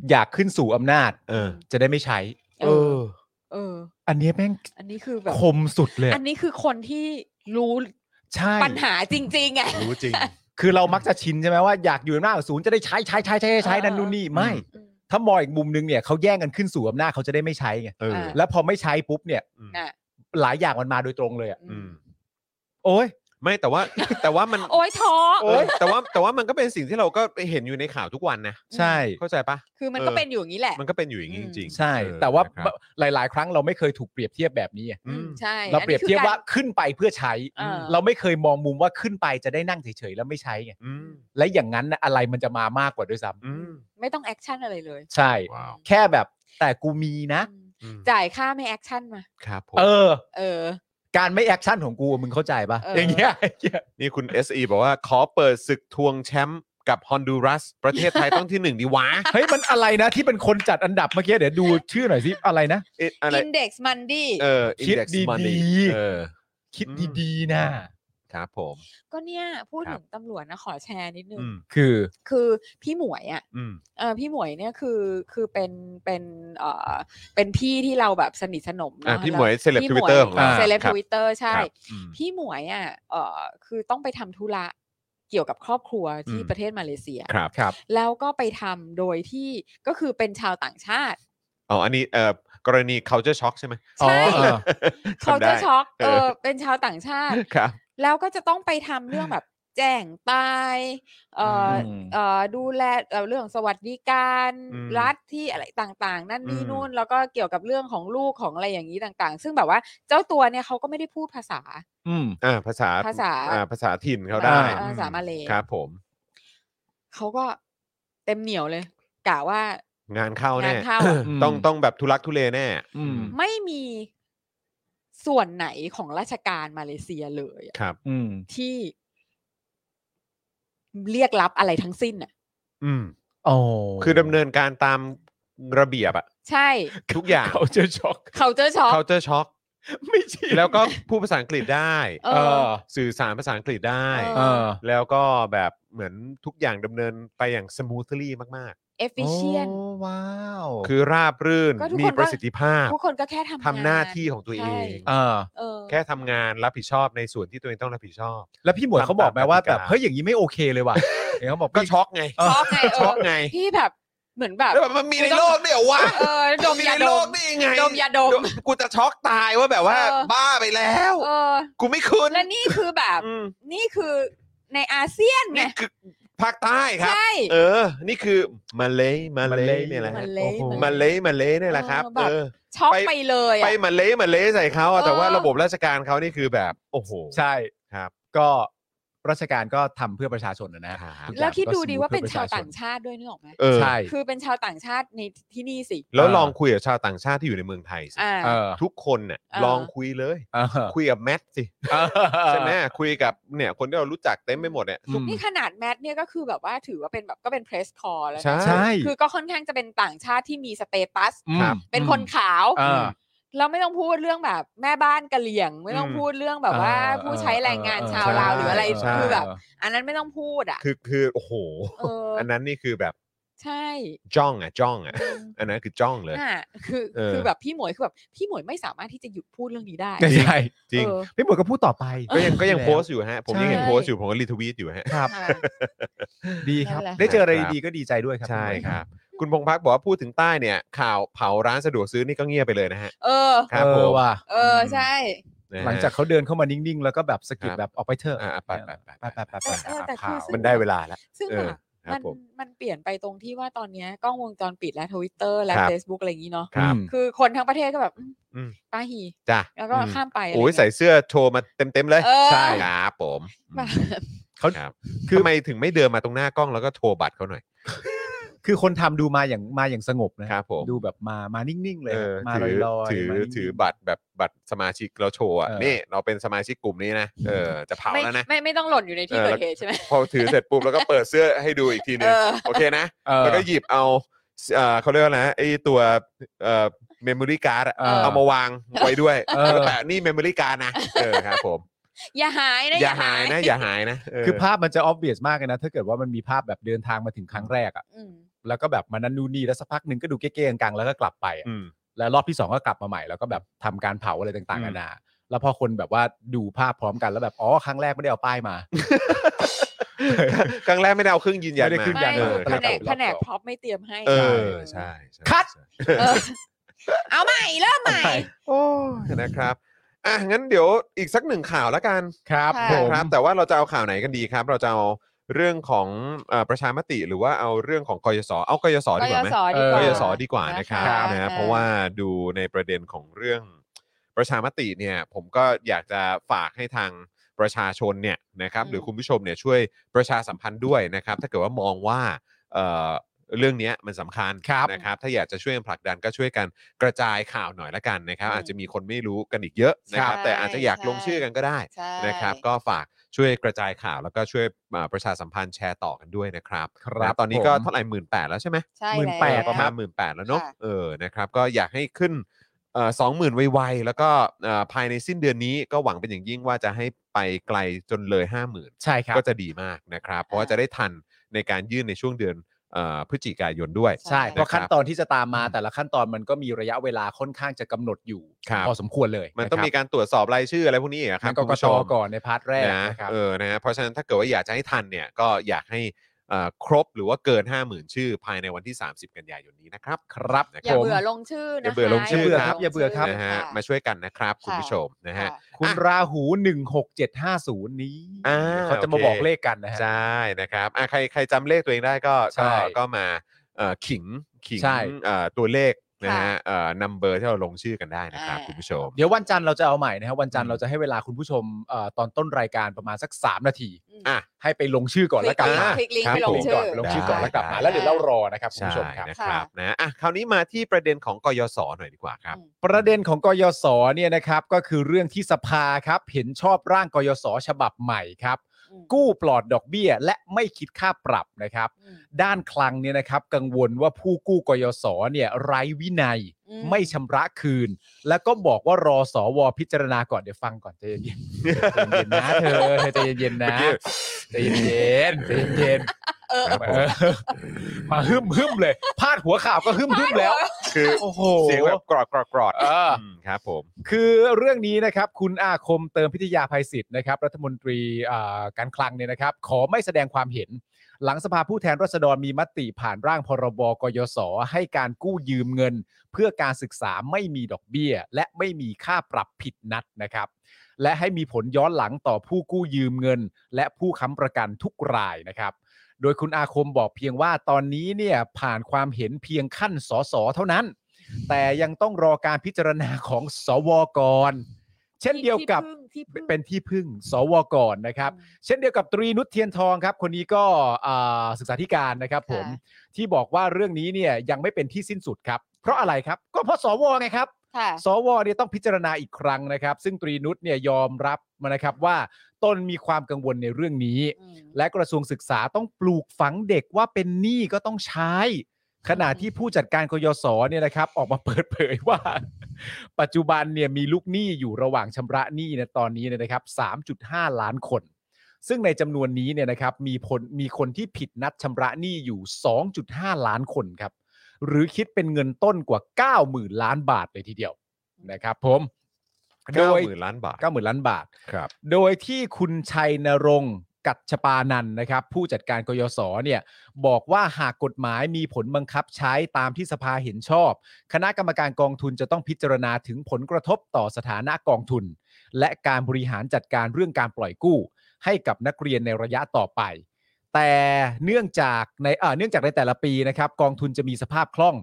Speaker 3: อยากขึ้นสู่อำนาจ
Speaker 2: เออ
Speaker 3: จะได้ไม่ใช้
Speaker 4: เออ เออ
Speaker 3: อันเนี้ยแม่ง
Speaker 4: อันนี้คือแบบ
Speaker 3: คมสุดเลย
Speaker 4: อันนี้คือคนที่รู้
Speaker 3: ใช่
Speaker 4: ปัญหาจริงๆไง
Speaker 2: รู้จริง
Speaker 3: คือเรามักจะชินใช่ไหมว่าอยากอยู่อำนาจของศูนย์จะได้ใช้ใช้ใช้ใช้ใช้ใช้
Speaker 4: เออ
Speaker 3: นั่นนู่นนี่ไม่
Speaker 4: อืม
Speaker 3: ถ้ามองอีกมุมนึงเนี่ยเขาแย่งกันขึ้นสู่อำนาจเขาจะได้ไม่ใช้ไง
Speaker 2: เออ
Speaker 4: ะ
Speaker 3: แล้วพอไม่ใช้ปุ๊บเนี่ย
Speaker 2: อืม
Speaker 4: น่ะ
Speaker 3: หลายอย่างมันมาโดยตรงเลยอะ
Speaker 2: อืม
Speaker 3: โอ้ย
Speaker 2: ไม่แต่ว่า แต่ว่ามัน
Speaker 4: โอ้ยท้อ
Speaker 2: เออแต่ว่าแต่ว่ามันก็เป็นสิ่งที่เราก็เห็นอยู่ในข่าวทุกวันนะ
Speaker 3: ใช่
Speaker 2: เข้าใจปะ
Speaker 4: คือมัน
Speaker 2: เออ
Speaker 4: ก็เป็นอยู่อย่างนี้แหละ
Speaker 2: มันก็เป็นอยู่อย่างนี้จริงๆ
Speaker 3: ใช่
Speaker 2: เออ
Speaker 3: แต่ว่า
Speaker 2: นะครับ
Speaker 3: หลาย ๆ ครั้งเราไม่เคยถูกเปรียบเทียบแบบนี้ไง
Speaker 2: อื
Speaker 4: อื
Speaker 2: ม
Speaker 4: มใช่
Speaker 3: เราเปรียบเทียบว่า
Speaker 4: อันนี้
Speaker 3: ขึ้นไปเพื่อใช้
Speaker 4: เออ
Speaker 3: เราไม่เคยมองมุมว่าขึ้นไปจะได้นั่งเฉย ๆ แล้วไม่ใช้ไง
Speaker 2: อืม
Speaker 3: และอย่างนั้นนะอะไรมันจะมามากกว่าด้วยซ้
Speaker 2: อื
Speaker 4: คือ
Speaker 2: ม
Speaker 4: การไม่ต้องแอคชั่นอะไรเลย
Speaker 3: ำใช่
Speaker 2: ว้าว
Speaker 3: แค่แบบแต่กูมีนะ
Speaker 4: อืม
Speaker 2: อืม
Speaker 4: จ่ายค่าไม่แอคชั่นมา
Speaker 2: ครับผม
Speaker 3: เออ
Speaker 4: เออ
Speaker 3: การไม่แอคชั่นของกูมึงเข้าใจปะ
Speaker 4: เอออ
Speaker 3: อย่างเงี้ย ไอ้เหี้ย
Speaker 2: นี่คุณ SE บอกว่าขอเปิดศึกทวงแชมป์กับฮอนดูรัส ประเทศไทยต้องที่หนึ่งดีวะ
Speaker 3: เฮ้ยมันอะไรนะที่เป็นคนจัดอันดับเมื่อกี้เดี๋ยวดูชื่อหน่อยสิอะไรนะ
Speaker 2: เอ๊ะอะไร
Speaker 4: อินเด็กซ์มันดี
Speaker 2: เออ
Speaker 3: คิด
Speaker 2: Index
Speaker 3: ดีๆ
Speaker 2: Money เออ
Speaker 3: คิด
Speaker 2: อืม
Speaker 3: ดีๆนะครับ
Speaker 2: ผม
Speaker 4: ก็เนี่ย พูด
Speaker 2: ครับ
Speaker 4: ถึงตำรวจนะขอแชร์นิดนึง
Speaker 2: อืม
Speaker 3: คือ
Speaker 4: คือพี่หมวยอ่ะ
Speaker 2: อืม
Speaker 4: เออพี่หมวยเนี่ยคือคือเป็นเป็นเออเป็นพี่ที่เราแบบสนิทสนม
Speaker 2: อ่ะ
Speaker 4: เนาะ
Speaker 2: พี่หมวย
Speaker 4: แล้
Speaker 2: Celeb
Speaker 4: พี่
Speaker 2: Twitter ของเรา
Speaker 4: เซเลบ
Speaker 2: ครั
Speaker 4: ท
Speaker 2: บ
Speaker 4: วิตเตอร์ใช่
Speaker 2: ครับอืม
Speaker 4: พี่หมวยอ่ะเออคือต้องไปทำธุระเกี่ยวกับครอบครัวที่
Speaker 2: อืม
Speaker 4: ประเทศมาเลเซีย
Speaker 2: ครับ
Speaker 3: ครับ
Speaker 4: แล้วก็ไปทำโดยที่ก็คือเป็นชาวต่างชาติ
Speaker 2: อ๋ออันนี้เอ่อกรณี culture shock ใช่ไหม
Speaker 3: อ๋อ
Speaker 4: ใช่
Speaker 3: เอ อ
Speaker 4: เขา
Speaker 2: จำได้
Speaker 4: จะช็อกเอ
Speaker 2: เออ
Speaker 4: อเป็นชาวต่างชาติ
Speaker 2: ครับ
Speaker 4: แล้วก็จะต้องไปทำเรื่องแบบแจ้งตายเอ่ออ
Speaker 3: ม
Speaker 4: เอ่อดูแลเอ่อเรื่องสวัสดิการ
Speaker 2: อืม
Speaker 4: รัฐที่อะไรต่างๆ นั่นนี่
Speaker 2: อืม
Speaker 4: นู่นแล้วก็เกี่ยวกับเรื่องของลูกของอะไรอย่างนี้ต่างๆ ซึ่งแบบว่าเจ้าตัวเนี่ยเขาก็ไม่ได้พูดภาษา
Speaker 3: อืม
Speaker 2: อ่าภาษา
Speaker 4: ภาษา
Speaker 2: อ่ภาษาถิ่นเขาได้
Speaker 4: เอ่อภาษามาเล
Speaker 2: ครับผม
Speaker 4: เขาก็เต็มเหนียวเลยกะว่า
Speaker 2: งานเข้าแน่
Speaker 4: งานเข้าอ่ะ
Speaker 3: อืม
Speaker 2: ต้องต้องแบบทุลักทุเลแน่
Speaker 3: อืม
Speaker 4: ไม่มีส่วนไหนของราชการมาเลเซียเลยอะ
Speaker 2: ครับ
Speaker 3: อืม
Speaker 4: ที่เรียกรับอะไรทั้งสิ้นอ่ะ
Speaker 2: อืม
Speaker 3: โอ้
Speaker 2: คือดำเนินการตามระเบียบอะ
Speaker 4: ใช่
Speaker 2: ทุกอย่าง
Speaker 3: เขาจะช็อก
Speaker 4: เขาเจอช็อก
Speaker 2: culture shock
Speaker 3: ไม่ใช่
Speaker 2: แล้วก็พูดภาษาอังกฤษได้
Speaker 4: เอ
Speaker 3: เอ
Speaker 4: อ
Speaker 3: อ
Speaker 2: สื่อสารภาษาอังกฤษได้
Speaker 3: เอ
Speaker 4: เอ
Speaker 3: อ
Speaker 2: แล้วก็แบบเหมือนทุกอย่างดำเนินไปอย่าง smoothly มาก
Speaker 4: efficient
Speaker 3: โอ้ว้าว
Speaker 2: ๆ คือราบรื่น
Speaker 4: ก็ทุกคนก็
Speaker 2: มีประสิทธิภาพ
Speaker 4: ทุกคนก็แค่ทำ
Speaker 2: ทำหน้าง
Speaker 4: น
Speaker 2: ที่ของตัวเอ
Speaker 4: ใช่
Speaker 2: ง
Speaker 3: เออ
Speaker 4: เออ
Speaker 2: แค่ทำงานรับผิดชอบในส่วนที่ตัวเองต้องรับผิดชอบ
Speaker 3: แล้วพี่หมวยเขาบอกไหม
Speaker 2: ตาม
Speaker 3: ว่า
Speaker 2: ตามกติ
Speaker 3: แบ
Speaker 2: กา
Speaker 3: บเฮ้ยอย่างนี้ไม่โอเคเลยว่ะ เดี๋ยวเขาบอก
Speaker 2: ก็
Speaker 3: พี่
Speaker 2: ช็อกไง
Speaker 3: เออ
Speaker 4: ช็อกไงเอ
Speaker 2: ช็
Speaker 4: อ
Speaker 2: อกไง
Speaker 4: ที่แบบเหมือนแบบ
Speaker 2: แล้วแบบมันมีในโลกด้วยเหรอวะ
Speaker 4: เออดมยา
Speaker 2: ใน
Speaker 4: ด
Speaker 2: โลก
Speaker 4: ม
Speaker 2: ได้ยังไง
Speaker 4: ดมยาดม
Speaker 2: กูจะช็อกตายว่าแบบว่า
Speaker 4: เออ
Speaker 2: บ้าไปแล้ว
Speaker 4: เออ
Speaker 2: กูไม่คุ้น
Speaker 4: และนี่คือแบบ
Speaker 2: อืม
Speaker 4: นี่คือในอาเซียนไง
Speaker 2: นี่คือภาคใต้ครับ
Speaker 4: ใช่
Speaker 2: เออ นี่คือมาเลยมาเลยเนี่ยแหละฮะ
Speaker 4: มาเลย์
Speaker 2: โอ้โห
Speaker 4: มา
Speaker 2: มา
Speaker 4: เล
Speaker 2: เลยยมาเลยเนี่ยแหละครับ
Speaker 4: เออแบบ
Speaker 2: เออ
Speaker 4: ช็อก
Speaker 2: ไป
Speaker 4: ไปเลย
Speaker 2: ไป
Speaker 4: อ่ะ
Speaker 2: มาเลยมาเลยใส่เขาอะแต่ว่า
Speaker 4: เออ
Speaker 2: ระบบราชการเขานี่คือแบบ โอ้โห
Speaker 3: ใช่
Speaker 2: ครับ
Speaker 3: ก็ราชการก็ทำเพื่อประชาชนนะนะ
Speaker 2: ครับ
Speaker 3: ทุกอย่าง
Speaker 4: แล้วคิด
Speaker 3: ก็
Speaker 4: ดูดีว่าเป็น
Speaker 3: ส
Speaker 4: ชาว
Speaker 3: มูทพื่อ
Speaker 4: ต่างชาติด้วยนึกออกไหม
Speaker 2: เออ
Speaker 3: ใช่
Speaker 4: คือเป็นชาวต่างชาติในที่นี่สิ
Speaker 2: แล้วลองคุยกับชาวต่างชาติที่อยู่ในเมืองไทยสิ
Speaker 4: อ่า
Speaker 3: เออ
Speaker 2: ทุกคนเนี่ย
Speaker 4: เออ
Speaker 2: ลองคุยเลย
Speaker 3: เออ
Speaker 2: คุยกับแมทสิใช่ไหมคุยกับเนี่ยคนที่เรารู้จักเต็มไปหมดเนี่ย
Speaker 3: อืม
Speaker 4: นี่ขนาดแมทเนี่ยก็คือแบบว่าถือว่าเป็นแบบก็เป็นเพรสคอร์แล้วนะ
Speaker 2: ใช่
Speaker 3: ใช่
Speaker 4: คือก็ค่อนข้างจะเป็นต่างชาติที่มีสเตตัส
Speaker 3: อืม
Speaker 2: ครับ
Speaker 4: เป็นคนขาว
Speaker 3: เออ
Speaker 4: เราไม่ต้องพูดเรื่องแบบแม่บ้านกะเหลี่ยง ไม่ต้อง
Speaker 2: อืม
Speaker 4: พูดเรื่องแบบว่า
Speaker 3: เออ
Speaker 4: ผู้ใช้แรงงาน
Speaker 3: เออ
Speaker 4: ชาวลาวหรืออะไร
Speaker 3: ใช่
Speaker 4: คือแบบ
Speaker 3: เออ
Speaker 4: อันนั้นไม่ต้องพูดอ่ะ
Speaker 2: คือคือโอ้โห
Speaker 4: เอออั
Speaker 2: นนั้นนี่คือแบบ
Speaker 4: ใช่
Speaker 2: จ้องอ่ะจ้องอ่ะ
Speaker 4: อืม
Speaker 2: อันนั้นคือจ้องเลย
Speaker 4: น่ะคือ
Speaker 2: เออ
Speaker 4: คือแบบพี่หมวยคือแบบพี่หมวยไม่สามารถที่จะหยุดพูดเรื่องนี้ได้
Speaker 3: ใช่
Speaker 2: จริง
Speaker 4: เออ
Speaker 3: พี่หมวยก็พูดต่อไป
Speaker 2: ก็ยังก็ยังโพสต์อยู่ฮะ ผมยังเห็น
Speaker 4: ใช่
Speaker 2: โพสต์อยู่ ผมก็รีทวีตอยู่ฮะ
Speaker 3: ครับ
Speaker 4: ค่ะ
Speaker 3: ดีครับ
Speaker 4: นั่นแหละ
Speaker 3: ได้เจออะไรดีๆก็ดีใจด้วยครั
Speaker 2: ใช่
Speaker 3: พี่หมวย
Speaker 2: ครับ คุณพงพักบอกว่าพูดถึงใต้เนี่ย ข่าวเผาร้านสะดวกซื้อนี่ก็เงียบไปเลยนะฮะ
Speaker 4: เออ
Speaker 2: ครับ
Speaker 3: เอ
Speaker 2: ผ
Speaker 3: อ
Speaker 2: ม
Speaker 3: ว่ะ
Speaker 4: เออใช่
Speaker 2: นะฮะ
Speaker 3: หลังจากเขาเดินเข้ามานิ่งๆ แล้วก็แบบสะกิด
Speaker 2: ครับ
Speaker 3: แบบออกไปเถอะ
Speaker 2: อ่าไปไปไป
Speaker 3: ไปไปไปไป
Speaker 4: เออเออแต่คือ
Speaker 3: ข่าว
Speaker 2: มันได้เวลาแล้ว
Speaker 4: ซึ่ง
Speaker 2: เอ
Speaker 4: แบ
Speaker 2: อบ ครับ
Speaker 4: มัน
Speaker 2: ผม
Speaker 4: มันเปลี่ยนไปตรงที่ว่าตอนเนี้ยกล้องวงจรปิดและทวิตเตอร์และ
Speaker 2: ครับ
Speaker 4: Facebook อะไรอย่างนี้เนาะ
Speaker 2: ครับ
Speaker 4: คือคนทั้งประเทศก็แบบอืม
Speaker 2: อืม
Speaker 4: ปาหี
Speaker 2: จ้ะ
Speaker 4: แล้วก็
Speaker 2: อืม
Speaker 4: ข้ามไปะไร
Speaker 2: โอ้ย
Speaker 4: เงี้
Speaker 2: ใส่เสื้อโชว์มาเต็มๆเลย
Speaker 4: เออ
Speaker 2: ครับผม
Speaker 4: แบบ
Speaker 3: เขา
Speaker 2: ครับ
Speaker 3: คื
Speaker 2: คือ อทำไมถึงไม่เดินมาตรงหน้ากล้องแล้วก็โชว์บัตรเขาหน่อย
Speaker 3: คือคนทำดูมาอย่างมาอย่างสงบนะครับ
Speaker 2: ผม
Speaker 3: ดูแบบมามานิ่งๆ เลย
Speaker 2: เออ
Speaker 3: มาล
Speaker 2: ถื
Speaker 3: อย
Speaker 2: อ
Speaker 3: ลอย
Speaker 2: ถือถือบัตรแบบบัตรสมาชิกแล้วโชว์อ่ะ
Speaker 3: เออ
Speaker 2: นี่เราเป็นสมาชิกกลุ่มนี้นะเออจะเผา
Speaker 4: ไม่
Speaker 2: แล้วนะ
Speaker 4: ไม่ไม่ต้องหล่นอยู่ในที่
Speaker 2: เออ
Speaker 4: เกิดเหตุใช่ไหม
Speaker 2: พอถือเสร็จปุ๊บแล้วก็เปิดเสื้อให้ดูอีกทีหนึง
Speaker 4: เออ
Speaker 2: โอเคนะ
Speaker 3: เออ
Speaker 2: แล้วก็หยิบเอาเอ่อเขาเรียกว่าอะไรนะไอ้ตัวเมมโมรี่การ์ด
Speaker 3: เออ
Speaker 2: เอามาวางไว้ด้วย
Speaker 3: เออ
Speaker 2: แล้วก็แปะนี่เมมโมรี่การ์ดนะเออครับผม
Speaker 4: อย่าหายนะ
Speaker 2: อย่าหายนะ อย่าหายนะเ
Speaker 3: คือภาพมันจะออบเวียสมากเลยนะ ถ้าเกิดว่ามันมีภาพแบบเดินทางมาถึงครั้งแรกอะ
Speaker 4: อืม
Speaker 3: แล้วก็แบบมานั่นนู่นนี่แล้วสักพักหนึ่งก็ดูเก๊ๆกลางๆแล้วก็กลับไปอะ
Speaker 2: อืม
Speaker 3: แล้วรอบที่สองก็กลับมาใหม่แล้วก็แบบทำการเผาอะไรต่างๆ
Speaker 2: อืม
Speaker 3: นานาแล้วพอคนแบบว่าดูภาพพร้อมกันแล้วแบบอ๋อครั้งแรกไม่ได้เอาป้ายมา
Speaker 2: ครั้งแรรกไม่ได้เอาเครื่องยืนยัน
Speaker 3: ไม่ได้
Speaker 2: มา
Speaker 3: เครื่องยื
Speaker 4: ไม่
Speaker 3: น
Speaker 2: เออ
Speaker 4: แผ
Speaker 2: ครับผม
Speaker 4: นกแผนกพร็อพไม่เตรียมให้
Speaker 2: เออใช่ใช่
Speaker 3: คัด
Speaker 2: ใช่
Speaker 4: เออเอาใหม่เริ่มใหม่
Speaker 2: โอ้ยนะครับอ่ะงั้นเดี๋ยวอีกสักหนึ่งข่าวแล้วกัน
Speaker 3: ครับ
Speaker 4: ค่ะ
Speaker 3: ผม
Speaker 2: ครับ แต่ว่าเราจะเอาข่าวไหนกันดีครับ เราจะเอาเรื่องของเอ่อประชามติหรือว่าเอาเรื่องของกยศเอากยศ
Speaker 4: ก
Speaker 2: ดีก
Speaker 4: ย
Speaker 2: ว่าไหม
Speaker 4: ศดีก
Speaker 2: ก
Speaker 4: ว่าก
Speaker 2: ยศดีกว่านะครับนะฮะ
Speaker 4: ออ
Speaker 2: เพราะว่าดูในประเด็นของเรื่องประชามติเนี่ย ผมก็อยากจะฝากให้ทางประชาชนเนี่ยนะครับ
Speaker 4: อืม
Speaker 2: หรือคุณผู้ชมเนี่ยช่วยประชาสัมพันธ์ด้วยนะครับ ถ้าเกิดว่ามองว่าเอ่อเรื่องเนี้ยมันสำคัญนะครับ ถ้าอยากจะช่วยกันผลักดันก็ช่วยกันกระจายข่าวหน่อยละกันนะครับ อาจจะมีคนไม่รู้กันอีกเยอะนะครับ แต่อาจจะอยากลงชื่อกันก็ได้
Speaker 4: ใช่
Speaker 2: นะครับก็ฝากช่วยกระจายข่าวแล้วก็ช่วยอ่าประชาสัมพันธ์แชร์ต่อกันด้วยนะครับ
Speaker 3: ครับ
Speaker 2: นะตอนนี้ก็
Speaker 3: ผม
Speaker 2: เท่าไหร่หมื่นแปดแล้วใช่ไหม
Speaker 4: ใช่
Speaker 3: หมื่นแปด
Speaker 4: ล้ว
Speaker 2: ประมาณหมื่นแปดแล้วเนาะ
Speaker 4: ค่ะ
Speaker 2: เออนะครับก็อยากให้ขึ้นสองหมื่นไวๆ แล้วก็เอ่อภายในสิ้นเดือนนี้ก็หวังเป็นอย่างยิ่งว่าจะให้ไปไกลจนเลย 5 0,000
Speaker 3: ใช่ครับ
Speaker 2: ก็จะดีมากนะครับ เพราะว่าจะได้ทันในการยื่นในช่วงเดือนเอ่อพฤศจิกายนด้วย
Speaker 3: ใช่
Speaker 4: ใช่
Speaker 3: เพราะ
Speaker 2: นะครั
Speaker 3: ขั้
Speaker 2: บ
Speaker 3: นตอนที่จะตามมาแต่ละขั้นตอนมันก็มีระยะเวลาค่อนข้างจะกำหนดอยู่
Speaker 2: ครับ
Speaker 3: พอสมควรเลย
Speaker 2: มันต้องมี
Speaker 3: ะค
Speaker 2: การตรวจสอบรายชื่ออะไรพวกนี้อีกอะ
Speaker 3: บ
Speaker 2: ครับ
Speaker 3: ก
Speaker 2: คุณ
Speaker 3: ก
Speaker 2: ผู้
Speaker 3: ต
Speaker 2: ชม
Speaker 3: ก่อนในพาร์ทแรก
Speaker 2: นะ
Speaker 3: นะครับ
Speaker 2: เออนะฮะเพราะฉะนั้นถ้าเกิดว่าอยากจะให้ทันเนี่ยก็อยากให้เอ่อครบหรือว่าเกิน 50,000 ชื่อ ภายในวันที่ 30 กันยายนนี้นะครับ
Speaker 3: ครับ
Speaker 2: นะ
Speaker 4: อ
Speaker 2: ค
Speaker 4: ย่า
Speaker 2: รับ
Speaker 4: เบื่อลงชื่อ
Speaker 2: อ
Speaker 4: นะ
Speaker 2: ย่าเบื่อลงชื่อครับ
Speaker 3: อย่าเบื่อครับ
Speaker 2: นะฮะมาช่วยกันนะครับ คุณผู้ชมนะฮะ
Speaker 3: คุณ
Speaker 2: อ่ะ
Speaker 3: ราหู 16750 นี้
Speaker 2: อ่า
Speaker 3: เขาจะมา
Speaker 2: โอเค
Speaker 3: บอกเลขกันนะฮะ
Speaker 2: ใช่นะครับอ่ะใครใครจำเลขตัวเองได้ก็
Speaker 3: ใช่
Speaker 2: ก็ก็มาเอ่อขิงขิง
Speaker 3: ใช่
Speaker 2: เอ่อตัวเลขนะฮะเอ่อนัมเบอร์ที่เราลงชื่อกันได้นะครับคุณผู้ชม
Speaker 3: เดี๋ยววันจันทร์เราจะเอาใหม่นะครับวันจันท
Speaker 2: อื
Speaker 3: ร์
Speaker 2: ม
Speaker 3: เราจะให้เวลาคุณผู้ชมเอ่อตอนต้นรายการประมาณสัก 3 นาที
Speaker 2: อ่ะ
Speaker 3: ให้ไปลงชื่อก่อนแล้วกลับมา
Speaker 4: คลิกลิงก์
Speaker 2: ครับ
Speaker 4: ไปลง
Speaker 3: ลิ
Speaker 4: ชื่
Speaker 3: ก์ก่
Speaker 4: อ
Speaker 3: อนลงชื่อก่อน
Speaker 2: ได้
Speaker 3: แล้วกลับมาแล้วเดี๋ยวเล่ารอนะครับคุณ
Speaker 2: ใช่
Speaker 3: ผู้ชมครับ
Speaker 2: นะครับ
Speaker 4: ค่ะ
Speaker 2: นะอ่ะคราวนี้มาที่ประเด็นของกยศหน่อยดีกว่าครับ
Speaker 3: ประเด็นของกยศเนี่ยนะครับก็คือเรื่องที่สภาครับเห็นชอบร่างกยศฉบับใหม่ครับ
Speaker 4: อืม
Speaker 3: กู้ปลอดดอกเบี้ย และไม่คิดค่าปรับนะครับ
Speaker 4: อืม
Speaker 3: ด้านคลังเนี่ยนะครับ กังวลว่าผู้กู้กยศเนี่ยไร้วินัย
Speaker 4: อืม
Speaker 3: ไม่ชำระคืน แล้วก็บอกว่ารอสวพิจารณาก่อนเดี๋ยวฟังก่อนใจเย็นๆใจเย็นๆนะเธอเธอใจเย็นๆนะใจเย็นๆใจเย็น
Speaker 4: เออ
Speaker 3: ๆเออมาฮึ่มฮึ่มๆเลยพาดหัวข่าวก็ฮึ่มฮึ่มๆ แล้ว
Speaker 2: คือ
Speaker 3: โอ้โห
Speaker 2: เสียงแบบกรอดกรอดกรอด
Speaker 3: เอออื
Speaker 2: มครับผม
Speaker 3: คือเรื่องนี้นะครับคุณอาคมเติมพิทยาภัยศิษย์นะครับรัฐมนตรีอ่าการคลังเนี่ยนะครับ ขอไม่แสดงความเห็น หลังสภาผู้แทนราษฎรมีมติผ่านร่างพรบกยศให้การกู้ยืมเงิน เพื่อการศึกษาไม่มีดอกเบี้ย และไม่มีค่าปรับผิดนัดนะครับ และให้มีผลย้อนหลังต่อผู้กู้ยืมเงิน และผู้ค้ำประกันทุกรายนะครับ โดยคุณอาคมบอกเพียงว่าตอนนี้เนี่ยผ่านความเห็นเพียงขั้นสสเท่านั้น แต่ยังต้องรอการพิจารณาของสวก่อนเช่นเดียวกับ
Speaker 4: ที่พึ่งที่พึ่ง
Speaker 3: เป็นที่พึ่ง สวก่อนนะครับ
Speaker 4: อืม
Speaker 3: เช่นเดียวกับตรีนุชเทียนทองครับ คนนี้ก็อ่าศึกษาธิการนะครับผม
Speaker 4: ค่ะ
Speaker 3: ที่บอกว่าเรื่องนี้เนี่ยยังไม่เป็นที่สิ้นสุดครับ เพราะอะไรครับ ก็เพราะสวไงครับ
Speaker 4: ค่ะ
Speaker 3: สวเนี่ยต้องพิจารณาอีกครั้งนะครับ ซึ่งตรีนุชเนี่ยยอมรับมานะครับว่าตนมีความกังวลในเรื่องนี้
Speaker 4: อืม
Speaker 3: และกระทรวงศึกษาต้องปลูกฝังเด็กว่าเป็นหนี้ก็ต้องใช้ ขณะที่ผู้จัดการกยศเนี่ยนะครับ ออกมาเปิดเผยว่า ปัจจุบันเนี่ยมีลูกหนี้อยู่ระหว่างชำระหนี้ในะตอนนี้เนยนะครับ 3.5 ล้านคน ซึ่งในจำนวนนี้เนี่ยนะครับมีผลมีคนที่ผิดนัดชำระหนี้อยู่ 2.5 ล้านคนครับ หรือคิดเป็นเงินต้นกว่า 90,000 ล้านบาทเลยทีเดียวนะครับผม โด
Speaker 2: เก้าย หมื่นล้านบาท
Speaker 3: 90,000 ล้านบาท
Speaker 2: ครับ
Speaker 3: โดยที่คุณชัยนรงค์กัจจปานันท์นะครับ ผู้จัดการกยศเนี่ยบอกว่าหากกฎหมายมีผลบังคับใช้ตามที่สภาเห็นชอบ คณะกรรมการกองทุนจะต้องพิจารณาถึงผลกระทบต่อสถานะกองทุน และการบริหารจัดการเรื่องการปล่อยกู้ ให้กับนักเรียนในระยะต่อไป แต่เนื่องจากในเอ่อเนื่องจากในแต่ละปีนะครับกองทุนจะมีสภาพคล่อง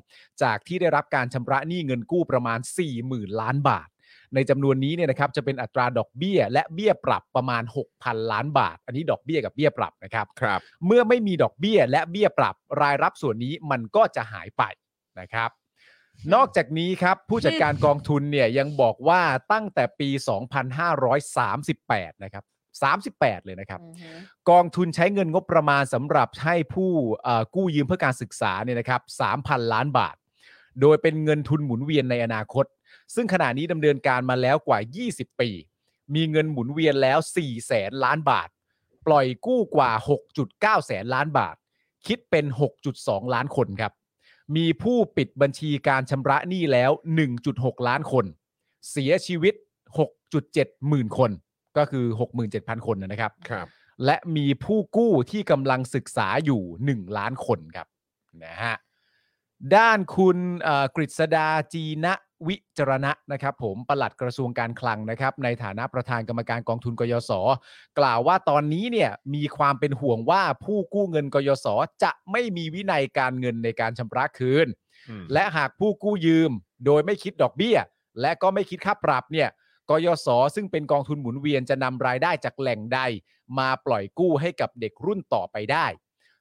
Speaker 3: จากที่ได้รับการชำระหนี้เงินกู้ประมาณ 40,000 ล้านบาท ในจำนวนนี้เนี่ยนะครับจะเป็นอัตราดอกเบี้ย และเบี้ยปรับประมาณ 6,000 ล้านบาท อันนี้ดอกเบี้ยกับเบี้ยปรับนะครับ
Speaker 2: ครับ
Speaker 3: เมื่อไม่มีดอกเบี้ยและเบี้ยปรับรายรับส่วนนี้มันก็จะหายไปนะครับ นอกจากนี้ครับ ผู้จัดการกองทุนเนี่ยยังบอกว่าตั้งแต่ปี 2538 นะครับ 38 เลยนะครับ
Speaker 4: อือฮึ
Speaker 3: กองทุนใช้เงินงบประมาณสำหรับให้ผู้เอ่อกู้ยืมเพื่อการศึกษาเนี่ยนะครับ 3,000 ล้านบาท โดยเป็นเงินทุนหมุนเวียนในอนาคต ซึ่งขณะนี้ดำเนินการมาแล้วกว่า 20 ปี มีเงินหมุนเวียนแล้ว 4 แสนล้านบาท ปล่อยกู้กว่า 6.9 แสนล้านบาท คิดเป็น 6.2 ล้านคนครับ มีผู้ปิดบัญชีการชำระหนี้แล้ว 1.6 ล้านคน เสียชีวิต 6.7 หมื่นคน ก็คือ 67,000 คนนะครับ
Speaker 2: ครับ
Speaker 3: และมีผู้กู้ที่กำลังศึกษาอยู่ 1 ล้านคนครับนะฮะด้านคุณเอ่อกฤษดาจีนะวิจรณะนะครับผมปลัดกระทรวงการคลังนะครับ ในฐานะประธานกรรมการกองทุนกยศ กล่าวว่าตอนนี้เนี่ยมีความเป็นห่วงว่าผู้กู้เงินกยศ จะไม่มีวินัยการเงินในการชำระคืน
Speaker 2: อืม
Speaker 3: และหากผู้กู้ยืมโดยไม่คิดดอกเบี้ย และก็ไม่คิดค่าปรับเนี่ยกยศซึ่งเป็นกองทุนหมุนเวียนจะนำรายได้จากแหล่งใด มาปล่อยกู้ให้กับเด็กรุ่นต่อไปได้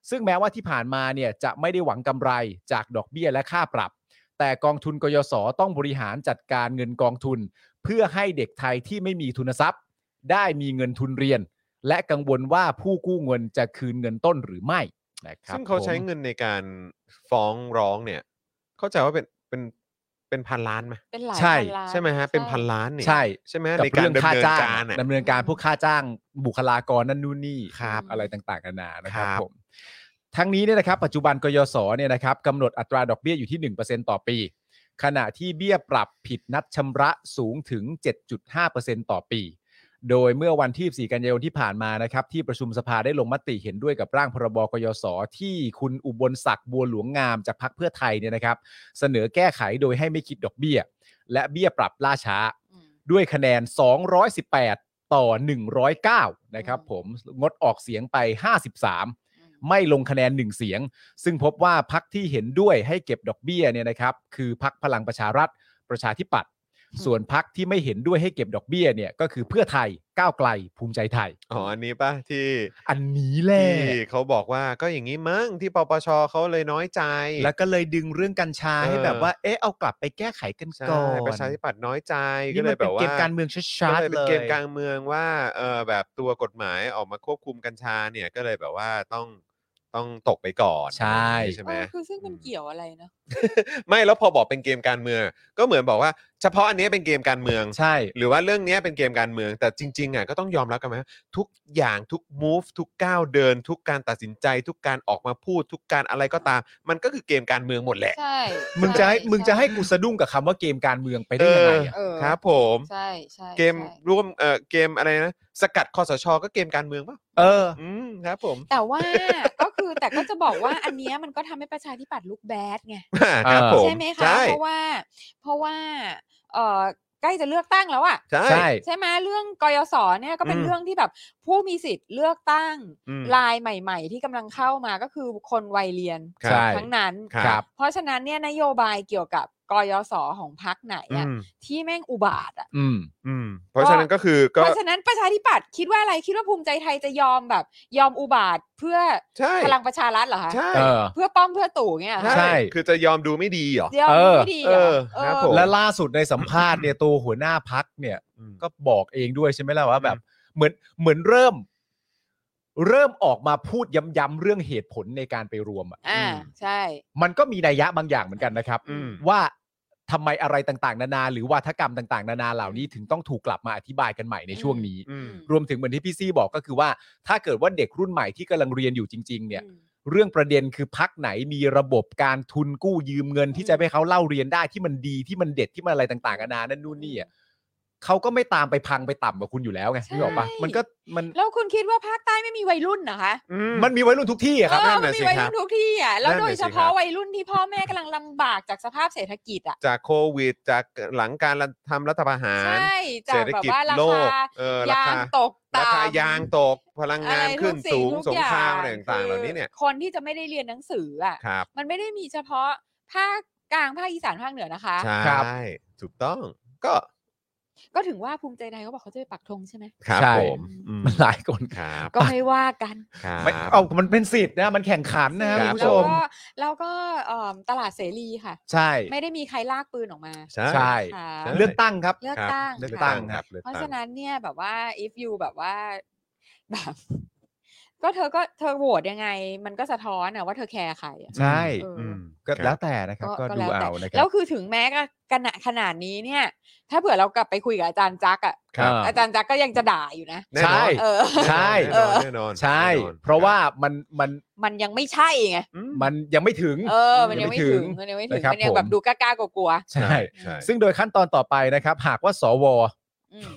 Speaker 3: ซึ่งแม้ว่าที่ผ่านมาเนี่ยจะไม่ได้หวังกำไรจากดอกเบี้ยและค่าปรับ แต่กองทุนกยศต้องบริหารจัดการเงินกองทุน เพื่อให้เด็กไทยที่ไม่มีทุนทรัพย์ ได้มีเงินทุนเรียน และกังวลว่าผู้กู้เงินจะคืนเงินต้นหรือไม่นะครับ
Speaker 2: ซึ่งเขาใช้
Speaker 3: ผม
Speaker 2: เงินในการฟ้องร้องเนี่ย เข้าใจว่าเป็นเป็นเป็นพันล้านไหม
Speaker 4: เป็นหลาย
Speaker 3: ใช่
Speaker 4: พันล้าน
Speaker 2: ใช่ไหมฮะ เป็นพันล้านเนี่ย
Speaker 3: ใช่
Speaker 2: ใช่ไหม
Speaker 3: กับ
Speaker 2: ในการ
Speaker 3: เรื่อง
Speaker 2: ดำ
Speaker 3: ค่า
Speaker 2: เนิน
Speaker 3: จ้าง
Speaker 2: การน่ะ
Speaker 3: ดำเนินการพวกค่าจ้างบุคลากรนั่นนู่นนี่
Speaker 2: ครับ
Speaker 3: อะไรต่างๆกันานานะครับ
Speaker 2: ครับ
Speaker 3: ผมทั้งนี้เนี่ยนะครับ ปัจจุบันกยศเนี่ยนะครับกำหนดอัตราดอกเบี้ยอยู่ที่ 1%ต่อปี ขณะที่เบี้ยปรับผิดนัดชำระสูงถึง 7.5%ต่อปี โดยเมื่อวันที่ 4 กันยายนที่ผ่านมานะครับ ที่ประชุมสภาได้ลงมติเห็นด้วยกับร่างพรบกยศที่คุณอุบลศักดิ์บัวหลวงงามจากพรรคเพื่อไทยเนี่ยนะครับ เสนอแก้ไขโดยให้ไม่คิดดอกเบี้ย และเบี้ยปรับล่าช้า
Speaker 4: อืม
Speaker 3: ด้วยคะแนน 218 ต่อ 109 นะครับ
Speaker 4: อืม
Speaker 3: ผม งดออกเสียงไป 53 ไม่ลงคะแนน 1 เสียง ซึ่งพบว่าพักที่เห็นด้วยให้เก็บดอกเบี้ยเนี่ยนะครับ คือพักพลังประชารัฐ ประชาธิปัตย์ ส่วนพักที่ไม่เห็นด้วยให้เก็บดอกเบี้ยเนี่ยก็คือเพื่อไทย ก้าวไกล ภูมิใจไทย
Speaker 2: อ๋ออันนี้ป่ะที่
Speaker 3: อันนี้แหละ
Speaker 2: ที่เขาบอกว่าก็อย่างนี้มั้งที่ปปชเขาเลยน้อยใจ
Speaker 3: แล้วก็เลยดึงเรื่องกัญชาให้
Speaker 2: เออ
Speaker 3: แบบว่า เอ๊ะ เอากลับไปแก้ไขกัน
Speaker 2: ใช่
Speaker 3: ก่อ
Speaker 2: ประชาน ธิปัตย์น้อยใจก็
Speaker 3: นี่
Speaker 2: เล
Speaker 3: มั
Speaker 2: ย
Speaker 3: น
Speaker 2: แบ
Speaker 3: เป็น
Speaker 2: บว่า
Speaker 3: เกมการเมืองชั
Speaker 2: ก็
Speaker 3: ดๆ
Speaker 2: เลยเป็
Speaker 3: เล
Speaker 2: น
Speaker 3: ย
Speaker 2: เกมการเมืองว่าเออแบบตัวกฎหมายออกมาควบคุมกัญชาเนี่ยก็เลยแบบว่าต้องต้องตกไปก่อน
Speaker 3: ใช่
Speaker 2: ใช่ไหม
Speaker 4: เออคือซึ่งมันเกี่ยวอะไรเนอะ
Speaker 2: ไม่แล้วพอบอกเป็นเกมการเมือง ก็เหมือนบอกว่าเฉพาะอันเนี้ยเป็นเกมการเมือง
Speaker 3: ใช่
Speaker 2: หรือว่าเรื่องเนี้ยเป็นเกมการเมือง แต่จริงๆอ่ะก็ต้องยอมรับกันไหมทุกอย่างทุก move ทุกก้าวเดิน ทุกการตัดสินใจ ทุกการออกมาพูด ทุกการอะไรก็ตาม มันก็คือเกมการเมืองหมดแหละ
Speaker 4: ใช่
Speaker 3: มึงจะให้
Speaker 4: ช่
Speaker 3: มึงจะให้กูสะดุ้งกับคำว่าเกมการเมืองไปได้ยังไงอะ
Speaker 4: เออ
Speaker 2: ครับผม
Speaker 4: ใช่ใช่
Speaker 2: เกม
Speaker 4: ใช่
Speaker 2: ร่วมเอ่อเกมอะไรนะสกัดคอสชก็เกมการเมืองป่ะ
Speaker 3: เออ
Speaker 2: อืมครับผม
Speaker 4: แต่ว่าก็คือแต่ก็จะบอกว่าอันเนี้ยมันก็ทำให้ประชาธิปัตย์ลุกแบดไง
Speaker 2: ครับผม
Speaker 4: ใช่ไหมคะ
Speaker 2: ใช่
Speaker 4: เพราะว่า เพราะว่าเออใกล้จะเลือกตั้งแล้วอะ
Speaker 2: ใช่
Speaker 3: ใช่
Speaker 4: ใช่ไหมเรื่องกยศเนี่ยก็เป็น
Speaker 2: อืม
Speaker 4: เรื่องที่แบบผู้มีสิทธิ์เลือกตั้ง
Speaker 2: อืม
Speaker 4: ลายใหม่ ๆ ที่กำลังเข้ามาก็คือคนวัยเรียน
Speaker 2: ครับ
Speaker 3: ใช่
Speaker 4: ทั้งนั้น
Speaker 2: ครับ
Speaker 3: ครับ
Speaker 4: เพราะฉะนั้นเนี่ยนโยบายเกี่ยวกับกยศของพักไหน
Speaker 2: อื
Speaker 4: อะ
Speaker 2: ม
Speaker 4: ที่แม่งอุบาทอะ
Speaker 3: อืม
Speaker 2: อืมเพราะฉะนั้นก็คือก็
Speaker 4: เพราะฉะนั้นประชาธิปัตย์คิดว่าอะไรคิดว่าภูมิใจไทยจะยอมแบบ ยอมอุบาทเพื่อ
Speaker 2: ใช่
Speaker 4: พลังประชารัฐเหรอคะ
Speaker 2: ใช่
Speaker 3: เออ
Speaker 4: เพื่อป้อมเพื่อตู่เนี่ยเหรอคะ
Speaker 3: ใช่
Speaker 2: คือจะยอมดูไม่ดีเหรอ
Speaker 4: ยอม
Speaker 3: เออ
Speaker 4: ไม่ดีเหร
Speaker 2: เอ
Speaker 4: อ
Speaker 2: อ
Speaker 4: เอ
Speaker 2: ครับ
Speaker 4: อ
Speaker 2: ผม
Speaker 3: และล่าสุดในสัมภาษณ์เนี่ยตัวหัวหน้าพักเนี่ย
Speaker 2: อืม
Speaker 3: ก็บอกเองด้วยใช่ไหมล่ะว่า
Speaker 2: อืม
Speaker 3: แบบ เหมือนเหมือนเริ่ม เริ่มออกมาพูดย้ำๆเรื่องเหตุผลในการไปรวมอะ
Speaker 4: อ่าใช่
Speaker 3: มันก็มีนัยยะบางอย่างเหมือนกันนะครับ
Speaker 2: อืม
Speaker 3: ว่า ทำไมอะไรต่างๆ นานา หรือวาทกรรมต่างๆ นานาเหล่านี้ถึงต้องถูกกลับมาอธิบายกันใหม่ในช่วงนี้
Speaker 2: อืม
Speaker 3: รวมถึงเหมือนที่พี่ซี่บอกก็คือว่า ถ้าเกิดว่าเด็กรุ่นใหม่ที่กำลังเรียนอยู่จริง ๆ เนี่ย
Speaker 4: อืม
Speaker 3: เรื่องประเด็นคือพักไหนมีระบบการทุนกู้ยืมเงิน ที่จะให้เขาเล่าเรียนได้ที่มันดีที่มันเด็ดที่มันอะไรต่างๆนานานั่นนู่นนี่อ่ะเขาก็ไม่ตามไปพังไปต่ำกว่าคุณอยู่แล้วไง
Speaker 4: ใช่
Speaker 3: นึกออกปะมันก็มัน
Speaker 4: แล้วคุณคิดว่าภาคใต้ไม่มีวัยรุ่นเหรอคะ
Speaker 3: มันมีไว้รุ่นทุกที่อะครับ
Speaker 4: เออ
Speaker 2: นั่
Speaker 4: มัน
Speaker 2: นน่ะ
Speaker 4: มี
Speaker 2: สิ
Speaker 4: วัย
Speaker 2: ครั
Speaker 4: รุ่
Speaker 2: บ
Speaker 4: นทุกที่อ่ะแล้ว
Speaker 2: นั่นน่ะ
Speaker 4: โดยเฉ
Speaker 2: สิครับ
Speaker 4: พาะวัยรุ่นที่พ่อแม่กำลังลำบากจากสภาพเศรษฐกิจอ่ะ
Speaker 2: จากโควิด จากหลังการทำรัฐประหาร
Speaker 4: ใช่จา
Speaker 2: เศรษฐ
Speaker 4: กแบบ
Speaker 2: กิจ
Speaker 4: ว่ารา
Speaker 2: โล
Speaker 4: คาก
Speaker 2: เออย
Speaker 4: า
Speaker 2: ราคาง
Speaker 4: ตกต่ำ
Speaker 2: ราคายางตกพลังงาน
Speaker 4: อะไร
Speaker 2: ขึ้น
Speaker 4: ทุก
Speaker 2: สูง
Speaker 4: ทุก
Speaker 2: สง
Speaker 4: อย่
Speaker 2: ครามอะไรต่างๆ เหล่านี้เนี่ย
Speaker 4: คือคนที่จะไม่ได้เรียนหนังสืออ่ะ
Speaker 2: ครับ
Speaker 4: มันไม่ได้มีเฉพาะภาคกลางภาคอีสานภาคเหนือนะคะ
Speaker 2: ใช
Speaker 3: ครั่ บ
Speaker 2: ถูกต้องก็
Speaker 4: ก็ถึงว่าภูมิใจไทยเขาบอกเขาจะไปปักธงใช่ไหม
Speaker 2: ครับ
Speaker 3: ใช่
Speaker 2: ผมอืม
Speaker 3: มันหลายคน
Speaker 2: ครับ
Speaker 4: ก็ไม่ว่ากัน
Speaker 2: ครับ
Speaker 3: ไม่เอามันเป็นสิทธิ์นะมันแข่งขันนะครับ
Speaker 2: ค
Speaker 3: คุณ
Speaker 2: รับ
Speaker 3: ผู้ชม
Speaker 4: แล้วก็แล้วก็เอิ่มตลาดเสรีค่ะ
Speaker 3: ใช่
Speaker 4: ไม่ได้มีใครลากปืนออกมา
Speaker 2: ใช่
Speaker 3: ใช่
Speaker 4: ค่ะ
Speaker 2: ใช่
Speaker 3: เลือกตั้งครับ
Speaker 4: เลือก
Speaker 2: ครับ
Speaker 4: ตั้ง
Speaker 2: เลือก
Speaker 4: ค่ะ
Speaker 2: ตั้งครับเลือก
Speaker 4: เพราะ
Speaker 2: ตั้ง
Speaker 4: ฉะนั้นเนี่ยแบบว่า if you แบบว่าแบบ ก็เธอก็เธอโหวตยังไง มันก็สะท้อนอะว่าเธอแคร์ใครอะ
Speaker 3: ใช่
Speaker 4: เอออื
Speaker 3: มก็แล้วแต่นะครับ ก็ดูเอานะค
Speaker 4: แล้
Speaker 3: รั
Speaker 4: ว
Speaker 3: บ
Speaker 4: คือถึงแม้ก็ขณะขนาดนี้เนี่ย ถ้าเผื่อเรากลับไปคุยกับอาจารย์จักอะ
Speaker 2: ครับ
Speaker 3: เอออ
Speaker 4: อาจารย์จักก็ยังจะด่าอยู่นะ
Speaker 2: แน่นอน
Speaker 3: ใช่
Speaker 4: เอ อ
Speaker 3: ใช่
Speaker 2: แน่นอนแน่นอน
Speaker 3: ใช่
Speaker 2: แน่นอน
Speaker 3: เพราะว่ามันมัน
Speaker 4: มันยังไม่ใช่ไง
Speaker 2: อืม
Speaker 3: มันยังไม่ถึง
Speaker 4: เออ มันยังไม่ถึง มันยังไม่ถึง
Speaker 3: นะครับ
Speaker 4: มันยังแบบ
Speaker 3: ผม
Speaker 4: ดูกล้าๆกลัว
Speaker 3: ใช่
Speaker 2: ใช่
Speaker 3: ซึ่งโดยขั้นตอนต่อไปนะครับ หากว่าสว
Speaker 4: ๆอืม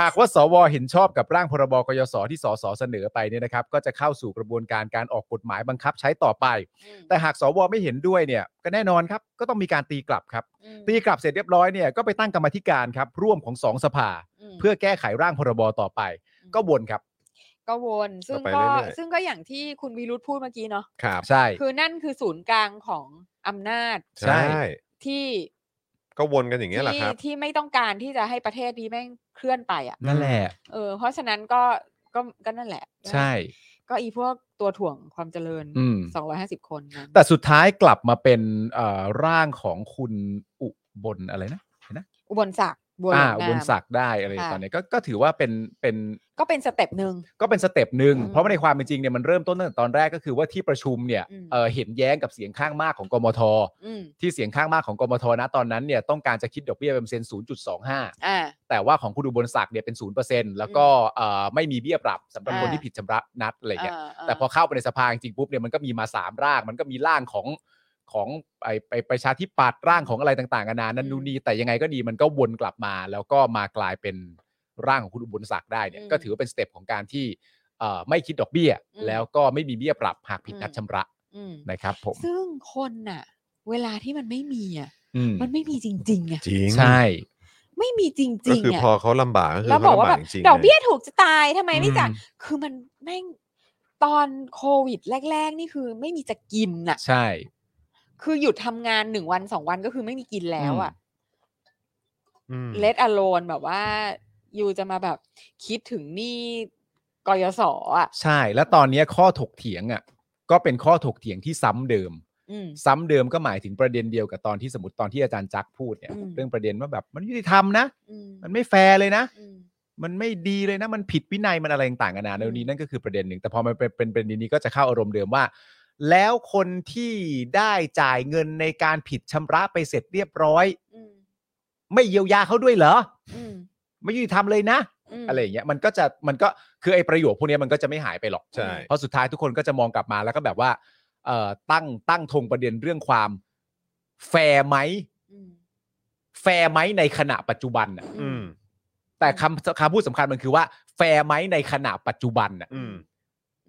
Speaker 3: หากว่าสวเห็นชอบกับร่างพรบกยศที่สสเสนอไปเนี่ยนะครับ ก็จะเข้าสู่กระบวนการการออกกฎหมายบังคับใช้ต่อไป
Speaker 4: อืม
Speaker 3: แต่หากสวไม่เห็นด้วยเนี่ยก็แน่นอนครับ ก็ต้องมีการตีกลับครับ
Speaker 4: อืม
Speaker 3: ตีกลับเสร็จเรียบร้อยเนี่ยก็ไปตั้งกรรมาธิการครับร่วมของสองสภา
Speaker 4: ม
Speaker 3: เพื่อแก้ไขร่างพรบต่อไป ก็วนครับ
Speaker 4: ก็วนซึ่ง
Speaker 2: ไป
Speaker 4: ก็
Speaker 2: เรื่อยๆ
Speaker 4: ซึ่งก็อย่างที่คุณวิรุธพูดเมื่อกี้เนาะ
Speaker 2: ครับ
Speaker 3: ใช่
Speaker 4: คือนั่นคือศูนย์กลางของอำนาจ
Speaker 3: ใช่
Speaker 2: ใช่
Speaker 4: ที่
Speaker 2: ก็วนกันอย่างเงี้ยแหละ
Speaker 4: ที่
Speaker 2: ครับ
Speaker 4: ที่ไม่ต้องการที่จะให้ประเทศนี้แม่งเคลื่อนไปอ่ะ
Speaker 3: นั่นแหละ
Speaker 4: เออ เพราะฉะนั้นก็ก็ก็นั่นแหละ
Speaker 3: ใช่
Speaker 4: ก็อีพวกตัวถ่วงความเจริญ
Speaker 3: อืม
Speaker 4: 250 คนนั้น
Speaker 3: แต่สุดท้ายกลับมาเป็นเอ่อร่างของคุณอุบลอะไรนะ
Speaker 4: อุบลศักดิ์บัวหล
Speaker 3: อ่าวอุ
Speaker 4: งนาม
Speaker 3: บลศักดิ์ได้อะไร
Speaker 4: ค่ะ
Speaker 3: ตอนนี้ก็ก็ถือว่าเป็นเป็น
Speaker 4: ก็เป็นสเต็ปหนึ่ง
Speaker 3: ก็เป็นสเต็ปหนึ่ง
Speaker 4: อืม
Speaker 3: เพราะว่าในความเป็นจริงเนี่ยมันเริ่มต้นตั้งแต่ตอนแรกก็คือว่าที่ประชุมเนี่ย
Speaker 4: อืม
Speaker 3: เอ่อเห็นแย้งกับเสียงข้างมากของกมท
Speaker 4: อืม
Speaker 3: ที่เสียงข้างมากของกมทนะตอนนั้นเนี่ยต้องการจะคิดดอกเบี้ยเป็นเซ็น0.25
Speaker 4: อ่า
Speaker 3: แต่ว่าของคุณอุบลศักดิ์เนี่ยเป็น 0%แล้วก็เอ่อไม่มีเบี้ยปรับสำหรับคน
Speaker 4: อ่า
Speaker 3: ที่ผิดชำระนัดอะไรอย่างเงี้ย
Speaker 4: อ่าา
Speaker 3: แต่พอเข้าไปในสภาจริงๆปุ๊บเนี่ยมันก็มีมาสามร่าง มันก็มีร่างของของไอไปประชาธิปัตย์ร่างของอะไรต่างๆนานานั่น
Speaker 4: อืม
Speaker 3: นู่นนี่แต่ยังไงก็ดีมันก็วนกลับมา แล้วก็มากลายเป็นร่างของคุณอุบลศักดิ์ได้เนี่ย
Speaker 4: อืม
Speaker 3: ก็ถือว่าเป็นสเต็ปของการที่เอ่อไม่คิดดอกเบี้ย
Speaker 4: อืม
Speaker 3: แล้วก็ไม่มีเบี้ยปรับหากผิดนัด
Speaker 4: อืม
Speaker 3: ชำระ
Speaker 4: อืม
Speaker 3: นะครับผม
Speaker 4: ซึ่งคนน่ะ เวลาที่มันไม่มีอ่ะ
Speaker 3: อืม
Speaker 4: มันไม่มีจริงๆอ่ะ
Speaker 2: จริง
Speaker 3: ใช่
Speaker 4: ไม่มีจริง
Speaker 2: ก็
Speaker 4: ๆ
Speaker 2: คือ
Speaker 4: อ่ะ
Speaker 2: พอเขาลำบากก็คือ
Speaker 4: แล้วบ
Speaker 2: เขา
Speaker 4: อกว่าแบบ
Speaker 2: ลำาก
Speaker 4: บ
Speaker 2: จริง
Speaker 4: ดอกเบี้ย
Speaker 2: นะ
Speaker 4: ถูกจะตายทำไมไม่จ่าย
Speaker 3: อืม
Speaker 4: คือมันแม่งตอนโควิดแรก ๆ นี่คือไม่มีจะกินน่ะ
Speaker 3: ใช่
Speaker 4: คือหยุดทำงานหนึ่งวันสองวันก็คือไม่มีกินแล้วอ่ะ
Speaker 2: อืม
Speaker 4: เล t อ l โลนแบบว่ายูจะมาแบบคิดถึงหนี้กยศอ่ะ
Speaker 3: ใช่ แล้วตอนเนี้ยข้อถกเถียงอ่ะก็เป็นข้อถกเถียงที่ซ้ำเดิม
Speaker 4: อืม
Speaker 3: ซ้ำเดิมก็หมายถึงประเด็นเดียวกับตอนที่สมมติตอนที่อาจารย์จักรพูดเนี่ย
Speaker 4: อืม
Speaker 3: เรื่องประเด็นว่าแบบมันยุติธรรมนะ
Speaker 4: อืม
Speaker 3: มันไม่แฟร์เลยนะ
Speaker 4: อืม
Speaker 3: มันไม่ดีเลยนะ มันผิดวินัยมันอะไรต่างๆกันานา
Speaker 4: อืม
Speaker 3: เรื่องนี้นั่นก็คือประเด็นหนึ่ง แต่พอมันเป็นเป็นประเด็นนี้ก็จะเข้าอารมณ์เดิมว่า แล้วคนที่ได้จ่ายเงินในการผิดชำระไปเสร็จเรียบร้อย
Speaker 4: อืม
Speaker 3: ไม่เยียวยาเขาด้วยเหรอ
Speaker 4: อืม
Speaker 3: ไม่ยุติธรรมเลยนะ
Speaker 4: ม
Speaker 3: อะไรอย่างเงี้ยมันก็จะมันก็คือไอ้ประโยคพวกเนี้ยมันก็จะไม่หายไปหรอก
Speaker 2: ใช่
Speaker 3: เพราะสุดท้ายทุกคนก็จะมองกลับมาแล้วก็แบบว่าเอ่อตั้งตั้งธงประเด็นเรื่องความแฟร์ไหม
Speaker 4: อืม
Speaker 3: แฟร์ไหมในขณะปัจจุบันน่ะ
Speaker 2: อืม
Speaker 3: แต่คำคำพูดสำคัญมันคือว่าแฟร์ไหมในขณะปัจจุบันน่ะ
Speaker 2: อืม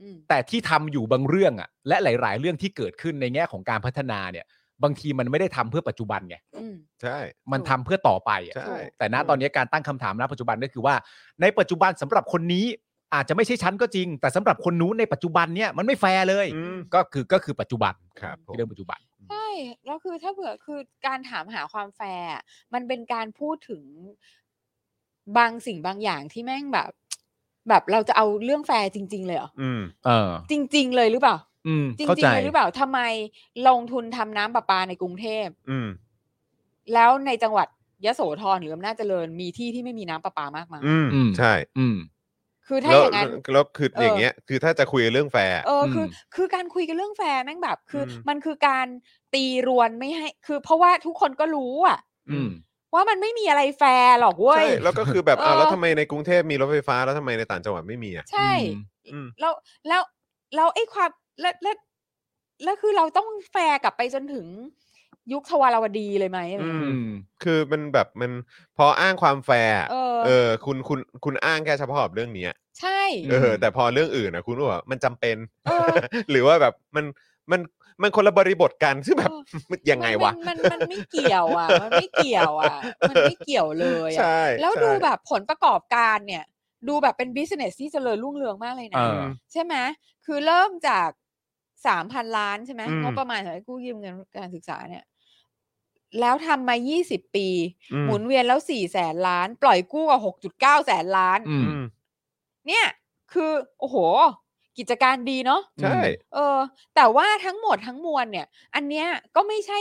Speaker 4: อืม
Speaker 3: แต่ที่ทำอยู่บางเรื่องอ่ะและหลาย ๆ เรื่องที่เกิดขึ้นในแง่ของการพัฒนาเนี่ยบางทีมันไม่ได้ทำเพื่อปัจจุบันไง
Speaker 4: อืม
Speaker 2: ใช่
Speaker 3: มันทำเพื่อต่อไปอะ
Speaker 2: ใช่
Speaker 3: แต่ณ
Speaker 4: อืม
Speaker 3: ตอนนี้การตั้งคำถามณปัจจุบันก็คือว่า ในปัจจุบันสำหรับคนนี้อาจจะไม่ใช่ชั้นก็จริง แต่สำหรับคนนู้นในปัจจุบันเนี่ยมันไม่แฟร์เลย
Speaker 2: อืม
Speaker 3: ก็คือก็คือปัจจุบัน
Speaker 2: ครับผม
Speaker 3: เรื่องปัจจุบัน
Speaker 4: ใช่แล้วคือถ้าเผื่อคือการถามหาความแฟร์อะมันเป็นการพูดถึงบางสิ่งบางอย่างที่แม่งแบบ แบบเราจะเอาเรื่องแฟร์จริง ๆ เลยเหรอ
Speaker 2: อืม
Speaker 3: เออ
Speaker 4: จริง ๆ เลยหรือเปล่า
Speaker 3: อืม
Speaker 4: จริ
Speaker 3: เข้าใจ
Speaker 4: ง ๆ เลยหรือเปล่าทำไมลงทุนทำน้ำประปาในกรุงเทพ
Speaker 2: อืม
Speaker 4: แล้วในจังหวัดยโสธรหรืออำนาจเจริญมีที่ที่ไม่มีน้ำประปามากมาย
Speaker 2: อืม
Speaker 3: อืม
Speaker 2: ใช่
Speaker 3: อืม
Speaker 4: คือถ้า
Speaker 2: แล้ว
Speaker 4: อย่างนั้น
Speaker 2: แล้วคือ
Speaker 4: เออ
Speaker 2: อ
Speaker 4: อ
Speaker 2: ย่างเงี้ย คือถ้าจะคุยเรื่องแฟร์อะ
Speaker 4: เออคือ
Speaker 3: ม
Speaker 4: คือการคุยกันเรื่องแฟนแม่งแบบคืออ
Speaker 2: ม
Speaker 4: มันคือการตีรวนไม่ให้ คือเพราะว่าทุกคนก็รู้อะ
Speaker 3: อืม
Speaker 4: ว่ามันไม่มีอะไรแฟร์หรอกเว้
Speaker 2: ใช่
Speaker 4: ย
Speaker 2: แล้วก็คือแบบ
Speaker 4: เออ
Speaker 2: เอาแล้วทำไมในกรุงเทพมีรถไฟฟ้าแล้วทำไมในต่างจังหวัดไม่มีอ่ะ
Speaker 4: ใช่
Speaker 2: อืม
Speaker 4: แล้วแล้วแล้วไอ้ความแล้วแล้วแล้วคือเราต้องแฟร์กลับไปจนถึงยุคทวารวดีเลยไหมอะไร
Speaker 2: อื
Speaker 4: เงี้ย
Speaker 2: ม
Speaker 3: อืม
Speaker 2: คือมันแบบมันพออ้างความแฟร์อะ
Speaker 4: เออ
Speaker 2: เออ คุณคุณคุณอ้างแค่เฉพาะกับเรื่องเนี้ย
Speaker 4: ใช่
Speaker 3: อืม
Speaker 2: เออ แต่พอเรื่องอื่นนะคุณก็บอกว่ามันจำเป็น
Speaker 4: เออ
Speaker 2: หรือว่าแบบมันมันมันคนละบริบทกัน ซึ่งแบบ
Speaker 4: เออ
Speaker 2: มันยังไงวะ
Speaker 4: มันมันมันไม่เกี่ยวอ่ะ มันไม่เกี่ยวอ่ะ มันไม่เกี่ยวเลยอ่ะ
Speaker 2: ใช่
Speaker 4: แล้วดู
Speaker 2: ใช่
Speaker 4: แบบผลประกอบการเนี่ย ดูแบบเป็นบิสเนสที่เจริญรุ่งเรืองมากเลยนะ
Speaker 3: เออ
Speaker 4: ใช่ไหมคือเริ่มจากสามพันล้านใช่ไหม
Speaker 2: อืม
Speaker 4: งบประมาณของกู้ยืมเงินการศึกษาเนี่ย แล้วทำมา 20 ปี
Speaker 2: อืม
Speaker 4: หมุนเวียนแล้ว 4 แสนล้าน ปล่อยกู้กว่า6.9 แสนล้าน
Speaker 3: อืม
Speaker 2: อืม
Speaker 4: เนี่ย คือ โอ้โห กิจการดีเนาะ
Speaker 2: ใช่
Speaker 4: เออ แต่ว่าทั้งหมดทั้งมวลเนี่ย อันเนี้ยก็ไม่ใช่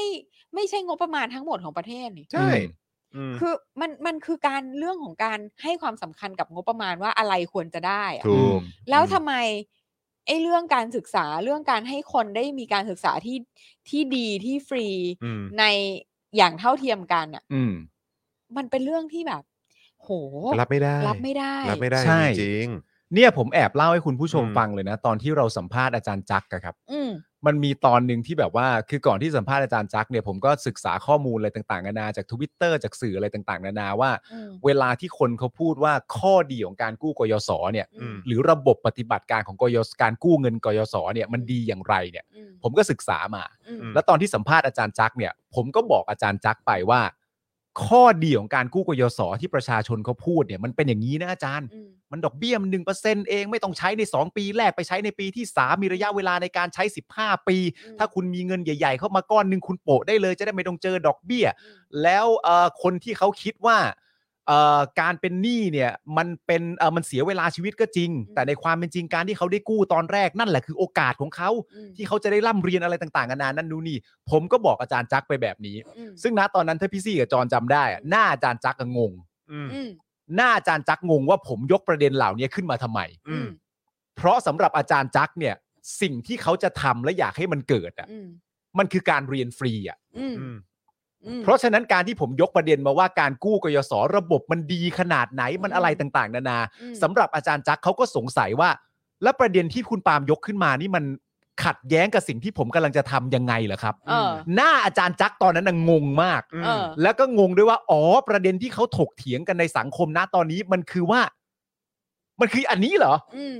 Speaker 4: ไม่ใช่งบประมาณทั้งหมดของประเทศนี่
Speaker 2: ใช่อืม
Speaker 4: คือมันมันคือการเรื่องของการให้ความสำคัญกับงบประมาณว่าอะไรควรจะได้อะ
Speaker 2: ถูก
Speaker 4: แล้ว
Speaker 2: อืม
Speaker 4: ทำไมไอ้เรื่องการศึกษาเรื่องการให้คนได้มีการศึกษาที่ที่ดีที่ฟรี
Speaker 2: อืม
Speaker 4: ในอย่างเท่าเทียมกันอ่ะ
Speaker 3: อืม
Speaker 4: มันเป็นเรื่องที่แบบ โห
Speaker 2: รับไม่ได้
Speaker 4: รับไม่ได้
Speaker 2: รับไม่ได้
Speaker 3: ใช่
Speaker 2: จริง
Speaker 3: เนี่ยผมแอบเล่าให้คุณผู้ชม
Speaker 2: อืม
Speaker 3: ฟังเลยนะ ตอนที่เราสัมภาษณ์อาจารย์จักรอะครับ
Speaker 4: อืม
Speaker 3: มันมีตอนหนึ่งที่แบบว่าคือก่อนที่สัมภาษณ์อาจารย์จักรเนี่ยผมก็ศึกษาข้อมูลอะไรต่างๆนานาจากทวิตเตอร์จากสื่ออะไรต่างๆนานาว่า
Speaker 4: อืม
Speaker 3: เวลาที่คนเขาพูดว่าข้อดีของการกู้กยศเนี่ย
Speaker 2: อืม
Speaker 3: หรือระบบปฏิบัติการของกยศการกู้เงินกยศเนี่ยมันดีอย่างไรเนี่ย
Speaker 4: อืม
Speaker 3: ผมก็ศึกษามา
Speaker 4: อืม
Speaker 2: อืม
Speaker 3: แล้วตอนที่สัมภาษณ์อาจารย์จักรเนี่ย ผมก็บอกอาจารย์จักรไปว่า ข้อดีของการกู้กยศที่ประชาชนเขาพูดเนี่ยมันเป็นอย่างนี้นะอาจารย์
Speaker 4: อืม
Speaker 3: มันดอกเบี้ยมันหนึ่งเปอร์เซ็นเองไม่ต้องใช้ใน 2 ปีแรกไปใช้ในปีที่ 3 มีระยะเวลาในการใช้ 15 ปี
Speaker 4: อืม
Speaker 3: ถ้าคุณมีเงินใหญ่ ๆ เข้ามาก้อนหนึ่งคุณโปะได้เลยจะได้ไม่ต้องเจอดอกเบี้ย
Speaker 4: อืม
Speaker 3: แล้วเอ่อคนที่เขาคิดว่าเอ่อการเป็นหนี้เนี่ยมันเป็นเอ่อมันเสียเวลาชีวิตก็จริง
Speaker 4: อืม
Speaker 3: แต่ในความเป็นจริงการที่เขาได้กู้ตอนแรกนั่นแหละคือโอกาสของเขา
Speaker 4: อืม
Speaker 3: ที่เขาจะได้ร่ำเรียนอะไรต่างๆนานานั่นนู่นนี่ ผมก็บอกอาจารย์จักไปแบบนี้
Speaker 4: อืม
Speaker 3: ซึ่งณตอนนั้นถ้าพี่ซี่กับจอนจำได้อะหน้าอาจารย์จักก็งง
Speaker 2: อืม
Speaker 4: อืม
Speaker 3: หน้าอาจารย์จักงงว่าผมยกประเด็นเหล่านี้ขึ้นมาทำไม
Speaker 2: อืม
Speaker 3: เพราะสำหรับอาจารย์จักเนี่ย สิ่งที่เขาจะทำและอยากให้มันเกิดอ่ะ
Speaker 4: อืม
Speaker 3: มันคือการเรียนฟรีอ่ะ
Speaker 4: อืม
Speaker 2: อืม
Speaker 4: อืม
Speaker 3: เพราะฉะนั้นการที่ผมยกประเด็นมาว่าการกู้กยศระบบมันดีขนาดไหนมัน
Speaker 4: อืม
Speaker 3: อะไรต่างๆ นานา
Speaker 4: อืม
Speaker 3: สำหรับอาจารย์จักเขาก็สงสัยว่า และประเด็นที่คุณปาล์มยกขึ้นมานี่มันขัดแย้งกับสิ่งที่ผมกำลังจะทำยังไงเหรอครับ
Speaker 4: เออ
Speaker 3: หน้าอาจารย์จักตอนนั้นน่ะงงมาก
Speaker 2: อืม
Speaker 4: เออ
Speaker 3: แล้วก็งงด้วยว่า อ๋อ ประเด็นที่เขาถกเถียงกันในสังคมนะตอนนี้มันคือว่า มันคืออันนี้เหรอ
Speaker 4: อืม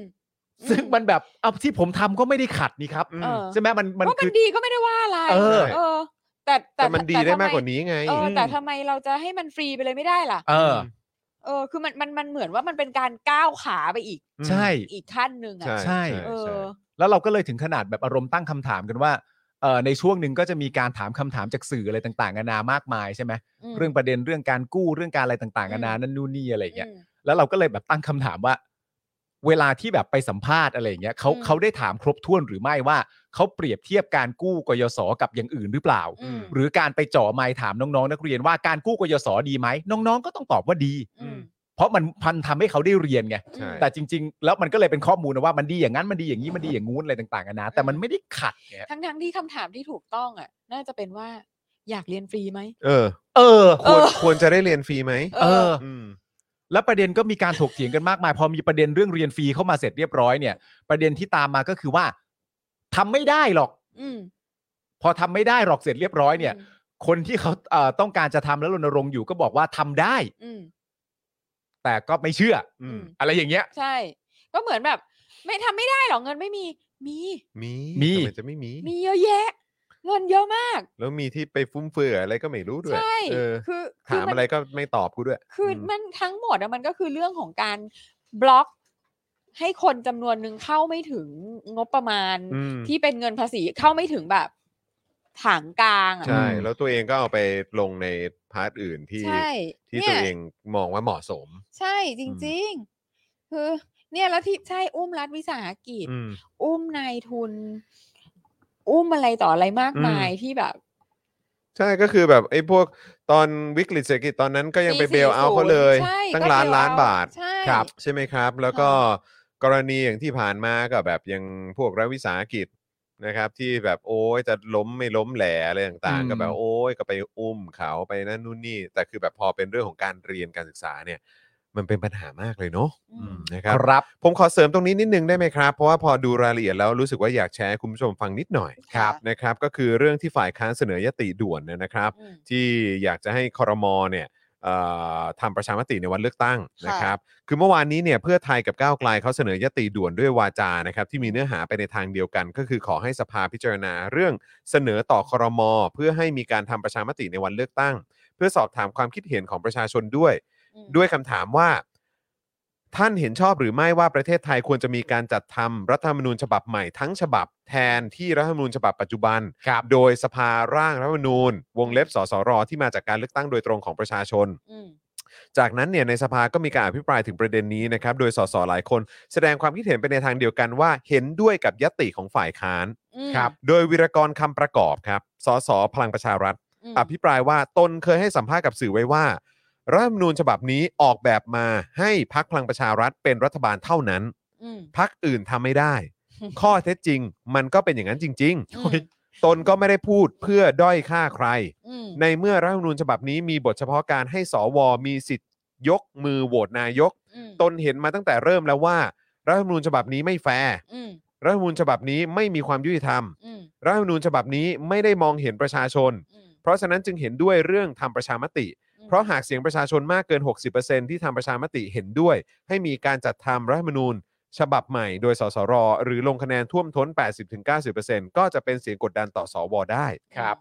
Speaker 3: ซึ่งมันแบบเอาที่ผมทำก็ไม่ได้ขัดนี่ครับ
Speaker 2: อืม
Speaker 4: เออ
Speaker 3: ใช่ไหมมันมัน
Speaker 4: ว่ามั
Speaker 3: คื
Speaker 4: น
Speaker 3: อ
Speaker 4: ดีก็ไม่ได้ว่าอะไร
Speaker 3: เออ
Speaker 4: เออ แต่แต่
Speaker 2: แต่มันดี
Speaker 4: แต่
Speaker 2: ได้
Speaker 4: ทำ
Speaker 2: มาก
Speaker 4: ม
Speaker 2: กว่านี้ไง
Speaker 4: เออแต่ทำไมเราจะให้มันฟรีไปเลยไม่ได้ล่ะ
Speaker 3: เออ
Speaker 4: เออ คือมันมันมันเหมือนว่ามันเป็นการก้าวขาไปอีก
Speaker 3: ใช่
Speaker 4: อีกขั้นหนึ่งอ่ะ
Speaker 2: ใช่
Speaker 3: ใช่
Speaker 4: เอ
Speaker 2: ใช่
Speaker 4: อ
Speaker 3: แล้วเราก็เลยถึงขนาดแบบอารมณ์ตั้งคำถามกันว่าเอ่อในช่วงหนึ่งก็จะมีการถามคำถามจากสื่ออะไรต่างๆนานามากมายใช่ไหมเรื่องประเด็นเรื่องการกู้เรื่องการอะไรต่างๆนานา
Speaker 4: อืม
Speaker 3: นั่นนู่นนี่อะไรอย่างเงี้ย
Speaker 4: อืม
Speaker 3: แล้วเราก็เลยแบบตั้งคำถามว่า เวลาที่แบบไปสัมภาษณ์อะไรอย่างเงี้ยเขา
Speaker 4: อืม
Speaker 3: เขาได้ถามครบถ้วนหรือไม่ว่าเขาเปรียบเทียบการกู้กยศกับอย่างอื่นหรือเปล่า
Speaker 4: อืม
Speaker 3: หรือการไปเจ่อไมค์ถามน้องๆ นักเรียนว่าการกู้กยศดีไหมน้องๆ ก็ต้องตอบว่าดี
Speaker 4: อืม
Speaker 3: เพราะมันพันทำให้เขาได้เรียนไง
Speaker 2: ใช่
Speaker 3: แต่จริง ๆ แล้วมันก็เลยเป็นข้อมูลนะว่ามันดีอย่างนั้นมันดีอย่างนี้มันดีอย่างงู้นอะไรต่างๆกันานะแต่มันไม่ได้ขัดไง
Speaker 4: ทั้งทั้งที่คำถามที่ถูกต้องอ่ะ น่าจะเป็นว่าอยากเรียนฟรีไหม
Speaker 2: เออ
Speaker 3: เออ
Speaker 2: ควรควรจะได้เรียนฟรีไหม
Speaker 3: เออ
Speaker 2: อืม
Speaker 3: แล้วประเด็นก็มีการถกเถียงกันมากมาย พอมีประเด็นเรื่องเรียนฟรีเข้ามาเสร็จเรียบร้อยเนี่ย ประเด็นที่ตามมาก็คือว่าทำไม่ได้หรอก
Speaker 4: อืม
Speaker 3: พอทำไม่ได้หรอกเสร็จเรียบร้อยเนี่ย
Speaker 4: ม
Speaker 3: คนที่เขาเอ่อต้องการจะทำแล้วรณรงค์อยู่ก็บอกว่าทำได้
Speaker 4: อืม
Speaker 3: แต่ก็ไม่เชื่อ
Speaker 2: อืม
Speaker 3: อะไรอย่างเงี้ย
Speaker 4: ใช่ ก็เหมือนแบบ ไม่ทำไม่ได้หรอกเงินไม่มี มี
Speaker 2: มี
Speaker 3: มี
Speaker 2: ทำไจะไม่มี
Speaker 4: มีเยอะแยะ เงินเยอะมาก
Speaker 2: แล้วมีที่ไปฟุ่มเฟือยอะไรก็ไม่รู้ด้วย
Speaker 4: ใช่
Speaker 2: เออ
Speaker 4: คือ
Speaker 2: ถามอะไรก็ไม่ตอบกูด้วย
Speaker 4: คือ
Speaker 2: ม
Speaker 4: มันทั้งหมดอะมันก็คือเรื่องของการบล็อก ให้คนจำนวนหนึ่งเข้าไม่ถึงงบประมาณ
Speaker 2: อืม
Speaker 4: ที่เป็นเงินภาษีเข้าไม่ถึงแบบถางกลางอ่ะ
Speaker 2: ใช่ แล้วตัวเองก็เอาไปลงในพาร์ทอื่นที่
Speaker 4: ใช่
Speaker 2: ที่
Speaker 4: เนี่
Speaker 2: ตัวย เองมองว่าเหมาะสม
Speaker 4: ใช่จริง ๆ คือ เนี่ยแล้วที่ใช่อุ้มรัฐวิสาหกิจ
Speaker 2: อืม
Speaker 4: อุ้มนายทุน อุ้มอะไรต่ออะไรมากมายที่แบบ
Speaker 2: ใช่ก็คือแบบไอ้พวกตอนวิกฤตเศรษฐกิจตอนนั้นก็ยังไป
Speaker 4: ปี
Speaker 2: เบลเอา
Speaker 4: 40
Speaker 2: เขาเลย
Speaker 4: ใช่
Speaker 2: ตั้ง
Speaker 4: ก็
Speaker 2: ล้าน
Speaker 4: เบล
Speaker 2: ล้าน
Speaker 4: เอา
Speaker 2: บาท
Speaker 4: ใช่
Speaker 3: ครับ
Speaker 2: ใช่ไหมครับ แล้วก็กรณีอย่างที่ผ่านมาก็แบบอยังพวกรัฐวิสาหกิจนะครับ ที่แบบโอ้ยจะล้มไม่ล้มแหล่อะไรต่าง
Speaker 3: อืม
Speaker 2: ๆ ก็แบบโอ้ยก็ไปอุ้มเขาไปนั่นนู่นนี่ แต่คือแบบพอเป็นเรื่องของการเรียนการศึกษาเนี่ย มันเป็นปัญหามากเลยเนาะ
Speaker 4: อืม
Speaker 2: นะ
Speaker 3: ค
Speaker 2: ค
Speaker 3: รับ รับ
Speaker 2: ผมขอเสริมตรงนี้นิดนึงได้ไหมครับ เพราะว่าพอดูรายละเอียดแล้วรู้สึกว่าอยากแชร์ให้คุณผู้ชมฟังนิดหน่อย
Speaker 4: ครับ
Speaker 2: นะครับก็คือเรื่องที่ฝ่ายค้านเสนอยติด่วนเนยนะครับ
Speaker 4: อืม
Speaker 2: ที่อยากจะให้คอรมอเนี่ยเอ่อทำประชามติในวันเลือกตั้ง
Speaker 4: ค่ะ
Speaker 2: นะครับ คือเมื่อวานนี้เนี่ยเพื่อไทยกับก้าวไกลเขาเสนอยติด่วนด้วยวาจานะครับ ที่มีเนื้อหาไปในทางเดียวกัน ก็คือขอให้สภาพิจารณาเรื่องเสนอต่อคอรมอเพื่อให้มีการทำประชามติในวันเลือกตั้ง เพื่อสอบถามความคิดเห็นของประชาชนด้วย
Speaker 4: อืม
Speaker 2: ด้วยคำถามว่า ท่านเห็นชอบหรือไม่ว่าประเทศไทยควรจะมีการจัดทำรัฐธรรมนูญฉบับใหม่ทั้งฉบับแทนที่รัฐธรรมนูญฉบับปัจจุบัน
Speaker 3: ครับ
Speaker 2: โดยสภาร่างรัฐธรรมนูญ วงเล็บสสรที่มาจากการเลือกตั้งโดยตรงของประชาชน
Speaker 4: อืม
Speaker 2: จากนั้นเนี่ยในสภาก็มีการอภิปรายถึงประเด็นนี้นะครับโดยสสหลายคน แสดงความคิดเห็นไปในทางเดียวกันว่าเห็นด้วยกับยติของฝ่ายค้าน
Speaker 4: อืม
Speaker 2: โดยวิรกรคำประกอบครับสสพลังประชารัฐ
Speaker 4: ม
Speaker 2: อภิปรายว่าตนเคยให้สัมภาษณ์กับสื่อไว้ว่า รัฐธรรมนูญฉบับนี้ออกแบบมาให้พักพลังประชารัฐเป็นรัฐบาลเท่านั้น
Speaker 4: อืม
Speaker 2: พักอื่นทำไม่ ได้
Speaker 4: อืม
Speaker 2: ข้อเท็จจริง มันก็เป็นอย่างนั้นจริง
Speaker 4: อืม
Speaker 2: ๆ ตนก็ไม่ได้พูดเพื่อด้อยค่าใคร
Speaker 4: อืม
Speaker 2: ในเมื่อรัฐธรรมนูญฉบับนี้มีบทเฉพาะการให้สวมีสิทธิ์ยกมือโหวตนายก
Speaker 4: อืม
Speaker 2: ตนเห็นมาตั้งแต่เริ่มแล้วว่า รัฐธรรมนูญฉบับนี้ไม่แฟร์
Speaker 4: อืม
Speaker 2: รัฐธรรมนูญฉบับนี้ไม่มีความยุติธรรม
Speaker 4: อืม
Speaker 2: รัฐธรรมนูญฉบับนี้ไม่ได้มองเห็นประชาชน
Speaker 4: อืม
Speaker 2: เพราะฉะนั้นจึงเห็นด้วยเรื่องทำประชามติ
Speaker 4: อืม
Speaker 2: เพราะหากเสียงประชาชนมากเกิน 60%ที่ทำประชามติเห็นด้วย ให้มีการจัดทำรัฐธรรมนูญ ฉบับใหม่โดยสสร หรือลงคะแนนท่วมท้น 80-90%ก็จะเป็นเสียงกดดันต่อสวได้
Speaker 4: ครับ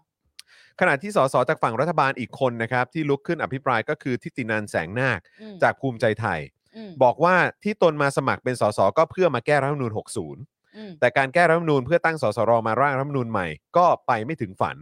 Speaker 2: ขณะที่สสจากฝั่งรัฐบาลอีกคนนะครับ ที่ลุกขึ้นอภิปรายก็คือทิตินันแสงนาค
Speaker 4: อืม
Speaker 2: จากภูมิใจไทย
Speaker 4: ม
Speaker 2: บอกว่าที่ตนมาสมัครเป็นสสก็เพื่อมาแก้รัฐธรรมนูญ 60
Speaker 4: อืม
Speaker 2: แต่การแก้รัฐธรรมนูญเพื่อตั้งสสรมาร่างรัฐธรรมนูญใหม่ก็ไปไม่ถึงฝัน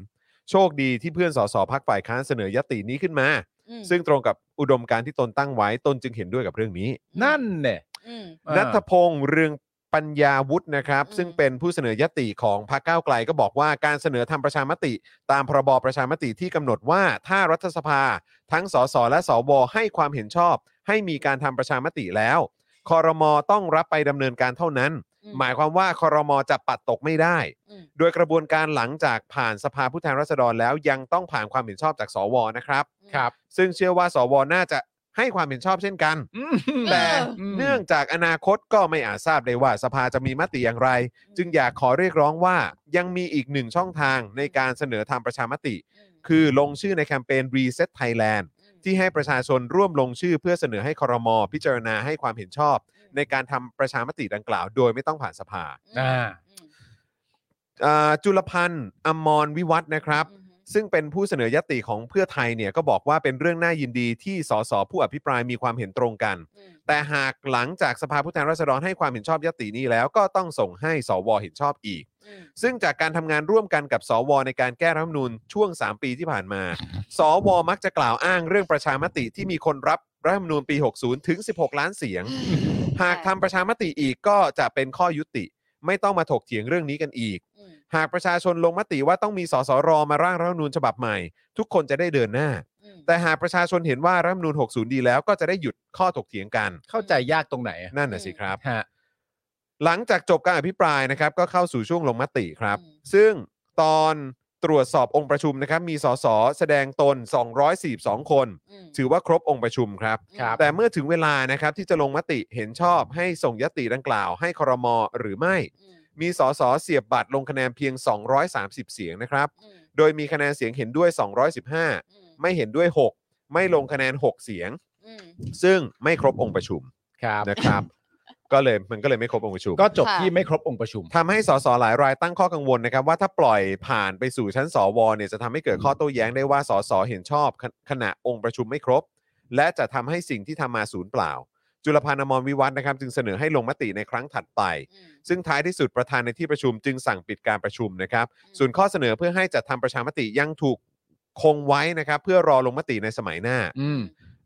Speaker 2: โชคดีที่เพื่อนสสพักฝ่ายค้านเสนอยตินี้ขึ้นมา
Speaker 4: อืม
Speaker 2: ซึ่งตรงกับอุดมการณ์ที่ตนตั้งไว้ตนจึงเห็นด้วยกับเรื่องนี้
Speaker 3: นั่นเนี่ย
Speaker 4: อืม
Speaker 2: นัทพงษ์เรืองปัญญาวุฒินะครับ
Speaker 4: อืม
Speaker 2: ซึ่งเป็นผู้เสนอยติของพรรคก้าวไกลก็บอกว่าการเสนอทำประชามติ ตามพรบประชามติที่กำหนดว่าถ้ารัฐสภา ทั้งสสและสวให้ความเห็นชอบ ให้มีการทำประชามติแล้วคอรมอต้องรับไปดำเนินการเท่านั้น
Speaker 4: อื
Speaker 2: หมายความว่าคอรมอจะปัดตกไม่ได้
Speaker 4: อืม
Speaker 2: โดยกระบวนการหลังจากผ่านสภาผู้แทนราษฎรแล้วยังต้องผ่านความเห็นชอบจากสวนะครับ
Speaker 3: ครับ
Speaker 2: ซึ่งเชื่อว่าสวน่าจะให้ความเห็นชอบเช่นกัน
Speaker 3: อืม
Speaker 2: แต่
Speaker 3: อืม
Speaker 2: เนื่องจากอนาคตก็ไม่อาจทราบได้ว่าสภาจะมีมติอย่างไร จึงอยากขอเรียกร้องว่ายังมีอีกหนึ่งช่องทางในการเสนอทำประชามติ
Speaker 4: ม
Speaker 2: คือลงชื่อในแคมเปญ Reset Thailand
Speaker 4: ม
Speaker 2: ที่ให้ประชาชนร่วมลงชื่อเพื่อเสนอให้คอรมอพิจารณาให้ความเห็นชอบ ในการทำประชามติดังกล่าว โดยไม่ต้องผ่านสภา
Speaker 3: อ่า
Speaker 4: อืม
Speaker 2: อ่าจุลพันธ์อมรวิวัฒน์นะครับ
Speaker 4: อืม
Speaker 2: ซึ่งเป็นผู้เสนอยติของเพื่อไทยเนี่ยก็บอกว่าเป็นเรื่องน่ายินดีที่สสผู้อภิปรายมีความเห็นตรงกัน
Speaker 4: อืม
Speaker 2: แต่หากหลังจากสภาผู้แทนราษฎรให้ความเห็นชอบยตินี้แล้วก็ต้องส่งให้สวเห็นชอบอีก
Speaker 4: อืม
Speaker 2: ซึ่งจากการทำงานร่วมกันกับสวในการแก้รัฐธรรมนูญช่วง 3 ปีที่ผ่านมา สวมักจะกล่าวอ้างเรื่องประชามติที่มีคนรับรัฐธรรมนูญปี 60 ถึง 16 ล้านเสียง หากทำประชามติอีกก็จะเป็นข้อยุติ ไม่ต้องมาถกเถียงเรื่องนี้กันอีก
Speaker 4: อืม
Speaker 2: หากประชาชนลงมติว่าต้องมีสสรมาร่างรัฐธรรมนูญฉบับใหม่ ทุกคนจะได้เดินหน้า
Speaker 4: อืม
Speaker 2: แต่หากประชาชนเห็นว่ารัฐธรรมนูญ 60 ดีแล้วก็จะได้หยุดข้อถกเถียงกัน
Speaker 3: เข้าใจยากตรงไหนอะ
Speaker 2: นั่นน่ะสิครับ
Speaker 3: ฮะ
Speaker 2: หลังจากจบการอภิปรายนะครับก็เข้าสู่ช่วงลงมติครับ
Speaker 4: อืม
Speaker 2: ซึ่งตอนตรวจสอบองค์ประชุมนะครับมีสสแสดงตน 242 คน
Speaker 4: อืม
Speaker 2: ถือว่าครบองค์ประชุมครับ
Speaker 3: ครับ
Speaker 2: แต่เมื่อถึงเวลานะครับที่จะลงมติเห็นชอบให้ส่งยติดังกล่าว ให้ครมหรือไม่
Speaker 4: อืม
Speaker 2: มีสสเสียบบัตรลงคะแนนเพียง 230 เสียงนะครับ
Speaker 4: อืม
Speaker 2: โดยมีคะแนนเสียงเห็นด้วย
Speaker 4: อืม
Speaker 2: 215 ไม่เห็นด้วย 6 ไม่ลงคะแนน 6 เสียง
Speaker 4: อืม
Speaker 2: ซึ่งไม่ครบองค์ประชุม
Speaker 3: ครับ
Speaker 2: นะครับ ก็เลยมันก็เลยไม่ครบองค์ประชุม
Speaker 3: ก็จบ
Speaker 4: ค่ะ
Speaker 3: ที่ไม่ครบองค์ประชุม
Speaker 2: ทำให้สสหลายรายตั้งข้อกังวลนะครับ ว่าถ้าปล่อยผ่านไปสู่ชั้นสวเนี่ยจะทำให้เกิดข้อโต้แย้งได้ว่าสสเห็นชอบขณะขณะองค์ประชุมไม่ครบ และจะทำให้สิ่งที่ทำมาศูนย์เปล่า จุลพันธ์อมรวิวัฒน์นะครับ จึงเสนอให้ลงมติในครั้งถัดไป
Speaker 4: อืม
Speaker 2: ซึ่งท้ายที่สุดประธานในที่ประชุมจึงสั่งปิดการประชุมนะครับ ส่วนข้อเสนอเพื่อให้จัดทำประชามติยังถูกคงไว้นะครับ เพื่อรอลงมติในสมัยหน้า
Speaker 3: อืม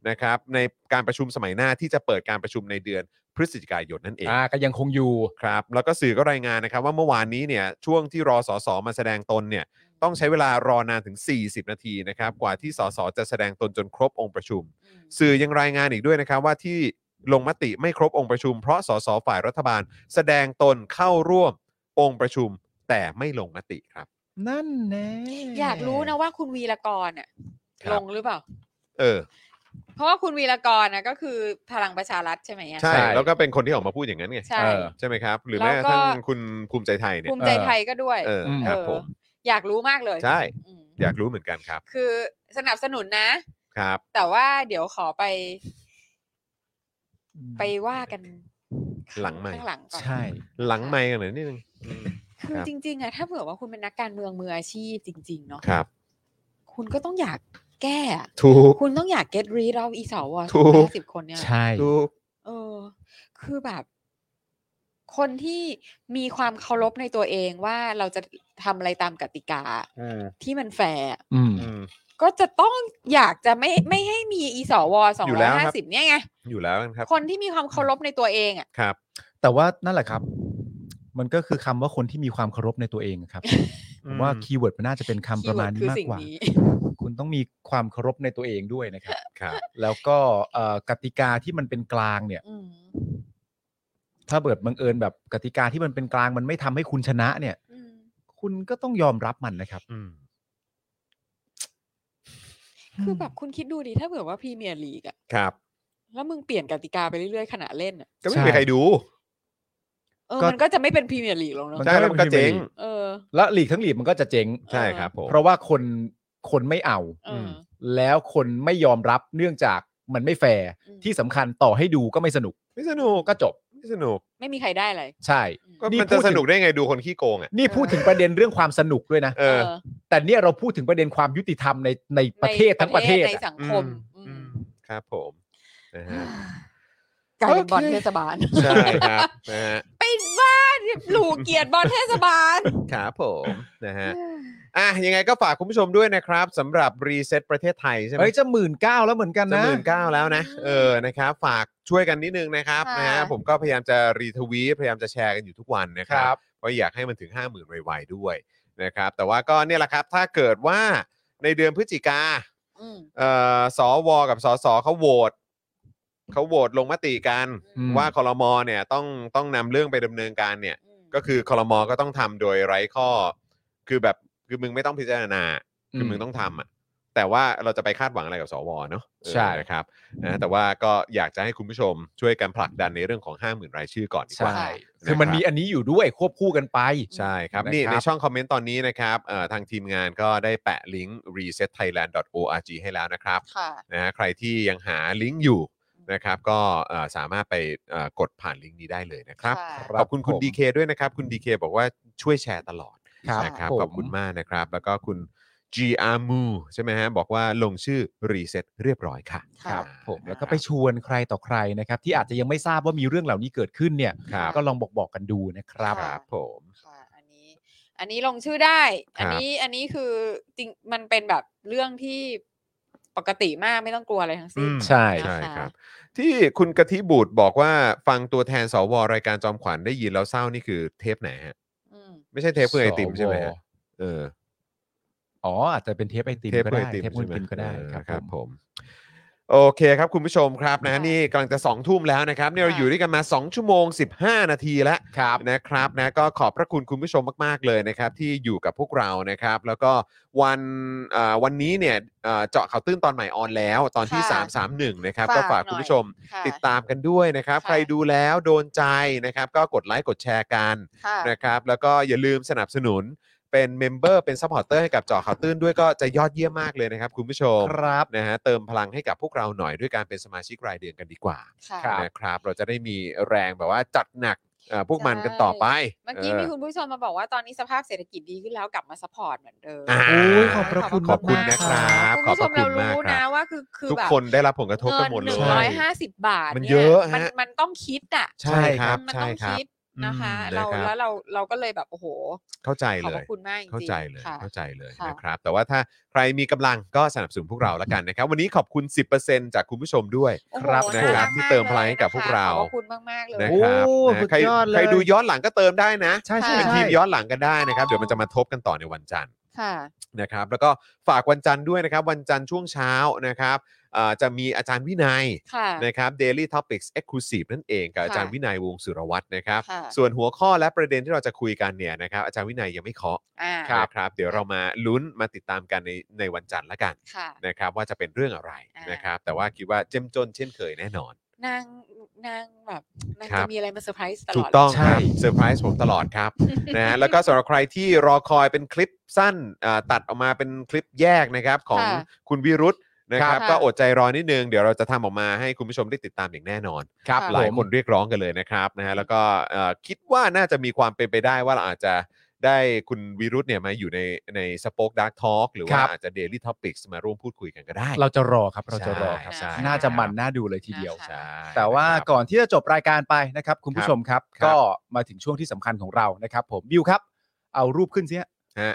Speaker 2: นะครับ ในการประชุมสมัยหน้าที่จะเปิดการประชุมในเดือนพฤศจิกายนนั่นเอง
Speaker 3: อ่าก็ยังคงอยู่
Speaker 2: ครับ แล้วก็สื่อก็รายงานนะครับ ว่าเมื่อวานนี้เนี่ยช่วงที่รอสอสอมาแสดงตนเนี่ยต้องใช้เวลารอนานถึง 40 นาทีนะครับ กว่าที่สสจะแสดงตนจนครบองค์ประชุม
Speaker 4: อืม
Speaker 2: สื่อยังรายงานอีกด้วยนะครับว่าที่ ลงมติไม่ครบองค์ประชุม เพราะสสฝ่ายรัฐบาล แสดงตนเข้าร่วมองค์ประชุม แต่ไม่ลงมติครับ
Speaker 3: นั่นแน่
Speaker 4: อยากรู้นะว่าคุณวีรกรอ่ะ
Speaker 2: ครับ
Speaker 4: ลงหรือเปล่า
Speaker 2: เออ
Speaker 4: เพราะว่าคุณวีรกรนะก็คือพลังประชารัฐใช่ไหมอะ
Speaker 2: ใช่ แล้วก็เป็นคนที่ออกมาพูดอย่างนั้นไง
Speaker 4: ใช่
Speaker 3: เออ
Speaker 2: ใช่ไหมครับ หรือ
Speaker 4: แล้ว
Speaker 2: แม้ก
Speaker 4: ก็
Speaker 2: ระทั่งคุณภูมิใจไทยเนี่ย
Speaker 4: ภูมิใจไทยก็ด้วย
Speaker 2: เออ
Speaker 3: อืม
Speaker 2: ครับ
Speaker 4: เออ
Speaker 2: ผม
Speaker 4: อยากรู้มากเลย
Speaker 2: ใช่
Speaker 4: อืม
Speaker 2: อยากรู้เหมือนกันครับ
Speaker 4: คือสนับสนุนนะ
Speaker 2: ครับ
Speaker 4: แต่ว่าเดี๋ยวขอไป ไปว่ากัน
Speaker 2: หลังไมค์
Speaker 4: ข้างหลังก่อน
Speaker 3: ใช่
Speaker 2: หลังไมค์กันหน่อยนิดนึง
Speaker 4: คือ
Speaker 2: ครับ
Speaker 4: จริง ๆอะถ้าเผื่อว่าคุณเป็นนักการเมืองมืออาชีพจริง ๆ เนาะ
Speaker 2: ครับ
Speaker 4: คุณก็ต้องอยากแก้อะ
Speaker 2: ถูก
Speaker 4: คุณต้องอยาก get rid of อีสว
Speaker 2: ถูก
Speaker 4: สิบคนเนี่ย
Speaker 3: ใช่
Speaker 2: ถูก
Speaker 4: เออ คือแบบ คนที่มีความเคารพในตัวเองว่าเราจะทำอะไรตามกติกาที่มันแฟร์อะ
Speaker 3: อืม
Speaker 2: อืม
Speaker 4: ก็จะต้องอยากจะไม่ไม่ให้มีอีสวสอง
Speaker 2: อยู่
Speaker 4: ร้
Speaker 2: แล้
Speaker 4: อยว
Speaker 2: ครั
Speaker 4: ห้า
Speaker 2: บ
Speaker 4: สิบเนี่ยไง
Speaker 2: อยู่แล้วกันครับ
Speaker 4: คนที่มีความเคารพในตัวเองอ่ะ
Speaker 2: ครับ
Speaker 3: แต่ว่านั่นแหละครับ มันก็คือคำว่าคนที่มีความเคารพในตัวเองอะครับผ
Speaker 2: อื
Speaker 3: ม
Speaker 2: ม
Speaker 3: ว่าคีย์เวิร์ดมันน่าจะเป็นคำประมาณนี้
Speaker 4: keyword
Speaker 3: มากกว่า
Speaker 4: คือสิ่งนี้
Speaker 3: คุณต้องมีความเคารพในตัวเองด้วยนะครับ
Speaker 2: ครับ
Speaker 3: แล้วก็เอ่อกติกาที่มันเป็นกลางเนี่ย
Speaker 4: อืม
Speaker 3: ถ้าเบิดบังเอิญแบบกติกาที่มันเป็นกลางมันไม่ทำให้คุณชนะเนี่ย
Speaker 4: อืม
Speaker 3: คุณก็ต้องยอมรับมันนะครับ
Speaker 2: อืม
Speaker 4: คือแบบคุณคิดดูดิถ้าเผื่อว่าพรีเมียร์ลีกอ่ะ
Speaker 2: ครับ
Speaker 4: แล้วมึงเปลี่ยนกติกาไปเรื่อยๆขณะเล่นอ่ะ
Speaker 2: ก็ไม่มีใครดู
Speaker 4: เออ
Speaker 3: ก็
Speaker 4: มันก็จะไม่เป็นพรีเมียร์ลีกหรอกเนาะ
Speaker 2: ใช่แล้วมันก็เจ๊ง
Speaker 4: เออ
Speaker 3: แล้วหลีกทั้งหลีกมันก็จะเจ๊ง
Speaker 2: ใช่ครับผม
Speaker 3: เพราะว่าคนคนไม่เอา
Speaker 4: เออ
Speaker 3: แล้วคนไม่ยอมรับเนื่องจากมันไม่แฟร์
Speaker 4: อืม
Speaker 3: ที่สำคัญต่อให้ดูก็ไม่สนุก
Speaker 2: ไม่สนุก
Speaker 3: ก็จบ
Speaker 2: ไม่สนุก
Speaker 4: ไม่มีใครได้อะไร
Speaker 3: ใช่
Speaker 4: อืม
Speaker 2: ก็
Speaker 3: นี่
Speaker 2: มันจะ
Speaker 3: พูดถึ
Speaker 2: ส
Speaker 3: ง
Speaker 2: นุกได้ไงดูคนขี้โกงอ่ะ
Speaker 3: นี่พูดถึงประเด็นเรื่องความสนุกด้วยนะ
Speaker 2: เออ
Speaker 3: แต่เนี่ยเราพูดถึงประเด็นความยุติธรรมในในประเทศทั้งประเทศ
Speaker 4: ใน
Speaker 3: อะ
Speaker 4: สังคม
Speaker 2: อื
Speaker 4: อื
Speaker 2: อื
Speaker 4: ม
Speaker 2: มครับผมนะฮะ
Speaker 4: กลายเป็นบอล
Speaker 2: โอเค
Speaker 4: เทศบาล
Speaker 2: ใช่ ครับนะฮะ
Speaker 4: ไปบ้านหลูเกียรติบอลเทศบาล
Speaker 2: ครับผมนะฮะอ่ะยังไงก็ฝากคุณผู้ชมด้วยนะครับสำหรับรีเซ็ตประเทศไทยใช่ไหม
Speaker 3: เฮ้ยจะหมื่นเก้าแล้วเหมือนกัน
Speaker 2: จะ
Speaker 3: นะ
Speaker 2: หมื่นเก้าแล้วนะ เออนะครับ ฝากช่วยกันนิดนึงนะครับ
Speaker 4: ค่ะ
Speaker 2: นะฮะผมก็พยายามจะรีทวีตพยายามจะแชร์กันอยู่ทุกวันนะค
Speaker 3: ค
Speaker 2: รั
Speaker 3: รับ บ
Speaker 2: เพราะอยากให้มันถึง 5 0,000ไวๆด้วยนะครับ แต่ว่าก็เนี่ยแหละครับ ถ้าเกิดว่าในเดือนพฤศจิกา
Speaker 4: อืม
Speaker 2: เอ่อสวกับสสเขาโหวตเขาโหวตลงมติกัน
Speaker 3: อืม
Speaker 2: ว่าคอรมอเนี่ยต้องต้องนำเรื่องไปดำเนินการเนี่ย
Speaker 4: อืม
Speaker 2: ก็คือคอรมอก็ต้องทำโดยไร้ข้อ คือแบบคือมึงไม่ต้องพิจารณา คือมึงต้องทำอ่ะแต่ว่าเราจะไปคาดหวังอะไรกับสวเนาะเออ
Speaker 3: ใช่
Speaker 2: นะครับนะแต่ว่าก็อยากจะให้คุณผู้ชมช่วยกันผลักดันในเรื่องของ 5 0,000 รายชื่อก่อนดีก
Speaker 3: ใช่
Speaker 2: ว่า
Speaker 3: คือมันมีอันนี้อยู่ด้วยควบคู่กันไป
Speaker 2: ใช่ครับ
Speaker 3: นะครับ
Speaker 2: นี่ ในช่องคอมเมนต์ตอนนี้นะครับเอ่อทางทีมงานก็ได้แปะลิงก์ resetthailand.org ให้แล้วนะครับ
Speaker 4: ค่ะ
Speaker 2: นะฮะใครที่ยังหาลิงก์อยู่นะครับก็เอ่อสามารถไปเอ่อกดผ่านลิงก์นี้ได้เลยนะครับ
Speaker 4: ค่ะ
Speaker 2: ขอบคุณคุณ
Speaker 3: ผม
Speaker 2: ดีเคด้วยนะครับ คุณดีเคบอกว่าช่วยแชร์ตลอด
Speaker 3: ครับ
Speaker 2: นะครับ
Speaker 3: ผม
Speaker 2: ขอบคุณมากนะครับ แล้วก็คุณ GR m o ใช่ไหมฮะ บอกว่าลงชื่อรีเซ็ตเรียบร้อยค่ะ
Speaker 3: ครับ
Speaker 2: อ่า
Speaker 3: ผมแล้วก็ไปชวนใครต่อใครนะครับ ที่อาจจะยังไม่ทราบว่ามีเรื่องเหล่านี้เกิดขึ้นเนี่ย
Speaker 2: ครับ
Speaker 3: ก็ลองบอกบอกกันดูนะครับ
Speaker 4: ค่ะ
Speaker 2: ครับผม
Speaker 4: ค่ะ อันนี้ อันนี้ลงชื่อได้
Speaker 2: ครั
Speaker 4: อั
Speaker 2: บ
Speaker 4: นนี้อันนี้คือจริงมันเป็นแบบเรื่องที่ปกติมากไม่ต้องกลัวอะไรทั้งสิ้น
Speaker 3: ใช่
Speaker 2: ใช่
Speaker 4: นะคะ
Speaker 2: ครับ ที่คุณกะทิบูดบอกว่าฟังตัวแทนสวรายการจอมขวัญได้ยินแล้วเศร้านี่คือเทปไหนฮะ
Speaker 4: อืม
Speaker 2: ไม่ใช่เทปเพื่อไอติมใช่ไหม
Speaker 3: ส
Speaker 2: ฮะ
Speaker 3: ว
Speaker 2: เออ
Speaker 3: อ๋ออาจจะเป็นเทปไอติมก็ได้เทปไอติมก็ได้
Speaker 2: เออ
Speaker 3: ครับ
Speaker 2: ครับ
Speaker 3: ผม
Speaker 2: ผม โอเคครับคุณผู้ชมครับนะนี่กำลังจะ2องทุ่มแล้วนะครับเนี่ยเราอยู่ด้วยกันมา 2 ชั่วโมง 15 นาทีแล้ว
Speaker 3: ครับ
Speaker 2: นะครับนะก็ขอบพระคุณคุณผู้ชมมาก ๆ เลยนะครับ ที่อยู่กับพวกเรานะครับ แล้วก็วันเอ่อวันนี้เนี่ยเอ่อเจาะข่าวตื้นตอนใหม่ออนแล้ว ตอนที่ 331 นะครับ ก็ฝากคุณผู้ชม
Speaker 4: ค่ะ
Speaker 2: ติดตามกันด้วยนะครับ
Speaker 4: ค่ะ
Speaker 2: ใครดูแล้วโดนใจนะครับ ก็กดไลค์กดแชร์กัน
Speaker 4: ค่ะ
Speaker 2: นะครับแล้วก็อย่าลืมสนับสนุนเป็นเมมเบอร์เป็นซัพพอร์เตอร์ให้กับเจอข่าวตื้นด้วยก็จะยอดเยี่ยมมากเลยนะครับ คุณผู้ชม
Speaker 3: ครับ
Speaker 2: นะฮะเติมพลังให้กับพวกเราหน่อยด้วยการเป็นสมาชิกรายเดือนกันดีกว่า
Speaker 4: ค่ะ
Speaker 3: ครับ
Speaker 2: นะครับเราจะได้มีแรงแบบว่าจัดหนักเอ่อพวกมันกันต่อไป
Speaker 4: เมื่อกี้มีคุณผู้ชมมาบอกว่าตอนนี้สภาพเศรษฐกิจดีขึ้นแล้วกลับมาสปอร์ตเหมือนเดิม
Speaker 2: า
Speaker 3: โอ้ยขอบพระคุณ
Speaker 2: ขอบคุณ
Speaker 3: มากๆ
Speaker 2: นะครับ
Speaker 4: คุณ
Speaker 2: ขอบ
Speaker 4: ผู้ช
Speaker 2: พระ
Speaker 4: ม
Speaker 2: คุณ
Speaker 4: เรา
Speaker 2: มากค
Speaker 4: รู้นะ
Speaker 2: รับ
Speaker 4: ว่าคือคือ
Speaker 2: ทุก
Speaker 4: แบบ
Speaker 2: คนได้รับผลกระทบกันหมด
Speaker 4: ห
Speaker 2: เล
Speaker 4: นึ่
Speaker 2: ย
Speaker 4: งร้อยห้าสิบบาท
Speaker 2: มัน
Speaker 4: นี่
Speaker 2: เยอะ
Speaker 4: มัน
Speaker 2: ฮะ
Speaker 4: มันต้องคิดอ่ะ
Speaker 2: ใช่ครับ
Speaker 4: มัน
Speaker 2: ใช่
Speaker 4: ต้อง
Speaker 2: ครับ
Speaker 4: คิดนะคะ
Speaker 2: อืม
Speaker 4: เรา
Speaker 2: นะครับ
Speaker 4: แล้วเราเราก็เลยแบบโอ้โห
Speaker 2: เข้าใจ
Speaker 4: ขอบ
Speaker 2: เล
Speaker 4: พระ
Speaker 2: ย
Speaker 4: คุณมากจริงๆ
Speaker 2: เข้าใจเลย
Speaker 4: ค่ะ
Speaker 2: เข้าใจเลย
Speaker 4: ค่ะ
Speaker 2: นะครับแต่ว่าถ้าใครมีกำลังก็สนับสนุนพวกเราละกันนะครับ วันนี้ขอบคุณ 10%จากคุณผู้ชมด้วย
Speaker 4: โอ้โห
Speaker 2: ครับ
Speaker 4: น่า
Speaker 2: นะครับ
Speaker 4: ก
Speaker 2: ที่เติมพลังให้กับพวกเรา
Speaker 4: ขอบคุณมากๆเลย
Speaker 2: นะครับ
Speaker 3: โอ้
Speaker 2: นะ
Speaker 3: สุด
Speaker 2: ใคร
Speaker 3: ยอดเลย
Speaker 2: ใครดูย้อนหลังก็เติมได้นะ
Speaker 3: ใช่ใช่
Speaker 4: ค่ะ
Speaker 2: เป็น
Speaker 3: ใช่
Speaker 2: ทีมย้อนหลังกันได้นะครับ เดี๋ยวมันจะมาทบกันต่อในวันจันทร์
Speaker 4: ค่ะ
Speaker 2: นะครับแล้วก็ฝากวันจันทร์ด้วยนะครับ วันจันทร์ช่วงเช้านะครับอ่าจะมีอาจารย์วินัย
Speaker 4: ค่ะ
Speaker 2: นะครับ Daily Topics Exclusive นั่นเองกับ
Speaker 4: ค่ะ
Speaker 2: อาจารย์วินัยวงศ์สุรวัตรนะครับ
Speaker 4: ค่ะ
Speaker 2: ส่วนหัวข้อและประเด็นที่เราจะคุยกันเนี่ยนะครับอาจารย์วินัยยังไม่เคาะ
Speaker 4: อ่า
Speaker 2: นะครับ เดี๋ยวเรามาลุ้นมาติดตามกันในในวันจันทร์ละกัน
Speaker 4: ค่ะ
Speaker 2: นะครับ ว่าจะเป็นเรื่องอะไร
Speaker 4: อ่าน
Speaker 2: นะครับ แต่ว่าคิดว่าเจ้มจนเช่นเคยแน่นอน
Speaker 4: นางนางแบบนาง
Speaker 2: ครั
Speaker 4: จะ
Speaker 2: บ
Speaker 4: มีอะไรมาเซอร์ไพรส์ตลอด
Speaker 2: ถูกต้อง
Speaker 3: ใช่
Speaker 2: ครับเซอร์ไพรส์ผมตลอดครับ นะ ฮะแล้วก็สำหรับใครที่รอคอยเป็นคลิปสั้นอ่าตัดออกมาเป็นคลิปแยกนะครับของ
Speaker 4: ค่ะ
Speaker 2: คุณวิรุธนะครับ
Speaker 4: ค่ะ
Speaker 2: ก็อดใจรอนิดนึง เดี๋ยวเราจะทำออกมาให้คุณผู้ชมได้ติดตามอย่างแน่นอน
Speaker 3: ครับ
Speaker 4: ะ
Speaker 2: หลาย
Speaker 3: ผม
Speaker 2: คนเรียกร้องกันเลยนะครับนะฮะแล้วก็เอ่อคิดว่าน่าจะมีความเป็นไปได้ว่าเราอาจจะได้คุณวิรุธเนี่ยมาอยู่ในในสป็อคดักทอล์กหรือ
Speaker 3: ค
Speaker 2: ว่า
Speaker 3: รับ
Speaker 2: อาจจะ Daily Topics มาร่วมพูดคุยกันก็ได้
Speaker 3: เราจะรอครับเราจะรอครับ
Speaker 4: ใช่
Speaker 3: น่าจะมัน
Speaker 2: ใช่
Speaker 3: น่าดูเลยทีเดียว
Speaker 4: นะคะ
Speaker 2: ใช่
Speaker 3: แต่ว่า
Speaker 2: นะครับ
Speaker 3: ก่อนที่จะจบรายการไปนะครับ คุณผู้ชมครับ
Speaker 2: ครับ
Speaker 3: ก็มาถึงช่วงที่สำคัญของเรานะครับ ผมบิวครับ เอารูปขึ้นสิฮะ
Speaker 2: ฮะ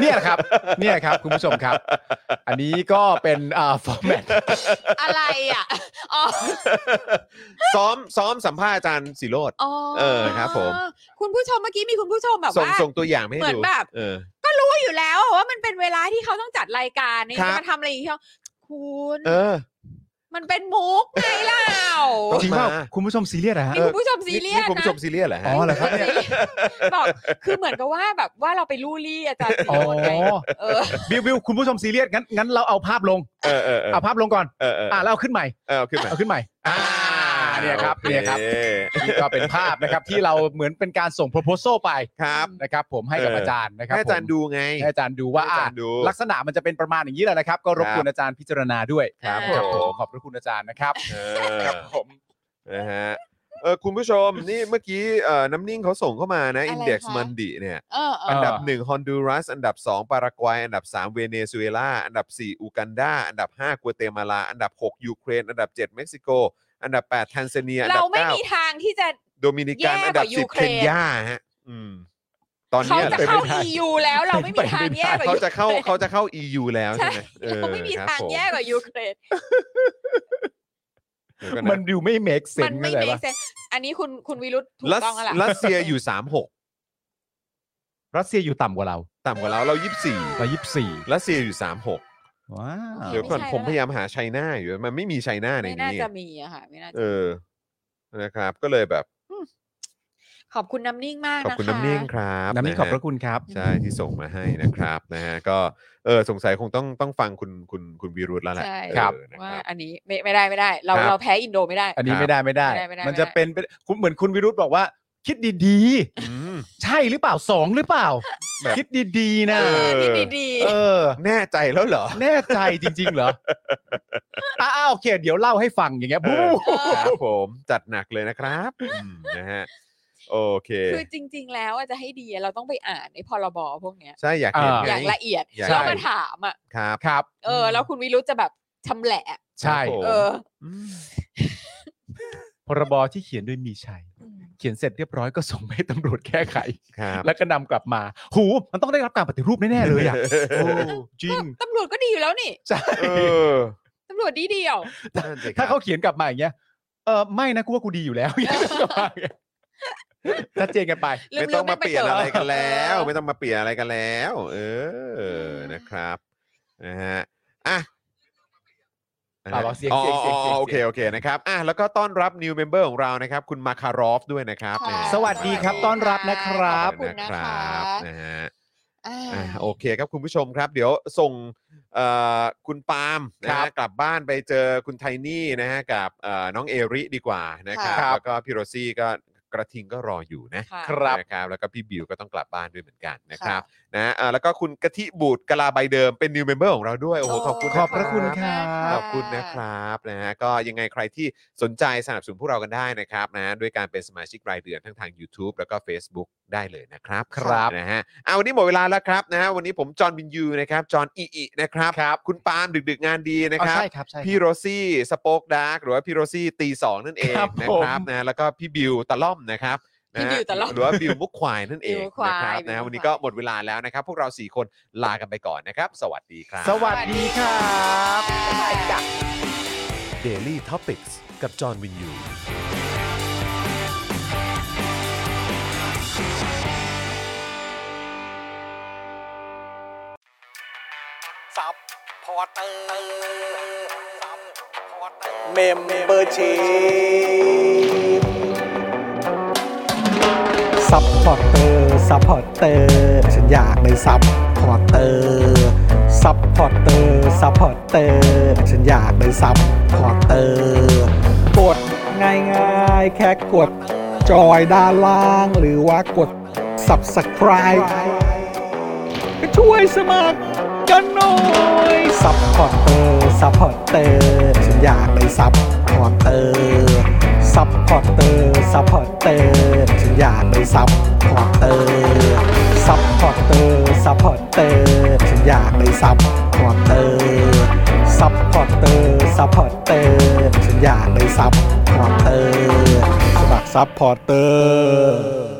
Speaker 3: เนี่ยครับ เนี่ยครับ คุณผู้ชมครับ อันนี้ก็เป็นอ่าฟอร์แมต
Speaker 4: อะไรอ่ะ อ๋อ
Speaker 2: ซ้อมซ้อมสัมภาษณ์อาจารย์สิโรด
Speaker 4: อ๋อ
Speaker 2: เออครับผม
Speaker 4: คุณผู้ชมเมื่อกี้มีคุณผู้ชมแบบ
Speaker 2: ส่ง
Speaker 4: ว่า
Speaker 2: ส่งตัวอย่างไม่ให้
Speaker 4: เหมือน
Speaker 2: ดู
Speaker 4: แบบ
Speaker 2: เออ
Speaker 4: ก็รู้อยู่แล้วอะว่ามันเป็นเวลาที่เขาต้องจัดรายการนี่
Speaker 2: ครับ
Speaker 4: จะมาทำอะไรอย่างเงี้ยคุณ
Speaker 2: เออ
Speaker 4: มันเป็นมุกไงเล่า
Speaker 2: ต้อง
Speaker 3: จริงเปล่าคุณผู้ชมซีเรียสเหรอฮะ
Speaker 4: นี่คุณผู้ชมซีเรียส
Speaker 2: นี่คุณ
Speaker 4: นะ
Speaker 2: ผู้ชมซีเรียสเหรอ
Speaker 3: อ๋
Speaker 2: ฮะ
Speaker 3: อเหรอครับ
Speaker 4: นี่ณผู้ชมซีเรียสบอกคือเหมือนกับว่าแบบว่าเราไปลู่ลี่อาจารย์สี
Speaker 3: อ๋อ
Speaker 4: โรดไงเออ
Speaker 3: บิวบิวคุณผู้ชมซีเรียสงั้นงั้นเราเอาภาพลง
Speaker 2: เออเออเออ
Speaker 3: เอาภาพลงก่อน
Speaker 2: เออเออ
Speaker 3: อ่าแล้วเอาขึ้นใหม่
Speaker 2: เออเอาขึ้นมา
Speaker 3: เอาขึ้นใหม่
Speaker 2: อ่า
Speaker 3: เนี่ยครับ
Speaker 2: โอ
Speaker 3: เนี่ยครับ นี่ก็เป็นภาพนะครับที่เราเหมือนเป็นการส่ง proposal ไป
Speaker 2: ครับ
Speaker 3: นะครับผมให้กับ
Speaker 2: เ
Speaker 3: อาจารย์นะครับ
Speaker 2: ให้อาจารย์
Speaker 3: ผม
Speaker 2: ดูไง
Speaker 3: ให้อาจารย์ดูว่า
Speaker 2: ให้อาจารย์ดู
Speaker 3: อ่ะลักษณะมันจะเป็นประมาณอย่างนี้แหละนะครับ ก็รบกว
Speaker 2: ครั
Speaker 3: น
Speaker 2: บ
Speaker 3: อาจารย์พิจารณาด้วย
Speaker 2: ครับ
Speaker 4: ค
Speaker 2: ผ
Speaker 4: รับ
Speaker 3: ผม
Speaker 2: ม
Speaker 3: ขอบพระคุณอาจารย์นะครับ
Speaker 2: เออ
Speaker 3: ครับผม
Speaker 2: นะฮะเออคุณผู้ชมนี่เมื่อกี้เอ่อน้ำนิ่งเขาส่งเข้ามานะ
Speaker 4: อะไร
Speaker 2: อินเด็กซ์
Speaker 4: คะ
Speaker 2: มันดีเนี่ย
Speaker 4: เออเอ
Speaker 2: อัน
Speaker 4: อ
Speaker 2: ดับหนึ่งฮอนดูรัสอันดับสองปารากวัย อันดับสามเวเนซุเอลาอันดับสี่อูกันดาอันดับห้ากัวเตมาลา อันดับหกยูเครน อันดับเจ็ดเม็กซิโก อันดับแปดแทนซาเนียอันดั
Speaker 4: เรา
Speaker 2: บ
Speaker 4: ไม่
Speaker 2: เก้า
Speaker 4: มีทางที่จะ
Speaker 2: โดมินิกัน
Speaker 4: แย่กว่า
Speaker 2: อันดับสิบ
Speaker 4: ยูเค
Speaker 2: เค
Speaker 4: รน
Speaker 2: นยาฮะอืมตอน
Speaker 4: เขา
Speaker 2: เนี้ย
Speaker 4: จะ
Speaker 2: เป็น
Speaker 4: เข้า
Speaker 2: ไปได้
Speaker 4: EU แล้วเราไม่มีทางแย่กว่า
Speaker 2: เขา
Speaker 4: ยู
Speaker 2: จะเข้าเขาจะเข้า EU แล้วใช่ไหมออ
Speaker 4: เราไม่มี
Speaker 2: ครับ
Speaker 4: ทาง
Speaker 2: ผ
Speaker 4: แย่กว่ายูเครน
Speaker 2: เดี๋ยวก่อน
Speaker 3: มัน
Speaker 2: นะ
Speaker 3: ดูไม่เมคเซ
Speaker 4: มัน น
Speaker 3: ไม่
Speaker 4: ไม่
Speaker 3: เล
Speaker 4: เม
Speaker 3: ย
Speaker 4: ก
Speaker 3: วะ
Speaker 4: เซนอันนี้คุณคุณวิรุธถูก
Speaker 2: รัส
Speaker 4: ต้องแล้ว
Speaker 2: รั
Speaker 4: ล่ะ
Speaker 2: สเซียอยู่ 36
Speaker 3: รัสเซียอยู่ต่ำกว่าเรา
Speaker 2: ต่ำกว่าเราเรา
Speaker 3: เรายี่สี่
Speaker 2: 24 รัสเซียอยู่ 36
Speaker 3: ว้าว
Speaker 2: เดี๋ยวก่อนผมพยายามหาไชน่าอยู่มันไม่มีไชน่าใน
Speaker 4: ไม่น่า
Speaker 2: นี้
Speaker 4: จะมีอะค่ะ ไม่น่าจะ
Speaker 2: เออนะครับ ก็เลยแบบ
Speaker 4: ขอบคุณน้ำนิ่งมาก
Speaker 2: ขอบ
Speaker 4: นะคะ
Speaker 2: คุณน้ำนิ่งครับ
Speaker 3: น้ำนี่
Speaker 2: ะฮะ
Speaker 3: ขอบพระคุณครับ
Speaker 2: ใช่ที่ส่งมาให้นะครับนะฮะก็เออสงสัยคงต้องต้องฟังคุณคุณคุณวีรุธแล้วแหละ
Speaker 4: ใช่
Speaker 2: เออ
Speaker 3: ครับ
Speaker 2: นะ
Speaker 4: ว่า
Speaker 2: ครับ
Speaker 4: อันนี้ไม่ไม่ได้ไม่ได้ เรา
Speaker 2: ครับ
Speaker 4: เราแพ้อินโดไม่ได้
Speaker 3: อันนี้
Speaker 2: ครับ
Speaker 3: ไม่ได้ไม่ได้
Speaker 4: ไม่ได้ไม่ได้
Speaker 3: มันจะเป็นเป็นคุณเหมือนคุณวิรุธบอกว่า คิดดี
Speaker 2: อืม
Speaker 3: ๆ ใช่หรือเปล่าสองหรือเปล่า
Speaker 2: แบบ
Speaker 3: คิดดีๆ
Speaker 4: เอ
Speaker 3: นะ
Speaker 4: อ
Speaker 2: เออ
Speaker 4: นี่ดี
Speaker 3: เออ
Speaker 2: แน่ใจแล้วเหรอ
Speaker 3: แน่ใจจริง ๆ เหรออ้าวโอเค เดี๋ยวเล่าให้ฟังอย่างเงี้ย
Speaker 2: เอ
Speaker 3: บู๊
Speaker 2: อ ครับผมจัดหนักเลยนะครับอืมนะฮะโอเค
Speaker 4: ๆคือจริง ๆ แล้วอะจะให้ดีอะเราต้องไปอ่านในพรบพวกเนี้ย
Speaker 2: ใช่อยากเห็น
Speaker 3: อ่า
Speaker 2: ไง
Speaker 4: อย่างละเอียด
Speaker 2: อยาก
Speaker 4: แล้วมาถามอ่ะ
Speaker 2: ครับ
Speaker 3: ครับ
Speaker 4: เออแล้วคุณวิรุธจะแบบชำแหละ
Speaker 3: ใช่
Speaker 2: ครับผม
Speaker 4: เออ
Speaker 2: อืม
Speaker 3: พรบที่เขียนโดยมีชัย
Speaker 4: อ
Speaker 3: เขียนเสร็จเรียบร้อยก็ส่งไปให้ตำรวจแก้ไข
Speaker 2: ครับ
Speaker 3: แล้วก็นำกลับมา หูมันต้องได้รับการปฏิรูปแน่ ๆ เลยอ่ะโอ้จริง
Speaker 4: ตำรวจก็ดีอยู่แล้วนี่
Speaker 3: ใช่
Speaker 2: เออ
Speaker 4: ตำรวจดีเดียว
Speaker 2: นั่นสิครับ
Speaker 3: ถ้าเขาเขียนกลับมาอย่างเงี้ยเออไม่นะกูว่ากูดีอยู่แล้ว ชัดเจนกันไป
Speaker 4: ลืม
Speaker 2: ไม่ต้องมาเปลี่ยน
Speaker 4: ลืมไม่ไป
Speaker 2: อะไร
Speaker 4: เกิด
Speaker 2: กันแล้ว
Speaker 4: เออ
Speaker 2: ไม่ต้องมาเปลี่ยนอะไรกันแล้ว เออ
Speaker 4: ม
Speaker 2: นะครับนะฮะอ่ะ
Speaker 3: เอาเหรอเสียง
Speaker 2: อ๋อ
Speaker 3: เสียงเสียงเสียง
Speaker 2: อ๋อโอเคโอเคนะครับอ่ะแล้วก็ต้อนรับ new member ของเรานะครับ คุณมาคารอฟด้วยนะครับ
Speaker 4: ค่ะ
Speaker 2: นะฮะ
Speaker 3: สวัสดีครับต้อนรับนะครับ
Speaker 4: ขอบคุณนะ
Speaker 2: ค
Speaker 4: คะ
Speaker 2: รันะฮะ
Speaker 4: อ่า
Speaker 2: อ่ะโอเคครับคุณผู้ชมครับ เดี๋ยวส่งเอ่อคุณปาล์ม
Speaker 3: ค
Speaker 2: นะ
Speaker 3: รับ
Speaker 2: ฮะกลับบ้านไปเจอคุณไทนี่นะฮะกับเอ่อน้องเอริดีกว่านะครับ
Speaker 3: ครับ
Speaker 2: แล้วก็พี่โรซี่ก็กระทิงก็รออยู่นะ
Speaker 4: ค่ะ
Speaker 2: นะครับแล้วก็พี่บิวก็ต้องกลับบ้านด้วยเหมือนกันนะครับนะอ่ะแล้วก็คุณกะทิบูดกะลาใบเดิมเป็น new member ของเราด้วยโอ้โหขอบคุณ
Speaker 3: ขอบพระคุณ
Speaker 2: น
Speaker 3: ครับ
Speaker 2: ขอบคุณนะครับนะฮะก็ยังไงใครที่สนใจสนับสนุนพวกเรากันได้นะครับนะด้วยการเป็นสมาชิกรายเดือนทั้งทาง YouTube แล้วก็ Facebook ได้เลยนะครับ
Speaker 3: ครับ
Speaker 2: นะฮะเอาวันนี้หมดเวลาแล้วครับนะฮะวันนี้ผมจอห์นวินยูนะครับจอห์นอีอีนะครับ
Speaker 3: ครับ
Speaker 2: คุณปาล์มดึกๆงานดีนะ
Speaker 3: อ๋อ
Speaker 2: ครับ
Speaker 3: ใช่ครับใช่ครับ
Speaker 2: พี่โรซี่สป็อกดาร์กหรือว่าพี่โรซี่ตีสองนั่นเอง
Speaker 3: ครับผม
Speaker 2: นะครับนะแล้วก็พี่บิวตะล่อมนะครับ
Speaker 4: พี่บิวตะล่อม
Speaker 2: นฮหรือว่าบิวมุกควายนั่นเอง
Speaker 4: บิวมุกควาย
Speaker 2: นะครับนะ
Speaker 4: บิวมุกควาย
Speaker 2: วันนี้ก็หมดเวลาแล้วนะครับ พวกเราสี่คนลากันไปก่อนนะครับ สวัสดีครับ
Speaker 3: สวัสดีครับ
Speaker 1: Daily Topics กับจอห์นวินยู
Speaker 9: เตอร์
Speaker 2: ส
Speaker 9: ซัพพอร์เตอร์
Speaker 5: เมมเบอร์ชีซัพพอร์เตอร์ซัพพอร์เตอร์ฉันอยากได้ซัพพอร์เตอร์ซัพพอร์เตอร์ซัพพอร์เตอร์ฉันอยากได้ซัพพอร์เตอร์กดง่ายๆ แค่กดจอยด้านล่าง หรือว่ากด subscribe ก็ช่วยสมัครกันหน่อยซัพพอร์เตอร์ซัพพอร์เตอร์ฉันอยากได้ซัพพอร์เตอร์ซัพพอร์เตอร์ซัพพอร์เตอร์ฉันอยากได้ซัพพอร์เตอร์ซัพพอร์เตอร์ซัพพอร์เตอร์ฉันอยากได้ซัพพอร์เตอร์ซัพพอร์เตอร์ซัพพอร์เตอร์ฉันอยากได้ซัพพอร์เตอร์สมัครซัพพอร์เตอร์